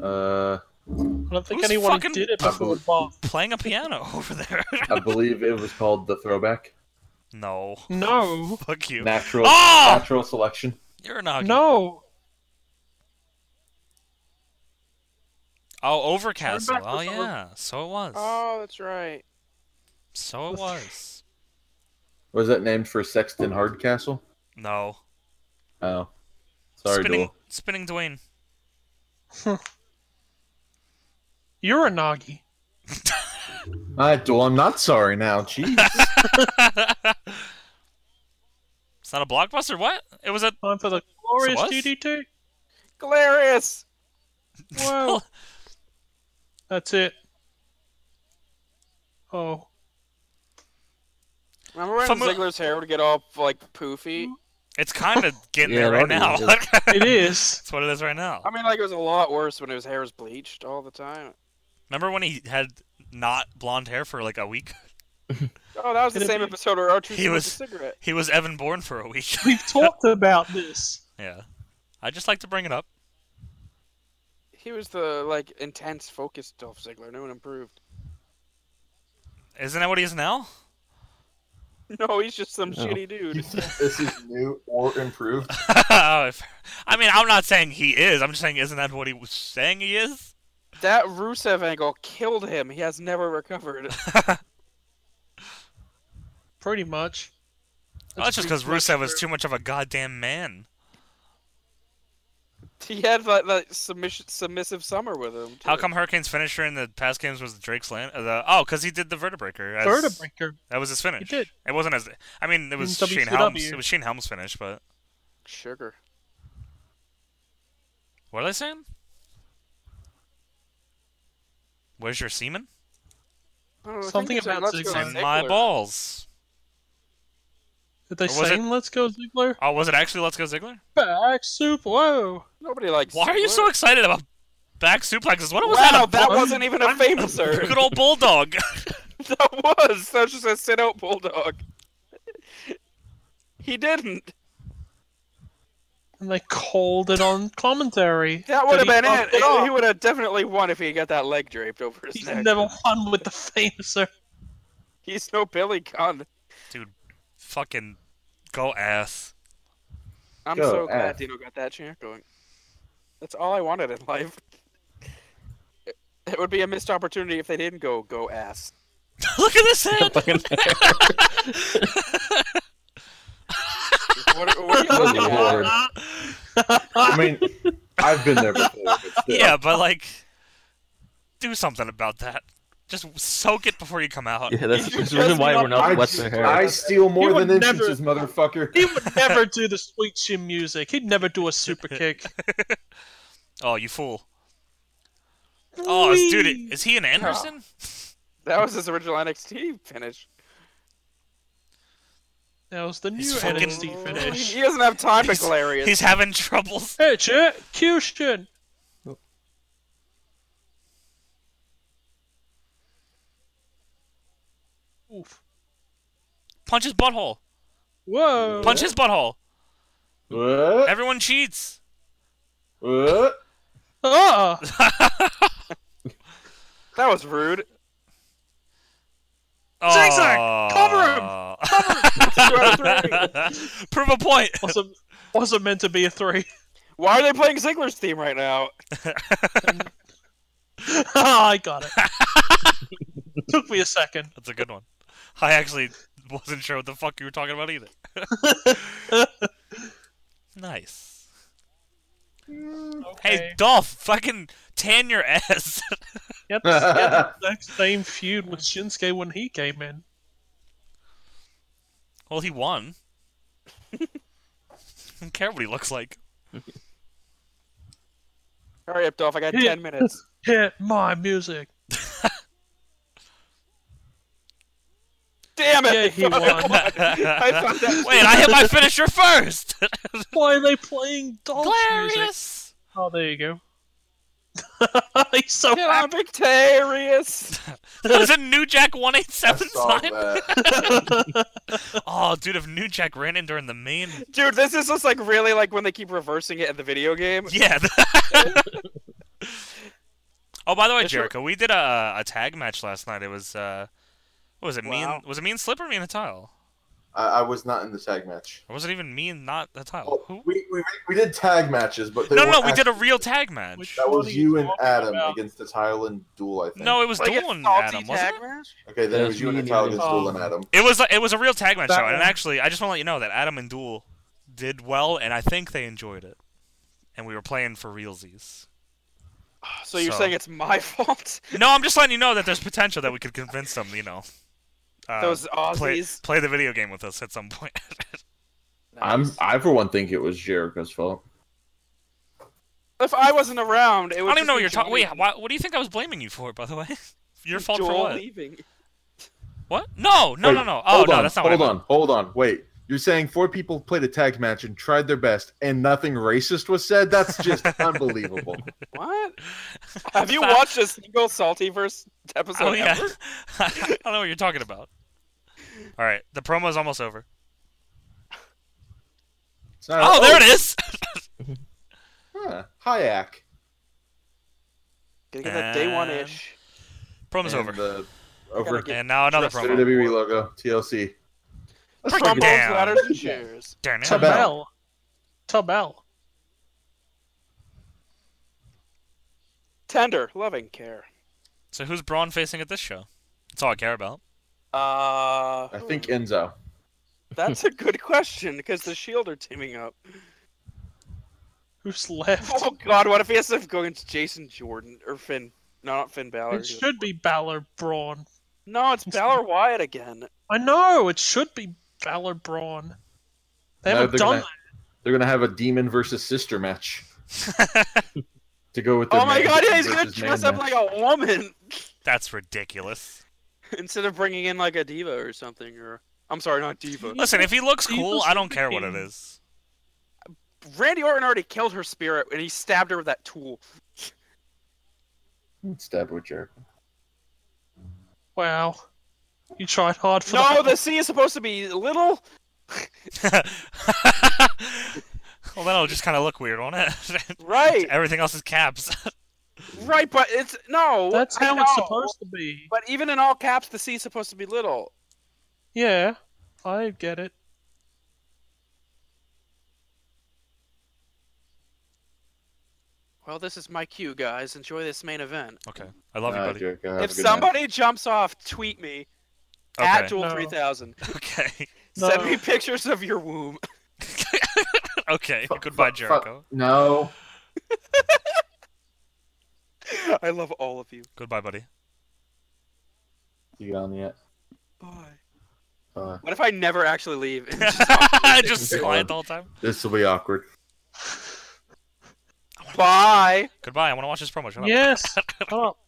Speaker 6: Uh,
Speaker 4: I don't think
Speaker 1: Who's
Speaker 4: anyone
Speaker 1: fucking-
Speaker 4: did it before. Bob.
Speaker 1: Playing a piano over there.
Speaker 6: I believe it was called the Throwback.
Speaker 1: No.
Speaker 4: No,
Speaker 1: Fuck you.
Speaker 3: Natural,
Speaker 1: Ah!
Speaker 3: natural selection.
Speaker 1: You're not.
Speaker 4: no.
Speaker 1: Oh, Overcastle.
Speaker 4: back
Speaker 1: Oh,
Speaker 4: the-
Speaker 1: yeah. So it was.
Speaker 4: Uh,
Speaker 2: Oh, that's right.
Speaker 1: So it was.
Speaker 3: Was that named for Sexton Hardcastle?
Speaker 1: No.
Speaker 3: Oh, sorry,
Speaker 1: spinning,
Speaker 3: Duel.
Speaker 1: spinning Dwayne.
Speaker 4: You're a Nagi.
Speaker 6: All right, Duel, I'm not sorry now. Jeez.
Speaker 1: It's not a blockbuster. What? It was a.
Speaker 4: Time for the glorious
Speaker 1: what?
Speaker 4: DDT.
Speaker 2: Galerius.
Speaker 4: Whoa. That's it. Oh,
Speaker 2: Remember when
Speaker 1: Some of-
Speaker 2: Ziggler's hair would get all like poofy?
Speaker 1: It's kind of getting
Speaker 5: Yeah,
Speaker 1: there right
Speaker 5: it
Speaker 1: now.
Speaker 5: already
Speaker 1: That's
Speaker 4: it is.
Speaker 1: what it is right now.
Speaker 2: I mean, like it was a lot worse when his hair was bleached all the time.
Speaker 1: Remember when he had not blonde hair for like a week?
Speaker 2: Oh, that was the
Speaker 4: Could it
Speaker 2: same
Speaker 4: be-
Speaker 2: episode where Archer
Speaker 1: He
Speaker 2: smoked
Speaker 1: was-
Speaker 2: a cigarette.
Speaker 1: He was Evan Bourne for a week.
Speaker 4: We've talked about this.
Speaker 1: yeah. I just like to bring it up.
Speaker 2: He was the like intense, focused Dolph Ziggler. No one improved.
Speaker 1: Isn't that what he is now?
Speaker 2: No, he's just some
Speaker 5: No.
Speaker 2: shitty dude.
Speaker 6: this is new or improved.
Speaker 1: Oh, if- I mean, I'm not saying he is. I'm just saying, isn't that what he was saying he is?
Speaker 2: that Rusev angle killed him. He has never recovered.
Speaker 4: Pretty much.
Speaker 1: Well, that's Oh, just because
Speaker 4: pretty
Speaker 1: Rusev
Speaker 4: much
Speaker 1: is too much of a goddamn man.
Speaker 2: he had that, that submission, submissive summer with him.
Speaker 1: How
Speaker 2: too.
Speaker 1: come Hurricane's finisher in the past games was the Drake's land? Uh, the, oh, because he did the vertebraker. As,
Speaker 4: Vertebraker.
Speaker 1: That was his finish.
Speaker 4: He did.
Speaker 1: It wasn't as. I mean, it was
Speaker 4: In
Speaker 1: Shane
Speaker 4: WCW.
Speaker 1: Helms. It was Shane Helms' finish, but
Speaker 2: Sugar.
Speaker 1: what are they saying? Where's your semen?
Speaker 2: Oh, I don't know, I think
Speaker 4: Something
Speaker 2: he's saying,
Speaker 4: about
Speaker 2: "Let's go
Speaker 4: Ziggler.
Speaker 1: In my
Speaker 2: Ziggler."
Speaker 1: balls.
Speaker 4: Did they
Speaker 1: Or was
Speaker 4: say "Let's Go Ziggler"?
Speaker 1: Oh, was it actually Let's Go Ziggler?
Speaker 4: Back soup. Whoa.
Speaker 2: Nobody likes.
Speaker 1: Why are you
Speaker 2: Ziggler.
Speaker 1: so excited about back suplexes? What was
Speaker 2: Wow,
Speaker 1: that?
Speaker 2: that wasn't even a
Speaker 1: A
Speaker 2: famouser.
Speaker 1: good old bulldog.
Speaker 2: that was. That was just a sit out bulldog. he didn't.
Speaker 4: And they called it on commentary.
Speaker 2: That would have
Speaker 4: he
Speaker 2: been
Speaker 4: fucked
Speaker 2: it.
Speaker 4: it up.
Speaker 2: He would have definitely won if he had got that leg draped over his
Speaker 4: He's
Speaker 2: neck.
Speaker 4: never won with the famouser.
Speaker 2: He's no Billy Gunn.
Speaker 1: Dude, fucking go ass.
Speaker 2: I'm
Speaker 3: Go
Speaker 2: so glad
Speaker 3: ass.
Speaker 2: Dino got that chant going. That's all I wanted in life. It- It would be a missed opportunity if they didn't go go ass.
Speaker 1: Look at this head.
Speaker 5: Fucking-
Speaker 2: What, what are you looking at?
Speaker 3: Lord. I mean, I've been there before. But still.
Speaker 1: yeah, but like, do something about that. Just soak it before you come out.
Speaker 5: yeah, that's
Speaker 2: You
Speaker 5: that's the reason
Speaker 2: just
Speaker 5: why
Speaker 2: not-
Speaker 5: we're
Speaker 6: I,
Speaker 5: not wet their hair.
Speaker 6: I steal more
Speaker 4: You would
Speaker 6: than
Speaker 4: never-
Speaker 6: inches, motherfucker.
Speaker 4: He would never do the sweet chin music. He'd never do a super kick.
Speaker 1: Oh, you fool. Oh, is, dude, i- is he an Anderson?
Speaker 2: That was his original NXT finish.
Speaker 4: That was the new
Speaker 1: He's fucking-
Speaker 4: NXT finish.
Speaker 2: He doesn't have time to
Speaker 1: He's-
Speaker 2: Galarian.
Speaker 1: He's having troubles.
Speaker 4: Execution. Oof.
Speaker 1: Punch his butthole.
Speaker 4: Whoa.
Speaker 1: Punch his butthole.
Speaker 6: What?
Speaker 1: Everyone cheats.
Speaker 6: Uh, What?
Speaker 4: Ah.
Speaker 2: That was rude.
Speaker 4: Zigzag,
Speaker 1: Oh.
Speaker 2: Two out of three.
Speaker 1: Prove a point.
Speaker 4: wasn't wasn't meant to be a three.
Speaker 2: Why are they playing Ziggler's theme right now?
Speaker 4: Oh, I got it. Took me a second.
Speaker 1: That's a good one. I actually wasn't sure what the fuck you were talking about either. nice. Hey,
Speaker 4: Okay.
Speaker 1: Dolph, fucking tan your ass.
Speaker 4: Yep. yeah, that same feud with Shinsuke when he came in.
Speaker 1: well, he won. I don't care what he looks like.
Speaker 2: Hurry up, Dolph. I got
Speaker 4: Yeah.
Speaker 2: 10 minutes.
Speaker 4: Hit my music.
Speaker 2: Damn it!
Speaker 4: Yeah, he won.
Speaker 2: I thought that was
Speaker 1: Wait, I hit my finisher first.
Speaker 4: Why are they playing Dolph's music?
Speaker 1: Glorious.
Speaker 4: Oh, there you go. He's so
Speaker 2: Get on Victorious!
Speaker 1: That was a New Jack 187
Speaker 6: Saw
Speaker 1: sign.
Speaker 6: that.
Speaker 1: Oh, dude, if New Jack ran in during the main.
Speaker 2: Dude, this is just like really like when they keep reversing it in the video game.
Speaker 1: Yeah. oh, by the way,
Speaker 2: It's your-
Speaker 1: Jericho, we did a, a tag match last night. It was uh, what was it? Me
Speaker 2: Wow.
Speaker 1: and was it me and Slipper? Me and Tile.
Speaker 6: I, I was not in the tag match.
Speaker 1: Or was it even me and not the title?
Speaker 6: Oh,
Speaker 1: Who?
Speaker 6: we, we, we did tag matches, but they
Speaker 1: No, no,
Speaker 6: weren't
Speaker 1: we did a
Speaker 6: actually-
Speaker 1: real tag match.
Speaker 4: Which-
Speaker 6: That
Speaker 4: What are
Speaker 6: was
Speaker 4: you
Speaker 6: you and
Speaker 4: talking
Speaker 6: Adam
Speaker 4: about?
Speaker 6: against the Tile and Duel, I think.
Speaker 1: No, it was
Speaker 2: Like a
Speaker 1: Duel and
Speaker 2: salty
Speaker 1: Adam,
Speaker 2: tag
Speaker 1: wasn't it?
Speaker 2: match?
Speaker 6: Okay, then
Speaker 5: Yeah,
Speaker 6: it was you
Speaker 5: me
Speaker 6: and
Speaker 5: and
Speaker 6: Tile
Speaker 5: you.
Speaker 6: against Duel and
Speaker 4: Um,
Speaker 6: Adam.
Speaker 1: It was it was a real tag match
Speaker 4: That
Speaker 1: though, and
Speaker 4: one.
Speaker 1: actually, I just want to let you know that Adam and Duel did well, and I think they enjoyed it. And we were playing for realsies.
Speaker 2: So you're
Speaker 1: So-
Speaker 2: saying it's my fault?
Speaker 1: No, I'm just letting you know that there's potential that we could convince them. You know, uh,
Speaker 2: Those
Speaker 1: play
Speaker 2: Aussies.
Speaker 1: play the video game with us at some point.
Speaker 3: I'm I for one think it was Jericho's fault.
Speaker 2: If I wasn't around, it
Speaker 1: I
Speaker 2: would.
Speaker 1: don't even
Speaker 2: just
Speaker 1: know
Speaker 2: be
Speaker 1: what you're talking. Wait,
Speaker 2: Joel-
Speaker 1: why, what do you think I was blaming you for? By the way, your fault
Speaker 2: Joel
Speaker 1: for what?
Speaker 2: leaving.
Speaker 1: What? No, no,
Speaker 6: Wait,
Speaker 1: no, no. Oh
Speaker 6: hold
Speaker 1: no,
Speaker 6: on,
Speaker 1: that's not
Speaker 6: Hold
Speaker 1: what I
Speaker 6: on, hold on. Wait. You're saying four people played a tag match and tried their best and nothing racist was said? That's just unbelievable.
Speaker 2: What?
Speaker 1: meant.
Speaker 2: Have you
Speaker 1: That's not-
Speaker 2: watched a single salty first episode
Speaker 1: Oh yeah.
Speaker 2: ever?
Speaker 1: I don't know what you're talking about. All right, the promo's almost over.
Speaker 6: It's not-
Speaker 1: Oh, there it is.
Speaker 6: oh, Huh, Hayek.
Speaker 2: Gotta get that day one ish.
Speaker 1: Promo's
Speaker 6: And
Speaker 1: over.
Speaker 6: The, over
Speaker 2: get
Speaker 1: And now another
Speaker 6: Trust the
Speaker 1: promo.
Speaker 6: WWE logo, TLC. Let's
Speaker 1: Break it
Speaker 6: talk
Speaker 2: Trombones,
Speaker 6: about-
Speaker 1: down.
Speaker 2: ladders, and chairs.
Speaker 1: Darn it.
Speaker 6: Tabel.
Speaker 4: Tabel. Tabel.
Speaker 2: Tender, loving care.
Speaker 1: So who's Braun facing at this show? That's all I care about.
Speaker 2: Uh,
Speaker 6: I think Enzo.
Speaker 2: that's a good question because the Shield are teaming up.
Speaker 4: Who's left?
Speaker 2: Oh God, what if he has to go against Jason Jordan or Finn? No, not Finn
Speaker 6: Oh,
Speaker 2: Balor.
Speaker 4: It should be Balor Braun.
Speaker 2: No, it's Balor Wyatt again.
Speaker 4: I know it should be Balor Braun. They
Speaker 6: No,
Speaker 4: haven't
Speaker 6: they're
Speaker 4: done
Speaker 6: gonna- They're gonna have a demon versus sister match to go with. Their
Speaker 2: Oh my
Speaker 6: man
Speaker 2: God, yeah, he's gonna
Speaker 6: versus man
Speaker 2: dress up
Speaker 6: match.
Speaker 2: like a woman
Speaker 1: That's ridiculous.
Speaker 2: instead of bringing in like a diva or something. Or I'm sorry, not diva.
Speaker 1: Listen, if he looks cool, I don't care what it
Speaker 4: Evil
Speaker 1: is.
Speaker 2: Randy Orton already killed her spirit and he stabbed her with that tool.
Speaker 3: Stab with Jericho.
Speaker 4: that. Wow, you tried hard for
Speaker 2: No,
Speaker 4: that.
Speaker 2: the C is supposed to be little.
Speaker 1: well, then it'll just kind of look weird, won't it?
Speaker 2: Right,
Speaker 1: Everything else is caps.
Speaker 2: right, but it's no.
Speaker 4: That's
Speaker 2: I
Speaker 4: how it's
Speaker 2: know.
Speaker 4: supposed to be.
Speaker 2: But even in all caps, the C is supposed to be little.
Speaker 4: Yeah, I get it.
Speaker 2: Well, this is my cue, guys. Enjoy this main event.
Speaker 1: okay. I love you,
Speaker 3: Alright,
Speaker 1: buddy.
Speaker 3: Jericho, have
Speaker 2: if
Speaker 3: a good night.
Speaker 2: somebody jumps off, tweet me at
Speaker 1: Okay.
Speaker 2: Jewel
Speaker 4: No.
Speaker 2: three thousand.
Speaker 1: Okay.
Speaker 4: No.
Speaker 2: Send me pictures of your womb.
Speaker 1: okay. Goodbye,
Speaker 6: fuck.
Speaker 1: Jericho.
Speaker 6: No,
Speaker 2: I love all of you.
Speaker 1: Goodbye, buddy.
Speaker 3: You get on yet?
Speaker 2: Bye.
Speaker 3: Uh,
Speaker 2: What if I never actually leave? and just talk to you?
Speaker 1: I just quiet the whole time.
Speaker 6: this will be awkward.
Speaker 2: Bye.
Speaker 1: Goodbye. I want to watch this promo. Shut up.
Speaker 4: Yes. Oh, Shut up.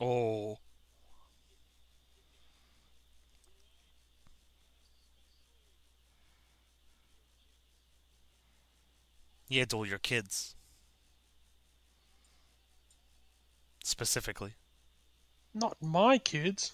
Speaker 1: Oh. You had to all your kids. Specifically.
Speaker 4: Not my kids.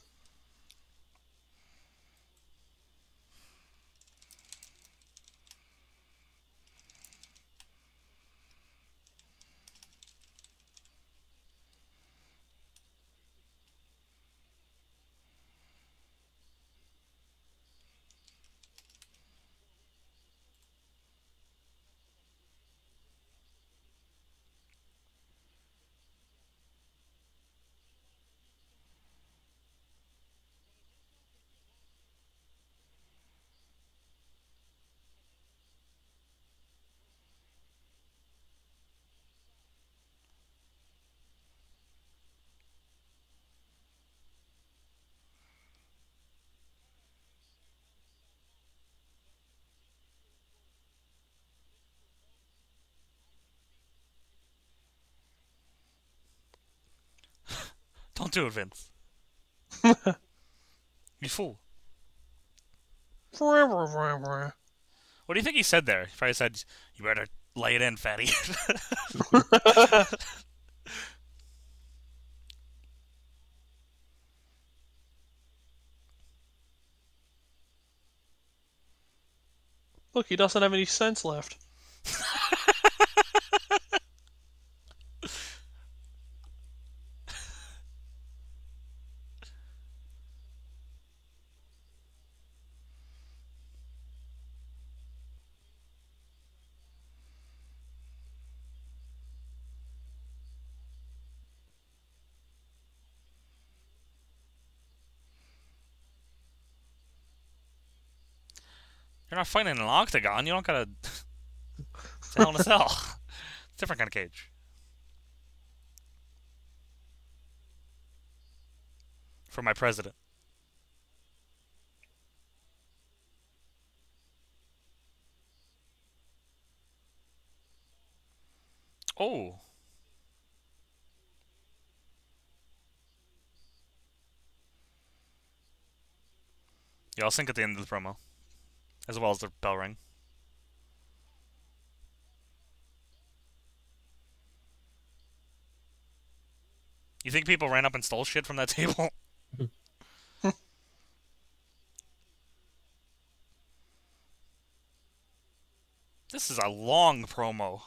Speaker 1: Don't do it, Vince. you fool.
Speaker 4: That's
Speaker 1: What do you think he said there? He probably said, You better lay it in, fatty.
Speaker 4: Look, he doesn't have any sense left.
Speaker 1: You're not fighting in an octagon. You don't gotta. it's a hell in a cell. It's a different kind of cage. For my president. Oh. Yeah, I'll sync at the end of the promo as well as the bell ring. You think people ran up and stole shit from that table? this is a long promo.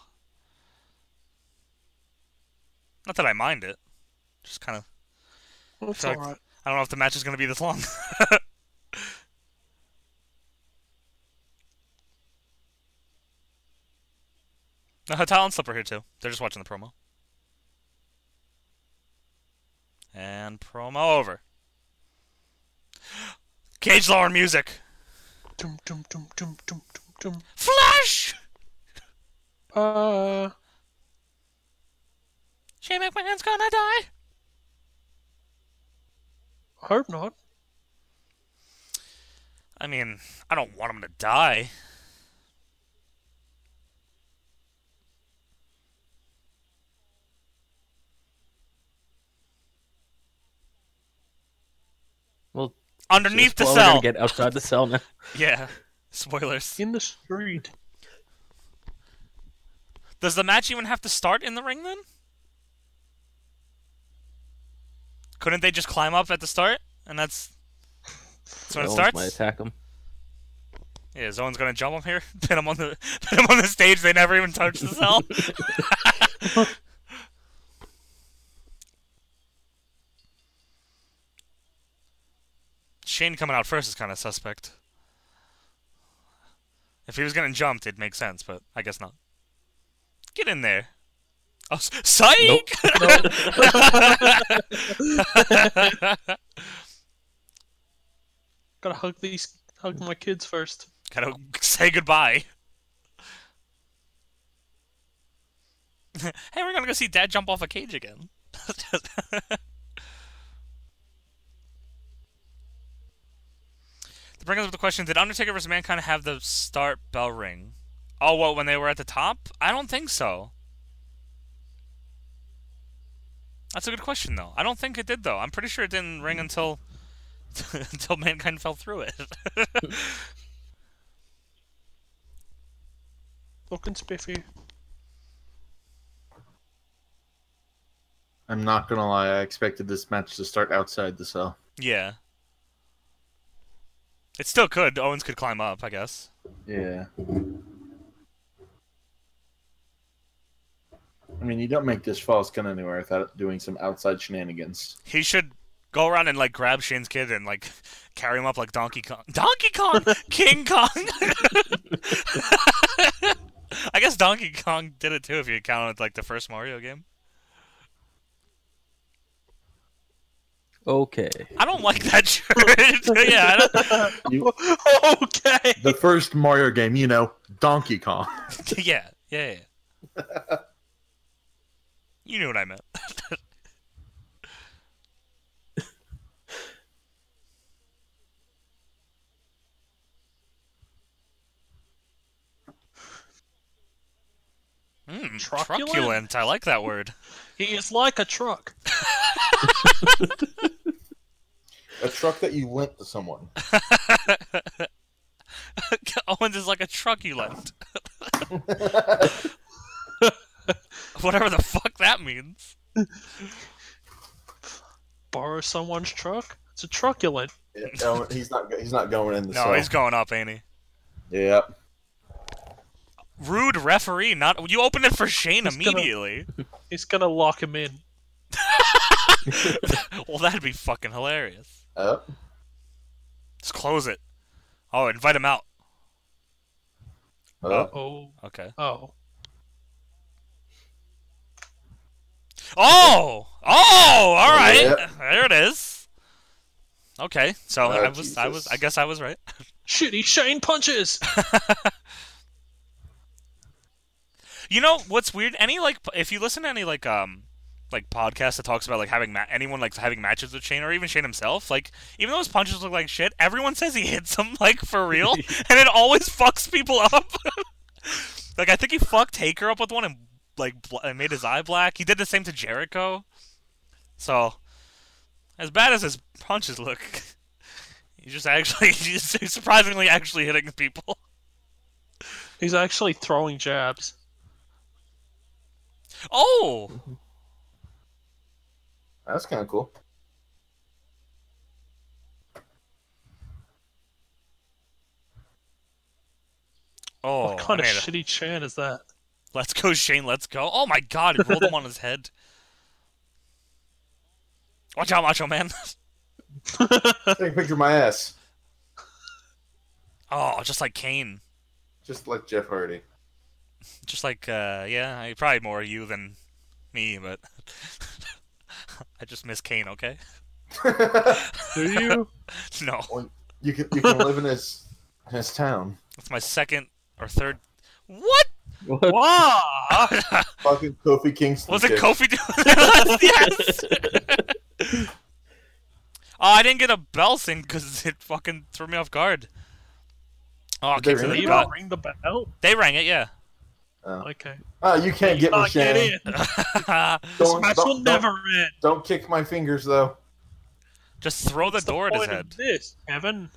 Speaker 1: Not that I mind it. Just kind of.
Speaker 4: That's
Speaker 1: Sorry.
Speaker 4: alright.
Speaker 1: I don't know if the match is going to be this long. No, Hatal and Slipper here too. They're just watching the promo. And promo over. Cage Lawler music.
Speaker 4: Dum, dum, dum, dum, dum, dum,
Speaker 1: Flash.
Speaker 4: dum. Uh,
Speaker 1: Shane McMahon's gonna die.
Speaker 4: I hope not.
Speaker 1: I mean, I don't want him to die.
Speaker 5: Well,
Speaker 1: Underneath
Speaker 5: Well,
Speaker 1: the
Speaker 5: we're
Speaker 1: cell.
Speaker 5: gonna get outside the cell now.
Speaker 1: Yeah. Spoilers.
Speaker 4: In the street.
Speaker 1: Does the match even have to start in the ring then? Couldn't they just climb up at the start? And that's that's when it
Speaker 5: Rollins
Speaker 1: starts.
Speaker 5: Might attack him.
Speaker 1: Yeah, Zone's gonna jump him here, pin him on the pin him on the stage. They never even touch the cell. Shane coming out first is kind of suspect. If he was getting jumped, it'd make sense, but I guess not. Get in there. Oh, s- psych!
Speaker 5: Nope.
Speaker 4: Gotta hug these, hug my kids first.
Speaker 1: Gotta say goodbye. hey, we're gonna go see Dad jump off a cage again. that brings up the question: Did Undertaker vs. Mankind have the start bell ring? Oh, what when they were at the top? I don't think so. That's a good question, though. I don't think it did, though. I'm pretty sure it didn't ring until until mankind fell through it.
Speaker 4: Looking spiffy.
Speaker 6: I'm not gonna lie. I expected this match to start outside the cell.
Speaker 1: Yeah. It still could. Owens could climb up, I guess.
Speaker 6: Yeah. I mean, you don't make this false gun anywhere without doing some outside shenanigans.
Speaker 1: He should go around and like grab Shane's kid and like carry him up like Donkey Kong. Donkey Kong, King Kong. I guess Donkey Kong did it too if you count it like the first Mario game.
Speaker 5: Okay.
Speaker 1: I don't like that shirt. yeah, I don't,
Speaker 4: okay.
Speaker 6: The first Mario game, you know, Donkey Kong.
Speaker 1: yeah, yeah, yeah. You knew what I meant. Mm,
Speaker 4: Truculent?
Speaker 1: truculent. I like that word.
Speaker 4: He is like a truck.
Speaker 6: A truck that you lent to someone.
Speaker 1: Owens is like a truculent. Whatever the fuck that means.
Speaker 4: Borrow someone's truck. It's a truculent.
Speaker 6: Yeah, Owen- he's not. He's not going in the
Speaker 1: No,
Speaker 6: cell.
Speaker 1: he's going up, ain't he?
Speaker 6: Yeah.
Speaker 1: Rude referee, not you opened it for Shane
Speaker 4: He's gonna-
Speaker 1: immediately.
Speaker 4: He's gonna lock him in.
Speaker 1: well that'd be fucking hilarious.
Speaker 6: Oh.
Speaker 1: Just close it. Oh, invite him out.
Speaker 6: Oh.
Speaker 4: Oh,
Speaker 1: Okay.
Speaker 4: oh.
Speaker 1: Oh! Oh! Alright.
Speaker 6: Yeah.
Speaker 1: There it is. Okay. So
Speaker 6: Oh,
Speaker 1: I was I was
Speaker 6: Jesus.
Speaker 1: I guess I was right.
Speaker 4: Shitty Shane punches.
Speaker 1: You know what's weird? Any like p- if you listen to any like um like podcast that talks about like having ma- anyone like having matches with Shane or even Shane himself, like even though his punches look like shit, everyone says he hits them like for real, and it always fucks people up. like I think he fucked Taker up with one and like bl- and made his eye black. He did the same to Jericho. So as bad as his punches look, he's just actually he's surprisingly actually hitting people.
Speaker 4: He's actually throwing jabs.
Speaker 1: Oh.
Speaker 6: That's kind of cool.
Speaker 1: Oh,
Speaker 4: what kind
Speaker 1: I
Speaker 4: of
Speaker 1: made a-
Speaker 4: shitty Chan is that?
Speaker 1: Let's go, Shane. Let's go. Oh my God! He rolled him on his head. Watch out, Macho Man.
Speaker 6: Take a picture of my ass,
Speaker 1: Oh, just like Kane.
Speaker 6: just like Jeff Hardy.
Speaker 1: Just like, uh, yeah, I- probably more you than me, but I just miss Kane. Okay?
Speaker 4: Do you?
Speaker 1: No,
Speaker 6: you can you can live in his his town.
Speaker 1: it's my second or third. What?
Speaker 5: What?
Speaker 4: Wow!
Speaker 6: Fucking Kofi Kingston.
Speaker 1: Was it
Speaker 6: kid.
Speaker 1: Kofi doing that? yes. oh, I didn't get a bell thing because it fucking threw me off guard. Oh,
Speaker 6: Did they
Speaker 1: kick to
Speaker 6: really?
Speaker 1: the
Speaker 4: you
Speaker 1: gut.
Speaker 4: don't ring the bell?
Speaker 1: They rang it, yeah.
Speaker 4: Okay.
Speaker 6: Ah, you can't get me,
Speaker 4: Not get
Speaker 6: Shane.
Speaker 4: in. This
Speaker 6: Don't,
Speaker 4: match
Speaker 6: don't-
Speaker 4: will
Speaker 6: don't-
Speaker 4: never end.
Speaker 6: Don't kick my fingers though.
Speaker 1: Just throw the
Speaker 4: What's
Speaker 1: door at his
Speaker 4: point
Speaker 1: head.
Speaker 4: of This, Kevin.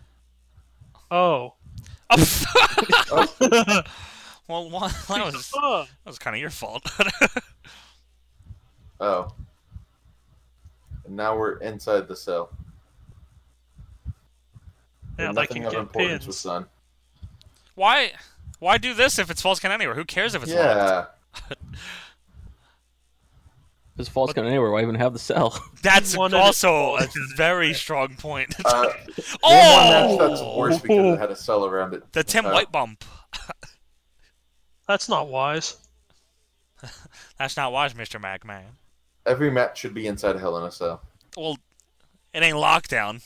Speaker 4: Oh.
Speaker 1: Oh,
Speaker 6: Oh,
Speaker 1: well, one, that was that
Speaker 4: Fuck.
Speaker 1: was kind of your fault.
Speaker 6: oh. And now we're inside the cell.
Speaker 4: Yeah,
Speaker 6: And
Speaker 4: they can
Speaker 6: nothing of
Speaker 4: get
Speaker 6: importance
Speaker 4: pins.
Speaker 6: was done.
Speaker 1: why? Why do this if it's false count anywhere? Who cares if it's locked?
Speaker 6: Yeah.
Speaker 5: This false gun anywhere. Why even have the cell?
Speaker 1: That's
Speaker 4: Wanted it
Speaker 1: also
Speaker 4: false
Speaker 1: a
Speaker 4: count
Speaker 1: very strong point.
Speaker 6: Uh,
Speaker 1: oh,
Speaker 6: One match that's worse
Speaker 4: Oh!
Speaker 6: because it had a cell around it.
Speaker 1: the Tim
Speaker 6: uh,
Speaker 1: White bump.
Speaker 4: That's not wise.
Speaker 1: That's not wise, Mister Mac man.
Speaker 6: Every match should be inside Hell in a Cell.
Speaker 1: Well, it ain't lockdown.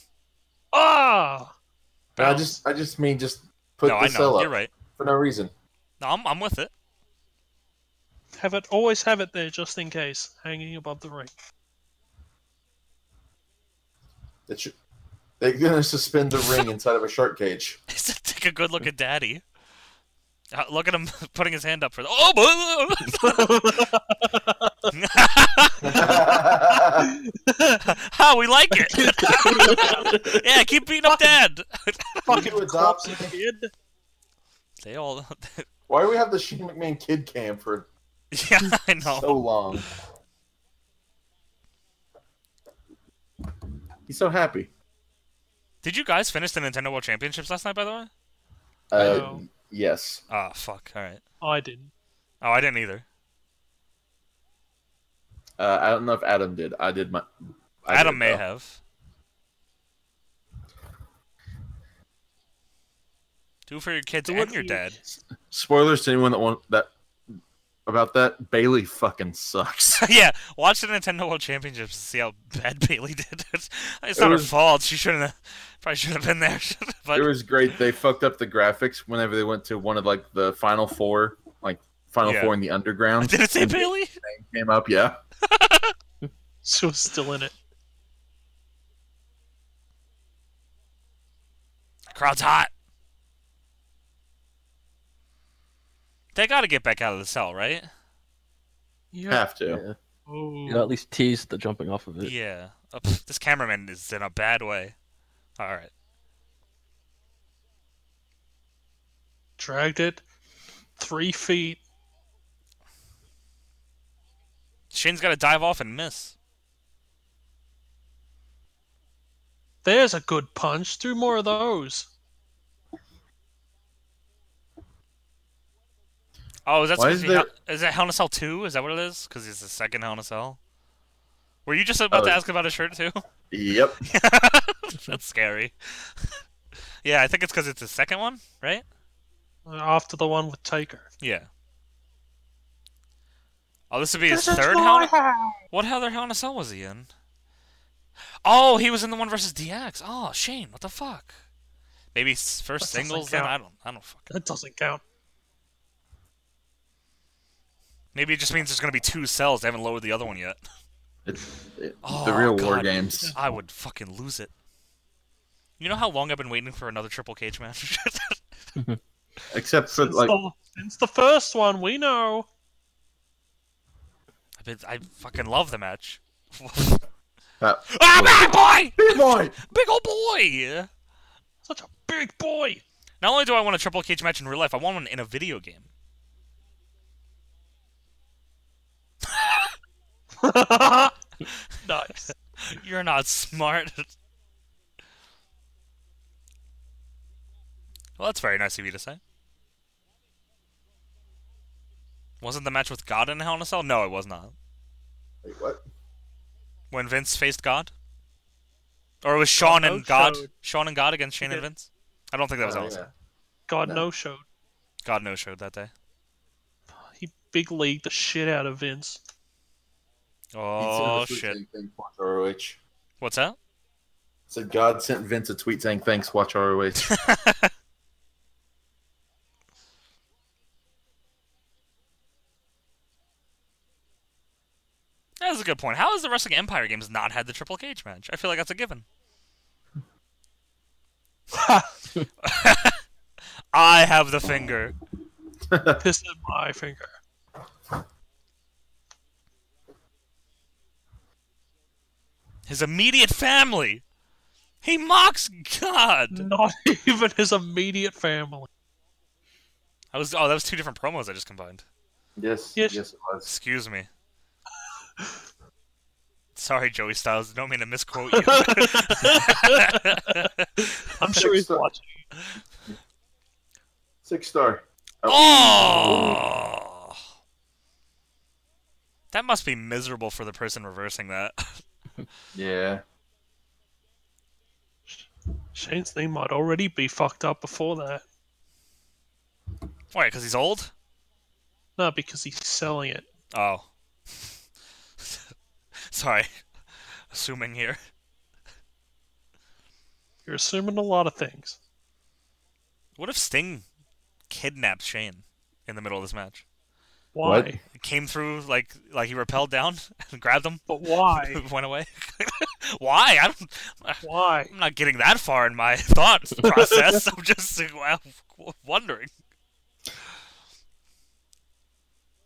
Speaker 4: Ah!
Speaker 6: And I just, I just mean just put
Speaker 1: no,
Speaker 6: the
Speaker 1: I
Speaker 6: cell
Speaker 1: know
Speaker 6: up
Speaker 1: you're right.
Speaker 6: for no reason.
Speaker 1: No, I'm I'm with it.
Speaker 4: Have it always have it there just in case, hanging above the ring.
Speaker 6: It should. They're gonna suspend the ring inside of a shark cage.
Speaker 1: Take a good look at Daddy. Uh, look at him putting his hand up for the. Oh,
Speaker 6: Fucking
Speaker 1: how we like it. yeah, keep beating up Dad.
Speaker 6: adopt.
Speaker 4: Kid.
Speaker 1: They all.
Speaker 6: Why do we have the Shane McMahon kid cam for
Speaker 1: yeah, I know.
Speaker 6: so long? He's so happy.
Speaker 1: Did you guys finish the Nintendo World Championships last night, by the way?
Speaker 3: Uh,
Speaker 4: No.
Speaker 3: yes.
Speaker 1: Oh, fuck. All right.
Speaker 4: I didn't.
Speaker 1: Oh, I didn't either.
Speaker 6: Uh, I don't know if Adam did. I did my. I
Speaker 1: Adam
Speaker 6: did,
Speaker 1: may
Speaker 6: though.
Speaker 1: have. Do for your kids
Speaker 4: So what
Speaker 1: and your
Speaker 4: do you-
Speaker 1: dad.
Speaker 6: Spoilers to anyone that want that about that. Bailey fucking sucks.
Speaker 1: yeah, watch the Nintendo World Championships and see how bad Bailey did. it's not her
Speaker 6: was-
Speaker 1: fault. She shouldn't have. Probably shouldn't have been there. but
Speaker 6: it was great. They fucked up the graphics whenever they went to one of like the final four, like final
Speaker 1: Yeah.
Speaker 6: four in the underground.
Speaker 1: did it say
Speaker 6: and
Speaker 1: Bailey?
Speaker 6: Came up, yeah.
Speaker 4: She was still in it.
Speaker 1: Crowd's hot. They got to get back out of the cell, right?
Speaker 4: Yeah.
Speaker 6: Have to.
Speaker 4: Oh.
Speaker 5: You know, at least tease the jumping off of it.
Speaker 1: Yeah. Oh, pff, this cameraman is in a bad way. All right.
Speaker 4: Dragged it three feet.
Speaker 1: Shane's got to dive off and miss.
Speaker 4: There's a good punch. Do more of those.
Speaker 1: Oh, is that
Speaker 6: Why
Speaker 1: supposed
Speaker 6: is
Speaker 1: to be Hell, is that Hell in a Cell 2? Is that what it is? Because it's the second Hell in a Cell. Were you just about to
Speaker 6: Oh.
Speaker 1: ask about a shirt too?
Speaker 6: Yep.
Speaker 1: That's scary. yeah, I think it's because it's the second one, right?
Speaker 4: After the one with Taker.
Speaker 1: Yeah. Oh, this would be his third Hell. in a- What other Hell in a Cell was he in? Oh, he was in the one versus DX. Oh, Shane, what the fuck? Maybe s- first
Speaker 4: That doesn't
Speaker 1: singles. Then
Speaker 4: count.
Speaker 1: I don't. I don't fuck.
Speaker 4: That doesn't count.
Speaker 1: Maybe it just means there's gonna be two cells. They haven't lowered the other one yet.
Speaker 6: It's it-
Speaker 1: Oh,
Speaker 6: the real war
Speaker 1: God.
Speaker 6: games.
Speaker 1: I would fucking lose it. You know how long I've been waiting for another triple cage match?
Speaker 6: Except for
Speaker 4: Since,
Speaker 6: like
Speaker 4: the, since Oh, the first one, we know.
Speaker 1: I've been, I fucking love the match.
Speaker 6: that.
Speaker 1: ah, big boy!
Speaker 6: Big boy.
Speaker 1: Big old boy!
Speaker 4: Such a big boy.
Speaker 1: Not only do I want a triple cage match in real life, I want one in a video game.
Speaker 4: nice.
Speaker 1: You're not smart. well, that's very nice of you to say. Wasn't the match with God in Hell in a Cell? No, it was not.
Speaker 6: Wait, what?
Speaker 1: When Vince faced God? Or it was Sean
Speaker 4: no
Speaker 1: and God?
Speaker 4: showed.
Speaker 1: Sean and God against Shane and
Speaker 4: did.
Speaker 1: Vince? I don't think that was
Speaker 6: Oh,
Speaker 1: Hell in a Cell.
Speaker 4: God
Speaker 6: No.
Speaker 4: no showed.
Speaker 1: God no showed that day.
Speaker 4: He big leagued the shit out of Vince.
Speaker 1: Oh,
Speaker 6: He sent a tweet
Speaker 1: shit.
Speaker 6: saying, "Thanks, Watch ROH.
Speaker 1: What's that?
Speaker 6: Said God sent Vince a tweet saying, "Thanks, watch ROH."
Speaker 1: That's a good point. How has the Wrestling Empire games not had the Triple Cage match? I feel like that's a given. I have the finger.
Speaker 4: This is my finger.
Speaker 1: His immediate family. He mocks God.
Speaker 4: Not even his immediate family.
Speaker 1: I was oh, that was two different promos I just combined.
Speaker 6: yes,
Speaker 4: Yes.
Speaker 6: yes, it was.
Speaker 1: Excuse me. Sorry, Joey Styles. Don't mean to misquote you.
Speaker 4: I'm sure he's
Speaker 6: Six-
Speaker 4: watching.
Speaker 6: Six star.
Speaker 1: oh, that must be miserable for the person reversing that.
Speaker 6: Yeah.
Speaker 4: Shane's name might already be fucked up before that.
Speaker 1: Why? Because he's old.
Speaker 4: No, because he's selling it.
Speaker 1: Oh. Sorry. Assuming here.
Speaker 4: You're assuming a lot of things.
Speaker 1: What if Sting kidnapped Shane in the middle of this match?
Speaker 4: Why?
Speaker 6: What?
Speaker 1: Came through like like he rappelled down and grabbed him,
Speaker 4: But why?
Speaker 1: went away. Why? I don't,
Speaker 4: why?
Speaker 1: I'm not getting that far in my thought process. I'm just uh, well, w- wondering.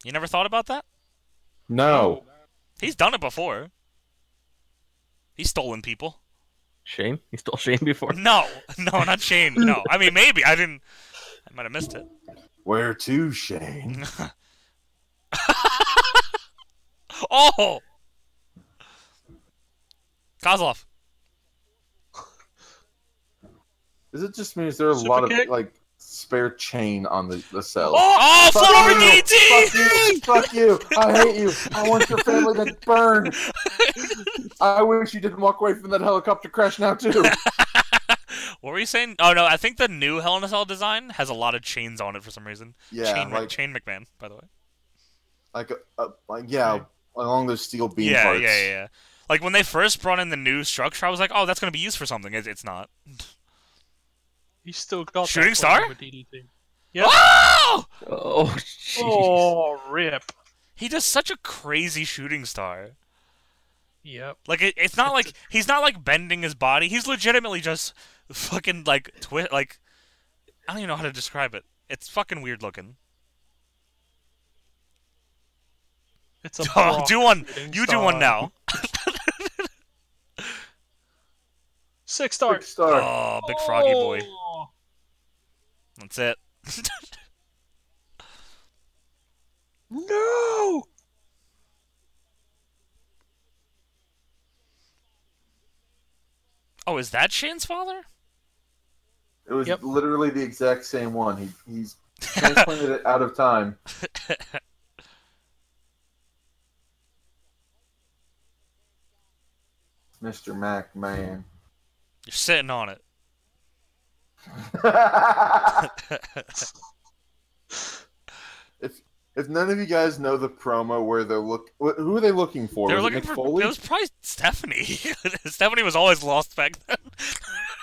Speaker 1: You never thought about that?
Speaker 6: No.
Speaker 1: He's done it before. He's stolen people.
Speaker 5: Shane? He stole Shane before.
Speaker 1: No, no, not Shane. No, I mean maybe I didn't. I might have missed it.
Speaker 6: Where to, Shane?
Speaker 1: Oh, Kozlov.
Speaker 6: Is it just me? Is there a
Speaker 4: Super
Speaker 6: lot of
Speaker 4: kick?
Speaker 6: like spare chain on the, the cell?
Speaker 1: Oh,
Speaker 6: Fuck
Speaker 1: Flubber
Speaker 6: you!
Speaker 1: DT!
Speaker 6: Fuck you! Fuck you! I hate you! I want your family to burn! I wish you didn't walk away from that helicopter crash now too.
Speaker 1: what were you saying? Oh no, I think the new Hell in a Cell design has a lot of chains on it for some reason.
Speaker 6: Yeah,
Speaker 1: chain, Mc-
Speaker 6: like
Speaker 1: chain McMahon, by the way.
Speaker 6: like, uh, like yeah, along those steel beam
Speaker 1: yeah,
Speaker 6: parts.
Speaker 1: yeah, yeah, yeah. Like when they first brought in the new structure, I was like, oh, that's gonna be used for something. It's, it's not.
Speaker 4: He's still got that
Speaker 1: Shooting
Speaker 4: one
Speaker 1: star?
Speaker 4: over DDT. Yep.
Speaker 1: Oh!
Speaker 5: Oh, jeez.
Speaker 4: Oh, rip.
Speaker 1: He does such a crazy shooting star.
Speaker 4: Yep.
Speaker 1: Like it, it's not like he's not like bending his body. He's legitimately just fucking like twi- like I don't even know how to describe it. It's fucking weird looking.
Speaker 4: It's a
Speaker 1: Oh,
Speaker 4: block
Speaker 1: do one.
Speaker 4: shooting
Speaker 1: You do one
Speaker 4: star.
Speaker 1: now.
Speaker 4: Six star.
Speaker 6: Big star.
Speaker 1: Oh, big froggy boy.
Speaker 4: Oh.
Speaker 1: That's it.
Speaker 4: No.
Speaker 1: Oh, is that Shane's father?
Speaker 6: It was
Speaker 4: Yep.
Speaker 6: literally the exact same one. He, he's transplanted it out of time. Mr. Mac, man.
Speaker 1: You're sitting on it.
Speaker 6: if if none of you guys know the promo where they're look, wh- who are they looking for?
Speaker 1: They were
Speaker 6: Was it
Speaker 1: looking for.
Speaker 6: Mick Foley?
Speaker 1: It was probably Stephanie. Stephanie was always lost back then.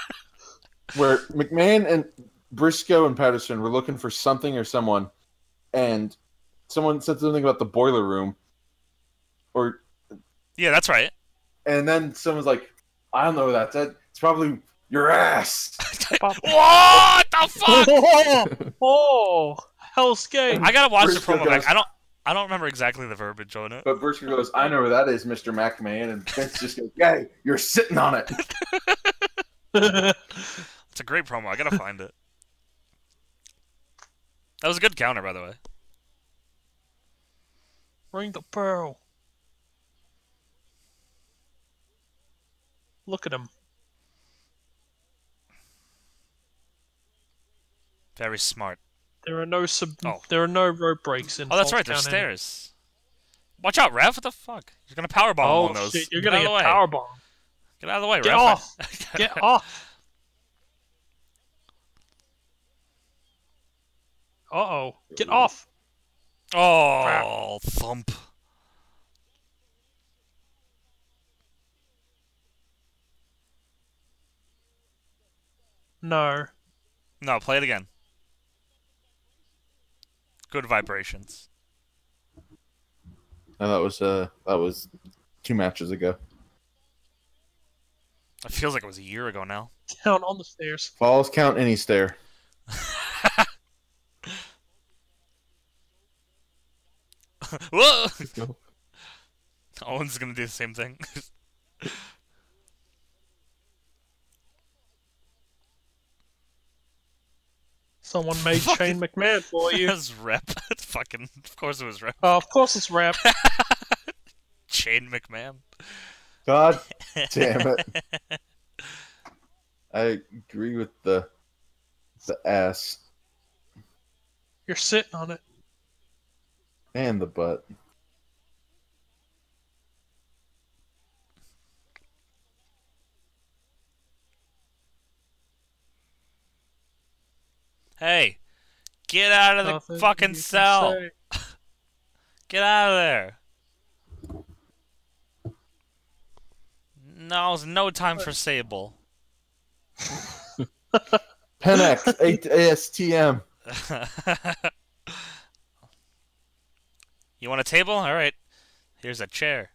Speaker 6: where McMahon and Briscoe and Patterson were looking for something or someone, and someone said something about the boiler room, or
Speaker 1: Yeah, that's right.
Speaker 6: and then someone's like, "I don't know that. That it's probably your ass."
Speaker 1: What the fuck?
Speaker 4: Oh, oh, Hell's Gate.
Speaker 1: I gotta watch the
Speaker 6: Briscoe
Speaker 1: promo back.
Speaker 6: goes-
Speaker 1: I don't. I don't remember exactly the verbiage on it.
Speaker 6: But Briscoe goes, "I know where that is, Mister McMahon," and Vince just goes, "Hey, you're sitting on it."
Speaker 1: It's a great promo. I gotta find it. That was a good counter, by the way.
Speaker 4: Ring the pearl. Look at him.
Speaker 1: Very smart.
Speaker 4: There are no sub.
Speaker 1: Oh.
Speaker 4: There are no road breaks in.
Speaker 1: Oh, that's
Speaker 4: Falls
Speaker 1: right. There's
Speaker 4: Count Anywhere.
Speaker 1: stairs. Watch out, Rev. What the fuck? You're gonna powerbomb
Speaker 4: Oh
Speaker 1: one of those.
Speaker 4: shit! You're
Speaker 1: get
Speaker 4: gonna
Speaker 1: out of the
Speaker 4: get
Speaker 1: way.
Speaker 4: power bomb.
Speaker 1: Get out of the way,
Speaker 4: Get
Speaker 1: Rev.
Speaker 4: off! Get off! Uh oh! Get off!
Speaker 1: Oh, thump.
Speaker 4: No.
Speaker 1: No, play it again. Good vibrations.
Speaker 6: No, that was uh, that was two matches ago.
Speaker 1: It feels like it was a year ago now.
Speaker 4: Down on the stairs.
Speaker 6: Falls count any stare.
Speaker 1: Whoa!
Speaker 5: No.
Speaker 1: Owen's gonna do the same thing.
Speaker 4: Someone made
Speaker 1: Fucking-
Speaker 4: Shane McMahon for
Speaker 1: it
Speaker 4: you.
Speaker 1: was rep. Fucking. Of course it was rep.
Speaker 4: Oh, of course it's rap.
Speaker 1: Shane McMahon.
Speaker 6: God damn it! I agree with the the ass
Speaker 4: You're sitting on it.
Speaker 6: and the butt.
Speaker 1: Hey, get out of the
Speaker 4: Nothing
Speaker 1: fucking
Speaker 4: you can
Speaker 1: cell.
Speaker 4: say.
Speaker 1: Get out of there. No, it's no time for Sable.
Speaker 6: Penx, ASTM.
Speaker 1: you want a table? All right. Here's a chair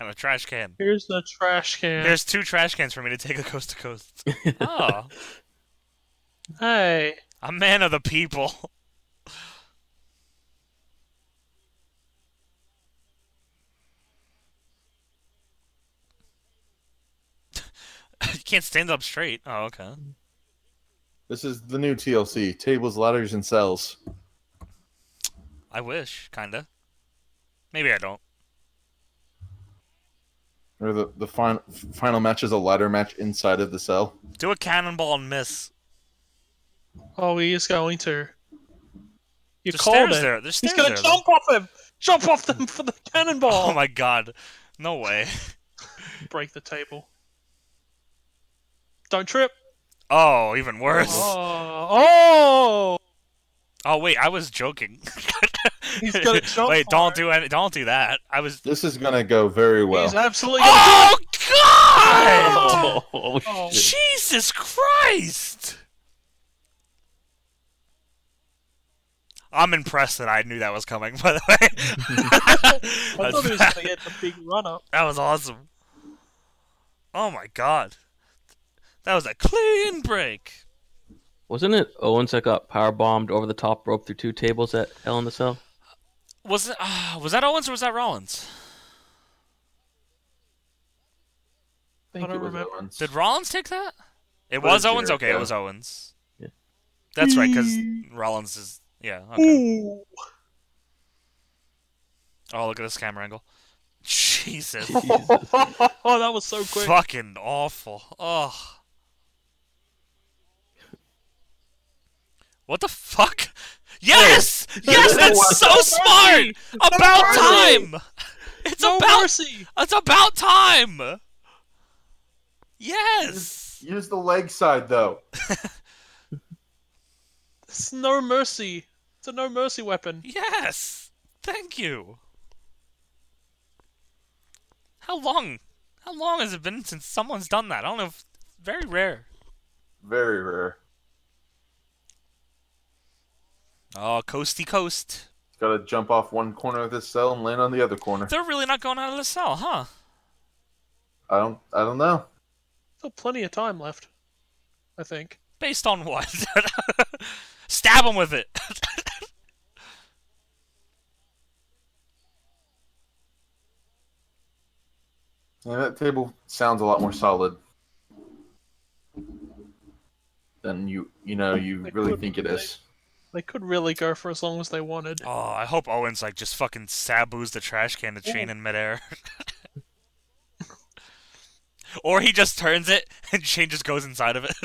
Speaker 1: and a trash can.
Speaker 4: Here's the trash can.
Speaker 1: There's two trash cans for me to take a coast to coast. oh,
Speaker 4: Hey.
Speaker 1: a man of the people. you can't stand up straight. Oh, okay.
Speaker 6: This is the new TLC tables, ladders, and cells.
Speaker 1: I wish, kinda. Maybe I don't.
Speaker 6: or the the final final match is a ladder match inside of the cell.
Speaker 1: Do a cannonball and miss.
Speaker 4: Oh, he is going to. You
Speaker 1: There's
Speaker 4: called
Speaker 1: stairs
Speaker 4: it.
Speaker 1: there. There's stairs
Speaker 4: He's gonna
Speaker 1: there. though.
Speaker 4: jump off him. Jump off them for the cannonball.
Speaker 1: Oh my god. No way.
Speaker 4: Break the table. Don't trip.
Speaker 1: Oh, even worse. Oh,
Speaker 4: Oh, oh.
Speaker 1: wait, I was joking.
Speaker 4: He's gonna jump
Speaker 1: wait,
Speaker 4: for
Speaker 1: don't
Speaker 4: it.
Speaker 1: do any, don't do that. I was
Speaker 6: This is gonna go very well.
Speaker 4: He's absolutely.
Speaker 1: Oh god!
Speaker 5: Oh, oh,
Speaker 4: Oh.
Speaker 5: shit.
Speaker 1: Jesus Christ! I'm impressed that I knew that was coming, by the way.
Speaker 4: I thought he was
Speaker 1: That's-
Speaker 4: gonna get the big run up.
Speaker 1: That was awesome. Oh my god. That was a clean break.
Speaker 5: Wasn't it Owens that got power bombed over the top rope through two tables at Hell in the Cell?
Speaker 1: Was it, uh, was that Owens or was that Rollins?
Speaker 4: I don't remember.
Speaker 6: Owens.
Speaker 1: Did Rollins take that? It
Speaker 6: What
Speaker 1: was
Speaker 6: is
Speaker 1: Owens.
Speaker 6: Jericho?
Speaker 1: Okay, it was Owens.
Speaker 5: Yeah.
Speaker 1: That's right, because Rollins is yeah. Okay.
Speaker 4: Ooh.
Speaker 1: Oh, look at this camera angle. Jesus,
Speaker 5: Jesus.
Speaker 4: Oh, that was so quick.
Speaker 1: fucking awful. Oh. What the fuck? Yes, yes, that's so smart.
Speaker 4: Mercy!
Speaker 1: About
Speaker 4: mercy!
Speaker 1: time. It's
Speaker 4: No
Speaker 1: about
Speaker 4: mercy.
Speaker 1: It's about time. Yes.
Speaker 6: Use the leg side though.
Speaker 4: It's no mercy. It's a no mercy weapon.
Speaker 1: Yes. Thank you. How long? How long has it been since someone's done that? I don't know. If, very rare.
Speaker 6: Very rare.
Speaker 1: Oh, coasty coast.
Speaker 6: It's got to jump off one corner of this cell and land on the other corner.
Speaker 1: They're really not going out of the cell, huh?
Speaker 6: I don't. I don't know.
Speaker 4: Still plenty of time left. I think.
Speaker 1: Based on what? Stab him with it.
Speaker 6: Yeah, that table sounds a lot more solid than you you know you
Speaker 4: It
Speaker 6: really
Speaker 4: could
Speaker 6: think it
Speaker 4: be.
Speaker 6: is.
Speaker 4: They could really go for as long as they wanted.
Speaker 1: oh, I hope Owens like just fucking saboos the trash can to Shane in midair. or he just turns it and Shane just goes inside of it.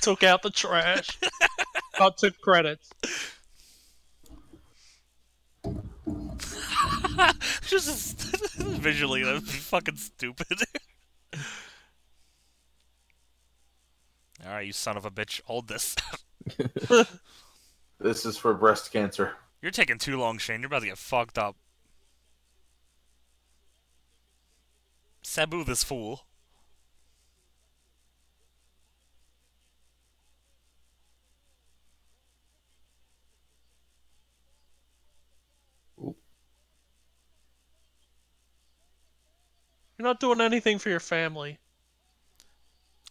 Speaker 4: Took out the trash. Got to credits.
Speaker 1: just visually, that would be fucking stupid. All right, you son of a bitch, hold this.
Speaker 6: This is for breast cancer.
Speaker 1: You're taking too long, Shane. You're about to get fucked up. Sabu, this fool.
Speaker 4: You're not doing anything for your family.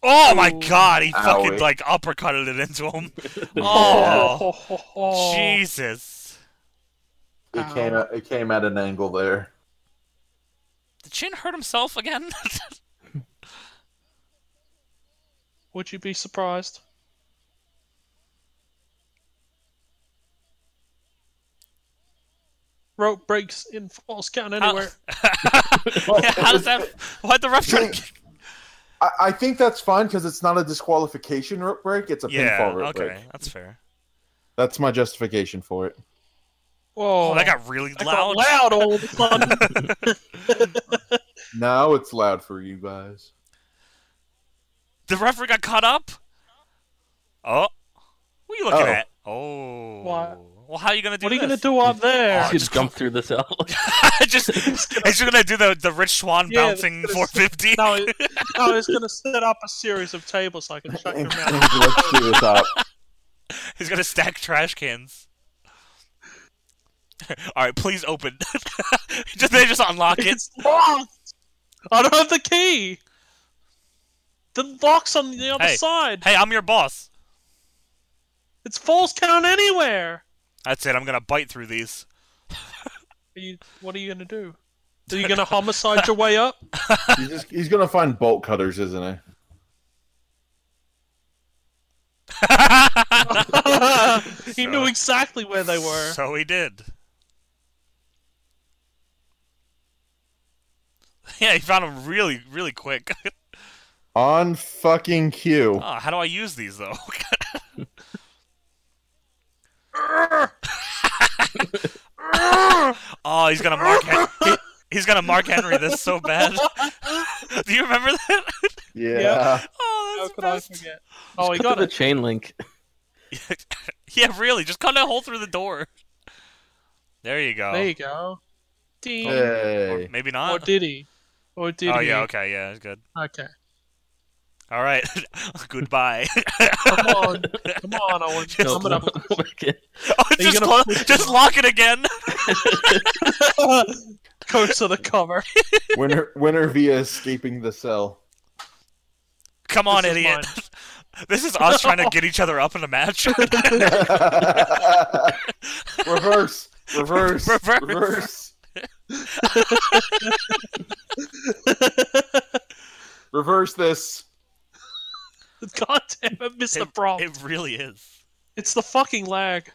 Speaker 1: Oh my
Speaker 4: Ooh.
Speaker 1: god, he fucking
Speaker 6: Owie.
Speaker 1: like uppercutted it into him. Oh,
Speaker 4: Ho, ho, ho.
Speaker 1: Jesus.
Speaker 6: It
Speaker 4: Oh.
Speaker 6: came at, it came at an angle there.
Speaker 1: Did Shane hurt himself again?
Speaker 4: Would you be surprised? Rope breaks in false count anywhere.
Speaker 1: yeah, how does that? Why'd the ref try to kick?
Speaker 6: I, I think that's fine because it's not a disqualification rope break; it's a
Speaker 1: Yeah,
Speaker 6: pinfall rope
Speaker 1: okay,
Speaker 6: break.
Speaker 1: that's fair.
Speaker 6: That's my justification for it.
Speaker 4: Whoa!
Speaker 1: Oh, that got really
Speaker 4: that
Speaker 1: loud.
Speaker 4: got loud all of a sudden.
Speaker 6: Now it's loud for you guys.
Speaker 1: The referee got caught up. Oh, what are you looking
Speaker 6: Oh.
Speaker 1: at? Oh,
Speaker 4: What?
Speaker 1: Well, how are you gonna do?
Speaker 4: what are you gonna
Speaker 1: this?
Speaker 4: do up there?
Speaker 1: Oh,
Speaker 5: He
Speaker 1: just-
Speaker 5: jumped through the cell.
Speaker 1: just, it's just gonna do the the Rich Swan
Speaker 4: Yeah, that's
Speaker 1: bouncing
Speaker 4: gonna-
Speaker 1: 450.
Speaker 4: No, it, no, it's gonna set up a series of tables so I can shut your mouth.
Speaker 6: Let's do this up.
Speaker 1: He's gonna stack trash cans. All right, please open. just, they just unlock it.
Speaker 4: It's locked. I don't have the key. The lock's on the other
Speaker 1: Hey.
Speaker 4: side.
Speaker 1: Hey, I'm your boss.
Speaker 4: It's false count anywhere.
Speaker 1: That's it. I'm gonna bite through these.
Speaker 4: Are you, what are you gonna do? Are you gonna homicide your way up?
Speaker 6: He's, just, he's gonna find bolt cutters, isn't
Speaker 4: he knew exactly where they were.
Speaker 1: So he did. yeah, he found them really, really quick.
Speaker 6: On fucking cue.
Speaker 4: Uh,
Speaker 1: Oh, how do I use these though? oh, he's gonna mark. Hen- he- he's gonna mark Henry this so bad. do you remember that?
Speaker 6: Yeah.
Speaker 1: Oh,
Speaker 4: How
Speaker 1: that's
Speaker 4: could I
Speaker 1: the
Speaker 4: forget? Oh, he
Speaker 5: Cut
Speaker 4: got
Speaker 5: through the
Speaker 4: it.
Speaker 5: chain link.
Speaker 1: best. yeah, really. Just cut a hole through the door. There you go.
Speaker 4: There you go. Ding.
Speaker 1: Or
Speaker 6: Hey.
Speaker 1: maybe
Speaker 4: Or
Speaker 1: not.
Speaker 4: did he? Or did
Speaker 1: oh
Speaker 4: he?
Speaker 1: yeah. Okay. Yeah. It's good.
Speaker 4: Okay.
Speaker 1: All right. Goodbye.
Speaker 4: Come on. Come on, I want you to
Speaker 5: No,
Speaker 4: sum it up.
Speaker 1: Oh,
Speaker 4: Are you
Speaker 1: just,
Speaker 4: gonna
Speaker 1: clo-
Speaker 4: put-
Speaker 1: just lock it again.
Speaker 4: Go to the cover.
Speaker 6: Winner winner via escaping the cell.
Speaker 1: Come on,
Speaker 4: This is
Speaker 1: idiot. this is us trying to get each other up in a match.
Speaker 6: reverse. Reverse.
Speaker 1: Reverse.
Speaker 6: Reverse. reverse this.
Speaker 4: God damn it, Mr.
Speaker 1: It-
Speaker 4: Prompt.
Speaker 1: it really is.
Speaker 4: It's the fucking lag.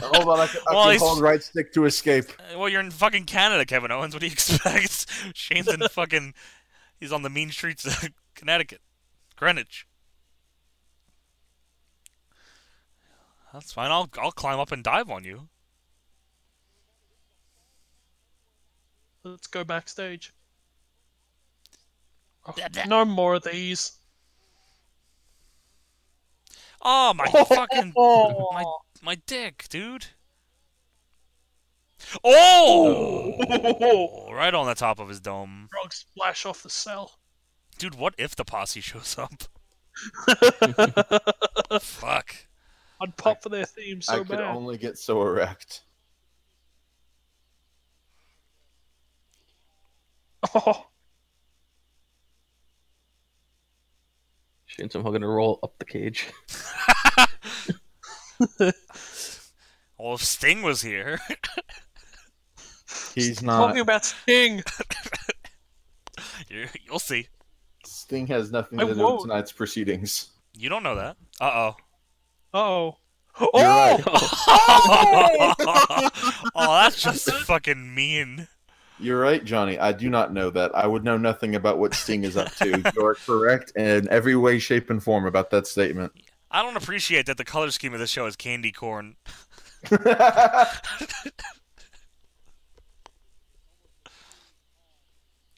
Speaker 6: Hold on, I can, I
Speaker 1: Well,
Speaker 6: can
Speaker 1: he's-
Speaker 6: hold right stick to escape.
Speaker 1: Uh, Well, you're in fucking Canada, Kevin Owens. What do you expect? Shane's in fucking. He's on the mean streets of Connecticut, Greenwich. That's fine. I'll I'll climb up and dive on you.
Speaker 4: Let's go backstage. Oh,
Speaker 1: Blah, blah.
Speaker 4: no more of these.
Speaker 1: Oh my fucking
Speaker 4: Oh,
Speaker 1: my my dick, dude. Oh! right on the top of his dome.
Speaker 4: frog splash off the cell.
Speaker 1: Dude, what if the posse shows up? Fuck.
Speaker 4: I'd pop for their theme so
Speaker 6: I could
Speaker 4: bad.
Speaker 6: only get so erect.
Speaker 4: Oh,
Speaker 5: Shane's somehow gonna roll up the cage.
Speaker 1: Well, if Sting was here.
Speaker 6: He's not.
Speaker 4: talking about Sting.
Speaker 1: You- You'll see.
Speaker 6: Sting has nothing
Speaker 4: I
Speaker 6: to do
Speaker 4: won't.
Speaker 6: with tonight's proceedings.
Speaker 1: You don't know that. Uh oh.
Speaker 4: Oh,
Speaker 6: You're
Speaker 4: oh,
Speaker 6: right.
Speaker 1: oh, that's just fucking mean.
Speaker 6: You're right, Johnny. I do not know that. I would know nothing about what Sting is up to. You're correct in every way, shape, and form about that statement.
Speaker 1: I don't appreciate that the color scheme of the show is candy corn.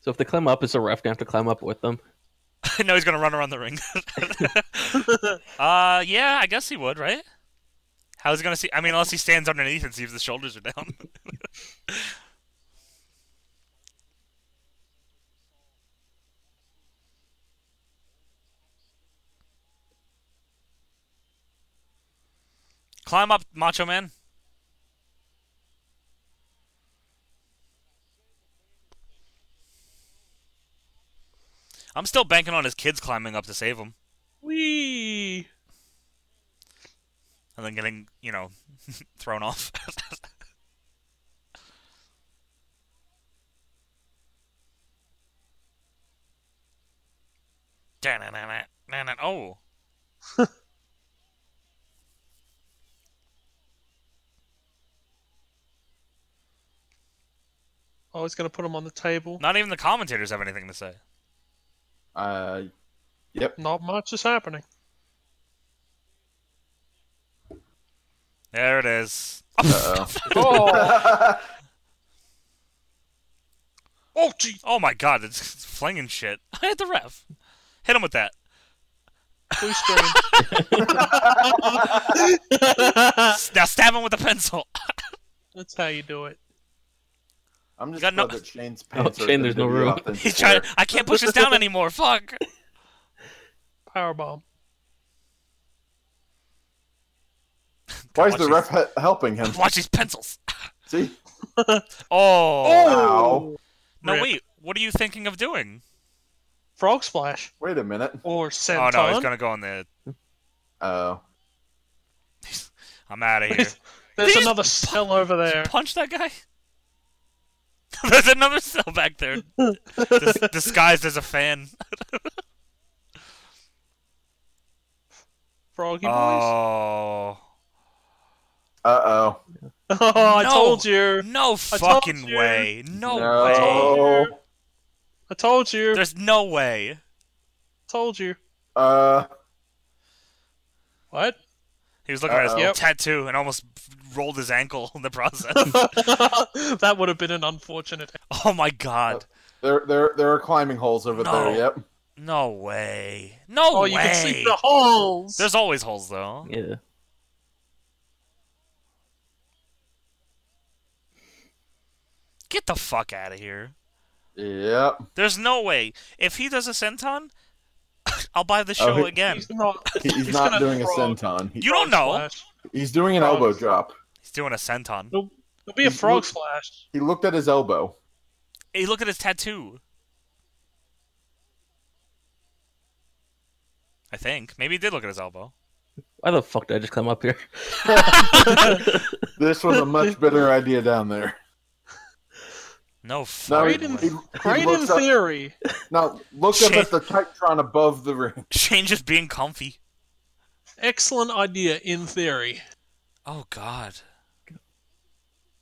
Speaker 5: So if they climb up, is the ref gonna have to climb up with them?
Speaker 1: I know he's gonna run around the ring. uh, yeah, I guess he would, right? How's he gonna see? I mean, unless he stands underneath and sees the shoulders are down. Climb up, Macho Man. I'm still banking on his kids climbing up to save him,
Speaker 4: wee.
Speaker 1: and then getting, you know, thrown off. Da-na-na-na, na-na- Oh.
Speaker 4: Oh, he's gonna put him on the table.
Speaker 1: Not even the commentators have anything to say.
Speaker 6: uh, yep.
Speaker 4: Not much is happening.
Speaker 1: There it is.
Speaker 6: Uh-oh.
Speaker 4: Oh, oh, gee.
Speaker 1: Oh my god, it's it's flinging shit. I hit the ref. Hit him with that.
Speaker 4: Blue screen. Uh.
Speaker 1: S- Now stab him with a pencil.
Speaker 4: That's how you do it.
Speaker 6: I'm just
Speaker 1: Got
Speaker 6: glad
Speaker 1: no-
Speaker 6: that Shane's pants are
Speaker 5: Oh, Shane, there's no
Speaker 6: WWE
Speaker 5: room.
Speaker 6: authentic
Speaker 1: He's trying.
Speaker 6: wear.
Speaker 1: I can't push this down anymore. Fuck.
Speaker 4: Powerbomb.
Speaker 6: Why is the
Speaker 1: Watch
Speaker 6: ref he- helping him?
Speaker 1: these- Watch these pencils.
Speaker 6: See?
Speaker 1: Oh.
Speaker 6: Ow.
Speaker 1: no,
Speaker 4: Rip.
Speaker 1: wait. What are you thinking of doing?
Speaker 4: Frog splash
Speaker 6: Wait a minute.
Speaker 4: or
Speaker 1: Oh
Speaker 4: senton.
Speaker 1: no, he's gonna go on the.
Speaker 6: Oh.
Speaker 1: I'm out of here.
Speaker 4: There's
Speaker 1: These-
Speaker 4: another cell over there.
Speaker 1: Punch that guy. There's another cell back there, dis- disguised as a fan.
Speaker 4: Froggy boys.
Speaker 1: Oh
Speaker 6: Uh
Speaker 4: Oh, I
Speaker 1: No.
Speaker 4: told you.
Speaker 1: no
Speaker 4: told
Speaker 1: fucking
Speaker 4: you.
Speaker 1: way!
Speaker 6: oh.
Speaker 1: No, way!
Speaker 4: way.
Speaker 6: No.
Speaker 4: I told you.
Speaker 1: There's no way.
Speaker 4: told you.
Speaker 6: Uh,
Speaker 4: What?
Speaker 1: He was looking at his
Speaker 4: Uh-oh.
Speaker 1: tattoo and almost rolled his ankle in the process.
Speaker 4: that would have been an unfortunate.
Speaker 1: oh my god.
Speaker 6: there, there, there are climbing holes over
Speaker 1: No.
Speaker 6: there. Yep.
Speaker 1: No way. No
Speaker 4: Oh,
Speaker 1: way.
Speaker 4: you can see the holes.
Speaker 1: There's always holes though.
Speaker 5: Yeah.
Speaker 1: Get the fuck out of here.
Speaker 6: Yep.
Speaker 1: There's no way. If he does a senton, I'll buy the show
Speaker 6: he-
Speaker 1: again.
Speaker 4: Oh, He's not.
Speaker 6: He- He's,
Speaker 4: He's
Speaker 6: not
Speaker 4: gonna
Speaker 6: doing a
Speaker 4: throw-
Speaker 6: senton. He-
Speaker 1: You don't know.
Speaker 4: Flash.
Speaker 6: he's doing an elbow drop.
Speaker 1: He's doing a senton.
Speaker 4: There'll be a
Speaker 6: He
Speaker 4: frog
Speaker 6: looks-
Speaker 4: splash.
Speaker 6: He looked at his elbow.
Speaker 1: Hey, look at his tattoo. I think. Maybe he did look at his elbow.
Speaker 5: Why the fuck did I just come up here?
Speaker 6: This was a much better idea down there.
Speaker 1: No
Speaker 6: No,
Speaker 1: fucking
Speaker 4: Right
Speaker 6: he,
Speaker 4: in-
Speaker 1: way.
Speaker 6: he- he
Speaker 4: Right in
Speaker 6: looks up-
Speaker 4: theory.
Speaker 6: now look up
Speaker 1: Shit.
Speaker 6: at the Titron above the ring.
Speaker 1: Shane just being comfy.
Speaker 4: Excellent idea in theory.
Speaker 1: Oh god.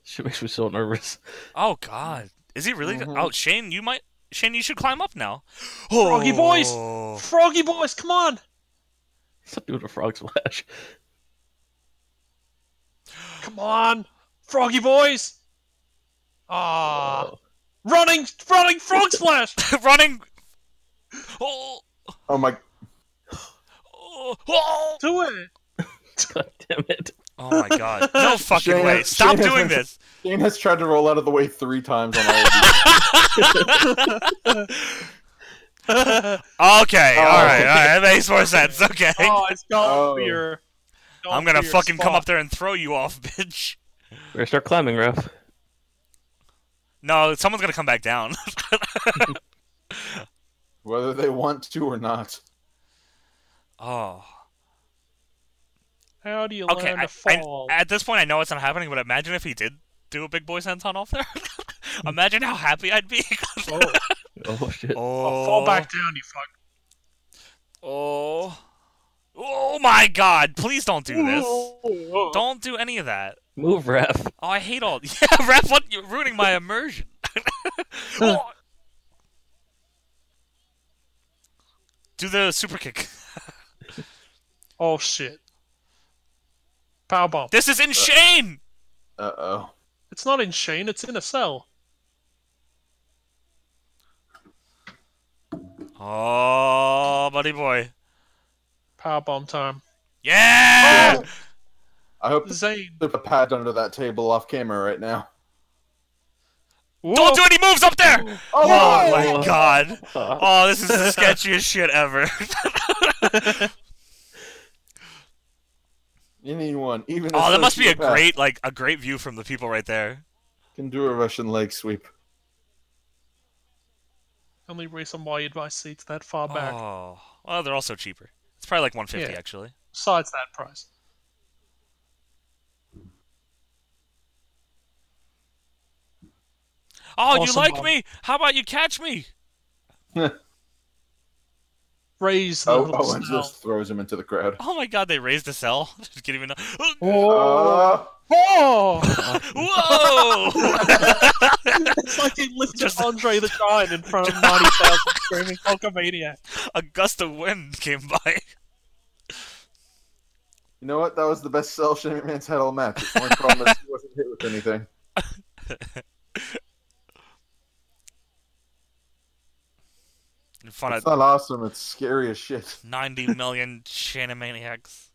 Speaker 5: Shit makes me so nervous.
Speaker 1: Oh god. Is he really?
Speaker 6: Mhm.
Speaker 1: Oh, Shane, you might. Shane, you should climb up now. Oh.
Speaker 4: Froggy boys! Froggy boys, come on!
Speaker 5: Stop doing a frog splash.
Speaker 4: Come on! Froggy boys! Ah.
Speaker 6: Oh.
Speaker 4: Running! Running frog splash!
Speaker 1: Running. Oh.
Speaker 6: Oh my!
Speaker 1: Oh. Oh.
Speaker 4: Do it!
Speaker 5: God damn it.
Speaker 1: Oh my god. No fucking
Speaker 6: Shane-
Speaker 1: way. Stop
Speaker 6: Shane-
Speaker 1: doing this.
Speaker 6: Shane has tried to roll out of the way three times on all of these.
Speaker 1: Okay,
Speaker 6: Oh.
Speaker 1: alright, alright. That makes more sense. Okay.
Speaker 4: oh, it's gone
Speaker 6: Oh.
Speaker 4: for your. gone
Speaker 1: I'm gonna
Speaker 4: for your
Speaker 1: fucking come up
Speaker 4: spot.
Speaker 1: there and throw you off, bitch.
Speaker 5: Better start climbing, Raph.
Speaker 1: No, someone's gonna come back down.
Speaker 6: whether they want to or not.
Speaker 1: oh.
Speaker 4: How do you
Speaker 1: Okay,
Speaker 4: learn to
Speaker 1: I, I-
Speaker 4: fall?
Speaker 1: at this point, I know it's not happening, but imagine if he did do a big boy senton off there. imagine how happy I'd be.
Speaker 4: oh,
Speaker 5: Oh shit.
Speaker 1: oh.
Speaker 4: I'll fall back down, you fuck.
Speaker 1: Oh. Oh my god, please don't do this. Don't do any of that.
Speaker 5: Move, Raph.
Speaker 1: Oh, I hate all. Yeah, ref, what? You're ruining my immersion. Oh. Do the super kick.
Speaker 4: Oh shit. Power bomb.
Speaker 1: This is in Shane!
Speaker 6: Uh oh.
Speaker 4: It's not in Shane, it's in a cell.
Speaker 1: Oh, buddy boy.
Speaker 4: Power bomb time.
Speaker 1: Yeah!
Speaker 6: I hope they
Speaker 4: Zane.
Speaker 6: put a pad under that table off camera right now.
Speaker 1: Don't do any moves up there!
Speaker 6: Oh,
Speaker 1: Oh
Speaker 6: no!
Speaker 1: my god.
Speaker 5: Oh,
Speaker 1: Oh, this is the sketchiest shit ever.
Speaker 6: Anyone, even
Speaker 1: Oh,
Speaker 6: a
Speaker 1: that must be a
Speaker 6: sociopath,
Speaker 1: great, like, a great view from the people right there.
Speaker 6: can do a Russian leg sweep.
Speaker 4: Only reason why you'd buy seats that far back.
Speaker 1: Oh. Well, they're also cheaper. It's probably like 150
Speaker 4: Yeah.
Speaker 1: actually.
Speaker 4: Besides that price.
Speaker 1: Oh, you
Speaker 4: Awesome,
Speaker 1: like
Speaker 4: Bob.
Speaker 1: me? How about you catch me?
Speaker 4: Raise the
Speaker 6: Oh,
Speaker 4: little
Speaker 6: Owen
Speaker 4: cell.
Speaker 6: just throws him into the crowd.
Speaker 1: Oh my god, they raised the cell. Just kidding, even know.
Speaker 6: Oh,
Speaker 4: Oh!
Speaker 1: Whoa!
Speaker 4: it's like he lifted
Speaker 1: Just-
Speaker 4: Andre the Giant in front of 90,000 screaming Hulkamania.
Speaker 1: a gust of wind came by.
Speaker 6: you know what? That was the best cell Shane McMahon's had all match. The only problem is he wasn't hit with anything.
Speaker 1: In front
Speaker 6: It's
Speaker 1: of
Speaker 6: not awesome. It's scary as shit.
Speaker 1: 90 million Shanamaniacs.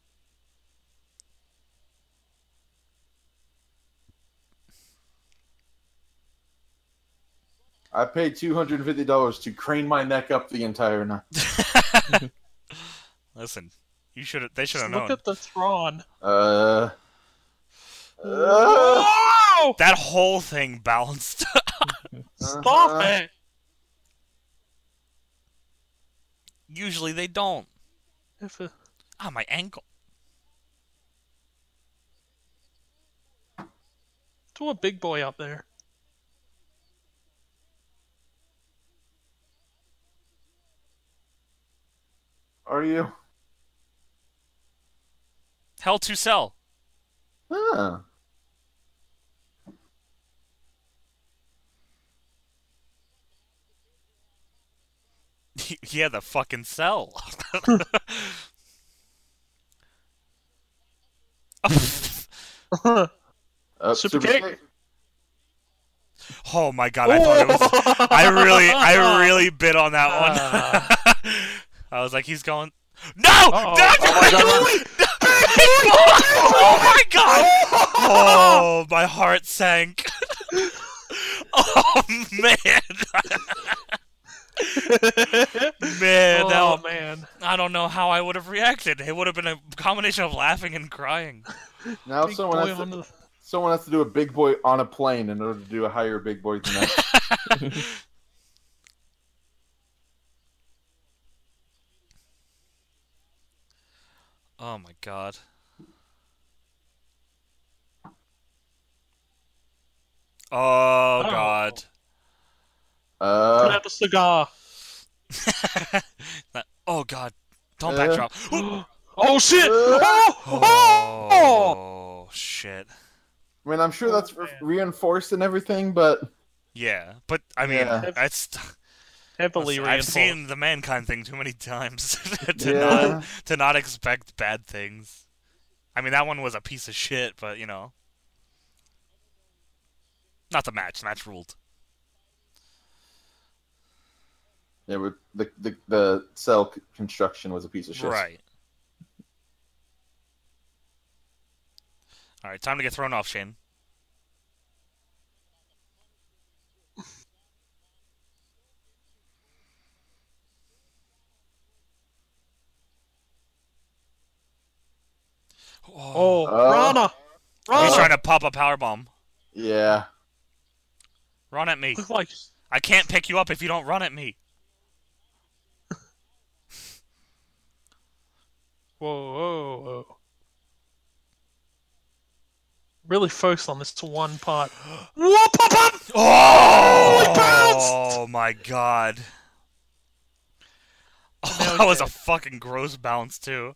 Speaker 6: I paid two hundred and fifty dollars to crane my neck up the entire night.
Speaker 1: Listen, you should. They should
Speaker 4: Just
Speaker 1: have
Speaker 4: look
Speaker 1: known.
Speaker 4: at the Thrawn.
Speaker 6: Uh. uh,
Speaker 4: Whoa!
Speaker 1: That whole thing balanced.
Speaker 4: Stop
Speaker 6: uh-huh.
Speaker 4: it!
Speaker 1: Usually they don't.
Speaker 4: If uh, a-
Speaker 1: Ah, my ankle.
Speaker 4: do a big boy up there.
Speaker 6: Are you?
Speaker 1: Hell to sell.
Speaker 6: Huh.
Speaker 1: yeah, the fucking cell.
Speaker 6: Uh,
Speaker 4: Super
Speaker 6: Super
Speaker 4: kick.
Speaker 6: kick.
Speaker 1: oh my god, I thought it was. I really, I really bit on that one. I was like, he's going. No!
Speaker 4: Uh-oh.
Speaker 1: Not- oh my god! Oh, my heart sank. oh man, man, that
Speaker 4: oh
Speaker 1: one-
Speaker 4: man,
Speaker 1: I don't know how I would have reacted. It would have been a combination of laughing and crying.
Speaker 6: Now
Speaker 4: Big
Speaker 6: someone
Speaker 4: boy
Speaker 6: has, to,
Speaker 4: on the-
Speaker 6: someone has to do a big boy on a plane in order to do a higher big boy than that.
Speaker 1: Oh my god. Oh, god.
Speaker 4: Put
Speaker 6: Uh,
Speaker 4: out a cigar.
Speaker 1: That- oh god. Don't
Speaker 6: Uh.
Speaker 1: backdrop.
Speaker 4: Oh shit!
Speaker 6: Oh!
Speaker 1: oh shit.
Speaker 6: I mean, I'm sure that's
Speaker 4: Oh,
Speaker 6: re- reinforced and everything, but
Speaker 1: Yeah, but I mean,
Speaker 6: Yeah.
Speaker 1: that's
Speaker 4: Heavily
Speaker 1: I've
Speaker 4: reinforced.
Speaker 1: seen the mankind thing too many times to
Speaker 6: yeah,
Speaker 1: not to not expect bad things. I mean, that one was a piece of shit, but you know, not the match. Match ruled.
Speaker 6: yeah but the, the the cell c- construction was a piece of shit.
Speaker 1: Right. All right, time to get thrown off, Shane. Oh,
Speaker 4: Oh,
Speaker 6: Oh.
Speaker 4: Rana! Rana!
Speaker 1: he's
Speaker 2: Oh!
Speaker 1: trying to pop a power bomb.
Speaker 6: Yeah.
Speaker 1: Run at me.
Speaker 4: Look like
Speaker 1: I can't pick you up if you don't run at me.
Speaker 4: whoa, whoa, whoa. Really focus on this one part. Whoa, pop, pop!
Speaker 1: Oh,
Speaker 4: it bounced!
Speaker 1: Oh my god. Oh,
Speaker 4: Now
Speaker 1: that was a
Speaker 4: dead.
Speaker 1: fucking gross bounce too.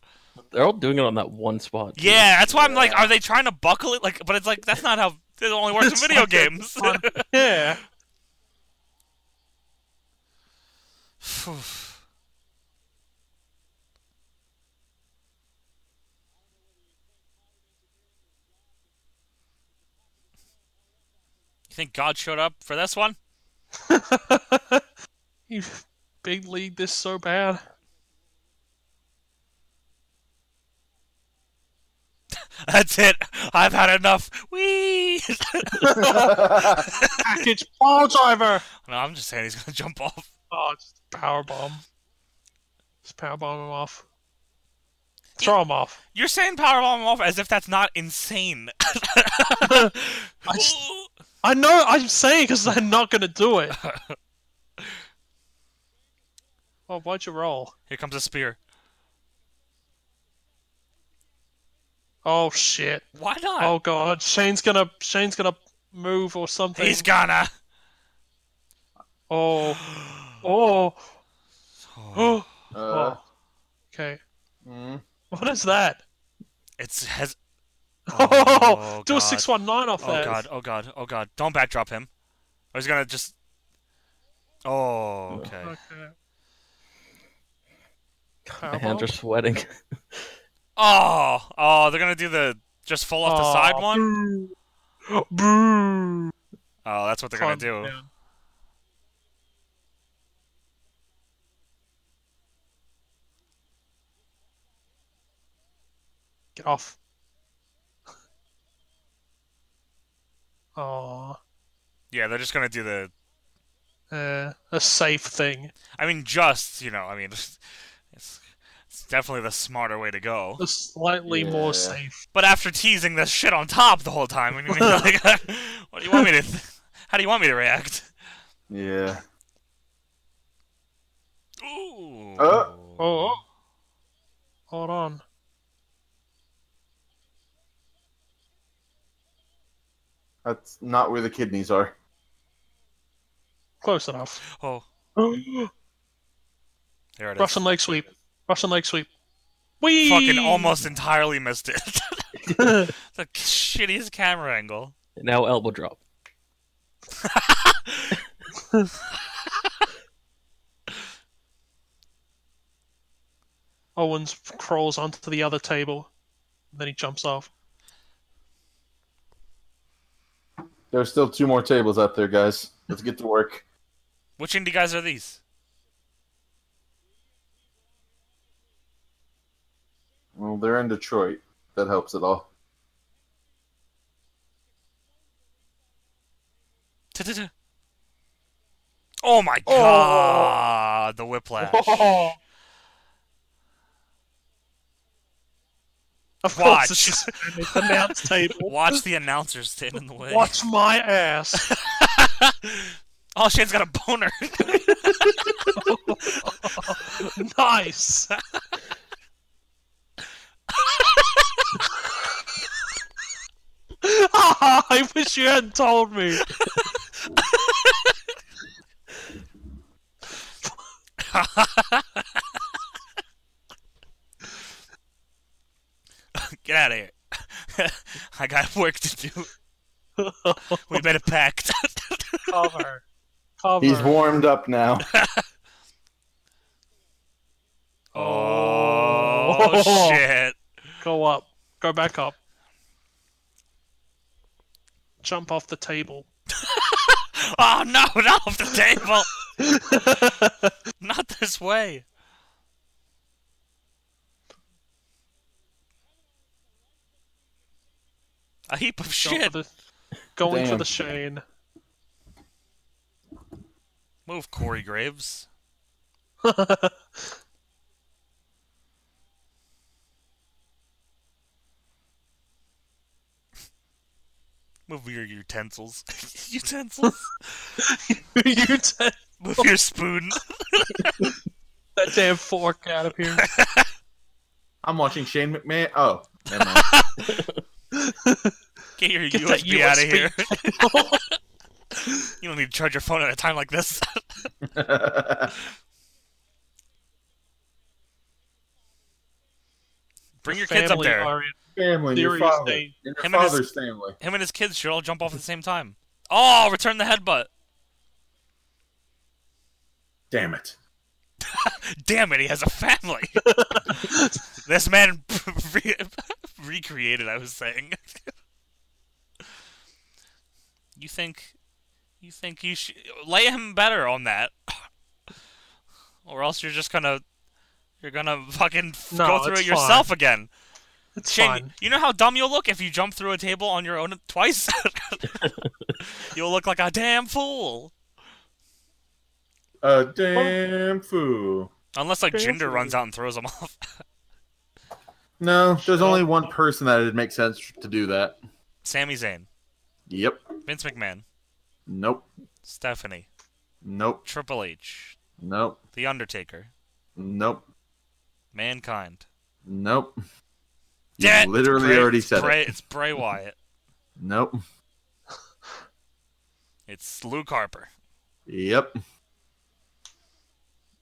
Speaker 5: They're all doing it on that one spot. too.
Speaker 1: Yeah, that's why I'm like, are they trying to buckle it? Like, but it's like that's not how it only works in
Speaker 4: It's
Speaker 1: video
Speaker 4: like a-
Speaker 1: games.
Speaker 4: Yeah.
Speaker 1: You think God showed up for this one?
Speaker 4: you big league this so bad.
Speaker 1: That's it. I've had enough. Wee.
Speaker 6: Uh,
Speaker 4: Package ball driver!
Speaker 1: no, I'm just saying he's gonna jump off.
Speaker 4: Oh, just power bomb. Just power bomb him off. Throw him off.
Speaker 1: You're saying powerbomb him off as if that's not insane.
Speaker 4: I just- I know I'm saying because I'm not gonna do it. oh, why'd you roll?
Speaker 1: Here comes a spear.
Speaker 4: Oh shit!
Speaker 1: Why not?
Speaker 4: Oh god, Shane's gonna Shane's gonna move or something.
Speaker 1: he's gonna.
Speaker 4: oh, oh, oh,
Speaker 6: Uh,
Speaker 4: oh. Okay,
Speaker 6: mm.
Speaker 4: what is that?
Speaker 1: It's has.
Speaker 4: Oh, do a
Speaker 1: God.
Speaker 4: six one nine off
Speaker 1: Oh
Speaker 4: that.
Speaker 1: god, oh god, oh god. Don't backdrop him. I was gonna just Oh okay.
Speaker 4: Okay.
Speaker 5: My hands are
Speaker 1: Uh-huh.
Speaker 5: sweating.
Speaker 1: Oh oh they're gonna do the just fall off the side one?
Speaker 4: Boo. Boo.
Speaker 1: Oh that's what they're gonna do.
Speaker 4: Get off. Oh,
Speaker 1: Yeah, they're just gonna do the
Speaker 4: uh, a safe thing.
Speaker 1: I mean just, you know, I mean it's it's definitely the smarter way to go.
Speaker 4: A slightly more
Speaker 6: Yeah.
Speaker 4: safe.
Speaker 1: But after teasing this shit on top the whole time, I mean, like, what do you want me to th- how do you want me to react?
Speaker 6: Yeah.
Speaker 1: Ooh.
Speaker 6: Uh.
Speaker 4: Oh, oh. hold on.
Speaker 6: That's not where the kidneys are.
Speaker 4: Close enough.
Speaker 1: Oh, there it is.
Speaker 4: Russian leg sweep. Russian leg sweep. Whee!
Speaker 1: Fucking almost entirely missed it. the shittiest camera angle.
Speaker 5: Now elbow drop.
Speaker 4: Owens crawls onto the other table. Then he jumps off.
Speaker 6: There's still two more tables out there, guys. Let's get to work.
Speaker 1: Which indie guys are these?
Speaker 6: Well, they're in Detroit. That helps at all.
Speaker 1: Ta-ta-ta. Oh my god! The whiplash. Watch.
Speaker 4: Of course, it's just it's the announce table.
Speaker 1: Watch the announcers stand in the way.
Speaker 4: Watch my ass.
Speaker 1: oh, Shane's got a boner.
Speaker 4: nice. Ah, I wish you hadn't told me.
Speaker 1: Get out of here. I got work to do. We made a pact.
Speaker 4: Cover. Cover.
Speaker 6: He's warmed up now.
Speaker 1: oh shit.
Speaker 4: Go up. Go back up. Jump off the table.
Speaker 1: Oh no, not off the table. not this way. A heap of
Speaker 4: Go for
Speaker 1: shit.
Speaker 4: the, going for
Speaker 6: Damn.
Speaker 4: the Shane.
Speaker 1: Move, Corey Graves. Move your utensils. utensils?
Speaker 4: you take
Speaker 1: Move your spoon.
Speaker 4: that damn fork out of here.
Speaker 6: I'm watching Shane McMahon. Oh, never mind.
Speaker 1: Get your
Speaker 4: Get that
Speaker 1: USB, out of
Speaker 4: USB.
Speaker 1: here. you don't need to charge your phone at a time like this. Bring your kids up
Speaker 4: Family
Speaker 1: there.
Speaker 4: are in
Speaker 6: Family, your
Speaker 4: serious
Speaker 6: father,
Speaker 4: danger.
Speaker 6: your
Speaker 1: Him and his-
Speaker 6: father's family.
Speaker 1: Him and his kids should all jump off at the same time. Oh, return the headbutt.
Speaker 6: Damn it!
Speaker 1: Damn it, he has a family. this man re- recreated, I was saying. you think. You think you should. Lay him better on that. or else you're just gonna. You're gonna fucking f-
Speaker 4: No,
Speaker 1: go through it
Speaker 4: it's
Speaker 1: yourself again.
Speaker 4: It's
Speaker 1: Shane,
Speaker 4: fine.
Speaker 1: you know how dumb you'll look if you jump through a table on your own twice? you'll look like a damn fool.
Speaker 6: A damn fool.
Speaker 1: Unless, like,
Speaker 4: Damn
Speaker 1: Jinder
Speaker 4: fool.
Speaker 1: runs out and throws him off.
Speaker 6: No, there's only one person that it makes sense to do that.
Speaker 1: Sami Zayn,
Speaker 6: Yep.
Speaker 1: Vince McMahon,
Speaker 6: Nope.
Speaker 1: Stephanie,
Speaker 6: Nope.
Speaker 1: Triple H,
Speaker 6: Nope.
Speaker 1: The Undertaker,
Speaker 6: Nope.
Speaker 1: Mankind.
Speaker 6: Nope.
Speaker 1: Damn it,
Speaker 6: you literally
Speaker 1: Bray-
Speaker 6: already
Speaker 1: it's
Speaker 6: said
Speaker 1: Bray,
Speaker 6: it.
Speaker 1: It's Bray Wyatt.
Speaker 6: Nope.
Speaker 1: It's Luke Harper.
Speaker 6: Yep.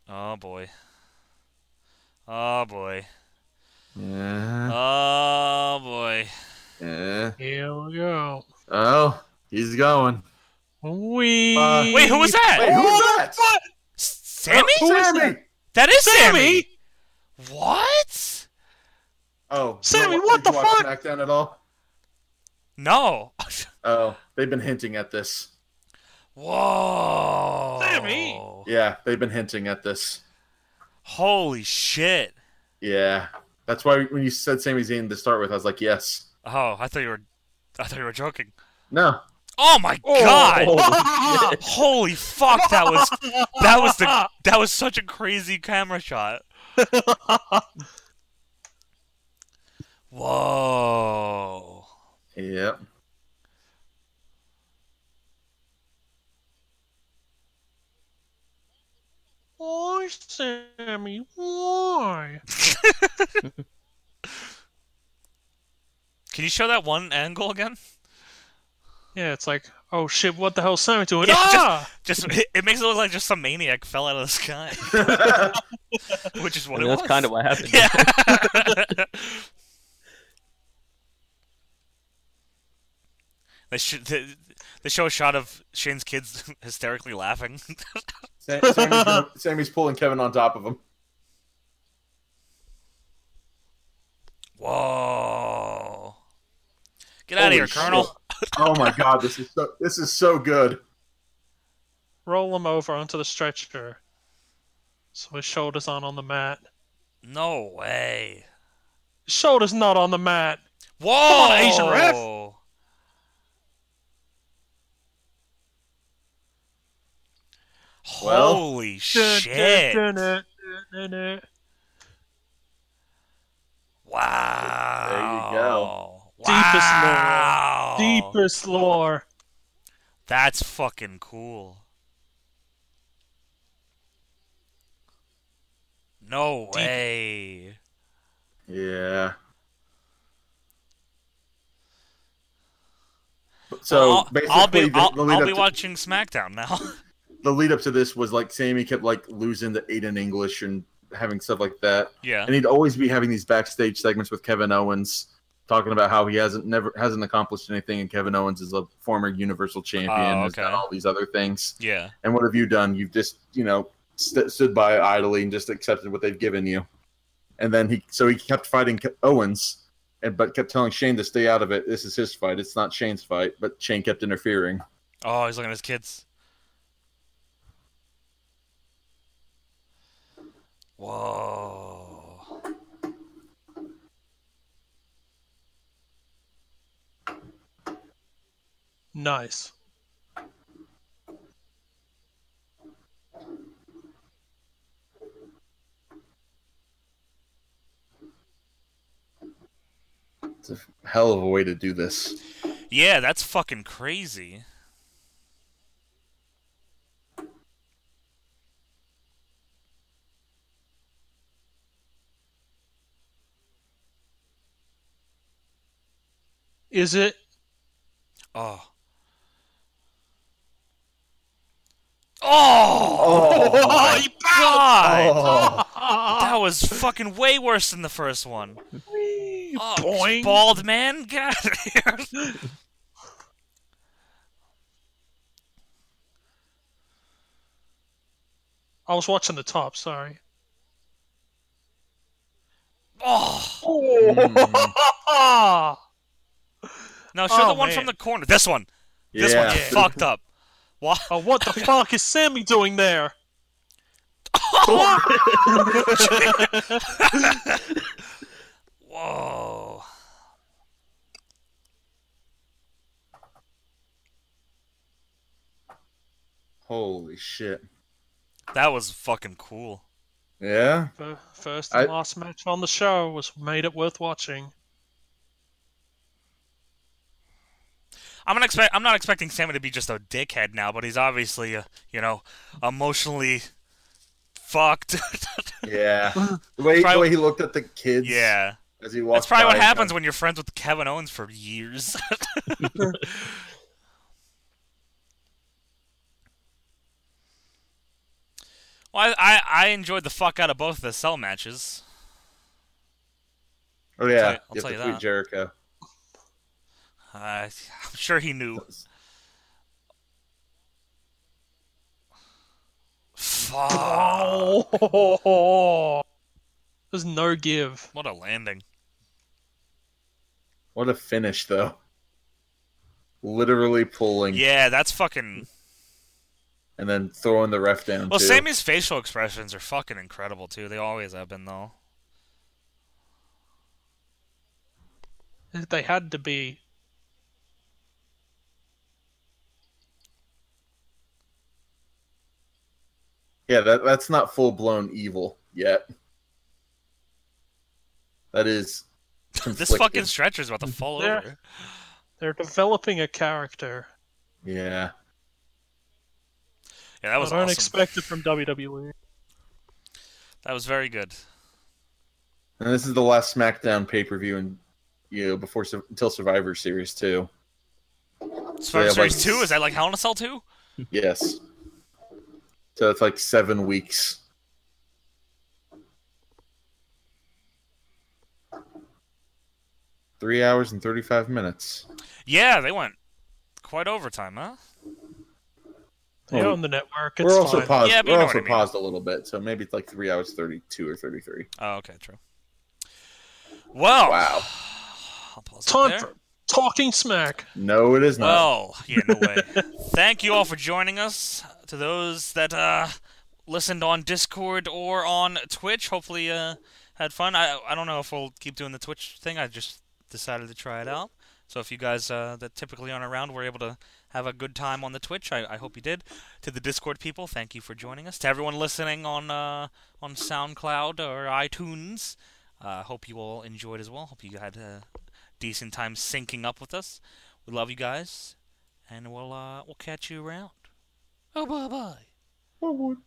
Speaker 1: Oh boy. Oh boy.
Speaker 6: Yeah.
Speaker 1: Oh boy.
Speaker 6: yeah.
Speaker 4: Here we go.
Speaker 6: Oh, he's going.
Speaker 4: We.
Speaker 6: Uh,
Speaker 1: Wait, who was that?
Speaker 6: Wait, who
Speaker 4: Oh,
Speaker 6: was that?
Speaker 1: S- Sammy?
Speaker 6: Oh, Sammy.
Speaker 1: That is Sammy.
Speaker 4: Sammy?
Speaker 1: What?
Speaker 6: Oh,
Speaker 4: Sammy,
Speaker 6: you know
Speaker 4: what
Speaker 6: did you
Speaker 4: the
Speaker 6: watch
Speaker 4: fuck?
Speaker 6: SmackDown at all?
Speaker 1: No.
Speaker 6: Oh, they've been hinting at this.
Speaker 1: Whoa.
Speaker 4: Sammy!
Speaker 6: Yeah, they've been hinting at this.
Speaker 1: Holy shit.
Speaker 6: Yeah, that's why when you said Sami Zayn to start with, I was like, yes.
Speaker 1: Oh, I thought you were I thought you were joking.
Speaker 6: No.
Speaker 1: Oh my god. Ah.
Speaker 6: Oh, shit.
Speaker 1: Holy fuck, that was that was
Speaker 4: Ah,
Speaker 1: the that was such a crazy camera shot. Whoa.
Speaker 6: Yep.
Speaker 4: Why, Sammy? Why?
Speaker 1: Can you show that one angle again?
Speaker 4: Yeah, it's like, oh shit, what the hell is Sammy doing?
Speaker 1: Yeah,
Speaker 4: ah!
Speaker 1: Just it, it makes it look like just some maniac fell out of the sky, which is what
Speaker 5: I mean,
Speaker 1: it
Speaker 5: that's
Speaker 1: was.
Speaker 5: kind of what happened.
Speaker 1: yeah. they, sh- they, they show a shot of Shane's kids hysterically laughing.
Speaker 6: Sa- Sammy's, Sammy's pulling Kevin on top of him.
Speaker 1: Whoa. Get out
Speaker 6: Holy
Speaker 1: of here,
Speaker 6: shit.
Speaker 1: Colonel.
Speaker 6: Oh my god, this is so this is so good.
Speaker 4: Roll him over onto the stretcher. So his shoulder's on on the mat.
Speaker 1: No way.
Speaker 4: His shoulder's not on the mat.
Speaker 1: Whoa!
Speaker 4: on, Asian ref.
Speaker 6: Well.
Speaker 1: Holy shit. Oh. Wow.
Speaker 6: go.
Speaker 4: Deepest lore.
Speaker 1: Wow.
Speaker 4: Deepest lore.
Speaker 1: That's fucking cool. No way.
Speaker 6: Yeah. So
Speaker 1: I'll,
Speaker 6: basically,
Speaker 1: I'll be,
Speaker 6: the, the
Speaker 1: I'll,
Speaker 6: lead
Speaker 1: I'll
Speaker 6: up
Speaker 1: be
Speaker 6: to-
Speaker 1: watching SmackDown now.
Speaker 6: the lead up to this was like Sammy kept like losing the eight in English and having stuff like that,
Speaker 1: yeah.
Speaker 6: and he'd always be having these backstage segments with Kevin Owens, talking about how he hasn't never hasn't accomplished anything, and Kevin Owens is a former Universal Champion,
Speaker 1: Oh,
Speaker 6: has
Speaker 1: okay.
Speaker 6: done all these other things.
Speaker 1: Yeah.
Speaker 6: And what have you done? You've just you know st- stood by idly and just accepted what they've given you. And then he so he kept fighting Ke- Owens, and but kept telling Shane to stay out of it. This is his fight. It's not Shane's fight. But Shane kept interfering.
Speaker 1: Oh, he's looking at his kids. Whoa.
Speaker 4: Nice.
Speaker 6: It's a hell of a way to do this.
Speaker 1: Yeah, that's fucking crazy.
Speaker 4: Is it?
Speaker 1: Oh. Oh!
Speaker 6: Oh,
Speaker 1: my God!
Speaker 6: Oh,
Speaker 1: That was fucking way worse than the first one. Oh,
Speaker 4: Boing.
Speaker 1: Bald man, get out of here!
Speaker 4: I was watching the top. Sorry.
Speaker 1: Oh!
Speaker 6: Mm.
Speaker 4: Ah!
Speaker 1: No, show
Speaker 4: Oh,
Speaker 1: the one
Speaker 4: man.
Speaker 1: from the corner. This one. This
Speaker 6: yeah.
Speaker 1: one's fucked up. What?
Speaker 4: Oh, what the fuck is Sammy doing there?
Speaker 1: Whoa.
Speaker 6: Holy shit.
Speaker 1: That was fucking cool.
Speaker 6: Yeah.
Speaker 4: Fir- First and
Speaker 6: I-
Speaker 4: last match on the show was made it worth watching.
Speaker 1: I'm not expect I'm not expecting Sammy to be just a dickhead now, but he's obviously, uh, you know, emotionally fucked.
Speaker 6: Yeah. The way, the
Speaker 1: Probably-
Speaker 6: way he looked at the kids
Speaker 1: yeah.
Speaker 6: as he walked
Speaker 1: That's probably what
Speaker 6: by,
Speaker 1: happens when you're friends with Kevin Owens for years. well, I, I, I enjoyed the fuck out of both of the cell matches.
Speaker 6: Oh, yeah.
Speaker 1: I'll
Speaker 6: you
Speaker 1: tell you
Speaker 6: have to tweet
Speaker 1: that.
Speaker 6: Jericho.
Speaker 1: Uh, I'm sure he knew. Fuck.
Speaker 4: Oh, there's no give.
Speaker 1: What a landing.
Speaker 6: What a finish, though. Literally pulling
Speaker 1: Yeah, that's fucking.
Speaker 6: and then throwing the ref down.
Speaker 1: Well,
Speaker 6: too.
Speaker 1: Sammy's facial expressions are fucking incredible too. They always have been though.
Speaker 4: They had to be.
Speaker 6: Yeah, that, that's not full blown evil yet. That is.
Speaker 1: This
Speaker 6: conflicted.
Speaker 1: fucking stretcher's about to fall
Speaker 4: There.
Speaker 1: over.
Speaker 4: They're developing a character.
Speaker 6: Yeah.
Speaker 1: Yeah, that was
Speaker 4: I don't
Speaker 1: awesome.
Speaker 4: expect it from E. WWE.
Speaker 1: that was very good.
Speaker 6: And this is the last SmackDown pay per view and you know, before Sur- until Survivor Series too.
Speaker 1: Survivor
Speaker 6: Yeah,
Speaker 1: Series
Speaker 6: like-
Speaker 1: two is that like Hell in a Cell two?
Speaker 6: Yes. So it's like seven weeks. Three hours and thirty-five minutes.
Speaker 1: Yeah, they went quite overtime, huh?
Speaker 4: They
Speaker 6: Well,
Speaker 4: own the network. It's
Speaker 6: Oh. We're also
Speaker 4: fine.
Speaker 6: paused.
Speaker 1: Yeah, but you
Speaker 6: we're
Speaker 1: know
Speaker 6: also
Speaker 1: what I mean.
Speaker 6: paused a little bit, so maybe it's like three hours thirty-two or thirty-three.
Speaker 1: Oh, okay, true. Oh, Well,
Speaker 6: Wow.
Speaker 1: I'll pause it
Speaker 4: Time
Speaker 1: there.
Speaker 4: for talking smack.
Speaker 6: No, it is not.
Speaker 1: Well, yeah, no way. Thank you all for joining us. To those that uh, listened on Discord or on Twitch, hopefully uh, had fun. I I don't know if we'll keep doing the Twitch thing. I just decided to try it out. So if you guys uh, that typically aren't around were able to have a good time on the Twitch, I, I hope you did. To the Discord people, thank you for joining us. To everyone listening on uh, on SoundCloud or iTunes, uh, hope you all enjoyed as well. Hope you had a decent time syncing up with us. We love you guys, and we'll uh, we'll catch you around. Oh, bye bye.